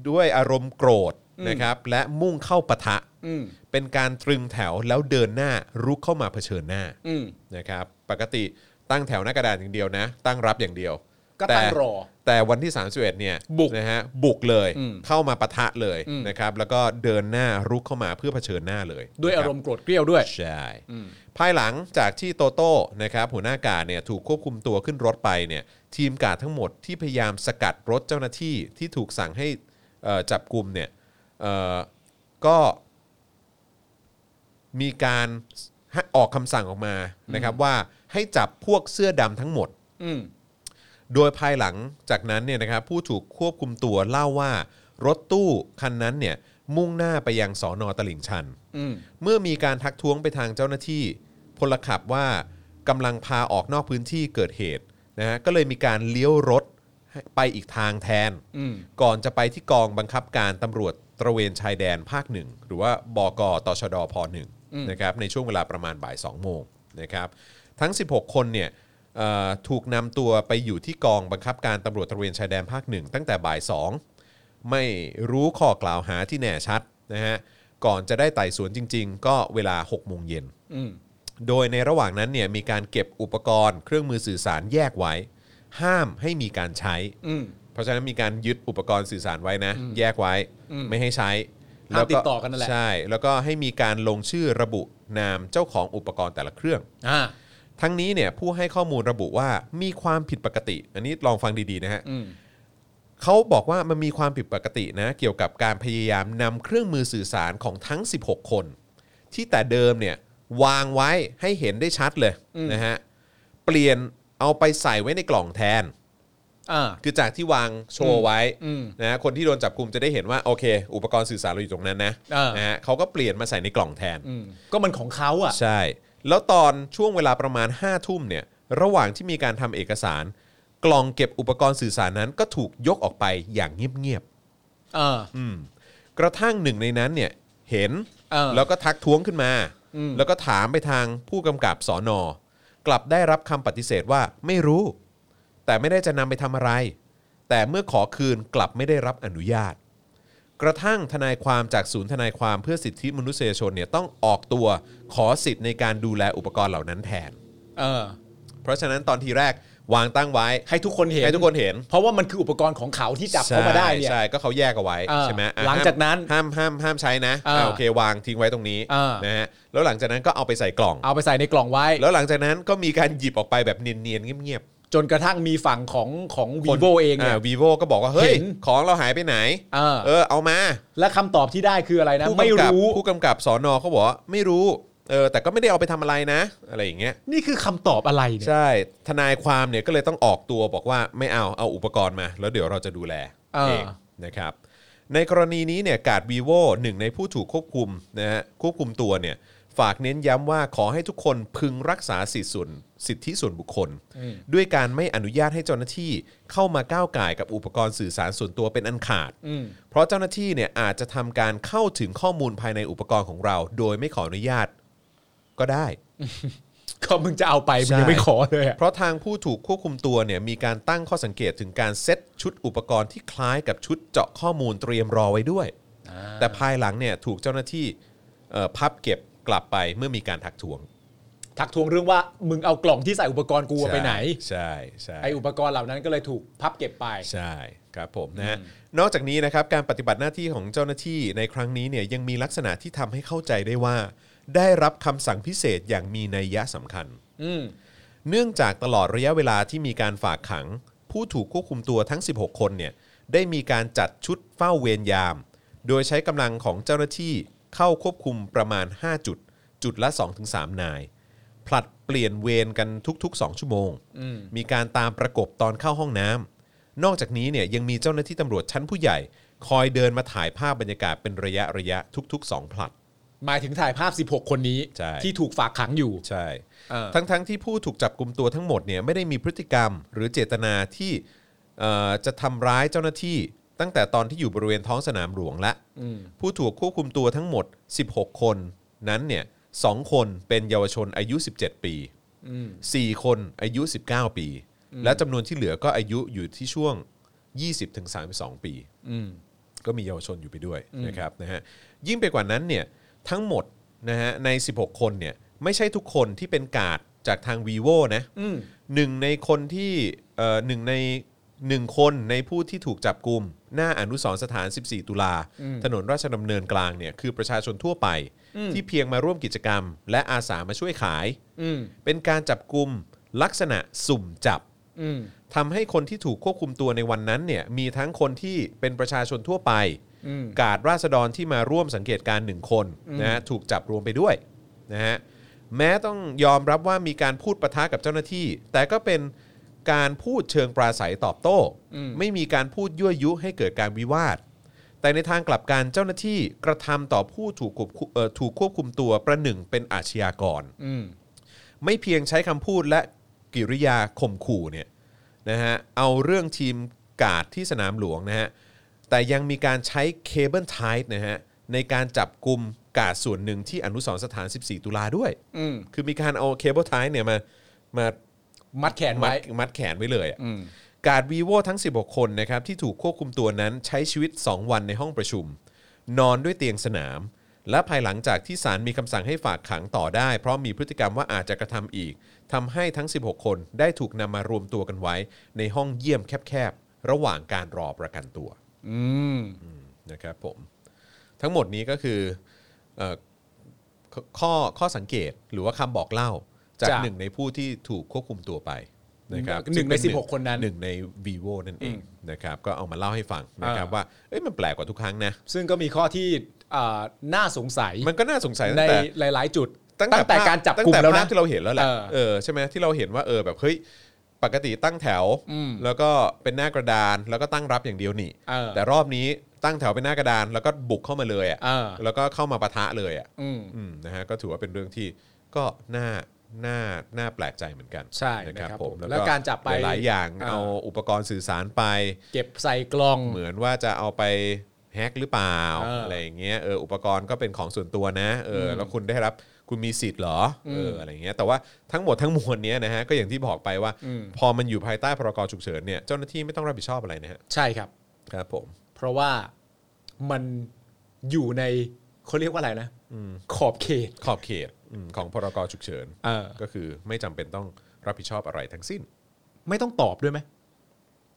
B: ด้วยอารมณ์โกรธนะครับและมุ่งเข้าปะทะ
C: อืม
B: เป็นการตรึงแถวแล้วเดินหน้ารุกเข้ามาเผชิญหน้า
C: อืม
B: นะครับปกติตั้งแถวหน้ากระดานอย่างเดียวนะตั้งรับอย่างเดียว
C: ก็ตั้ง
B: แ
C: รอ
B: แต่วันที่ 31เนี่ย
C: บุก
B: นะฮะบุกเลย
C: อืม
B: เข้ามาปะทะเลย
C: อืม
B: นะครับแล้วก็เดินหน้ารุกเข้ามาเพื่อเผชิญหน้าเลย
C: ด้วย
B: นะค
C: อา
B: บ
C: รมณ์โกรธเกรี้ยวด้วย
B: ใช่
C: อืม
B: ภายหลังจากที่โตโต้นะครับหัวหน้ากาดเนี่ยถูกควบคุมตัวขึ้นรถไปเนี่ยทีมกาดทั้งหมดที่พยายามสกัดรถเจ้าหน้าที่ที่ถูกสั่งให้เอ่อจับกลุ่มเนี่ยเอ่อก็มีการให้ออกคำสั่งออกมานะครับว่าให้จับพวกเสื้อดำทั้งหมด
C: อืม
B: โดยภายหลังจากนั้นเนี่ยนะครับผู้ถูกควบคุมตัวเล่าว่ารถตู้คันนั้นเนี่ยมุ่งหน้าไปยังสอนอตลิ่งชัน
C: อืม
B: เมื่อมีการทักท้วงไปทางเจ้าหน้าที่ พลขับว่ากำลังพาออกนอกพื้นที่เกิดเหตุนะฮะก็เลยมีการเลี้ยวรถให้ไปอีกทางแทน
C: อืม
B: ก่อนจะไปที่กองบังคับการตำรวจตระเวนชายแดนภาคหนึ่งหรือว่าบกตชดพหนึ่งนะครับในช่วงเวลาประมาณบ่าย2โมงนะครับทั้ง 16 คนเนี่ยเอ่อถูกนำตัวไปอยู่ที่กองบังคับการตำรวจตระเวนชายแดนภาคหนึ่งตั้งแต่บ่ายสอง ไม่รู้ข้อกล่าวหาที่แน่ชัดนะฮะก่อนจะได้ไต่สวนจริง ๆ ก็เวลา 6 โมงเย็น
C: อืม
B: โดยในระหว่างนั้นเนี่ยมีการเก็บอุปกรณ์เครื่องมือสื่อสารแยกไว้ ห้ามให้มีการใช้
C: อืม
B: เพราะฉะนั้นมีการยึดอุปกรณ์สื่อสารไว้นะ แยกไว้
C: อืม
B: ไม่ให้ใช้
C: ห้ามติดต่อกันนั่นแหละ
B: ใช่ แล้วก็ให้มีการลงชื่อระบุนามเจ้าของอุปกรณ์แต่ละเครื่อง
C: อ่า
B: ทั้งนี้เนี่ยผู้ให้ข้อมูลระบุว่ามีความผิดปกติ อันนี้ลองฟังดีๆนะฮะ
C: อืม
B: เขาบอกว่ามันมีความผิดปกตินะ เกี่ยวกับการพยายามนำเครื่องมือสื่อสารของทั้ง 16 คน ที่แต่เดิมเนี่ยวางไว้ให้เห็นได้ชัดเลยนะฮะเปลี่ยนเอาไปใส่ไว้ในกล่องแทน
C: อ่า
B: คือจากที่วางโชว์ไว้
C: อืม
B: นะฮะคนที่โดนจับกลุ่มจะได้เห็นว่าโอเค อุปกรณ์สื่อสารเราอยู่ตรงนั้นนะ
C: เออ
B: นะฮะเขาก็เปลี่ยนมาใส่ในกล่องแทน
C: อืม ก็มันของเขาอ่ะ
B: ใช่ แล้วตอนช่วงเวลาประมาณ 5 ทุ่มเนี่ย ระหว่างที่มีการทำเอกสาร กล่องเก็บอุปกรณ์สื่อสารนั้นก็ถูกยกออกไปอย่างเงียบๆ
C: เออ
B: อืมกระทั่งหนึ่งในนั้นเนี่ยเห็น
C: เออ
B: แล้วก็ทักท้วงขึ้นมา
C: อืม
B: แล้วก็ถามไปทางผู้กำกับสอนอกลับได้รับคำปฏิเสธว่าไม่รู้ แต่ไม่ได้จะนำไปทำอะไร แต่เมื่อขอคืนกลับไม่ได้รับอนุญาต กระทั่งทนายความจากศูนย์ทนายความเพื่อสิทธิมนุษยชนเนี่ยต้องออกตัวขอสิทธิ์ในการดูแลอุปกรณ์เหล่านั้นแทน
C: เออ
B: เพราะฉะนั้นตอนทีแรกวางตั้งไว้
C: ให้ทุกคนเห็น
B: ให้ทุกคนเห็น
C: เพราะว่ามันคืออุปกรณ์ของเขาที่จับเขามาได้เนี่ย
B: ใช่ใช่ก็เขาแยกเอาไว้
C: อ่า
B: ใช่ไหมอ่ะ
C: หลังจากนั้น
B: ห้ามห้ามห้ามใช้นะ
C: อ่า
B: อ่าโอเควางทิ้งไว้ตรงนี้
C: อ่าน
B: นะฮะแล้วหลังจากนั้นก็เอาไปใส่กล่อง
C: เอาไปใส่ในกล่องไว้
B: แล้วหลังจากนั้นก็มีการหยิบออกไปแบบเนียนๆเงียบ
C: จนกระทั่งมีฝั่งของของ
B: ๆ
C: vivo เองเนี่ย
B: วีโวก็บอกว่า เฮ้ย
C: เห็น
B: ของเราหายไปไหน
C: อ่า
B: เออเอามา
C: และคำตอบที่ได้คืออะไรนะ
B: ผู้
C: ไม่
B: กำกับ
C: รู้
B: ผู้กำกับสอนอเขาบอกว่าไม่รู้เออแต่ก็ไม่ได้เอาไปทำอะไรนะ อะไรอย่างเงี้ย
C: นี่คือคำตอบอะไรเนี่ย
B: ใช่ทนายความเนี่ยก็เลยต้องออกตัวบอกว่าไม่เอาเอาอุปกรณ์มา แล้วเดี๋ยวเราจะดูแล
C: เอ
B: เอ
C: อ
B: งนะครับในกรณีนี้เนี่ยการ์ดวีโวหนึ่งในผู้ถูกควบคุมนะฮะควบคุมตัวเนี่ยฝากเน้นย้ำว่าขอให้ทุกคนพึงรักษาสิทธิส่วนสิทธิส่วนบุคคล ด้วยการไม่อนุญาตให้เจ้าหน้าที่เข้ามาก้าวก่ายกับอุปกรณ์สื่อสารส่วนตัวเป็นอันขาด
C: อืม
B: เพราะเจ้าหน้าที่เนี่ยอาจจะทำการเข้าถึงข้อมูลภายในอุปกรณ์ของเรา โดยไม่ขออนุญาตก็ได้
C: ก็มึงจะเอาไปมึงยังไม่ขอเลยอะ
B: เพราะทางผู้ถูกควบคุมตัวเนี่ยมีการตั้งข้อสังเกตถึงการเซตชุดอุปกรณ์ที่คล้ายกับชุดเจาะข้อมูลเตรียมรอไว้ด้วย แต่ภายหลังเนี่ยถูกเจ้าหน้าที่เอ่อพับเก็บกลับไปเมื่อมีการทักทวง
C: ทักทวงเรื่องว่ามึงเอากล่องที่ใส่อุปกรณ์กูอะไปไหน
B: ใช่ใช่
C: ไออุปกรณ์เหล่านั้นก็เลยถูกพับเก็บไป
B: ใช่ครับผมนะฮะนอกจากนี้นะครับการปฏิบัติหน้าที่ของเจ้าหน้าที่ในครั้งนี้เนี่ยยังมีลักษณะที่ทำให้เข้าใจได้ว่า ได้รับคำสั่งพิเศษอย่างมีนัยยะสำคัญ
C: อืม
B: เนื่องจากตลอดระยะเวลาที่มีการฝากขัง ผู้ถูกควบคุมตัวทั้ง 16 คนเนี่ยได้มีการจัดชุดเฝ้าเวรยาม โดยใช้กำลังของเจ้าหน้าที่เข้าควบคุมประมาณ 5 จุด จุดละ 2-3 นาย ผลัดเปลี่ยนเวรกันทุกๆ 2 ชั่วโมง มีการตามประกบตอนเข้าห้องน้ำนอกจากนี้เนี่ยยังมีเจ้าหน้าที่ตำรวจชั้นผู้ใหญ่ คอยเดินมาถ่ายภาพบรรยากาศเป็นระยะระยะๆทุกๆ 2 ผลัด
C: หมายถึงถ่ายภาพ 16 คนนี้
B: ใช่
C: ที่ถูกฝากขังอยู่
B: ใช่
C: เออ
B: ทั้งๆที่ผู้ถูกจับกลุ่มตัวทั้งหมดเนี่ยไม่ได้มีพฤติกรรมหรือเจตนาที่เอ่อจะทำร้ายเจ้าหน้าที่ ตั้งแต่ตอนที่อยู่บริเวณท้องสนามหลวงละผู้ถูกควบคุมตัวทั้งหมด 16 คนนั้นเนี่ยสองคนเป็นเยาวชนอายุ 17 ปี 4 คนอายุ 19 ปี และจำนวนที่เหลือก็อายุอยู่ที่ช่วง 20-32 ปี ก็มีเยาวชนอยู่ไปด้วยนะครับนะฮะยิ่งไปกว่านั้นเนี่ยทั้งหมดนะฮะใน 16 คนเนี่ยไม่ใช่ทุกคนที่เป็นกาดจากทาง vivo นะหนึ่งในคนที่เอ่อหนึ่งในหนึ่งคนในผู้ที่ถูกจับกลุ่มหน้าอนุสรณ์สถาน 14 ตุลา ถนนราชดำเนินกลางเนี่ยคือประชาชนทั่วไป ที่เพียงมาร่วมกิจกรรม และอาสามาช่วยขาย
C: อืม
B: เป็นการจับกลุ่มลักษณะสุ่มจับ
C: อืม
B: ทำให้คนที่ถูกควบคุมตัวในวันนั้นเนี่ยมีทั้งคนที่เป็นประชาชนทั่วไป กาดราษฎรที่มาร่วมสังเกตการณ์หนึ่งคนนะฮะถูกจับรวมไปด้วยนะฮะแม้ต้องยอมรับว่ามีการพูดปะทะกับเจ้าหน้าที่ แต่ก็เป็นการพูดเชิงปราศัยตอบโต้ ไม่มีการพูดยั่วยุให้เกิดการวิวาท แต่ในทางกลับกันเจ้าหน้าที่กระทำต่อผู้ถูกควบคุมเอ่อถูกควบคุมตัวประหนึ่งเป็นอาชญากร
C: อืม
B: ไม่เพียงใช้คำพูดและกิริยาข่มขู่เนี่ยนะฮะเอาเรื่องทีมกาดที่สนามหลวงนะฮะแต่ยังมีการใช้เคเบิลไทป์นะฮะในการจับกลุ่มกาดส่วนหนึ่งที่อนุสรณ์สถาน 14 ตุลาด้วย
C: อืม
B: คือมีการเอาเคเบิลไทป์เนี่ยมามา
C: มัดแขน
B: มัด
C: ไว้
B: มัดแขนไว้เลยอะ
C: อืม
B: กาดวีโวทั้ง 16 คนนะครับที่ถูกควบคุมตัวนั้นใช้ชีวิต 2 วันในห้องประชุม นอนด้วยเตียงสนาม และภายหลังจากที่ศาลมีคำสั่งให้ฝากขังต่อได้ เพราะมีพฤติกรรมว่าอาจจะกระทำอีกทำให้ทั้ง 16 คนได้ถูกนำมารวมตัวกันไว้ ในห้องเยี่ยมแคบๆ ระหว่างการรอประกันตัว
C: อืม
B: นะครับผมทั้งหมดนี้ก็คือเอ่อขข้อข้อสังเกตหรือว่าคำบอกเล่า จาก
C: จาก
B: หนึ่งในผู้ที่ถูกควบคุมตัวไปนะครับ
C: หนึ่ง
B: ซึ่
C: ใน
B: เป็
C: สิบหกคนนั้น
B: หนึ่งใน vivo นั่นเอง
C: อืม
B: นะครับก็เอามาเล่าให้ฟังนะครับ
C: อ่า
B: ว่าเอ้ยมันแปลกกว่าทุกครั้งนะ
C: ซึ่งก็มีข้อที่อ่าน่าสงสัย
B: มันก็น่าสงสัยตั้ง
C: ใน
B: แต่
C: หลาย ๆ จุด
B: ตั้งแต่
C: ตั้ง
B: ภ
C: แต่
B: พ
C: การจับ
B: ตั้ง
C: กลุ่ม
B: แต่
C: แล้ว
B: ภา
C: นะ
B: พที่เราเห็นแล้วแหละ
C: เออ
B: เออใช่ไหมที่เราเห็นว่าเออแบบเฮ้ยปกติตั้งแถว
C: อืม
B: แล้วก็เป็นหน้ากระดานแล้วก็ตั้งรับอย่างเดียวนี่
C: เออ
B: แต่รอบนี้ตั้งแถวเป็นหน้ากระดานแล้วก็บุกเข้ามาเลย
C: เอ
B: อะ่ะ
C: อ
B: แล้วก็เข้ามาปะทะเลยอะ่ะ
C: อืม
B: อืมนะฮะก็ถือว่าเป็นเรื่องที่ก็น่าน่าน่าแปลกใจเหมือนกัน
C: ใช่
B: นะครับ
C: นะครับ
B: ผม
C: ผมแล้วการจับไป
B: หลายๆอย่าง
C: เออ
B: เอาอุปกรณ์สื่อสารไป
C: เก็บใส่กล่อง
B: เหมือนว่าจะเอาไปแฮกหรือเปล่า
C: เอออ
B: อะไรอย่างเงี้ยเอออุปกรณ์ก็เป็นของส่วนตัวนะเอออ
C: ม
B: แล้วคุณได้รับคุ คุณมีสิทธิ์เหรออเอออะไรเงี้ยแต่ว่าทั้งหมดทั้งมวลเนี้ยนะฮะก็อย่างที่บอกไปว่า พอมันอยู่ภายใต้พรกฉุกเฉินเนี่ยเจ้าหน้าที่ไม่ต้องรับผิดชอบอะไรนะฮะ
C: ใช่ครับ
B: ครับผม
C: เพราะว่ามันอยู่ในเขาเรียกว่าอะไรนะขอบเขต
B: ขอบเขตอืมของพรกฉุกเฉิน
C: เออ
B: ก็คือไม่จำเป็นต้องรับผิดชอบอะไรทั้งสิ้น
C: ไม่ต้องตอบด้วยไหม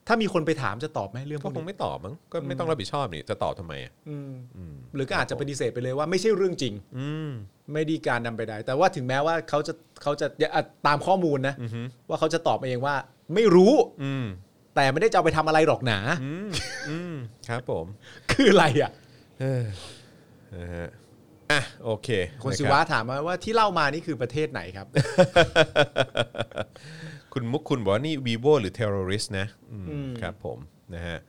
C: ถ้ามีคนไปถามจะตอบไหมเรื่องพ
B: ก็
C: วก
B: คง
C: นี้
B: ไม่ตอบมั้งก็ไม่ต้องรับผิดชอบนี่จะตอบทำไมอะ
C: อืมหรือก็อาจจะปฏิเสธไปเลยว่าไม่ใช่เรื่องจริง
B: อืม
C: ไม่ดีการนำไปได้ แต่ว่าถึงแม้ว่าเขาจะเขาจะอย่าอ่ะตามข้อมูลนะ
B: อือฮึ
C: ว่าเขาจะตอบมาเองว่า ไม่รู้
B: อืม
C: แต่ไม่ได้จะเอาไปทำอะไรหรอกหนา
B: อืมอืมครับผม
C: คืออะไรอ่ะ
B: นะฮะอ่ะโอเค
C: คน
B: รับ
C: สิวะถามมาว่าที่เล่ามานี่คือประเทศไหนครับ
B: คุณมุกคุณบอกว่านี่วีโวหรือเทอร์ริสนะอืมครับผมนะฮะ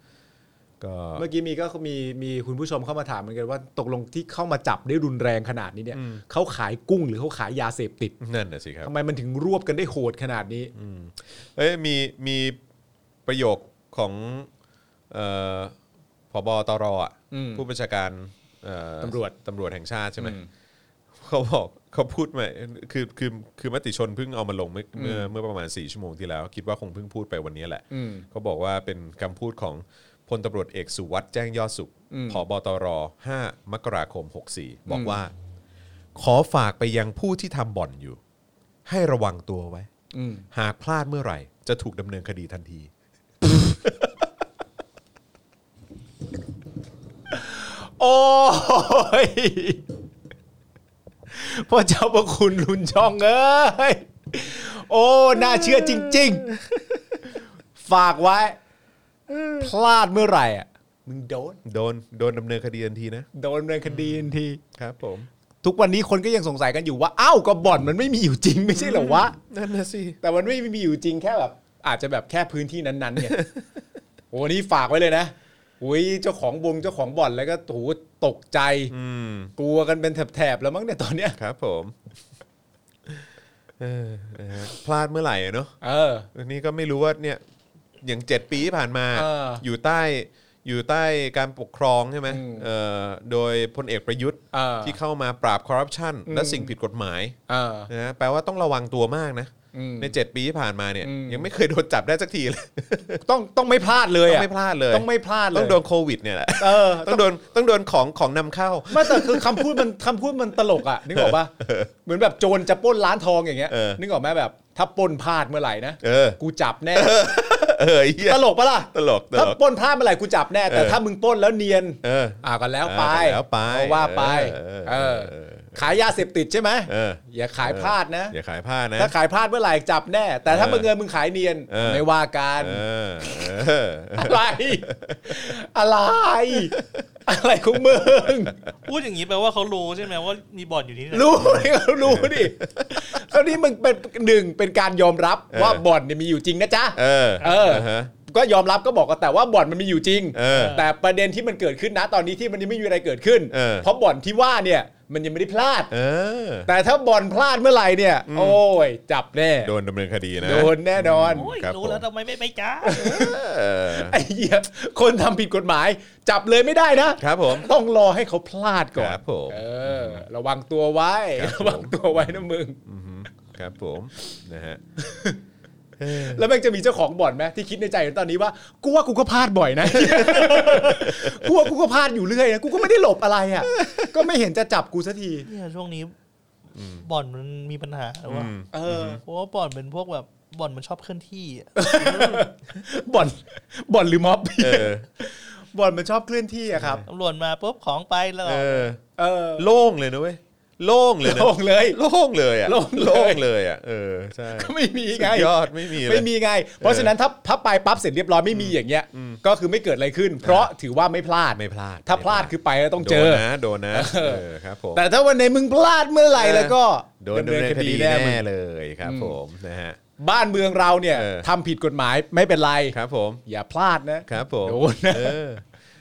B: ก็
C: เมื่อกี้มีก็มีมีคุณผู้ชมเข้ามาถามเหมือนกันว่าตกลงที่เข้ามาจับได้รุนแรงขนาดนี้เนี่ยเขาขายกุ้งหรือเขาขายยาเสพติด
B: นั่นน่ะสิครับ
C: ทำไมมันถึงรวบกันได้โหดขนาดนี้
B: เอ้ยมีมีประโยคของเอ่อผบตรอ่ะ
C: อืม
B: ผู้บัญชาการเอ่อ
C: ตำรวจ
B: ตำรวจแห่งชาติใช่ไหม
C: อืม
B: เขาบอกเขาพูดมาคือคือคือมติชนเพิ่งเอามาลงเมื่อเมื่อเมื่อประมาณ 4 ชั่วโมงที่แล้ว คิดว่าคงเพิ่งพูดไปวันนี้แหละ
C: อืม
B: เขาบอกว่าเป็นคำพูดของพลตำรวจเอกสุวัสด์แจ้งยอดสุข
C: อืม
B: ผบตร 5 มกราคม 64 บอกว่า ขอฝากไปยังผู้ที่ทำบ่อนอยู่ ให้ระวังตัวไว้
C: อืม
B: หากพลาดเมื่อไหร่ จะถูกดำเนินคดีทันที
C: โอ้ยพ่อเจ้าพระคุณลุนช่องเอ้ยโอ้น่าเชื่อจริง ๆ ฝากไว้ พลาดเมื่อไหร่อ่ะมึงโดน
B: โดนโดนดำเนินคดีทันทีนะ
C: โดนดำเนินคดีทันที
B: ครับผม
C: ทุกวันนี้คนก็ยังสงสัยกันอยู่ว่าอ้าวก็บ่อนมันไม่มีอยู่จริงไม่ใช่เหรอวะ
B: นั่นนะสิ
C: แต่มันไม่มีอยู่จริงแค่แบบ อาจจะแบบแค่พื้นที่นั้นๆ เนี่ย โอ้นี่ฝากไว้เลยนะอุ้ยเจ้าของวงเจ้าของบ่อนแล้วก็โหตกใจ
B: อืม
C: กลัวกันเป็นแถบๆแล้วมั้งเนี่ยตอนเนี้ย
B: ครับผม เออนะฮะพลาดเมื่อไหร่อะเนาะ
C: เออ
B: อันนี้ก็ไม่รู้ว่าเนี่ยอย่างเจ็ดปีที่ผ่านมา
C: เออ
B: อยู่ใต้อยู่ใต้การปกครองใช่ไหม
C: อืม
B: เอ่อโดยพลเอกประยุทธ์
C: เออ
B: ที่เข้ามาปราบคอร์รัปชัน
C: อืม
B: และสิ่งผิดกฎหมาย
C: เออ
B: นะฮะแปลว่าต้องระวังตัวมากนะ
C: อืม
B: ในเจ็ดปีที่ผ่านมาเนี่ย
C: อืม
B: ยังไม่เคยโดนจับได้สักทีเลย
C: ต้องต้องไม่พลาดเลย
B: ต้อง
C: อะ
B: ไม่พลาดเลย
C: ต้องไม่พลาดเลย
B: ต้องโดนโควิดเนี่ยแหละ
C: เออ
B: ต้องโดนต้องโดนของของนำเข้า
C: ไม่แต่คือคำพูดมันคำพูดมันตลกอ่ะนึกออกปะเหมือนแบบโจรจะปล้นร้านทองอย่างเงี้ย
B: เออ
C: นึกออกไหมแบบ ถ้าปล้นพลาดเมื่อไหร่นะ
B: เออ
C: กูจับแน่
B: เออไอ้เหี้ย
C: ตลกปะล่ะ
B: ตลกต
C: ถ้า
B: ลก
C: ปล้นพลาดเมื่อไหร่กูจับแน่ แต่
B: เออ
C: ถ้ามึงปล้นแล้วเนียน
B: เออ
C: อ่ากันแล้วไป
B: อ่ากันแล้วไป
C: ก็ว่าไป
B: เออ
C: เออ
B: เออ
C: ขายยาเสพติดใช่ไหม
B: เออ
C: อย่าขายพลาดนะ
B: อย่าขายผ้านะ
C: ถ้าขายพลาดเมื่อไหร่จับแน่ แต่ถ้า
B: เออ
C: มึงเงินมึงขายเนียน
B: เออ
C: ไม่ว่ากัน
B: เออเออ
C: อะไร อะไร อะไรของมึง
D: พูดอย่างนี้แปลว่าเขารู้ใช่ไหมว่ามีบ่อนอยู่ที่ไหน
C: รู้ดิเขารู้ดิคราวนี้มึงเป็นหนึ่งเป็นการยอมรับว่าบ่อนเนี่ยมีอยู่จริงนะจ๊ะ
B: เออ
C: เออ
B: ฮะ
C: ก็ยอมรับก็บอกกันแต่ว่าบ่อนมันมีอยู่จริง
B: เออ
C: แต่ประเด็นที่มันเกิดขึ้นนะตอนนี้ที่มันยังไม่มีอะไรเกิดขึ้น
B: เออ
C: เพราะบ่อนที่ว่าเนี่ยมันยังไม่ได้พลาด
B: เออ
C: แต่ถ้าบอลพลาดเมื่อไหร่เนี่ย โอ้ย จับแน่
B: โดนดำเนินคดีนะ
C: โดนแน่นอน
D: โอ้ย
B: ครับ
D: รู้แล้ว
B: ผม
D: ทำไมไม่ไปจ้า
B: เออ
C: ไอ้เหี้ยคนทำผิดกฎหมาย จับเลยไม่ได้นะครับ
B: ผม
C: ต้องรอให้เขาพลาดก่อน
B: ครับผม
C: เออ ระวังตัวไว้
B: ครับผม
C: ระวังตัวไว้นะมึง
B: อือฮึครับผมนะฮะ
C: แล้วมันจะมีเจ้าของบ่อนไหมที่คิดในใจอยู่ตอนนี้ว่ากูว่ากูก็พลาดบ่อยนะ กูว่ากูก็พลาดอยู่เรื่อยนะกูก็ไม่ได้หลบอะไรอ่ะก็ไม่เห็นจะจับกูสักที
D: เนี่ยช่วงนี้บ่อนมันมีปัญหาหรือว่า
C: เออ
D: เพราะว่าบ่อนเป็นพวกแบบบ่อนมันชอบเคลื่อน ที่อะ
C: บ่อนบ่อนหรือม็อบ
B: เออ
C: บ่อนมันชอบเคลื่อนที่อะครับ
D: ตำรวจมาปุ๊บของไปแล้ว
B: เออ
C: เออ
B: โล่งเลยนะเว้ยโล่งเลยนะ
C: โล่งเลย
B: โล่งเลยอ่ะ
C: โล่งเลย
B: โล่งเลยอ่ะเออใช่
C: ก็ไม่มีไง
B: สุดยอดไม่มีเลย
C: ไม่มีไง เพราะฉะนั้นถ้าถ้าไปปั๊บเสร็จเรียบร้อยไม่มีอย่างเงี้ย ก็คือไม่เกิดอะไรขึ้น เพราะถือว่าไม่พลาด
B: ไม่พลาด
C: ถ้าพลาด
B: ไม่พลาด
C: คือไปแล้วต้อง
B: โด
C: เจ
B: น
C: อ
B: นะโดนนะ
C: เออ
B: เออครับผม
C: แต่ถ้าวันไหนมึงพลาดเมื่อไหร่
B: เออ
C: แล้วก็
B: โดนดำเนินคดีแน่
C: มึง
B: เลยครับผมนะฮะ
C: บ้านเมืองเราเนี่ย
B: เออ
C: ทำผิดกฎหมายไม่เป็นไร
B: ครับผม
C: อย่าพลาดนะครับ
B: ผม
C: โดนนะ
B: เออ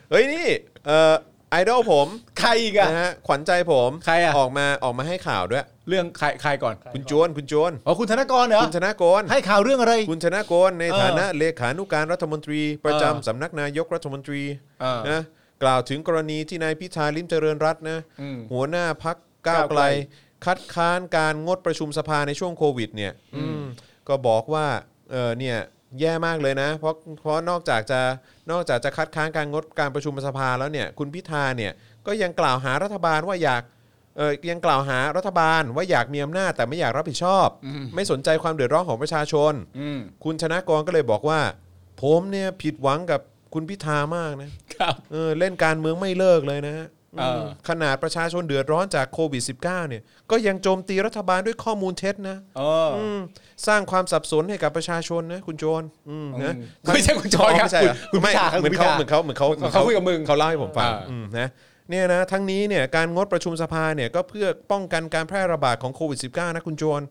B: เฮ้ยนี่เอ่อไอดอลผม
C: ใครอีกอะ
B: นะฮะขวัญใจผม
C: ใครอะ
B: ออกมาออกมาให้ข่าวด้วย
C: เรื่องใครใครก่อน
B: คุณจวนคุณจวน
C: อ๋อคุณธนกรเหรอ
B: คุณชนะโกน
C: ให้ข่าวเรื่องอะไร
B: คุณชนะโกนใน
C: เออ
B: ฐานะเลขานุการรัฐมนตรี ประจำ
C: เออ
B: สำนักนายกรัฐมนตรี
C: เออ
B: นะกล่าวถึงกรณีที่นายพิธาลิมเจริญรัตน์นะ
C: อืม
B: หัวหน้าพักก้าว
C: ก้าว
B: ไก
C: ไก
B: ล
C: ล
B: คัดค้านการงดประชุมสภาในช่วงโควิดเนี่ยอืมก็บอกว่าเออเนี่ยแย่มากเลยนะ เพราะเพราะนอกจากจะนอกจากจะคัดค้านการงดการประชุมสภาแล้วเนี่ยคุณพิธาเนี่ยก็ยังกล่าวหารัฐบาลว่าอยากเออยังกล่าวหารัฐบาลว่าอยากมีอำนาจแต่ไม่อยากรับผิดชอบ ไม่สนใจความเดือดร้อนของประชาชน
C: อืม
B: คุณชนะกรก็เลยบอกว่า ผมเนี่ยผิดหวังกับคุณพิธามากนะ
C: ครับ
B: เออเล่นการเมืองไม่เลิกเลยนะฮะ
C: เออ
B: ขนาดประชาชนเดือดร้อนจากโควิด -19 เนี่ยก็ยังโจมตีรัฐบาลด้วยข้อมูลเท็จนะ
C: เอออ
B: มสร้างความสับสนให้กับประชาชนนะคุณโจรอืมนะ
C: อืมไม่ใช่คุณจรครับ
B: ไม่ใช่เหรอ
C: คุณคุณ
B: ไม่
C: พิธาครับ
B: เหมือนเขา
C: คุ
B: เหมือ
C: ณ
B: นเขาเหมือนเขาหอน
C: พิธาเขาคุยกับมึง
B: เขาเล่าให้ผมฟัง
C: อ่า
B: อืมนะเนี่ยนะทั้งนี้เนี่ยการงดประชุมสภาเนี่ยก็เพื่อป้องกันการแพร่ระบาดของโควิด -19 นะคุณโจร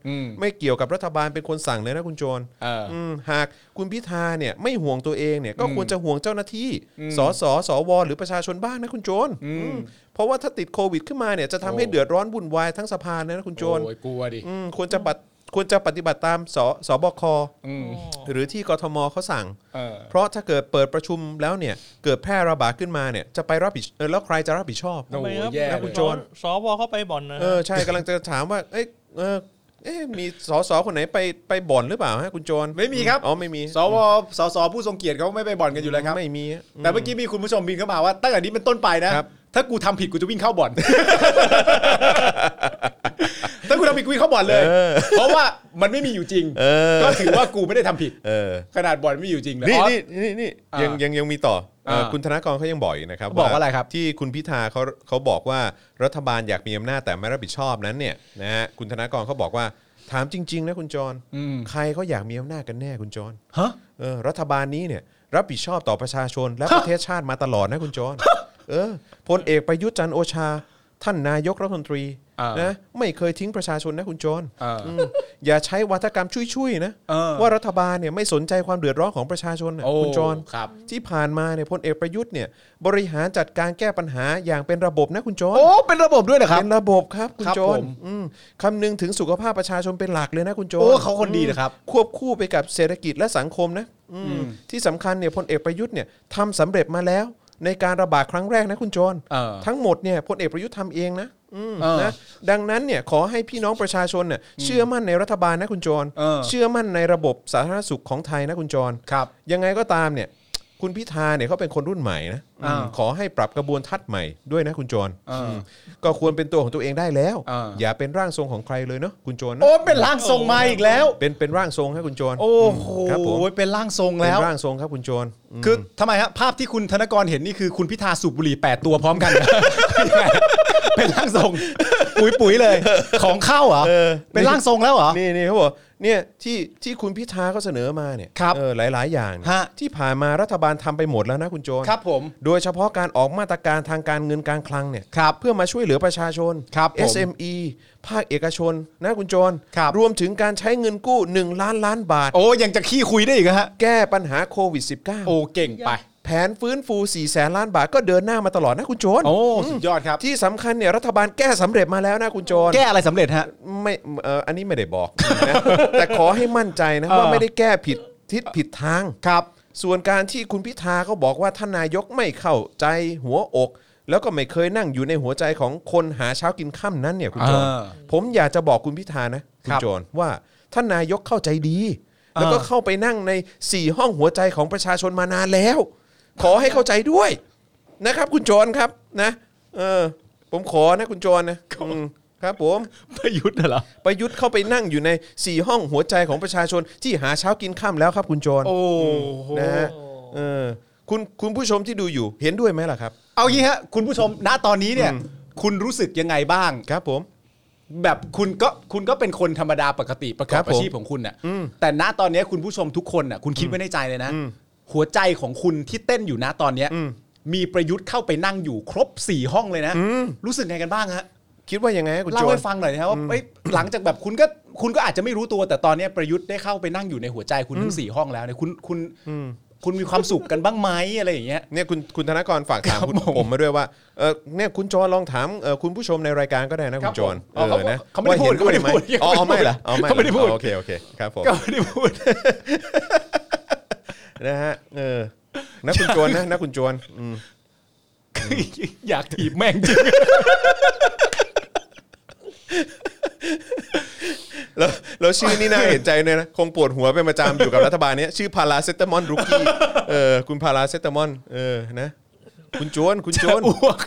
B: ไม่เกี่ยวกับรัฐบาลเป็นคนสั่งเลยนะคุณโจร
C: เออ
B: อืมหากคุณพิธาเนี่ยไม่ห่วงตัวเองเนี่ยก็ควรจะห่วงเจ้าหน้าที่สสสวหรือประชาชนบ้างนะคุณโจรอืมเพราะว่าถ้าติดโควิดขึ้นมาเนี่ยจะทำให้
C: โอ้
B: เดือดร้อนวุ่นวายทั้งสภาเลยนะคุณโจร
C: อ้ยกลัวดิ
B: อืมควรจะปฏิควรจะปฏิบัติตามสสบค
C: อืม
B: หรือที่กทมเขาสั่ง
C: เออ
B: เพราะถ้าเกิดเปิดประชุมแล้วเนี่ยเกิดแพร่ระบาดขึ้นมาเนี่ยจะไปรับผิดเออแล้วใครจะรับผิดชอบ
C: โอ้โห
D: ทำไมครับ
C: แย่เลย
D: นะคุณโจรสวเข้าไปบ่อนนะ
B: เออใช่กำลังจะถามว่าเอ้ยเออเอ๊ะมีสสคนไหนไปไปบ่อนหรือเปล่าฮะคุณโจร
C: ไม่มีครับ
B: อ๋อไม่มี
C: สวสสผู้ทรงเกียรติเขาไม่ไปบ่อนกันอยู่แล้วครับ
B: ไม่มีฮะ
C: แต่เมื่อกี้มีคุณผู้ชมบินเข้ามาว่าตั้งแต่นี้เป็นต้นไปนะ
B: ครับ
C: ถ้ากูทำผิดกูจะวิ่งเข้าบ่อน ถ้ากูทำผิดกูวิ่งเข้าบ่อนเลย เพราะว่ามันไม่มีอยู่จริง
B: เออ
C: ก็ถือว่ากูไม่ได้ทำผิด
B: เออ
C: ขนาดบ่อนไม่อยู่จริงเลย
B: นี่นี่นี่นี่
C: อ่ายั
B: ยังยังยังมีต่อเอ่ออา คุณธนากรเขายังบอกอีกนะครับ
C: บอกว่าอะไรครับ
B: ที่คุณพิธาเขาเขาบอกว่ารัฐบาลอยากมีอำนาจแต่ไม่รับผิดชอบนั้นเนี่ยนะฮะคุณธนากรเขาบอกว่าถามจริง ๆ นะคุณจรใครเขาอยากมีอำนาจกันแน่คุณจร
C: ฮะ
B: เออรัฐบาลนี้เนี่ยรับผิดชอบต่อประชาชนและประเทศชาติมาตลอดนะคุณจรเออพลเอกประยุทธ์จันทร์โอชา ท่านนายกรัฐมนตรี
C: อ่าน
B: นะไม่เคยทิ้งประชาชนนะคุณจร
C: เออ
B: อืมอย่าใช้วัฒกรรมช่วยๆนะ
C: เออ
B: ว่ารัฐบาลเนี่ยไม่สนใจความเดือดร้อนของประชาชนน่ะ
C: โอ้
B: คุณจร
C: ครับ
B: ที่ผ่านมาเนี่ยพลเอกประยุทธ์เนี่ยบริหารจัดการแก้ปัญหาอย่างเป็นระบบนะคุณจร
C: โอ้เป็นระบบด้วยนะครับ
B: เป็นระบบครับคุณ
C: ครับ
B: จร
C: ผม
B: อืมคำนึงถึงสุขภาพประชาชนเป็นหลักเลยนะคุณจร
C: โอ้เขาคนดีนะครับ
B: ควบคู่ไปกับเศรษฐกิจและสังคมนะอืมที่สำคัญเนี่ยพลเอกประยุทธ์เนี่ยทำสำเร็จมาแล้ว ในการระบาดครั้งแรกนะคุณจร
C: เออ
B: ทั้งหมดเนี่ยพลเอกประยุทธ์ทำเองนะ
C: เออ
B: นะดังนั้นเนี่ยขอให้พี่น้องประชาชนเนี่ยเชื่อมั่นในรัฐบาลนะคุณจร
C: เออ
B: เชื่อมั่นในระบบสาธารณสุขของไทยนะคุณจร
C: ครับ
B: ยังไงก็ตามเนี่ยคุณพิธาเนี่ยเขาเป็นคนรุ่นใหม่นะ
C: อ่า
B: ขอให้ปรับกระบวนทัศน์ใหม่ด้วยนะคุณจร
C: อ่า
B: อืมก็ควรเป็นตัวของตัวเองได้แล้ว
C: อ่า
B: อย่าเป็นร่างทรงของใครเลยเนาะคุณจรเน
C: โอ้
B: อะ
C: เป็นร่างทรงมาอีกแล้ว
B: เป็นเป็นร่างทรงครับคุณจร
C: โอ้โห
B: ครับผม
C: เป็นร่างทรง
B: เป็
C: แล้
B: น
C: ว
B: ร่างทรงครับคุณจรอืม
C: คือทำไมฮะภาพที่คุณธนกรเห็นนี่คือคุณพิธาสูบบุหรี่แปดตัวพร้อมกัน เป็นร่างทรง ปุ๋ยปุ๋ยๆเลย ของเข้าเหรอเป็นร่างทรงแล้วเหรอ
B: นี่นี่เขาบอกเนี่ยที่ที่คุณพิธาเขาเสนอมาเนี่ย
C: ครับ
B: เออหลาย ๆ อย่างเนี่ย
C: ฮะ
B: ที่ผ่านมารัฐบาลทำไปหมดแล้วนะคุณจร
C: ครับผม
B: โดยเฉพาะการออกมาตรการทางการเงินการคลังเนี่ย
C: ครับ
B: เพื่อมาช่วยเหลือประชาชน
C: ครับผม
B: SME ภาคเอกชนนะคุณโจร
C: ครับ
B: รวมถึงการใช้เงินกู้ 1 ล้านล้านบาท
C: โอ้ยังจะขี้คุยได้อีกฮะ
B: แก้ปัญหาโควิด
C: โอ้ เก่งไป
B: -19 แผนฟื้นฟู 4 แสนล้านบาทก็เดินหน้ามาตลอดนะคุณโจร
C: โอ้สุดยอดครับ
B: ที่สำคัญเนี่ยรัฐบาลแก้สำเร็จมาแล้วนะคุณโจร
C: แก้อะไรสำเร็จฮะ
B: ไม่เอ่ออันนี้ไม่ได้บอกนะ แต่ขอให้มั่นใจนะว่า
C: เออ
B: ไม่ได้แก้ผิดทิศผิดทาง
C: ครับ
B: ส่วนการที่คุณพิธาเขาบอกว่าท่านนายกไม่เข้าใจหัวอก แล้วก็ไม่เคยนั่งอยู่ในหัวใจของคนหาเช้ากินค่ำนั้นเนี่ยคุณโจร
C: เออ
B: ผมอยากจะบอกคุณพิธานะคุณ
C: ครับ
B: โจรว่าท่านนายกเข้าใจดี แล้วก็
C: เออ
B: เข้าไปนั่งใน 4 ห้องหัวใจของประชาชนมานานแล้ว ขอให้เข้าใจด้วยนะครับ คุณโจรครับนะเออผมขอนะคุณโจรนะอืมครับผม
C: ประยุทธ์เหรอ
B: ประยุทธ์เข้าไปนั่งอยู่ใน 4 ห้องหัวใจของประชาชนที่หาเช้ากินค่ำแล้วครับคุณโจร
C: โอ้โห
B: นะฮะเออคุณคุณผู้ชมที่ดูอยู่เห็นด้วยไหมล่ะครับ
C: เอางี้ฮะ คุณผู้ชม ณ ตอนนี้เนี่ย คุณรู้สึกยังไงบ้าง
B: ครับผม
C: แบบคุณก็คุณก็เป็นคนธรรมดาปกติประก
B: ค
C: อ
B: รั
C: บบ
B: ผม
C: อาชีพของคุณน่ะแต่ณตอนเนี้ยคุณผู้ชมทุกคนน่ะคุณคิดไว้ในใจเลยนะ หัวใจของคุณที่เต้นอยู่ณตอนเนี้ยมีประยุทธ์เข้าไปนั่งอยู่ครบสี่ห้องเลยนะ รู้สึกไงกันบ้างฮะ
B: คิดว่ายังไงฮะคุณ
C: เล่า
B: โจร
C: ให้ฟังหน่อยนะครับว่าเอ้ยหลังจากแบบคุณก็คุณก็อาจจะไม่รู้ตัว แต่ตอนเนี้ยประยุทธ์ได้เข้าไปนั่งอยู่ในหัวใจคุณทั้งสี่ห้องแล้วเนี่ยคุณคุณคุณมีความสุขกันบ้างไหมอะไรอย่างเงี้ย
B: เนี่ยคุณคุณธนากรฝากถาม
C: ครับ
B: คุณ
C: ผม
B: ผมมาด้วยว่าเออเนี่ยคุณจรลองถามเออคุณผู้ชมในรายการก็ได้นะ
C: ค
B: คุ
C: รับ
B: ณจร
C: ผม
B: เอ
C: อ๋อเขา
B: อนะ
C: เขาไม่ได้
B: ว่ห็น
C: พูด
B: วยห
C: เขาไม่ได้พูด
B: อ๋ออ๋อไม่เหรออ๋อ
C: เขาไม่ได้พูด
B: เหรออ๋อโอเคโอเคครับผม
C: ก็ไม่ได้พูด
B: นะฮะเออนะคุณโจรนะนะคุณโจรอืม
C: อยากถีบแม่งจริง
B: แล้วแล้วชื่อนี่น่าเห็นใจเลยนะ คงปวดหัวเป็นประจำอยู่กับรัฐบาลเนี้ยชื่อพาราเซตามอลรุกี้เออคุณพาราเซตามอลเออนะ คุณโจนคุณโจน
C: อ้วก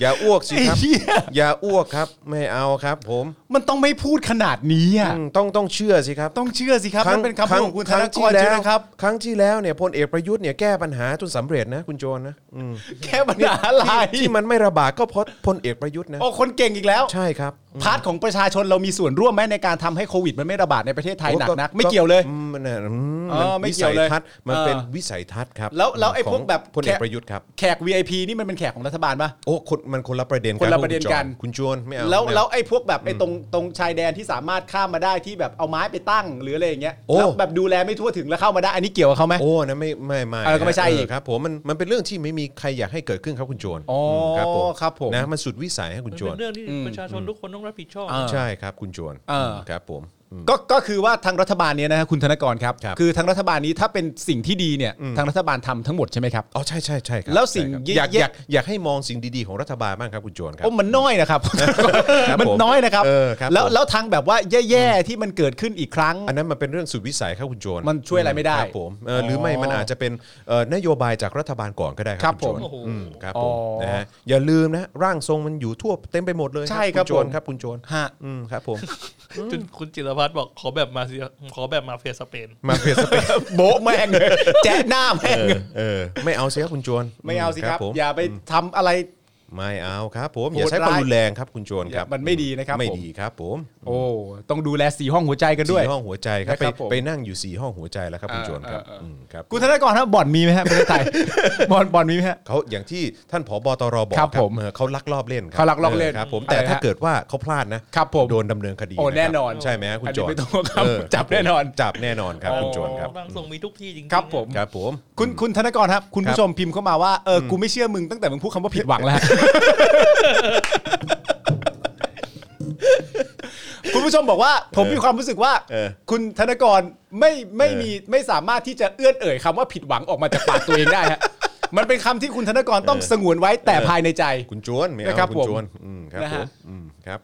B: อย่าอ้วกสิค
C: ไอ้
B: รับ
C: เหี้ย
B: อย่าอ้วกครับไม่เอาครับ ผม
C: มันต้องไม่พูดขนาดนี้อ่ะ
B: อืมต้องต้องเชื่อสิครับ
C: ต้องเชื่อสิครับมันเป็นคำพูดของคุณธนกร
B: ที่
C: ใช่
B: แล้
C: ไห
B: ว
C: ครับ
B: ครั้งที่แล้วเนี่ยพลเอกประยุทธ์เนี่ยแก้ปัญหาจนสำเร็จนะคุณโจรนะอืม
C: แค่ปัญหาอะไร
B: ที่มันไม่ระบาดก็เพราะพลเอกประยุทธ์นะ
C: โอ้คนเก่งอีกแล้ว
B: ใช่ครับ
C: พาร์ทของประชาชนเรามีส่วนร่วมไหมในการทำให้โควิด มันไม่ระบาดในประเทศไทยหนักนักไม่เกี่ยวเลย
B: อืมมันน่ะอืม
C: เออไม่
B: วิ
C: เกี่ย
B: สั
C: วย เลย
B: ทัศน์มัน
C: เออ
B: เป็นวิสัยทัศน์ครับ
C: แล้วแล้วไอ้
B: ขง
C: พวกแบบ
B: พลเอก
C: แค่
B: ประยุทธ์ครับ
C: แขก VIP นี่มันเป็นแขกของรัฐบาลปะ
B: โอ้คนมันคนละประเด็นกั
C: คนละประเด็นกัน
B: คุณโจรคุณโจรไม่เอา
C: แล้ว
B: ไม่เอา
C: แล้วไอ้พวกแบบไอ้ตรงตรงชายแดนที่สามารถข้ามมาได้ที่แบบเอาไม้ไปตั้งหรืออะไรอย่างเงี้ย
B: โอ้
C: แล้วแบบดูแลไม่ทั่วถึงแล้วเข้ามาได้อันนี้เกี่ยวกับเขาไหม
B: โอ้นะไม่ไม่ไม่
C: เออก็ไม่ใช่
B: เ
C: อีก
B: ครับผมมันมันเป็นเรื่องที่ไม่มีใครอยากให้เกิดขึ้นครับคุณโจร
C: อ๋อ
B: มครับผม
C: ครับผม
B: นะมันสุดวิสัยให้คุณ
D: มัน
B: โจ
D: เป็
B: ร
D: นเรื่องที่ประชาชนทุกคนต้องรับผิดชอบ
C: อ่า
B: ใช่ครับคุณโจร
C: เออ
B: ครับผมอืม
C: ก็ก็คือว่าทางรัฐบาลเนี้ยนะฮะคุณธนกรครับ
B: ครับ
C: อทางรัฐบาลนี้ถ้าเป็นสิ่งที่ดีเนี่ยทางรัฐบาลทำทั้งหมดใช่ไหมครับ
B: อ๋อใช่ใช่ใช่ครับ
C: แล้วสิ่ง
B: ใช่ครับ
C: เย
B: อยากอ
C: เย
B: ยากอยากให้มองสิ่งดีๆของรัฐบาลบ้างครับคุณโจนครับ
C: โอ้มันน้อยนะครับ
B: ครับ
C: มัน
B: ผม
C: น้อยนะครับ
B: เออครับ
C: แล้ว
B: ผม
C: แล้วทางแบบว่าแย่ๆที่มันเกิดขึ้นอีกครั้ง
B: อันนั้นมันเป็นเรื่องสุดวิสัยครับคุณโจน
C: มันช่วยอะไรไม่ได้
B: ครับผมเออหรือไม่
C: อ๋อ
B: มันอาจจะเป็นเอ่อนโยบายจากรัฐบาลก่อนก็ได้ค
C: ครั
B: รับบ คุณโจน
D: ผม
B: อืมครับผม
C: อ๋อ
B: นะฮะอย่าลืมนะร่างทรงมันอยู่ทั่วเต็มไปหมดเลย
C: ใช่ครับ
B: ณโจน
C: ผม
B: ครับคุณโจน
C: ฮะ
B: อืมครับผม
D: จนคุณจิรพัฒน์บอกขอแบบมาเซียขอแบบมาเฟียสเปน
B: มาเฟียสเปน
C: โบะแม่ง แจ๊ะหน้าแม่ง
B: เออไม่เอาสิครับคุณโจน
C: ไม่เอาสิครับ
B: ผม
C: อย่าไปทำอะไร
B: ไม่เอาครับผม
C: โหด
B: อย่าใช้ความ
C: ร้าย
B: รุนแรงครับคุณโจนครับ
C: มันไม่ดีนะครับ
B: ไม่
C: ผม
B: ดีครับผม
C: โอ้ต้องดูแลสีห้องหัวใจกันด้วย
B: สี่ห้องหัวใจครับ
C: นะ
B: ไป
C: ครับผม
B: ไปนั่งอยู่สี่ห้องหัวใจแล้วครับคุณ
C: อ่า
B: ชวนครับ
C: อ่าอ่า
B: อืมครับ
C: คุณธนกรครับบ่อนมีไหมฮะประเท ศไทย บ่อนบ่อนมีไหมฮะ
B: เขาอย่างที่ท่านผบตรบอก
C: ครับผม
B: เออเขาลักลอบเล่นครั
C: เขาลักลอบเล่น
B: ครับผม
C: อะไร
B: แต่
C: ฮะ
B: ถ้าเกิดว่าเขาพลาดนะครับ
C: ผม
B: โดนดำเนินค
C: โอ้
B: ดีะครับ
C: แน่นอน
B: ใช่ไหมฮะคุณ
C: อันนี้
B: จวน
C: ไม่ต้องครับ
B: เออ
C: จับแน่นอน
B: จับแน่นอนครับคุณจวนครับ
D: ร่างทรงมีทุกที่จริงๆ
C: ครับผม
B: ครับผม
C: คุณคุณธนกรครับ คุณผู้ชมพิมพ์เข้ามาว่าเอออกูไม่เชื่อมึงตั้งแต่มึงพูดคำว่าผิดหวังแล้วฮะ คุณผู้ชมบอกว่า ผมมีความรู้สึกว่า
B: เออ
C: คุณธนกรไม่ไม่
B: เออ
C: มีไม่สามารถที่จะเอื้อนเอ่ยคำว่าผิดหวังออกมาจากปากตัวเองได้ ฮะ มันเป็นคำที่คุณธนกรต้องสงวนไว้แต่ภายในใจ
B: คุณจวนไม่เอา
C: นะครับ
B: คุณจวนอืมครับ
C: นะ
B: ผ
C: ฮะ
B: มอืมครับ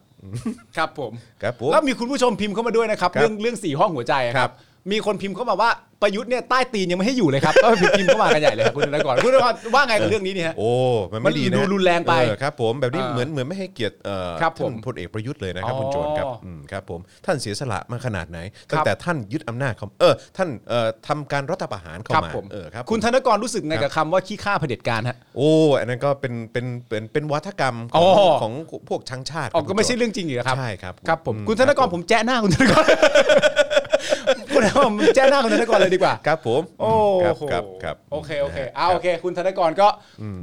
C: ครับผม
B: ครับผม
C: แล้วมีคุณผู้ชมพิมพ์เข้ามาด้วยนะครับ
B: ครับ
C: เรื่องเรื่องสี่ห้องหัวใจอะครับ มีคนพิมพ์เข้ามาว่าประยุทธ์เนี่ยใต้ตีนยังไม่ให้อยู่เลยครับก็พิมพ์เข้ามากันใหญ่เลยครับคุณธนกรคุณธนกรว่าไงกับเรื่องนี้เนี่ยฮะ
B: โอ้มัน
C: มั
B: ไม่
C: น
B: ดีนะ
C: ดูรุนแรงไป
B: เออครับผมแบบนี้
C: เออ
B: เหมือนเหมือนไม่ให้เกียรติเอ่อ
C: ครับผม
B: ท่านพลเอกประยุทธ์เลยนะครับ
C: อ๋อ
B: คุณโจนครับอืมครับผมท่านเสียสละมาขนาดไหน ตั้งแต่ท่านยึดอำนาจเขาเออท่านเอ่อทำการรัฐประหารเข้า
C: ครับ
B: มา
C: ผม
B: เออครับ
C: คุณ
B: ผ
C: ธ
B: ม
C: นกรรู้สึกไงกับคำว่าขี้ข้าเผด็จการฮะ
B: โอ้อันนั้นก็เป็นเป็นเป็นเป็นวัฒกรรมข
C: อ๋
B: อ
C: อ
B: งของพวกชังชาติ
C: ออกก็ไม่
B: คุณโจ
C: ใช่เรื่องจริงอีกเหรอครับ
B: ใช่ครับ
C: ครับผม
B: อืม
C: คุณธนกร
B: ครับผม
C: ผมแจ้หน้าคุณธนกร คุณธนกรผมแจ้หน้าคุณธนกรเลยดีกว่า
B: ครับผม
C: โอ้
B: ครับ
C: โห
B: ครับครับ
C: โอเคโอเค
B: นะฮะ
C: เอาโอเค คุณธนกรก็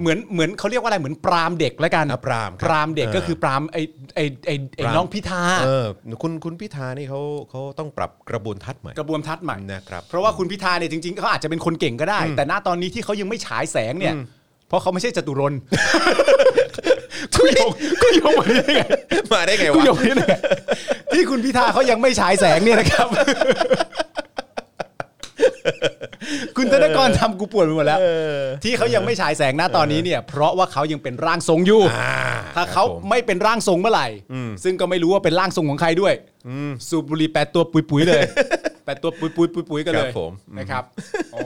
C: เหมือนเหมือนเขาเรียกว่าอะไรเหมือนปรามเด็กแล้วกัน
B: อ่ะปรามค
C: ป
B: บ
C: รามเด็กก็คือปรามไอ้ไอ้ไอ้ไอ้
B: ปราม
C: น้องพิธา
B: เออคุณคุณพิธานี่เขาเขาต้องปรับกระบวนทัศน์ใหม่
C: กระบวนทัศน์ใหม่
B: นะครับ
C: เพราะว่าคุณพิธาเนี่ยจริงๆเขาอาจจะเป็นคนเก่งก็ได้ แต่ณตอนนี้ที่เขายังไม่ฉายแสงเนี่ย เพราะเขาไม่ใช่จตุรน ต์กูโยงกูโยงมาได้ไง
B: มาได้ไง
C: กู
B: วะ
C: โยงมาได้ไงที่คุณพิธาเขายังไม่ฉายแสงเนี่ยนะครับ คุณธนกรทำกูปวดไปหมดแล้ว ที่เขายังไม่ฉายแสงหน้าตอนนี้เนี่ย เพราะว่าเขายังเป็นร่างทรงอยู่ ถ้าเขา
B: ครับผม
C: ไม่เป็นร่างทรงเมื่อไหร่ ซึ่งก็ไม่รู้ว่าเป็นร่างทรงของใครด้วยสูบบุหรี่แปดตัวปุ๋ยๆเลย แปดตัวปุ๋ยๆปุ๋ยๆกัน
B: ค
C: เล
B: รั
C: ย
B: บผมอืม
C: นะครับโอ้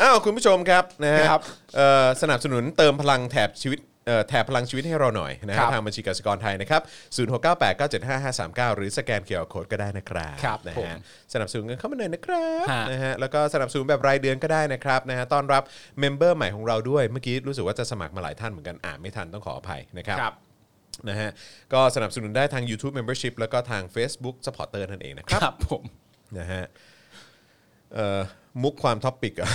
B: อ้าวคุณผู้ชมครับนะฮะ
C: ครับ
B: เอ่อสนับสนุนเติมพลังแถบชีวิตเอ่อแถบพลังชีวิตให้เราหน่อยนะ
C: ค
B: ฮะ
C: รับ
B: ทางบัญชีกสิกรไทยนะครับ0698975539 หรือสแกนเคียร์โคดก็ได้นะครับ
C: ครับ
B: นะ
C: ผม
B: ฮะสนับสนุนกันเข้ามาหน่อยนะครับ
C: ฮะ
B: นะฮะแล้วก็สนับสนุนแบบรายเดือนก็ได้นะครับนะฮะต้อนรับเมมเบอร์ใหม่ของเราด้วยเมื่อกี้รู้สึกว่าจะสมัครมาหลายท่านเหมือนกันอ่านไม่ทันต้องขออภัยนะครับ
C: ครับ
B: นะฮะก็สนับสนุนได้ทาง YouTube Membership แล้วก็ทาง Facebook Supporter นั่นเองนะค
C: ครับ รับผม
B: นะฮะเอ่อมุกความท็อปิกอะ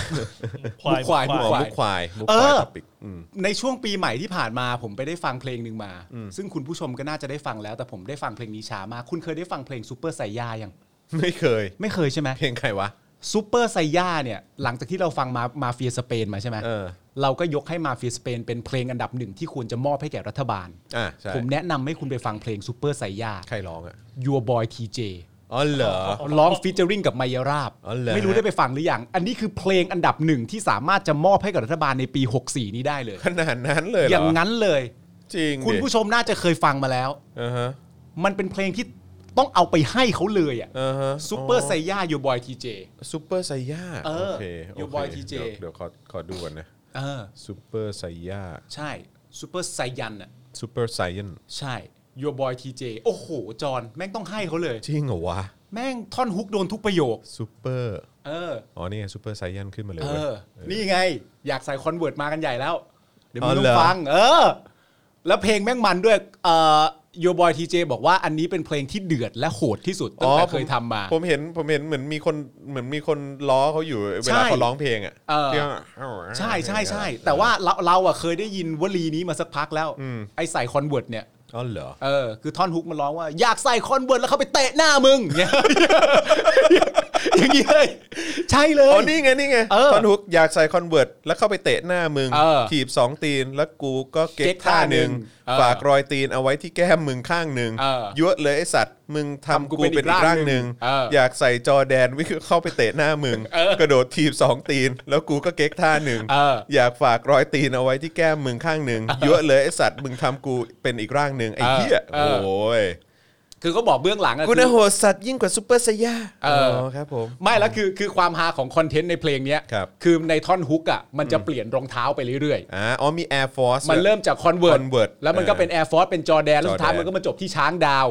D: ควาย
C: ควาย
B: อ๋อมุกควายมุก
C: เอ
B: ควาย
C: อ
B: ท็อปิกอืม
C: ในช่วงปีใหม่ที่ผ่านมาผมไปได้ฟังเพลงหนึ่งมา ซึ่งคุณผู้ชมก็น่าจะได้ฟังแล้ว แต่ผมได้ฟังเพลงนี้ช้ามากคุณเคยได้ฟังเพลงซูเปอร์ไซย่ายัง
B: ไม่เคย
C: ไม่เคยใช่ไหม
B: เพลงใครวะ
C: ซูเปอร์ไซย่าเนี่ยหลังจากที่เราฟังมามาเฟียสเปนมาใช่ไหม
B: เออ
C: เราก็ยกให้มาเฟียสเปนเป็นเพลงอันดับหนึ่งที่ควรจะมอบให้แก่รัฐบาล
B: อ่ะใช่
C: ผมแนะนำให้คุณไปฟังเพลงซูเปอร์ไซย่า
B: ใครร้องอ่ะ
C: Your Boy TJ
B: อ๋อเหรอ
C: ร้องฟีเจอริงกับมายาราบ
B: อ๋อเหรอ
C: ไม่รู้ได้ไปฟังหรือยัง อันนี้คือเพลงอันดับหนึ่งที่สามารถจะมอบให้กับรัฐบาลในปี 64 นี้ได้เลย
B: ขนาดนั้นเลยเหรอ
C: อ
B: อย่าง
C: นั้นเลย
B: จริง
C: คุณผู้ชมน่าจะเคยฟังมาแล้ว
B: อ่าฮะ
C: มันเป็นเพลงที่ต้องเอาไปให้เขาเลยอ่ะ
B: อ่าฮะ
C: ซูเปอร์ไซย่าโยบอยทีเจ
B: ซูเปอร์ไซย่า
C: เออ
B: โอเคโเค
C: Your Boy TJ
B: ดี๋วเดี๋ยวขอขอดูก่อนนะ
C: เออ
B: ซูเปอร์ไซย่า
C: ใช่ซูเปอร์ไซยันอ่ะ
B: ซูเปอร์ไซยัน
C: ใช่โยบอยทีเจโอ้โห จอนแม่งต้องให้เขาเลย
B: จริงเหรอวะ
C: แม่งท่อนฮุกโดนทุกประโยค
B: ซูเปอร์
C: เออ
B: อ๋อนี่ซูเปอร์ไซยันขึ้นมาเลย
C: เอ
B: เว้ย
C: อ นี่ไง อยากใส่คอนเวิร์ตมากันใหญ่แล้ว เดี๋ยวมึง
B: อ๋อ
C: ต้อ
B: เหรอ
C: งฟัง เออ แล้วเพลงแม่งมันด้วยเอ่อโยบอยทีเจบอกว่าอันนี้เป็นเพลงที่เดือดและโหดที่สุดตั้งแต่เคยทำมา
B: ผมเห็นผมเห็นเหมือนมีคนเหมือนมีคนล้อเขาอยู่เวลาเขาร้องเพลงอ่ะ
C: เออ
B: ที่ว่า
C: ใช่ใช่ใช่ แต่ว่าเราเราอะเคยได้ยินวลีนี้มาสักพักแล้ว
B: อืม
C: ไอใส่คอนเวิร์ตเนี่ย
B: อ๋อเหรอ
C: เออ คือท่อนฮุกมันร้องว่า อยากใส่คอนเวิร์ตแล้วเขาไปเตะหน้ามึง เนี่ยอย่างนี้เลย ใช่เลย
B: อ๋อนี่ไงนี่ไง
C: เออ
B: ตอนฮุกอยากใส่คอนเวิร์ตแล้วเข้าไปเตะหน้ามึง
C: เออ
B: ถีบสองตีนแล้วกูก็เก๊
C: เก๊
B: ก
C: ก
B: ท่า
C: ท่า
B: ห
C: หนึ่
B: นึ่ง
C: งเออ
B: ฝากรอยตีนเอาไว้ที่แก้มมึงข้างหนึ่ง
C: เออ
B: ยั่วเลยไอสัตว์มึงทำ
C: ทำกู
B: กู
C: เป็นอีก
B: เป็นอีกร่า
C: ร่าง ง
B: หนึ่ง
C: หนึ่งเออ
B: อยากใส่จอแดนวิ่งเข้าไปเตะหน้ามึงกระโดดถีบสองตีน แล้วกูก็เก๊กท่าหนึ่ง
C: เออ
B: อยากฝากรอยตีนเอาไว้ที่แก้มมึงข้างหนึ่งยั่วเลยไอสัตว์มึงทำกูเป็นอีกร่างหนึ่งไอ้
C: เออ
B: เหี้ย
C: เอ
B: โอ้
C: อ
B: ย
C: คือเขาบอกเบื้องหลังอะ
B: กู
C: คื
B: นะ
C: อ
B: โหดสัตว์ยิ่งกว่าซูเปอร์ไซย่า
C: เอออ๋
B: ครับผม
C: ไม่แล้วคือคือความฮาของคอนเทนต์ในเพลงเนี้ย
B: ครับ
C: คือในท่อนฮุกอ่ะมันจะเปลี่ยนรองเท้าไปเรื่อย
B: อ่าอ๋อมี Air Force
C: ๆ มันเริ่มจากคอนเวิร์
B: Convert
C: ตแล้วมันก็เป็น Air Force เป็นจอแดน แล้วสุดท้าย
B: Jordan
C: มันก็มาจบที่ช้าง ดาว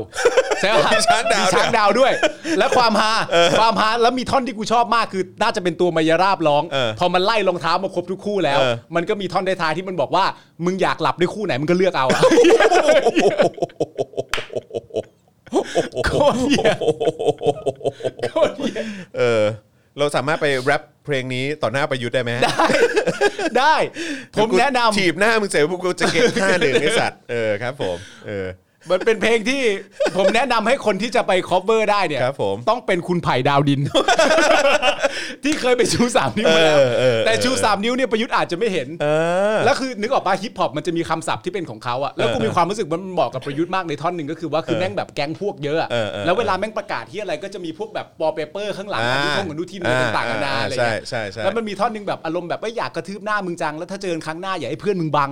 C: ใช่ไหม
B: มีช้างดาวด้วย
C: มีช้างดาวด้วย และความฮาความฮาแล้วมีท่อนที่กูชอบมากคือน่าจะเป็นตัวมายาราบร้อง
B: เออ
C: พอมันไล่รองเท้ามาครบทุกคู่แล้ว
B: เออ
C: มันก็มีท่อนท้ายๆที่มันบอกว่ามึงอยากหลับด้วยคู่ไหนมึงก็เลือกเอาอะ โคตรเหี้ยโคตรเหี้ย
B: เออเราสามารถไปแรปเพลงนี้ต่อหน้าประยุทธ์ได้ไหมฮะ
C: ได้ ได้ ผมแนะนำ
B: ถีบหน้ามึงเสร็จพวกกูจะเก็บหน้าหนึ่งไอสัต ว์เออครับผมเออ
C: มันเป็นเพลงที่ ผมแนะนำให้คนที่จะไปคอ v เ r อร์ได้เนี่ย
B: ครับผม
C: ต้องเป็นคุณไผ่ดาวดิน ที่เคยไปชูสามนิ้วมาแล้ว
B: เออเออเออ
C: แต่ชูสามนิ้วเนี่ยประยุทธ์อาจจะไม่เห็น
B: เออ
C: แล้วคือนึกออกป่ะฮิปฮอปมันจะมีคำศัพท์ที่เป็นของเขาอะแล้วกูมีความรู้สึกมันเหมาะกับประยุทธ์มากในท่อนหนึ่งก็คือว่าคือแม่งแบบแก๊งพวกเยอะอะ
B: เออเออ
C: แล้วเวลาแม่งประกาศที่อะไรก็จะมีพวกแบบปอเปเปอร์ข้างหลังอนุทงอนุทินอะไรต่างๆนานาอะไร
B: ใช่
C: เงี้ย
B: ใช่ใช่
C: แล้วมันมีท่อนหนึ่งแบบอารมณ์แบบว่าอยากกระทืบหน้ามึงจัง แล้วถ้าเจอกันครั้งหน้าอย่าให้เพื่อนมึง บัง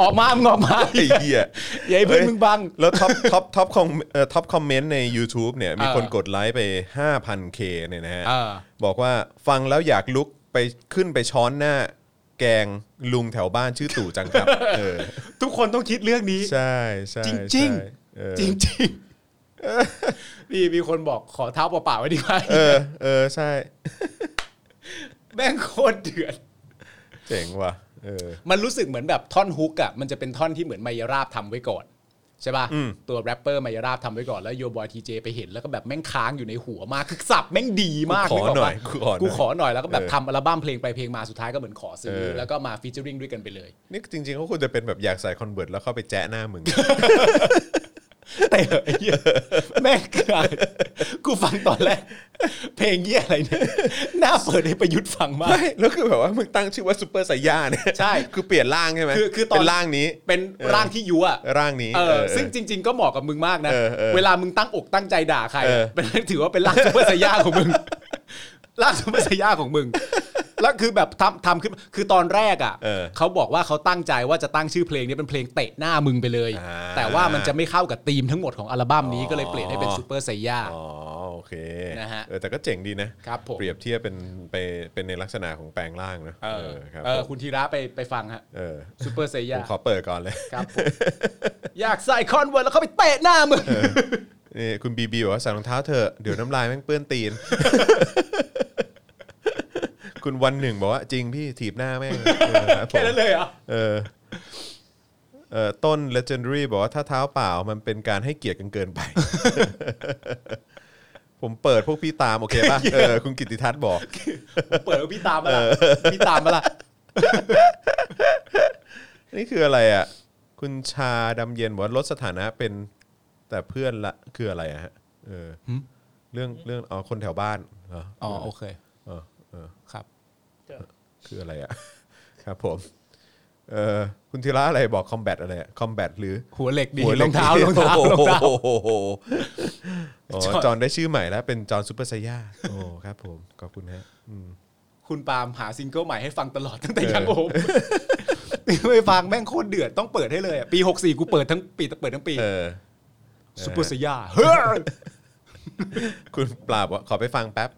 C: ออกมามึงออกมา
B: ไอ้เหี้ย
C: อย่าให้เพื่อนมึงบัง
B: แล้วท็อปท็อปท็อปคอมเอ่อท็อปคอมเมนต์ใน YouTube เนี่ยมี
C: เออ
B: คนกดไลค์ไป 5,000K เนี่ยนะฮะ
C: เออ
B: บอกว่าฟังแล้วอยากลุกไปขึ้นไปช้อนหน้า แกงลุงแถวบ้านชื่อตู่จัง ครับเออ
C: ทุกคนต้องคิดเรื่องนี้
B: ใช่ใช่
C: จริง
B: ใช่
C: จริง
B: เออ
C: จริงจริง ๆนี่มีคนบอกขอเท้าเปล่าๆไว้ดีกว่า
B: เออ เออ ใช่
C: แม่งโคตรเดือด
B: เจ๋งว่ะ เออ
C: มันรู้สึกเหมือนแบบท่อนฮุกอ่ะมันจะเป็นท่อนที่เหมือนมายาราบทำไว้ก่อนใช่ป่ะ
B: อืม
C: ตัวแรปเปอร์มายาราบทำไว้ก่อนแล้วโยบอยทีเจไปเห็นแล้วก็แบบแม่งค้างอยู่ในหัวมากคือสับแม่งดีมาก
B: ขอหน่อย
C: นึกกปะ
B: กูขอหน่อย
C: กูขอหน่อยแล้วก็แบบ
B: เออ
C: ทำอัลบั้มเพลงไปเพลงมาสุดท้ายก็เหมือนขอซื้อ
B: เออ
C: แล้วก็มาฟีเจอริงด้วยกันไปเลย
B: นี่จริงๆเขาควรจะเป็นแบบอยากใส่คอนเวิร์ตแล้วเข้าไปแจ้หน้ามึง
C: แต่ไอ้เหี้ยแม่งเกลียดกูฟังตอนแรกเพลงเยี่ยอะไรเนี่ยน่าเปิดให้ประยุทธ์ฟังมาก
B: ไม่ แล้วคือแบบว่ามึงตั้งชื่อว่าซูเปอร์ไซย่าเนี่ย
C: ใช่
B: คือเปลี่ยนร่างใช่ไหม
C: คือคือตอน
B: เป็นร่างนี้
C: เป็นร่างที่ยุอ่ะ
B: ร่างนี้
C: เออซึ่งจริง ๆ ก็เหมาะกับมึงมากนะ
B: เออเออ
C: เวลามึงตั้งอกตั้งใจด่าใคร
B: เออ
C: เป็นถือว่าเป็นร่างซุปเปอร์ไซย่าของมึง ร่างซุปเปอร์ไซย่าของมึง แล้วคือแบบทำทำขึ้นคือตอนแรกอ่ะ
B: เออ
C: เขาบอกว่าเขาตั้งใจว่าจะตั้งชื่อเพลงนี้เป็นเพลงเตะหน้ามึงไปเลย
B: อ่า
C: แต่ว่ามันจะไม่เข้ากับธีมทั้งหมดของอัลบั้มนี้
B: อ๋อ
C: ก็เลยเปลี่ยนให้เป็นซุปเปอร์ไซย่า
B: อ๋อ โอเค
C: นะฮะ
B: เออแต่ก็เจ๋งดีนะครับ
C: ผม
B: เปรียบเทียบเป็นไปเป็นในลักษณะของแปลงร่างนะ
C: เออ
B: ครับ
C: เออ
B: ผม
C: คุณธีระไปไปฟังฮะ
B: เออ
C: ซุปเปอร์ไซ
B: ผ
C: ย่าม
B: ขอเปิดก่อนเลย
C: ครับผมอยากใส่คอนเวิร์ตแล้วเขาไปเตะหน้ามึง
B: นี่คุณบีบีบอกว่าใส่รองเท้าเถอะเดี๋ยวน้ำลายแม่งเปื้อน ตีน คุณวันหนึ่งบอกว่าจริงพี่ถีบหน้าแม่งเออรับผม
C: แค่นั้นเลยเหรอ
B: เออเออต้น legendary บอกว่าถ้าเท้าเปล่ามันเป็นการให้เกียรติกันเกินไป ผมเปิดพวกพี่ตามโอเคป่ะเออคุณกิติทัศน์บอก
C: เปิดว่าพี่ตามมาละพี่ตามมาละ
B: นี่คืออะไรอ่ะ คุณชาดำเย็นบอกว่าลดสถานะเป็นแต่เพื่อนละคืออะไรอะฮะเออเรื่องเรื่องอ๋อคนแถวบ้านเหรอ
C: อ๋อโอเค
B: เออเออ
C: ครับ
B: คืออะไรอ่ะ ครับผม เออคุณธีระอะไรบอกคอมแบทอะไรคอมแบทหรือ
C: หัวเหล็กดี
B: หัวห
C: ร
B: ล็ก
C: องเท้า
B: ดี
C: รองเท้ารองเท้า
B: โอ้โหอ๋อ
C: จอน
B: จอนได้ชื่อใหม่แล้ว เป็นจอนซูเปอร์ไซย่าโอ้ครับผม ขอบคุณฮะ
C: คุณปาล์มหาซิงเกิลใหม่ให้ฟังตลอดตั้งแต่ยังโอม ไปฟังแม่งโคตรเดือดต้องเปิดให้เลยอะปี 64 กูเปิดทั้งปีเปิดทั้งปี
B: เออ
C: ซูเปอร์สยาเฮ้ย
B: คุณปราบว่าขอไปฟังแป๊บ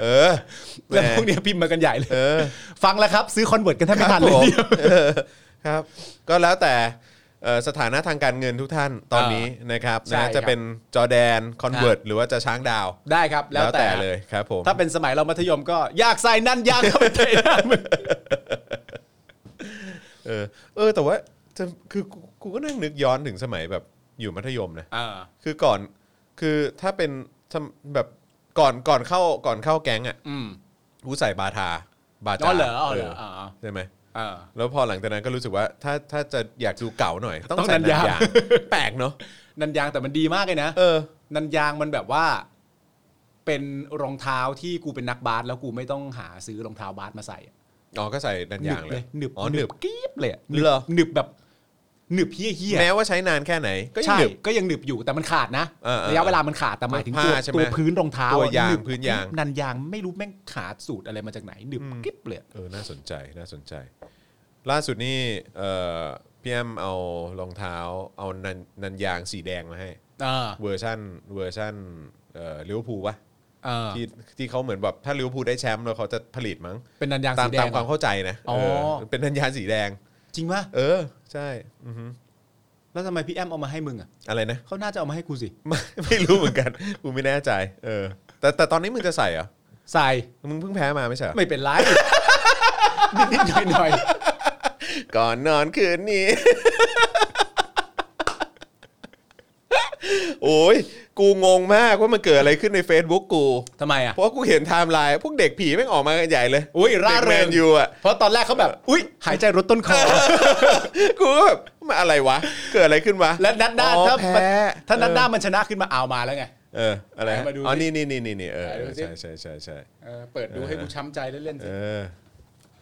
B: เออแห
C: แล้ว
B: ม
C: พวกเนี้ยพิมพ์มากันใหญ่เลย
B: เออ
C: ฟังแล้วครับ ซื้อคอนเวิร์ตกันแทบไม่ทันเลย
B: ผม
C: ทีเดียว
B: เออครับ ก็แล้วแต่เอ่อสถานะทางการเงินทุกท่านตอนนี้นะครับ
C: ใช่
B: นะจะ
C: ครับ
B: เป็นจอร์แดนคอนเวิร์ตหรือว่าจะช้างดาว
C: ได้ครับ
B: แล้
C: แล้ว ว
B: แต่
C: แต่
B: เลยครับผม
C: ถ้าเป็นสมัยเรามัธยมก็อยากใส่นั่นอยากเข้าไปเตะหน้ามึง
B: เออเออแต่ว่าจะคือกูกูก็นั่งนึกย้อนถึงสมัยแบบอยู่มัธยมนะ คือก่อนคือถ้าเป็นทำแบบก่อนก่อนเข้าก่อนเข้าแก๊งอ่ะ
C: อืม
B: กูใส่บาทาบา
C: อ๋
B: จา
C: อเหรออ๋อเหรออ๋อ
B: เออใช่ไหม
C: เออ
B: แล้วพอหลังจากนั้นก็รู้สึกว่าถ้าถ้าจะอยากดูเก่าหน่อย ต้อง
C: ต้อง
B: ใส่
C: นั
B: นัน
C: นยาง
B: ยางแปลกเนาะ
C: นันยางแต่มันดีมากเลยนะ
B: เออ
C: นันยางมันแบบว่า เป็นรองเท้าที่กูเป็นนักบาสแล้วกูไม่ต้องหาซื้อรองเท้าบาสมาใส่อะ
B: อ๋อก็ใส่นัน
C: หนึ
B: ยาง
C: บ
B: เลย
C: หนึบ
B: อ๋อหนึบ
C: กรี๊บเลยอะ
B: เหรอ
C: หนึบแบบหนึบเฮี้ยเฮี้ยๆ
B: แม้ว่าใช้นานแค่ไหน ก็ยัง
C: ใช่
B: หนึบ
C: ก็ยังหนึบอยู่แต่มันขาดนะ
B: เออเออ
C: ระยะเวลามันขาดแต่หมายถึงตัว
B: ผ้าใช่ไหม
C: ตัวพื้นรองเท้า
B: ตัว
C: อะ
B: ยาง
C: หบ
B: พื้นยาง
C: นันยางไม่รู้แม่งขาดสูตรอะไรมาจากไหนหนึบกริบเลยอะ
B: เออน่าสนใจน่าสนใจ ล่าสุดนี่เอ่อพี่แอมเอารองเท้าเอานันนันยางสีแดงมาให้
C: เออ
B: เวอร์ชั่นเวอร์ชั่นเอ่อลิเวอร์พูลปะ
C: เออ
B: ที่ที่เขาเหมือนแบบถ้าลิเวอร์พูลได้แชมป์แล้วเขาจะผลิตมั้ง
C: เป็นนันยาง
B: ตาม
C: สีแด
B: ตาง มความ
C: เหรอ
B: เข้าใจนะ
C: อ๋อ
B: เออเป็นนันยางสีแดง
C: จริงปะ
B: เออ ใช่อือฮึ
C: แล้วทำไมพี่แอมเอามาให้มึงอ่ะ
B: อะไรนะ
C: เขาน่าจะเอามาให้กูสิ
B: ไม่ไม่รู้เหมือนกันกูไม่แน่ใจ เออ แต่แต่ตอนนี้มึงจะใส่เหรอ
C: ใส่
B: มึงเพิ่งแพ้มาไม่ใช่เหรอ
C: ไม่เป็นไร นิดๆหน่อยๆ
B: ก่อนนอนคืนนี้ โอ้ย กูงงมากว่ามันเกิดอะไรขึ้นใน Facebook กู
C: ทำไมอ่ะ
B: เพราะกูเห็นไทม์ไลน์พวกเด็กผีแม่งออกมากันใหญ่เลย
C: อุ๊ยร่าเริ
B: ด็กแม
C: ง
B: นยูอ่ะ
C: เพราะตอนแรกเขาแบบ อุ้ยหายใจรถต้นคอ
B: กูก็แบบมาอะไรวะ เกิดอะไรขึ้นวะ
C: และนัดหน้า
B: อ๋อ
C: ถ้า
B: แพ้
C: ถ้านัดหน้ามันชนะขึ้นมาเอามาแล้วไง
B: เออ อะไรฮะ
C: มาดู
B: อ๋อ
C: สิ
B: นี่นี่นี่นี่เออ
C: ไหนดูสิ
B: ใช่ใช่ใช่ใช่
C: เออเปิดดูให้กูช้ำใจเล่นๆ
B: เอ
C: สิ
B: อ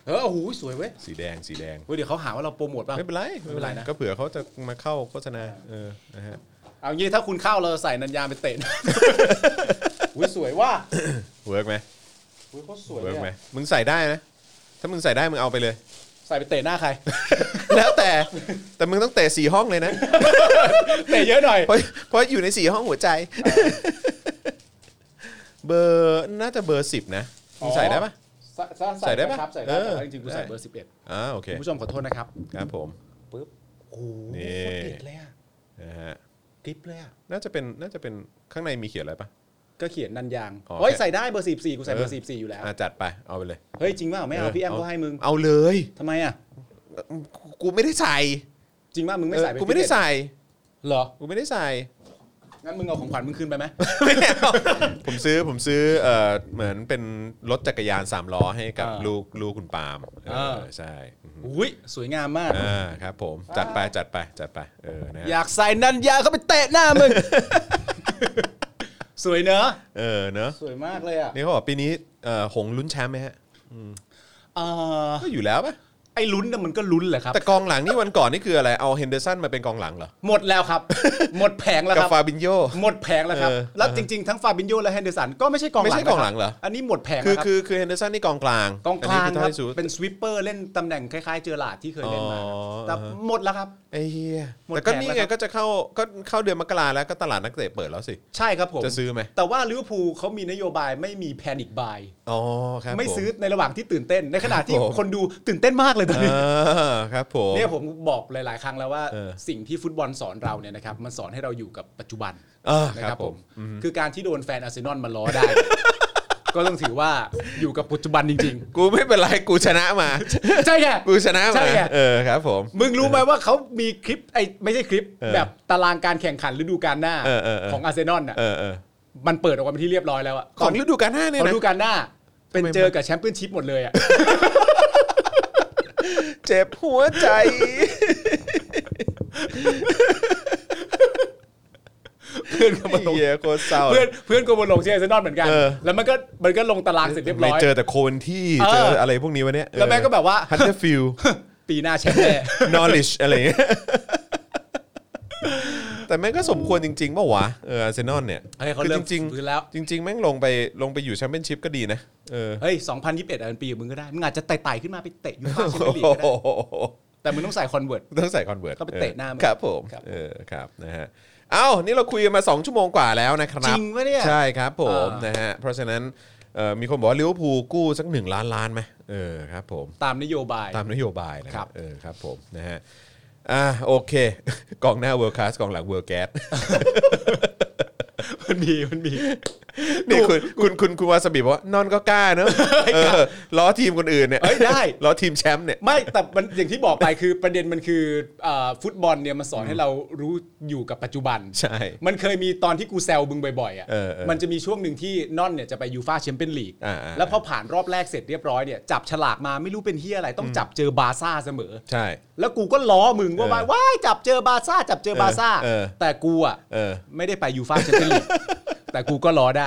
C: เออโอ้โหสวยเว้ย
B: สีแดงสีแดง
C: เว้ยเดี๋ยวเขาหาว่าเราโปรโมทป่ะ
B: ไม่เป็นไร
C: ไม่เป็นไรนะ
B: ก็เผื่อเขาจะมาเข้าโฆษณาเออนะ ฮะ
C: เอางี้ถ้าคุณเข้าเราใส่นันยางไปเตะ อุ้ยสวยว่ะ
B: เวิร์กไหม
C: อุ้ยเขาสวย
B: เวิร์กไหม
C: เลย
B: มึงใส่ได้นะ ถ้ามึงใส่ได้มึงเอาไปเลย
C: ใส่ไปเตะหน้าใคร
B: แล้วแต่ แต่มึงต้องเตะสี่ห้อง เลยนะ
C: เตะเยอะหน่อย
B: เพราะเพราะอยู่ในสี่ห้องหัวใจ เบอร์น่าจะเบอร์สิบนะ มึงใส่ได้ปะ
C: ใส่ใส่
B: ใส่ได้
C: ได้
B: ปะ
C: ครับใส่
B: เอ
C: ได้
B: อ
C: แต่ว่าจริงๆกูใส่
B: ได้
C: เบอร์สิบเอ็ด
B: อ่าโอเค
C: คุณผู้ชมขอโทษนะครับ
B: ครับผม
C: ปึ๊บโอ้โห
B: นี่
C: โคตรเด็ดเลยอ่ะ
B: นะฮะ
C: กริปเลยอ่ะ
B: น่าจะเป็นน่าจะเป็นข้างในมีเขียนอะไรปะ
C: ก็เขียนนันยาง
B: อ๋อ
C: โอ้ย
B: แค่
C: ใส่ได้เบอร์สิบสี่กูใส่เบอร์สิบสี่อยู่แล้ว
B: อ่ะจัดไป เอาไปเลย
C: เฮ้ยจริงป่าวไม่เอาพี่แอมเขาให้มึง
B: เอาเลย
C: ทำไมอ่ะ
B: กูกูไม่ได้ใส่
C: จริงป่ะมึงไม่ใส่ป
B: เออกูไม่ได้ใส่
C: เหรอ
B: กูไม่ได้ใส่
C: งั้นมึงเอาของขวัญมึงคืนไปไหม
B: ไม่เอาผมซื้อผมซื้อเอ่อเหมือนเป็นรถจักรยานสามล้อให้กับ
C: อ่า
B: ลูกลูกคุณปาล์มเออ
C: อ่า
B: ใช่อืม
C: อุ้ยสวยงามมาก
B: อ่าครับผมจัดไปจัดไปจัดไปเออนะ
C: อยากใส่นันยางเข้าไปเตะหน้า มึง สวยเนอะ
B: เออเนอะ
C: สวยมากเลยอ่ะ
B: นี่เขาบอกปีนี้เอ่อหงส์ลุ้นแชมป์ไหมฮะ
C: เอ่อ
B: ก็อยู่แล้วปะ
C: ไอ้ลุ้นน่ะมันก็ลุ้นแหละครับ
B: แต่กองหลังนี่วันก่อนนี่คืออะไรเอาเฮนเดอร์สันมาเป็นกองหลังเหรอ
C: หมดแล้ว ครับ หมดแผงแล้ว
B: กั
C: ค
B: บ
C: รับ
B: ฟาบินโย
C: หมดแผงแล้วครับ
B: เออ
C: แล้วจริงๆ ทั้งฟาบินโยและแฮนเดอร์สันก็ไม่ใช่กองหลัง
B: ไม่ใช่กองหลังเหรอ
C: นะครับอันนี้หมดแผง
B: คื
C: แล้
B: อ
C: วครับ
B: คือคือเฮนเดอร์สันนี่กองกลาง
C: กองกลาง
B: นนี้
C: ค
B: คือ
C: รั
B: เท่
C: บ
B: ที่สุด
C: เป็นสวิปเปอร์เล่นตำแหน่งคล้ายๆเจอหลาดที่เคยเล่นมา
B: อ๋อ
C: แต่หมดแล้วครับ
B: ไอ้เหี้ย
C: หมด
B: แต่ก็
C: แผง
B: นี่
C: แล้ว
B: ไง
C: ครับ
B: ก็จะเข้าก็เข้าเดือนมกราแล้วก็ตลาดนักเตะเปิดแล้วสิ
C: ใช่ครับผม
B: จะซื้อไหม
C: แต่ว่าลิเวอร์พูลเขามีนโยบายไม่มีแพนิ c บ u y
B: อ๋อครับ
C: ไม่
B: ผ
C: ซื้อในระหว่างที่ตื่นเต้น ในขณะที่
B: ครับผม
C: คนดูตื่นเต้นมากเลยตอน
B: เอ
C: นี้
B: อครับผม
C: เนี่ยผมบอกหลาย ๆ ครั้งแล้วว่า
B: เออ
C: สิ่งที่ฟุตบอลสอนเราเนี่ยนะครับมันสอนให้เราอยู่กับปัจจุบัน
B: เออ
C: นะ
B: ค
C: ค
B: รั
C: รั
B: บบ ผ
C: ผม ม คือการที่โดนแฟนอาร์เซนอลมาล้อได้ ก็ต้องถือว่าอยู่กับปัจจุบันจริง
B: กูไม่เป็นไร กูชนะมา
C: ๆ ใช่ไง
B: กูชนะ
C: ใช่
B: มา
C: ไง
B: เออครับผม
C: มึงรู้ไหมว่าเขามีคลิปไอ้ไม่ใช่คลิป
B: เออ
C: แบบตารางการแข่งขันฤดูกาลหน้า
B: เออเออเออ
C: ของอาร์เซนอลน่ะ
B: เออเออ
C: มันเปิดออกมาเป็นที่เรียบร้อยแล้วอะ
B: ข
C: ต
B: อน งฤดูกาลหน้าเนี่ย
C: เขา
B: นะ
C: ดูการหน้า เป็นเจอกับแชมเปี้ยนชิพหมดเลยอ่ะ
B: เจ็บหัวใจ
C: เพื่อน ก็มาลง
B: เหี้ยโคตรเศร้า
C: เพื่อนเพื่อนก็มาลงที่อาร์เซนอลเหมือนกัน
B: เออ
C: แล้วมันก็มันก็ลงตารางเสร็จเรียบร้
B: ไม่
C: อย
B: เจอแต่โคนที่
C: เออ
B: เจออะไรพวกนี้วะเนี่ย
C: แล้วแม่งก็แบบ ว่า
B: ฮัตเตอร์ ฟิล
C: ปีหน้าแชมป์แน่
B: knowledge อะไรอย่างเงี้ย แต่แม่งก็สมควรจริงๆป่าวะเอออาร์เซนอลเนี่ย
C: เฮ้ยเขา
B: คือ
C: เริ่
B: จ
C: ม
B: ริง
C: ฟื้นแล้ว
B: ๆ จริง ๆ แม่งลงไปลงไปอยู่แชมเปี้ยนชิพก็ดีนะเออ
C: เฮ้ย 2021อันปีของมึงก็ได้ มึงอาจจะไต่ๆขึ้นมาไปเตะยูฟ่า
B: โอ้
C: แชมเปี้ยนลีกก็
B: โห
C: ได้ แต่มึงต้องใส่คอนเวิร์ต
B: ต้องใส่คอนเวิร์ต
C: ก็ไปเตะหน้ามัน
B: ครับผม
C: ครับ
B: เออครับนะฮะเอ้านี่เราคุยกันมา 2 ชั่วโมงกว่าแล้วนะครับ
C: จริงปะเนี่ย
B: ใช่ครับผม
C: เออ
B: นะฮะเพราะฉะนั้นเอ่อมีคนบอกว่าลิเวอร์พูลกู้สักหนึ่งล้านล้านไหมเออครับผม
C: ตามนโยบาย
B: ตามนโยบายนะครับ เออครับผมนะฮะอ่าโอเค กองหน้าเวิร์คัสกองหลังเวิร์แก๊ส
C: มันมีมันมี
B: นี่คุณคุณคุณคุณวาสบิบอกว่านอนก็กล้าเนอะเออล้อทีมคนอื่นเนี่ย
C: เอ้ยได้
B: ล้อทีมแชมป์เนี่ย
C: ไม่แต่มันอย่างที่บอกไปคือประเด็นมันคือเอ่อฟุตบอลเนี่ยมันสอนให้เรารู้อยู่กับปัจจุบัน
B: ใช่
C: มันเคยมีตอนที่กูแซวบึงบ่อยๆอ่ะ
B: เออเออ
C: มันจะมีช่วงหนึ่งที่นอนเนี่ยจะไปยูฟาแชมเปี้ยนลีก
B: อ่าอ่า
C: แล้วพอผ่านรอบแรกเสร็จเรียบร้อยเนี่ยจับฉลากมาไม่รู้เป็นเฮียอะไรต้องจับเจอบาร์ซ่าเสมอ
B: ใช่
C: แล้วกูก็ล้อมึงว่า
B: เออ
C: ว้ายจับเจอบาร์ซ่าจับเจอบาร์ซ่า
B: เออเออ
C: แต่กูอ่ะ
B: เออ
C: ไม่ได้ไปยูฟาแชมเปี้ยน ลีกแต่กูก็ล้อได้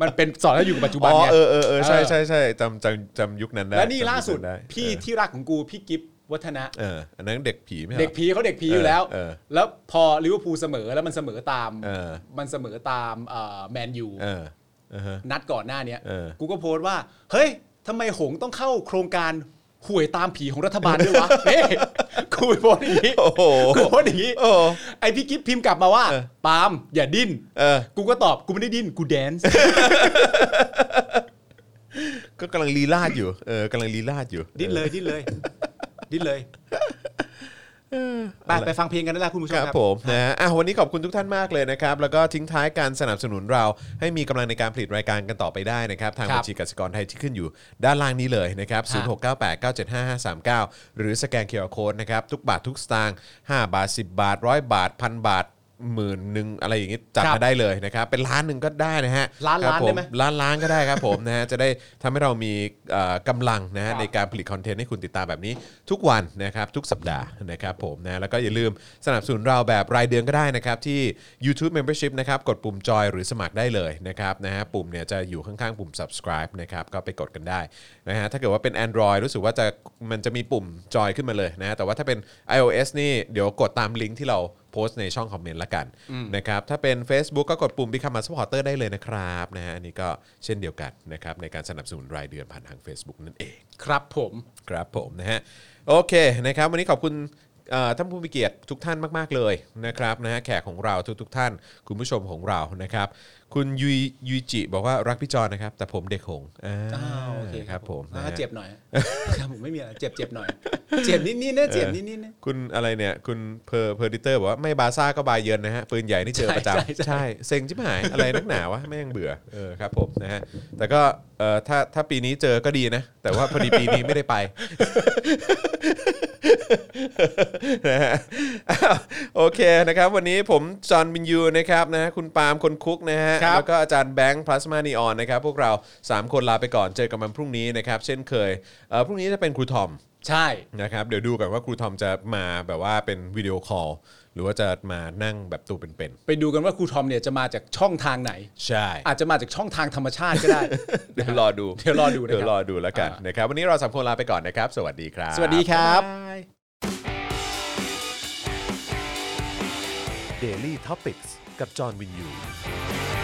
C: มันเป็นสอนให้อยู่กับปัจจุ
B: อ๋
C: บัน
B: อ
C: เนี่ย
B: เออเออเออใช่
C: เออ
B: ใช่ใช่จำจำจำยุคนั้นได้
C: และนี่ล่าสุด
B: จำยุค
C: พี่
B: ไเออ
C: ที่รักของกูพี่กิฟต์วัฒนะ
B: เอออันนั้นเด็กผีไม่ใช่หรอ
C: เด็กผีเขาเด็กผีอยู่แล้ว
B: เออ
C: แล้วพอลิเวอร์พูลเสมอแล้วมันเสมอตาม
B: เออ
C: มันเสมอตามแมนยู
B: เออเออฮะ
C: นัดก่อนหน้าเนี้ย
B: เออ
C: กูก็โพสต์ว่า เฮ้ยทำไมหงต้องเข้าโครงการห่วยตามผีของรัฐบาลด้วย วะ เฮ้ยกูไปโพสต์อย่างนี้
B: โอ้โห
C: กูโพสต์อย่างนี้
B: โอ้โห
C: ไอพี่กิฟพิมพ์กลับมาว่า
B: เออ
C: ปาล์มอย่าดิ้น
B: เออ
C: กูก็ตอบกูไม่ได้ดิ้นกูแดนซ์
B: ก็กำลังลีลาดอยู่เออกำลังลีลาดอยู่
C: ดิ้นเลยดิ้นเลย ดิ้นเลยไปไปฟังเพลงกันได้แล้วคุณผู้ชม
B: ครับ
C: ครับ
B: ผมนะฮะอ่ะวันนี้ขอบคุณทุกท่านมากเลยนะครับ แล้วก็ทิ้งท้ายการสนับสนุนเราให้มีกำลังในการผลิตรายการกันต่อไปได้นะครับ ทาง
C: ครับ
B: บัญชีกสิกรไทยที่ขึ้นอยู่ด้านล่างนี้เลยนะครับ
C: ฮะ
B: 0698975539 หรือสแกนเคอร์โคดนะครับ ทุกบาททุกสตางค์5บาท 10 บาท 100 บาทพันบาทหมื่นหนึ่งอะไรอย่างงี้จัดมาได้เลยนะครับ เป็นล้านหนึ่งก็ได้นะฮะ
C: ล้าน
B: ครับ
C: ล้า
B: ผ
C: นได้ไหม
B: ล้านล้านก็ได้ครับผมนะฮะจะได้ทำให้เรามีเอ่อกำลังนะฮะ
C: ครับ
B: ในการผลิตคอนเทนต์ให้คุณติดตามแบบนี้ทุกวันนะครับทุกสัปดาห์นะครับผมนะแล้วก็อย่าลืมสนับสนุนเราแบบรายเดือนก็ได้นะครับ ที่ YouTube Membership นะครับกดปุ่มจอยหรือสมัครได้เลยนะครับนะฮะปุ่มเนี่ยจะอยู่ข้างๆ ปุ่ม subscribe นะครับก็ไปกดกันได้นะฮะถ้าเกิดว่าเป็น Android รู้สึกว่าจะมันจะมีปุ่มจอยขึ้นมาเลยนะฮะแต่ว่าถ้าเป็น iOS นี่เดี๋ยวกดตามลิงก์ที่เราโพสต์ในช่องคอมเมนต์ละกันนะครับถ้าเป็น Facebook ก็กดปุ่ม Become a supporter ได้เลยนะครับนะฮะอันนี้ก็เช่นเดียวกันนะครับในการสนับสนุนรายเดือนผ่านทาง Facebook นั่นเอง
C: ครับผม
B: ครับผมนะฮะโอเคนะครับวันนี้ขอบคุณเอ่อท่านผู้มีเกียรติทุกท่านมาก ๆ เลยนะครับนะฮะแขกของเราทุกๆท่าน คุณผู้ชมของเรานะครับ คุณยุยยุยจิบอกว่ารักพี่จอนนะครับ แต่ผมเด็กหงส์อ่า
C: อ้าวโอเค
B: ครับผมนะ
C: อ่า
B: ฮะ
C: เจ็บหน่อย ครับผมไม่มีอะไรเจ็บเจ็บหน่อย เจ็บนิดนิดๆนะเจ็บนิดนิดๆนะ
B: คุณอะไรเนี่ยคุณเพอร์เพอร์ดิเตอร์บอกว่าไม่บาซ่าก็บาเยิร์นนะฮะปืนใหญ่นี่เจอประจำ
C: ใช่ใช่ใช่
B: เซ็งชิบหายอะไรนักหนาวะแม่งเบื่อเออครับผมนะฮะแต่ก็เอ่อถ้าถ้าปีนี้เจอก็ดีนะ แต่ว่าพอดีปีนี้ไม่ ได้ไป นะฮะอ้าวโอเคนะครับ วันนี้ผมจอห์นวินยูนะครับนะคุณปาล์มคนคุกนะฮะ
C: ครับ
B: แล้วก็อาจารย์แบงค์พลาสมานีออนนะครับ พวกเรา 3 คนลาไปก่อนเจอกันวันพรุ่งนี้นะครับ เช่นเคยเอ่อพรุ่งนี้จะเป็นครูทอม
C: ใช่
B: นะครับ เดี๋ยวดูกันว่าครูทอมจะมาแบบว่าเป็นวิดีโอคอลหรือว่าจะมานั่งแบบตัวเป็น
C: ไปดูกันว่าครูทอมเนี่ยจะมาจากช่องทางไหน
B: ๆ ใช่
C: อาจจะมาจากช่องทางธรรมชาติก็ได้
B: เดี๋ยวรอดู
C: เดี๋ยวรอดูนะครับ
B: เดี๋ยวรอดูแล้วกัน
C: อ่าน
B: นะครับวันนี้เราสามคนลาไปก่อนนะครับ สวัสดีครับ
C: สวัสดีครับ
A: Daily t o p i c กกับจอห์นวินยู